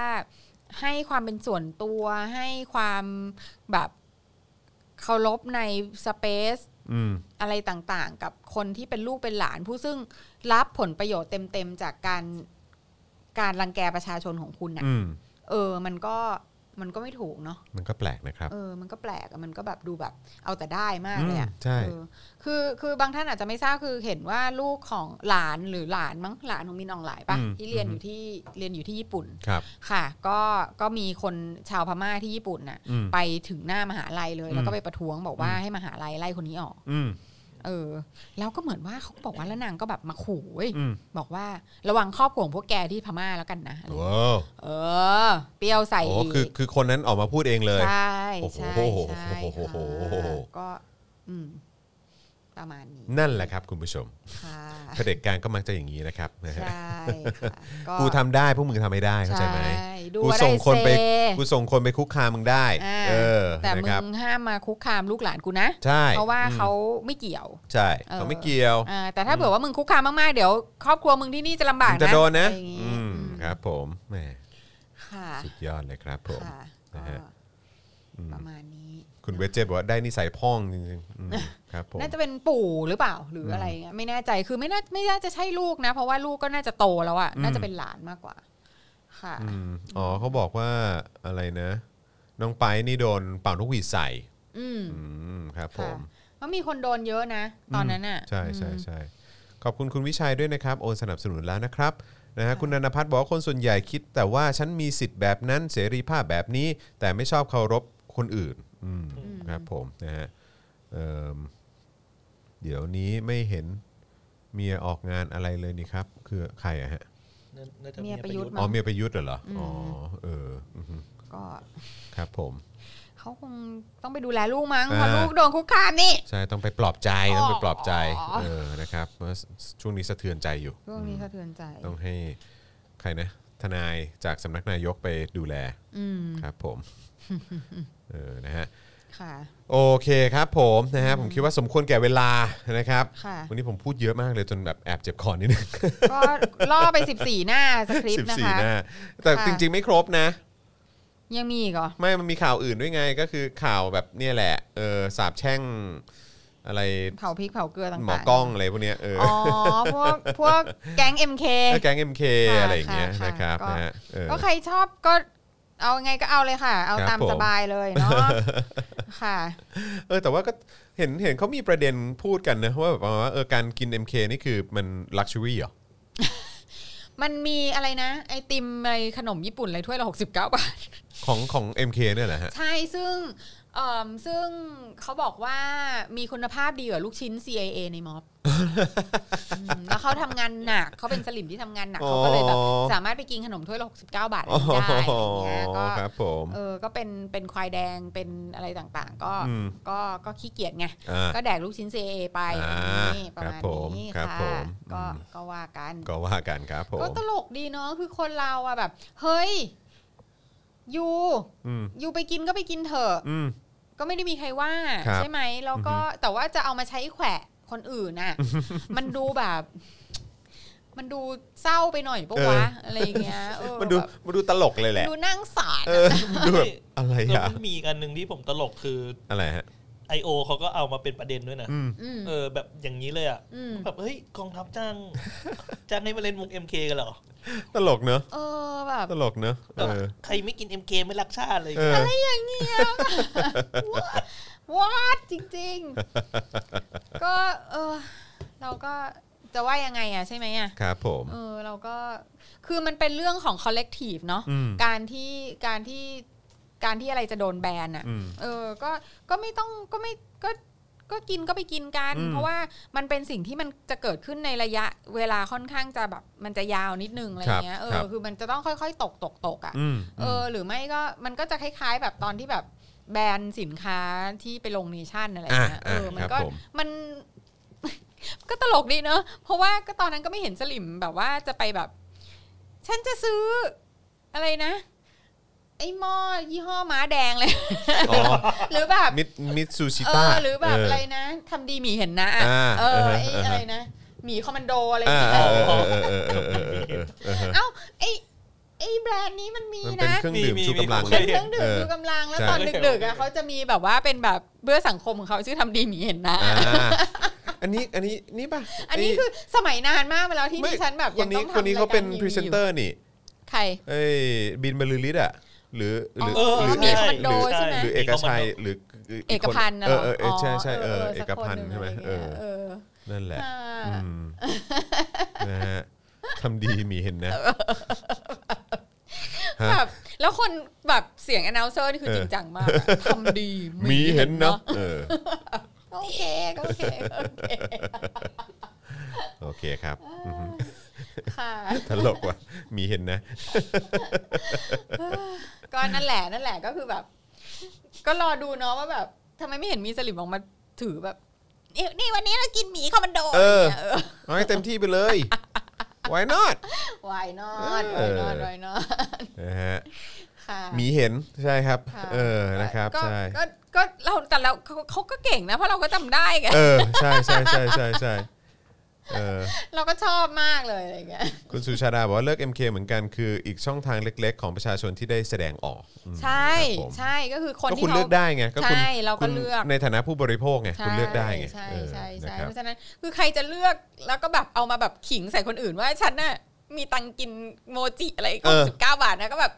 [SPEAKER 3] ให้ความเป็นส่วนตัว ให้ความแบบเคารพในสเปซ
[SPEAKER 2] อืม
[SPEAKER 3] อะไรต่างๆ กับคนที่เป็นลูกเป็นหลาน ผู้ซึ่งรับผลประโยชน์เต็มๆ จากการการรังแกประชาชนของคุณน่ะ
[SPEAKER 2] อืม
[SPEAKER 3] เออ มันก็มันก็ไม่ถูกเนาะ
[SPEAKER 2] มันก็แปลกนะครับ
[SPEAKER 3] เออ มันก็แปลกอะมันก็แบบดูแบบ เอาแต่ได้มากเลยอะ
[SPEAKER 2] อืมใช่
[SPEAKER 3] เออคือคือบางท่านอาจจะไม่ทราบคือเห็นว่าลูกของหลานหรือหลานมั้งหลานของมินอองหลายปะที่เรียนอยู่ที่เรียนอยู่ที่ญี่ปุ่น
[SPEAKER 2] ครับ
[SPEAKER 3] ค่ะ ก็ก็มีคนชาวพม่าที่ญี่ปุ่นน่ะ
[SPEAKER 2] อืม
[SPEAKER 3] ไปถึงหน้ามหาลัยเลย แล้ว
[SPEAKER 2] อื
[SPEAKER 3] ก็
[SPEAKER 2] ม
[SPEAKER 3] ไปประท้วงบอกว่า
[SPEAKER 2] อืม
[SPEAKER 3] ให้มหาลัยไล่คนนี้ออก
[SPEAKER 2] อืม
[SPEAKER 3] เออแล้วก็เหมือนว่าเขาบอกว่าแล้วนางก็แบบมาขู่เว้ย
[SPEAKER 2] อืม
[SPEAKER 3] บอกว่าระวังครอบครัวของพวกแกที่พม่าแล้วกันนะอะไร
[SPEAKER 2] ว้าว
[SPEAKER 3] เออ เปรี้ยวใส่
[SPEAKER 2] โอ้
[SPEAKER 3] อีก
[SPEAKER 2] คือคือคนนั้นออกมาพูดเองเลย
[SPEAKER 3] ใช่
[SPEAKER 2] โอ้โห
[SPEAKER 3] ใช่ใช่
[SPEAKER 2] โอ้โห
[SPEAKER 3] ค่ะก็อืมประมาณนี้
[SPEAKER 2] นั่นแหละครับคุณผู้ชม
[SPEAKER 3] ค่ะ
[SPEAKER 2] เผด็จการก็มักจะอย่างนี้นะครับนะฮะ
[SPEAKER 3] ใช่ค่ะก็
[SPEAKER 2] กูทำได้พวกมึงทำไม่ได้เข้าใจไหม
[SPEAKER 3] ช่ดู
[SPEAKER 2] กู
[SPEAKER 3] ว่า
[SPEAKER 2] ส่งคนไป
[SPEAKER 3] ด้เซ
[SPEAKER 2] กูส่งคนไปคุกคามมึงได้
[SPEAKER 3] อ่า
[SPEAKER 2] เออ
[SPEAKER 3] แต่
[SPEAKER 2] นะ
[SPEAKER 3] มึ
[SPEAKER 2] ค
[SPEAKER 3] ง
[SPEAKER 2] รับ
[SPEAKER 3] ห้ามมาคุกคามลูกหลานกูนะ
[SPEAKER 2] ใช่
[SPEAKER 3] เพราะว่า
[SPEAKER 2] อืม
[SPEAKER 3] เขาไม่เกี่ยว
[SPEAKER 2] ใช่
[SPEAKER 3] เออ
[SPEAKER 2] เขาไม่เกี่ยว
[SPEAKER 3] อ่าแต่ถ้าเผื่อว่ามึงคุกคามมากๆเดี๋ยวครอบครัวมึงที่นี่จะลำบาก
[SPEAKER 2] มึง
[SPEAKER 3] นะ
[SPEAKER 2] จะโดนนะ
[SPEAKER 3] อไรอย่างงี้
[SPEAKER 2] อืมครับ ผมแหม
[SPEAKER 3] ค่ะ
[SPEAKER 2] สุดยอดเลยครับ ผม
[SPEAKER 3] ค่ะ
[SPEAKER 2] นะฮะ
[SPEAKER 3] ก็ประมาณนี้
[SPEAKER 2] คุณเวจเจบอกว่าได้นิสัยพ่องจริงๆอืมครับผม
[SPEAKER 3] น่าจะเป็นปู่หรือเปล่าหรืออะไรเงี้ยไม่แน่ใจคือไม่น่าไม่น่าจะใช่ลูกนะ เพราะว่าลูกก็น่าจะโตแล้วอะ
[SPEAKER 2] อืม
[SPEAKER 3] น่าจะเป็นหลานมากกว่า ค่ะ
[SPEAKER 2] อืมอ๋อเขาบอกว่าอะไรนะ น้องไปร์นี่โดนเป่านกหวีดใส่
[SPEAKER 3] อืม
[SPEAKER 2] อืมครับผ
[SPEAKER 3] ค่ะ
[SPEAKER 2] ม
[SPEAKER 3] ก็มีคนโดนเยอะนะ ตอนนั้นอะ
[SPEAKER 2] ใช่ใช่
[SPEAKER 3] อืม
[SPEAKER 2] ใช่ขอบคุณคุณวิชัยด้วยนะครับ โอนสนับสนุนแล้วนะครับนะฮะ
[SPEAKER 3] ค่ะ
[SPEAKER 2] คุณนันพัฒน์บอกว่าคนส่วนใหญ่คิด แต่ว่าฉันมีสิทธิ์แบบนั้นเสรีภาพแบบนี้ แต่ไม่ชอบเคารพคนอื่นอืมครับผมนะฮะเอิ่มเดี๋ยวนี้ไม่เห็นเมียออกงานอะไรเลยนี่ครับ คือใครอะฮะ
[SPEAKER 4] น่าจะ
[SPEAKER 3] เมี
[SPEAKER 4] เมี
[SPEAKER 3] ย
[SPEAKER 4] ย
[SPEAKER 3] ป
[SPEAKER 4] ประ ระ
[SPEAKER 3] ยุ
[SPEAKER 4] ยุ
[SPEAKER 3] ท
[SPEAKER 4] ท
[SPEAKER 3] ธ์
[SPEAKER 4] ธ์
[SPEAKER 2] อ๋อเมียประยุทธ์เหรออ๋อเอออือฮึ
[SPEAKER 3] ก็
[SPEAKER 2] ครับผม
[SPEAKER 3] เขาคงต้องไปดูแลลูกมั้ง
[SPEAKER 2] อ่า
[SPEAKER 3] เพราะลูกโดนคุกคามนี่
[SPEAKER 2] ใช่ต้องไปปลอบใจต้องไปปลอบใจ
[SPEAKER 3] อ๋อ
[SPEAKER 2] เออนะครับเพราะช่วงนี้สะเทือนใจอยู่
[SPEAKER 3] เรื่องนี้สะเทือนใจ
[SPEAKER 2] ต้องให้ใครนะทนายจากสำนักนายกไปดูแล
[SPEAKER 3] อืม
[SPEAKER 2] ครับผม เออนะฮะ
[SPEAKER 3] ค่ะ
[SPEAKER 2] โอเคครับผมนะฮะผมคิดว่าสมควรแก่เวลานะครับ
[SPEAKER 3] ค่ะ
[SPEAKER 2] วันนี้ผมพูดเยอะมากเลยจนแบบแอบเจ็บคอนิดนึง
[SPEAKER 3] ก็ล่อไปสิบสี่หน้าสคริป
[SPEAKER 2] สิบ
[SPEAKER 3] ต์นะ
[SPEAKER 2] สี่
[SPEAKER 3] คะ
[SPEAKER 2] หน้าแต่
[SPEAKER 3] ค่ะ
[SPEAKER 2] จริง ๆ ไม่ครบนะ
[SPEAKER 3] ยังมีอีกเหรอ
[SPEAKER 2] ไม่มันมีข่าวอื่นด้วยไง ก็คือข่าวแบบเนี่ยแหละเออสาบแช่งอะไร
[SPEAKER 3] เผาพริกเผาเกลือต่างๆ
[SPEAKER 2] หมอกล้องอะไรพวกเนี้ยเออ
[SPEAKER 3] อ๋อพวกพวกแก๊ง MK
[SPEAKER 2] แล้วแก๊งเอ็มเค
[SPEAKER 3] ค่ะ
[SPEAKER 2] อะไรอย่างเงี้ย
[SPEAKER 3] ค่ะ
[SPEAKER 2] นะครับ
[SPEAKER 3] ก็
[SPEAKER 2] นะฮะเออ
[SPEAKER 3] ก็ใครชอบก็เอาไงก็เอาเลยค่ะ เอา
[SPEAKER 2] ครับ
[SPEAKER 3] ตาม
[SPEAKER 2] ผม
[SPEAKER 3] สบายเลยเนาะ ค่ะ
[SPEAKER 2] เออแต่ว่าก็เห็นเห็นเขามีประเด็นพูดกันนะว่าแบบว่าเออการกิน MK นี่คือมันลักชัวรี่เหรอ
[SPEAKER 3] มันมีอะไรนะ ไอติมอะไรขนมญี่ปุ่นอะไรถ้วยละ69 บาท
[SPEAKER 2] ของของ MK เนี่ยแหละฮะ
[SPEAKER 3] ใช่ซึ่งเอ่อซึ่งเขาบอกว่ามีคุณภาพดีกว่าลูกชิ้น CIA ใน ม็อบอืมแล้วเขาทำงานหนักเขาเป็นสลิมที่ทำงานหนักเขาก็เลยแบบ
[SPEAKER 2] อ๋อ
[SPEAKER 3] สามารถไปกินขนมถ้วยละ69 บาทได้อะไรอย่างเงี้ย
[SPEAKER 2] อ๋
[SPEAKER 3] ก็
[SPEAKER 2] อครับผม
[SPEAKER 3] เออ ก็เป็น เป็นควายแดง เป็นอะไรต่างๆ ก็
[SPEAKER 2] อืม
[SPEAKER 3] ก็ ก็ขี้เกียจไง
[SPEAKER 2] อ่า
[SPEAKER 3] ก็แดกลูกชิ้น CA ไป
[SPEAKER 2] อ่า
[SPEAKER 3] นี่ประมาณนี้
[SPEAKER 2] ครับผมครั
[SPEAKER 3] ค่ะ
[SPEAKER 2] บผม
[SPEAKER 3] ก็
[SPEAKER 2] อืม
[SPEAKER 3] ก็ว่ากัน
[SPEAKER 2] ก็ว่ากันครับผม
[SPEAKER 3] ก็ตลกดีเนาะ คือคนเราอะแบบ เฮ้ย อยู
[SPEAKER 2] อืม
[SPEAKER 3] อยูไปกินก็ไปกินเถอะ
[SPEAKER 2] อืม
[SPEAKER 3] ก็ไม่ได้มีใครว่า
[SPEAKER 2] ครับ
[SPEAKER 3] ใช่ไหม แล้วก็ แต่ว่าจะเอามาใช้แขวะคนอื่น น่ะ มันดูแบบ มันดูเศร้าไปหน่อยปะวะ อะไรอย่างเงี้ยเออ
[SPEAKER 2] มันดู
[SPEAKER 3] แบบ
[SPEAKER 2] มันดูตลกเลยแหละ
[SPEAKER 3] ดูนั่งสาร
[SPEAKER 2] เอ
[SPEAKER 3] อะ
[SPEAKER 2] อมันดูแบบอะไร
[SPEAKER 4] แล้ว
[SPEAKER 2] อ่ะ
[SPEAKER 4] มันมีอีกอันหนึ่งที่ผมตลกคือ
[SPEAKER 2] อะไรฮะ
[SPEAKER 4] I.O. เขาก็เอามาเป็นประเด็นด้วยนะ
[SPEAKER 2] อืม
[SPEAKER 3] อืม
[SPEAKER 4] เออแบบอย่างนี้เลยอ่ะ
[SPEAKER 3] อืม
[SPEAKER 4] แบบเฮ้ยกองทัพจ้าง จ้างให้มาเล่นมุก MK กันเหรอ
[SPEAKER 2] ตลกเนอะ
[SPEAKER 3] เออ แบบ
[SPEAKER 2] ตลกเนอะเออ
[SPEAKER 4] ใครไม่กิน MK ไม่รักชาติเลย
[SPEAKER 2] เออ
[SPEAKER 3] วอดจริงๆ ก็เออเราก็ จะว่ายังไงอ่ะใช่ไหมอ่ะ
[SPEAKER 2] ครับผม
[SPEAKER 3] เออเราก็คือมันเป็นเรื่องของ collective เนาะ
[SPEAKER 2] อืม
[SPEAKER 3] การที่การที่การที่อะไรจะโดนแบนอ่ะ
[SPEAKER 2] อืม
[SPEAKER 3] เออก็ก็ไม่ต้องก็ไม่ก็ก็กินก็ไปกินกัน
[SPEAKER 2] อืม
[SPEAKER 3] เพราะว่ามันเป็นสิ่งที่มันจะเกิดขึ้นในระยะเวลาค่อนข้างจะแบบมันจะยาวนิดนึงอะไรเงี้ยเออคือมันจะต้องค่อยๆ ตกตกตกอ่ะ
[SPEAKER 2] อืม
[SPEAKER 3] เออหรือไม่ก็มันก็จะคล้ายๆ แบบตอนที่แบบแบรนด์สินค้าที่ไปลงเนชั่นอะไรอย่างเงี้ยเออมั
[SPEAKER 2] คน รับ
[SPEAKER 3] ก็
[SPEAKER 2] ผม
[SPEAKER 3] มัน ก็ตลกดีเนอะเพราะว่าก็ตอนนั้นก็ไม่เห็นสลิมแบบว่าจะไปแบบ ฉันจะซื้ออะไรนะ ไอ้หม้อยี่ห้อม้าแดงเลย
[SPEAKER 2] อ๋อ
[SPEAKER 3] หรือแบบ
[SPEAKER 2] มิดมิดซูชิ
[SPEAKER 3] เอ
[SPEAKER 2] ต้า
[SPEAKER 3] อหรือแบบอะไรนะทำดีหมีเห็นนะอะ
[SPEAKER 2] อ่า
[SPEAKER 3] เออไอ้
[SPEAKER 2] อ่าฮะ
[SPEAKER 3] อะไรนะหมีคอมมานโดอะไรอ
[SPEAKER 2] เอย่างอ
[SPEAKER 3] เงี้ย
[SPEAKER 2] เออ
[SPEAKER 3] เออ
[SPEAKER 2] เออเออเออเออเออเออ
[SPEAKER 3] เอ้าไอ้ไอ้แบรนด์นี้มันมี
[SPEAKER 2] มัน
[SPEAKER 3] นะ
[SPEAKER 2] เป็นเครื่องดื่ม
[SPEAKER 4] มี
[SPEAKER 2] ชูกำลัง
[SPEAKER 4] มี
[SPEAKER 3] เป็นเครื่องดื่
[SPEAKER 2] เอ
[SPEAKER 3] ม
[SPEAKER 2] อ
[SPEAKER 3] ชูกำลังแล้ว
[SPEAKER 2] ใช่
[SPEAKER 3] ตอนดึกๆอ่ะเขาจะมีแบบว่าเป็นแบบเบื่อสังคมของเขาชื่อทำดีหมีเห็นนะ
[SPEAKER 2] อ่าอันนี้อันนี้นี่ป่ะ
[SPEAKER 3] อันนี้คือสมัยนานมากมาแล้วที่
[SPEAKER 2] ไม่
[SPEAKER 3] ดิฉันแบบ
[SPEAKER 2] ค
[SPEAKER 3] ยั
[SPEAKER 2] น
[SPEAKER 3] ง
[SPEAKER 2] นี้
[SPEAKER 3] ต้องทำ
[SPEAKER 2] คนนี้เขาเป็น
[SPEAKER 3] ยก
[SPEAKER 2] พรีเซนเตอร์นี่
[SPEAKER 3] ใคร
[SPEAKER 2] เอ้ยบินบรรลือฤทธิ์อ่ะหรือหรือ
[SPEAKER 3] เออ
[SPEAKER 2] หรือ
[SPEAKER 3] มีคอมมานโด
[SPEAKER 2] หรือ
[SPEAKER 3] ใช่ไหม
[SPEAKER 2] หรือเอกชัยหรือ
[SPEAKER 3] เอกพันธ์
[SPEAKER 2] ธ์
[SPEAKER 3] น่ะ
[SPEAKER 2] เออ
[SPEAKER 3] หร
[SPEAKER 2] เออเออใช่ใช่เออเอ
[SPEAKER 3] สั
[SPEAKER 2] ก
[SPEAKER 3] ค
[SPEAKER 2] พัน
[SPEAKER 3] ห
[SPEAKER 2] ธ์ใช่ไหม
[SPEAKER 3] อะไร
[SPEAKER 2] เออ
[SPEAKER 3] งี้
[SPEAKER 2] ย
[SPEAKER 3] เออ
[SPEAKER 2] นั่นแหละ
[SPEAKER 3] อ่า
[SPEAKER 2] อื มนะฮะทำดีมีเห็นนะฮะ
[SPEAKER 3] แบบแล้วคนแบบเสียง announcer นี่คือ
[SPEAKER 2] เออ
[SPEAKER 3] จริงจังมาก อะทำดี
[SPEAKER 2] มีเห็นนะเออ
[SPEAKER 3] ก็โอเคก็โอเคก็โอเค
[SPEAKER 2] โอเคครับ อือฮึ
[SPEAKER 3] ค่ะ
[SPEAKER 2] ตลกว่ะมีเห็นนะ
[SPEAKER 3] ก็นั่นแหละนั่นแหละก็คือแบบ ก็รอดูเนาะว่าแบบทำไมไม่เห็นมีสลิมออกมาถือแบบเอ๊ะนี่วันนี้เรากินหมีคอมมานโด
[SPEAKER 2] เออ
[SPEAKER 3] นี่ยเออ
[SPEAKER 2] เอาให้เต็มที่ไปเลย why not
[SPEAKER 3] why not
[SPEAKER 2] เอ
[SPEAKER 3] why
[SPEAKER 2] อ
[SPEAKER 3] not why not
[SPEAKER 2] นะฮะ
[SPEAKER 3] ค่ะ
[SPEAKER 2] มีเห็นใช่ครับ
[SPEAKER 3] ค่ะ
[SPEAKER 2] เออนะครับ
[SPEAKER 3] ก็
[SPEAKER 2] ใช่
[SPEAKER 3] ก็ก็เราแต่เราเขาเขาก็เก่งนะเพราะเราก็จำได้ไง
[SPEAKER 2] เออใช่ใช่ใช่ใช่ใช่เออ
[SPEAKER 3] เราก็ชอบมากเลยอะไรเงี้ย
[SPEAKER 2] คุณสุชาดาบอกว่าเลิก MK เหมือนกันคืออีกช่องทางเล็ก ๆ ของประชาชนที่ได้แสดงออกอืม
[SPEAKER 3] ใช่
[SPEAKER 2] ครับผม
[SPEAKER 3] ใช่ก็คือคน
[SPEAKER 2] ก็
[SPEAKER 3] ที่
[SPEAKER 2] คุณเลือก
[SPEAKER 3] เขา
[SPEAKER 2] ได้ไงก็คุณ
[SPEAKER 3] ใช่เราก็
[SPEAKER 2] คุณ
[SPEAKER 3] เลือก
[SPEAKER 2] ในฐานะผู้บริโภคไงคุณเลือกได้ไง
[SPEAKER 3] ใช่
[SPEAKER 2] เออ
[SPEAKER 3] ใช่ใช่
[SPEAKER 2] นะ
[SPEAKER 3] ใช่
[SPEAKER 2] ครับ
[SPEAKER 3] เพราะฉะนั้นคือใครจะเลือกแล้วก็แบบเอามาแบบขิงใส่คนอื่นว่าฉันน่ะมีตังค์กินโมจิอะไรหกสิบเก้าบาทนะก็แบบ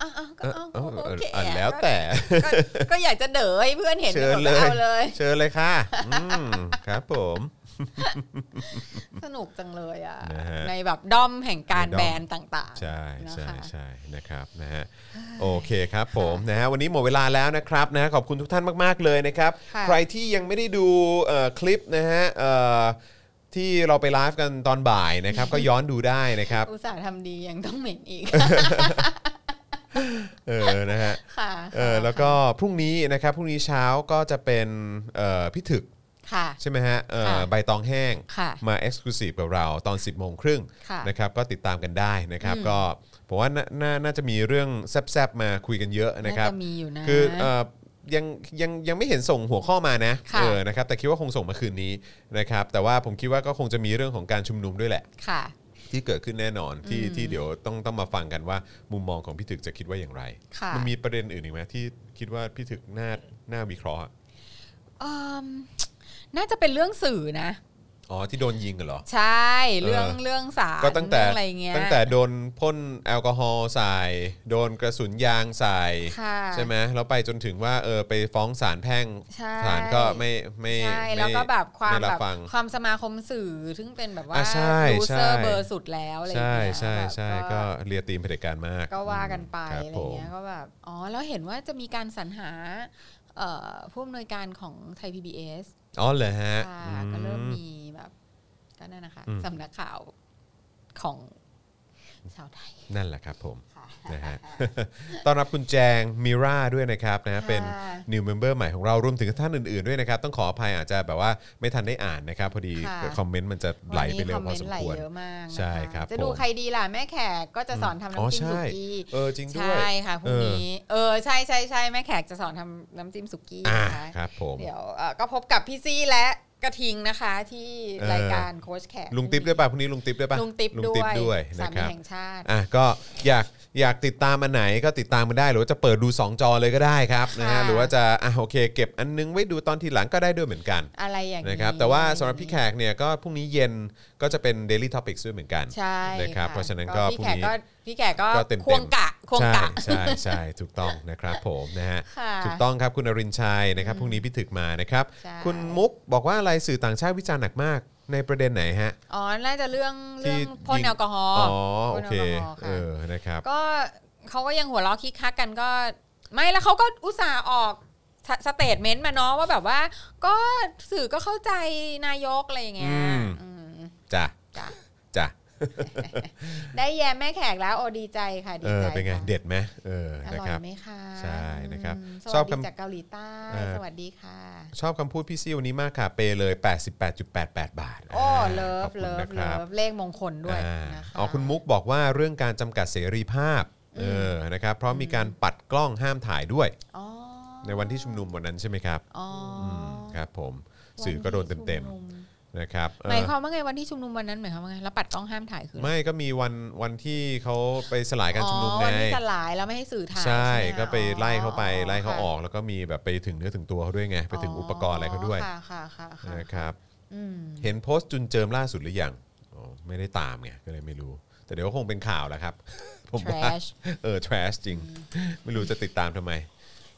[SPEAKER 3] อ่ะอ่ะก็
[SPEAKER 2] เออ
[SPEAKER 3] เอา
[SPEAKER 2] เออ
[SPEAKER 3] โอเค
[SPEAKER 2] เออแล้วแต่
[SPEAKER 3] ก็ก็ก็อยากจะเด๋อให้เพื่อนเห็น
[SPEAKER 2] เชิญเลย
[SPEAKER 3] ก็เอาเลย
[SPEAKER 2] เชิญเลยค่ะอืมครับผม
[SPEAKER 3] สนุกจังเลยอ่ะ
[SPEAKER 2] นะฮะ
[SPEAKER 3] ในแบบด้อมแห่งการ
[SPEAKER 2] ในด้อม
[SPEAKER 3] แบรนด์ต่างๆ
[SPEAKER 2] ใช่ใช่
[SPEAKER 3] นะคะ
[SPEAKER 2] ใช่นะครับนะฮะโอเคครับผมนะฮะวันนี้หมดเวลาแล้วนะครับนะฮะขอบคุณทุกท่านมาก ๆ เลยนะครับ
[SPEAKER 3] ค่ะ
[SPEAKER 2] ใครที่ยังไม่ได้ดูเอ่อคลิปนะฮะเอ่อที่เราไปไลฟ์กันตอนบ่าย นะครับ ก็ย้อนดูได้นะครับ
[SPEAKER 3] อุตส่าห์ทำดียังต้องเหม็นอีก
[SPEAKER 2] เออนะฮะ
[SPEAKER 3] ค่ะ
[SPEAKER 2] เออแล้วก็พรุ่งนี้นะครับพรุ่งนี้เช้าก็จะเป็นเอ่อพี่ถึก
[SPEAKER 3] ค่ะ
[SPEAKER 2] ใช่ไหมฮะเอ่อ
[SPEAKER 3] ค่ะ
[SPEAKER 2] ใบตองแห้ง
[SPEAKER 3] ค่ะ
[SPEAKER 2] มา Exclusive กับเราตอน 10บโมงครึ่ง
[SPEAKER 3] ค่ะ
[SPEAKER 2] นะครับก็ติดตามกันได้นะครับก็ผมว่านานาน่าจะมีเรื่องแซบๆมาคุยกันเยอะนะครับ
[SPEAKER 3] น่าจะมีอยู่นะ
[SPEAKER 2] คือเอ่อยังยังยังไม่เห็นส่งหัวข้อมานะ
[SPEAKER 3] ค่ะ
[SPEAKER 2] เออนะครับแต่คิดว่าคงส่งมาคืนนี้นะครับแต่ว่าผมคิดว่าก็คงจะมีเรื่องของการชุมนุมด้วยแหละ
[SPEAKER 3] ค่ะ
[SPEAKER 2] ที่เกิดขึ้นแน่นอนที่ที่เดี๋ยวต้องต้องมาฟังกันว่ามุมมองของพี่ถึกจะคิดว่าอย่างไร
[SPEAKER 3] ค่ะ
[SPEAKER 2] มัมีประเด็นอื่นอีกไหมที่คิดว่าพี่ถึกน่าน่าวิเคราะห์อะ
[SPEAKER 3] อืมน่าจะเป็นเรื่องสื่อนะ
[SPEAKER 2] อ๋อที่โดนยิงกันเหรอ
[SPEAKER 3] ใช่ เรื่อง
[SPEAKER 2] เออ
[SPEAKER 3] เรื่องสาร
[SPEAKER 2] ก็ตั้งแต่
[SPEAKER 3] เรื่องอะไรเงี้ย
[SPEAKER 2] ตั้งแต่โดนพ่นแอลกอฮอล์ใส่โดนกระสุนยางใส่
[SPEAKER 3] ค่ะ
[SPEAKER 2] ใช่ไหมแล้วไปจนถึงว่าเออไปฟ้องศาลแพ่ง
[SPEAKER 3] ใช่
[SPEAKER 2] ศาลก็ไม่ไม่
[SPEAKER 3] ใช่
[SPEAKER 2] ไม่
[SPEAKER 3] แล้วก็แบบความ
[SPEAKER 2] ไรั
[SPEAKER 3] แบบ
[SPEAKER 2] ฟัง
[SPEAKER 3] ความสมาคมสื่อถึงเป็นแบบว่า
[SPEAKER 2] อ่ะใช่
[SPEAKER 3] ลู
[SPEAKER 2] ใช่
[SPEAKER 3] เซอร์เบอร์สุดแล้วอะไร
[SPEAKER 2] ใช่
[SPEAKER 3] เงี้ย
[SPEAKER 2] ใช่
[SPEAKER 3] แบบ
[SPEAKER 2] ใช่ก็เลียตีมเผด็จการมาก
[SPEAKER 3] ก็ว่ากันไป
[SPEAKER 2] คบ
[SPEAKER 3] อะไรเงี้ย
[SPEAKER 2] ผม
[SPEAKER 3] ก็แบบอ๋อแล้วเห็นว่าจะมีการสรรหาเอ่อผู้อำนวยการของไทย PBS
[SPEAKER 2] อ๋อเหรอฮะ
[SPEAKER 3] ค่ะ
[SPEAKER 2] อื
[SPEAKER 3] ก็เริ่มมีแบบก็นั่นนะคะ
[SPEAKER 2] อืม
[SPEAKER 3] สำนักข่าวของชาวไทย
[SPEAKER 2] นั่นแหละครับผม
[SPEAKER 3] ค่ะ
[SPEAKER 2] นะฮะ ต้อนรับคุณแจงมิราด้วยนะครับนะฮะ
[SPEAKER 3] ค่ะ
[SPEAKER 2] เป็น new member ใหม่ของเรารวมถึงท่านอื่นๆด้วยนะครับ ต้องขออภัยอาจจะแบบว่าไม่ทันได้อ่านนะครับ พอดี
[SPEAKER 3] ค่ะ
[SPEAKER 2] คอมเมนต์มันจะไหลไปเร็วพอสมควร
[SPEAKER 3] นนี้คอเนต์ไหลเยอะมากนะะ
[SPEAKER 2] ใช่ครับ
[SPEAKER 3] จะดู
[SPEAKER 2] ผม
[SPEAKER 3] ใครดีล่ะแม่แขกก็จะสอนทำ
[SPEAKER 2] อ๋อ
[SPEAKER 3] น้ำจิ้ม
[SPEAKER 2] ใช่
[SPEAKER 3] สุกี้
[SPEAKER 2] เออจริงด้วย
[SPEAKER 3] ใช่ค่ะพรุ่งนี้เออใช่ใช่ใช่แม่แขกจะสอนทำน้ำจิ้มสุกี้
[SPEAKER 2] เอออ่า
[SPEAKER 3] นะคะ
[SPEAKER 2] ครับผม
[SPEAKER 3] เดี๋ยวเอ่อก็พบกับพี่ซี่และกระทิงนะคะที่
[SPEAKER 2] เออ
[SPEAKER 3] รายการโค้ชแขก
[SPEAKER 2] ลุงติ๊บด้วยป่ะพรุ่งนี้ลุงติ๊บด้วยป่ะ
[SPEAKER 3] ลุงติ๊บ
[SPEAKER 2] ลุง
[SPEAKER 3] ด้
[SPEAKER 2] ติ๊บด้
[SPEAKER 3] ว
[SPEAKER 2] วย
[SPEAKER 3] ยสา
[SPEAKER 2] นะค
[SPEAKER 3] มี
[SPEAKER 2] รับ
[SPEAKER 3] แห่งชาติ
[SPEAKER 2] อ่ะก็อยากอยากติดตามอันไหนก็ติดตามมาได้ หรือว่าจะเปิดดู 2 จอเลยก็ได้ครับนะฮะ
[SPEAKER 3] ค่ะ
[SPEAKER 2] หรือว่าจะอ่ะโอเค เก็บอันนึงไว้ดูตอนทีหลังก็ได้ด้วยเหมือนกัน
[SPEAKER 3] อะไรอย่างนี้
[SPEAKER 2] นะครับแต่ว่าสำหรับพี่แขกเนี่ยก็พรุ่งนี้เย็นก็จะเป็น Daily Topics ด้วยเหมือนกัน
[SPEAKER 3] ใช่
[SPEAKER 2] นะครับเพราะฉะนั้นก็
[SPEAKER 3] พี่แขก
[SPEAKER 2] พรุ่
[SPEAKER 3] ก็
[SPEAKER 2] งนี้
[SPEAKER 3] พี่แขกก็
[SPEAKER 2] ก็เต็มๆ
[SPEAKER 3] ควงกะควง
[SPEAKER 2] ใช่
[SPEAKER 3] กะ
[SPEAKER 2] ใช่ใช่ถูกต้องนะครับผมนะฮะ
[SPEAKER 3] ค่ะ
[SPEAKER 2] ถูกต้องครับคุณอรินทร์ชัยนะครับพรุ่งนี้พี่ถึกมานะครับ
[SPEAKER 3] ใช่
[SPEAKER 2] คุณมุกบอกว่าอะไรสื่อต่างชาติวิจารณ์หนักมาก ในประเด็นไหนฮะ
[SPEAKER 3] อ๋อ น่าจะเรื่อง
[SPEAKER 2] ที่
[SPEAKER 3] เรื่องพ่น
[SPEAKER 2] ยิง
[SPEAKER 3] แอลกอฮอ
[SPEAKER 2] อ๋อ
[SPEAKER 3] ล์
[SPEAKER 2] โอ
[SPEAKER 3] พ่นแอ
[SPEAKER 2] เค
[SPEAKER 3] ลกอฮอล์
[SPEAKER 2] เอ
[SPEAKER 3] ค่ะ
[SPEAKER 2] อนะครับ
[SPEAKER 3] ก็เขาก็ยังหัวเราะคิกคักกันก็ ไม่แล้วเขาก็อุตส่าห์ออกสสเตทเมนต์มาเนาะว่าแบบว่า ก็สื่อก็เข้าใจนายกอะไรอย่างเงี้ยอืม
[SPEAKER 2] จ้ะ
[SPEAKER 3] จ้ะ
[SPEAKER 2] จ้ะ
[SPEAKER 3] ได้แยมแม่แขกแล้วโอดีใจค่ะดี
[SPEAKER 2] เออ
[SPEAKER 3] ใจ
[SPEAKER 2] เป็นไง
[SPEAKER 3] ค่ะ
[SPEAKER 2] เด็ดไหมเออ
[SPEAKER 3] อ
[SPEAKER 2] นะ
[SPEAKER 3] ร่อ
[SPEAKER 2] ค
[SPEAKER 3] ย
[SPEAKER 2] รับ
[SPEAKER 3] ไหมคะ
[SPEAKER 2] ใช่นะครับ
[SPEAKER 3] ส
[SPEAKER 2] ชอ
[SPEAKER 3] วั
[SPEAKER 2] บ
[SPEAKER 3] ส
[SPEAKER 2] คำ
[SPEAKER 3] ดีจากเกาหลีใต้
[SPEAKER 2] เออ
[SPEAKER 3] สวัสดีค่ะ
[SPEAKER 2] ชอบคำพูดพี่ซี่วันนี้มากค่ะ เปเลย 88.88 บาท
[SPEAKER 3] โอ้
[SPEAKER 2] า
[SPEAKER 3] เลิ
[SPEAKER 2] ขอ
[SPEAKER 3] ฟ
[SPEAKER 2] บคุณ
[SPEAKER 3] เลิ
[SPEAKER 2] นะ
[SPEAKER 3] ฟ
[SPEAKER 2] ค
[SPEAKER 3] เลิ
[SPEAKER 2] รับ
[SPEAKER 3] ฟเลขมงคลด้วย
[SPEAKER 2] อ่า
[SPEAKER 3] นะคะ
[SPEAKER 2] อ๋อคุณมุกบอกว่าเรื่องการจำกัดเสรีภาพเออนะครับเพราะมีการปัดกล้องห้ามถ่ายด้วย
[SPEAKER 3] อ๋อ
[SPEAKER 2] ในวันที่ชุมนุมวันนั้นใช่ไหมครับ
[SPEAKER 3] อ๋ออ
[SPEAKER 2] มครับผม
[SPEAKER 3] วัน
[SPEAKER 2] สื่อก็โดนเต็ม
[SPEAKER 3] ที่ชุนุ
[SPEAKER 2] ๆนะครับเอ
[SPEAKER 3] หมาย
[SPEAKER 2] อ
[SPEAKER 3] ความว่าไงวันที่ชุมนุมวันนั้นหมายความว่าไงแล้วปัดกล้องห้ามถ่ายคือ
[SPEAKER 2] ไม่ก็มีวันวันที่เขาไปสลายการชุมนุม
[SPEAKER 3] อ๋อ
[SPEAKER 2] ไง
[SPEAKER 3] วันที่สลายแล้วไม่ให้สื่อถ่าย
[SPEAKER 2] ใช่
[SPEAKER 3] หม
[SPEAKER 2] ก็ไปไล่เขาไป
[SPEAKER 3] อ๋
[SPEAKER 2] ไล่เขาออก
[SPEAKER 3] ค่ะ
[SPEAKER 2] แล้วก็มีแบบไปถึงเนื้อถึงตัวเขาด้วยไง ไปถึงอุปกรณ์อะไรเขาด้วย
[SPEAKER 3] ค่ะค่ะค่ะค่ะ
[SPEAKER 2] นะครับ
[SPEAKER 3] อืม
[SPEAKER 2] เห็นโพสต์จุนเจิมล่าสุดหรือยังอ๋อไม่ได้ตามไงก็เลยไม่รู้ แต่เดี๋ยวก็คงเป็นข่าวแหล้วครับ ผม
[SPEAKER 3] แทร
[SPEAKER 2] ว่า
[SPEAKER 3] ช
[SPEAKER 2] เออ trash จริง ไม่รู้จะติดตามทำไม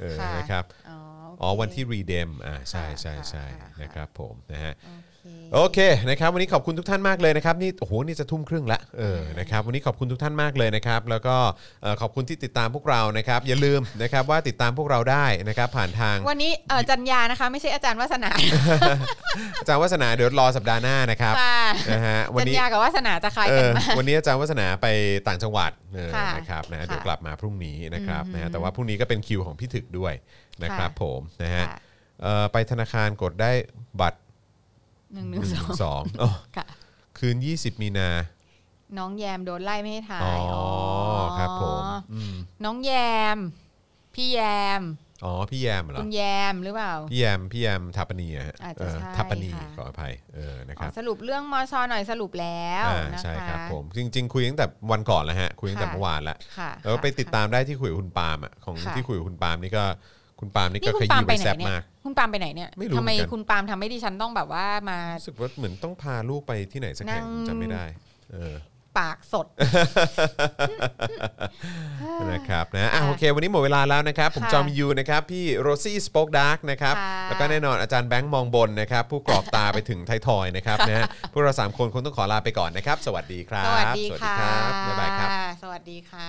[SPEAKER 2] เออ
[SPEAKER 3] ค่ะ
[SPEAKER 2] นะครับ
[SPEAKER 3] อ๋อ
[SPEAKER 2] อ๋
[SPEAKER 3] อ๋
[SPEAKER 2] อวันที่ redem อ่าใช่ใช่
[SPEAKER 3] ค่ะ
[SPEAKER 2] ใช่
[SPEAKER 3] ค่ะ
[SPEAKER 2] นะครับผมนะฮะ
[SPEAKER 3] โอ
[SPEAKER 2] โอ
[SPEAKER 3] เค
[SPEAKER 2] เคนะครับ วันนี้ขอบคุณทุกท่านมากเลยนะครับนี่โอ้โหนี่จะทุ่มครึ่งละเออนะครับ วันนี้ขอบคุณทุกท่านมากเลยนะครับ แล้วก็เอ่อขอบคุณที่ติดตามพวกเรานะครับ อย่าลืมนะครับว่าติดตามพวกเราได้นะครับ ผ่านทาง
[SPEAKER 3] วันนี้เอ่อจันยานะคะ ไม่ใช่อาจารย์วัสนา
[SPEAKER 2] อาจารย์วัฒนาเดี๋ยวรอสัปดาห์หน้านะครับ
[SPEAKER 3] ค่ะ
[SPEAKER 2] นะฮะวัน
[SPEAKER 3] จัน
[SPEAKER 2] นี้
[SPEAKER 3] ยากับวัสนาจะคล้าย
[SPEAKER 2] เอ
[SPEAKER 3] กัน
[SPEAKER 2] อ
[SPEAKER 3] มาก
[SPEAKER 2] วันนี้อาจารย์วัฒนาไปต่างจังหวัดเออ
[SPEAKER 3] ค่ะ
[SPEAKER 2] นะครับนะ
[SPEAKER 3] ค่ะ
[SPEAKER 2] เดี๋ยวกลับมาพรุ่งนี้นะครับ
[SPEAKER 3] อืม
[SPEAKER 2] นะฮะแต่ว่าพรุ่งนี้ก็เป็นคิวของพี่ถึกด้วยนะครับ
[SPEAKER 3] ค่ะ
[SPEAKER 2] ผมนะฮะ
[SPEAKER 3] ค่ะ
[SPEAKER 2] เอ่อไปธนาคารกดได้บัตร
[SPEAKER 3] หนึ่งห
[SPEAKER 2] 1
[SPEAKER 3] นึ่งสอง
[SPEAKER 2] นึ่งสอง อ๋อ
[SPEAKER 3] ค่ะ
[SPEAKER 2] คืน 20 มีนา
[SPEAKER 3] น้องแยมโดนไล่ไม่ให้ถ่าย
[SPEAKER 2] อ๋อครับผมอืม
[SPEAKER 3] น้องแยม พี่แยม
[SPEAKER 2] อ๋อพี่แยมเหรอ
[SPEAKER 3] คุณแยมหรือเปล่า
[SPEAKER 2] พี่แยมพี่แยมถาปนีอะฮะ
[SPEAKER 3] อาจจะ
[SPEAKER 2] เออ
[SPEAKER 3] ใช่
[SPEAKER 2] ถาปนี
[SPEAKER 3] ค่ะ
[SPEAKER 2] ขออภัยเออนะครับ
[SPEAKER 3] อ๋อสรุปเรื่องมอซอหน่อยสรุปแล้ว
[SPEAKER 2] อ่า
[SPEAKER 3] นะคะ
[SPEAKER 2] ใช่ครับผมจริง ๆ คุยตั้งแต่วันก่อนแล้วฮะคุยตั้งแต่
[SPEAKER 3] ค่ะ
[SPEAKER 2] เมื่อวานแล้ว
[SPEAKER 3] ค่ะ
[SPEAKER 2] แล้วไปติด
[SPEAKER 3] ค่ะ
[SPEAKER 2] ตามได้ที่คุยกับคุณปาล์มอะของ
[SPEAKER 3] ค่ะ
[SPEAKER 2] ที่คุยกับคุณปาล์มนี่ก็คุณปาล์มนี่
[SPEAKER 3] นี่
[SPEAKER 2] ก็ข
[SPEAKER 3] คุณปาล์
[SPEAKER 2] ยี้
[SPEAKER 3] มไป
[SPEAKER 2] ไป
[SPEAKER 3] ไหน
[SPEAKER 2] แซ่บ
[SPEAKER 3] เนี่ย
[SPEAKER 2] มาก
[SPEAKER 3] คุณปาล์มไปไหนเนี่ย
[SPEAKER 2] ไม่รู้เหมือ
[SPEAKER 3] ทำ
[SPEAKER 2] น
[SPEAKER 3] ไม
[SPEAKER 2] กัน
[SPEAKER 3] คุณปาล์มทำให้ดิฉันต้องแบบว่ามา
[SPEAKER 2] รู้สึกว่าเหมือนต้องพาลูกไปที่ไหนสักแห่ง
[SPEAKER 3] นั่ง
[SPEAKER 2] จำไม่ได้เออ
[SPEAKER 3] ปากสด
[SPEAKER 2] นะครับนะอ่ะ
[SPEAKER 3] ค่ะ
[SPEAKER 2] โอเค วันนี้หมดเวลาแล้วนะครับ ผม
[SPEAKER 3] ค่ะ
[SPEAKER 2] จอมยูนะครับ พี่โรซี่สป็อกดาร์กนะครับ
[SPEAKER 3] ค่ะ
[SPEAKER 2] แล้วก็แน่นอนอาจารย์แบงค์มองบนนะครับ ผู้กรอกตา ไปถึงไทยทอยนะครับนะฮะพวกเราสามคนคงต้องขอลาไปก่อนนะครับ สวัสดีครับ
[SPEAKER 3] สวัสดีค่ะ
[SPEAKER 2] ครับบ๊ายบายครับ
[SPEAKER 3] สวัสดีค่ะ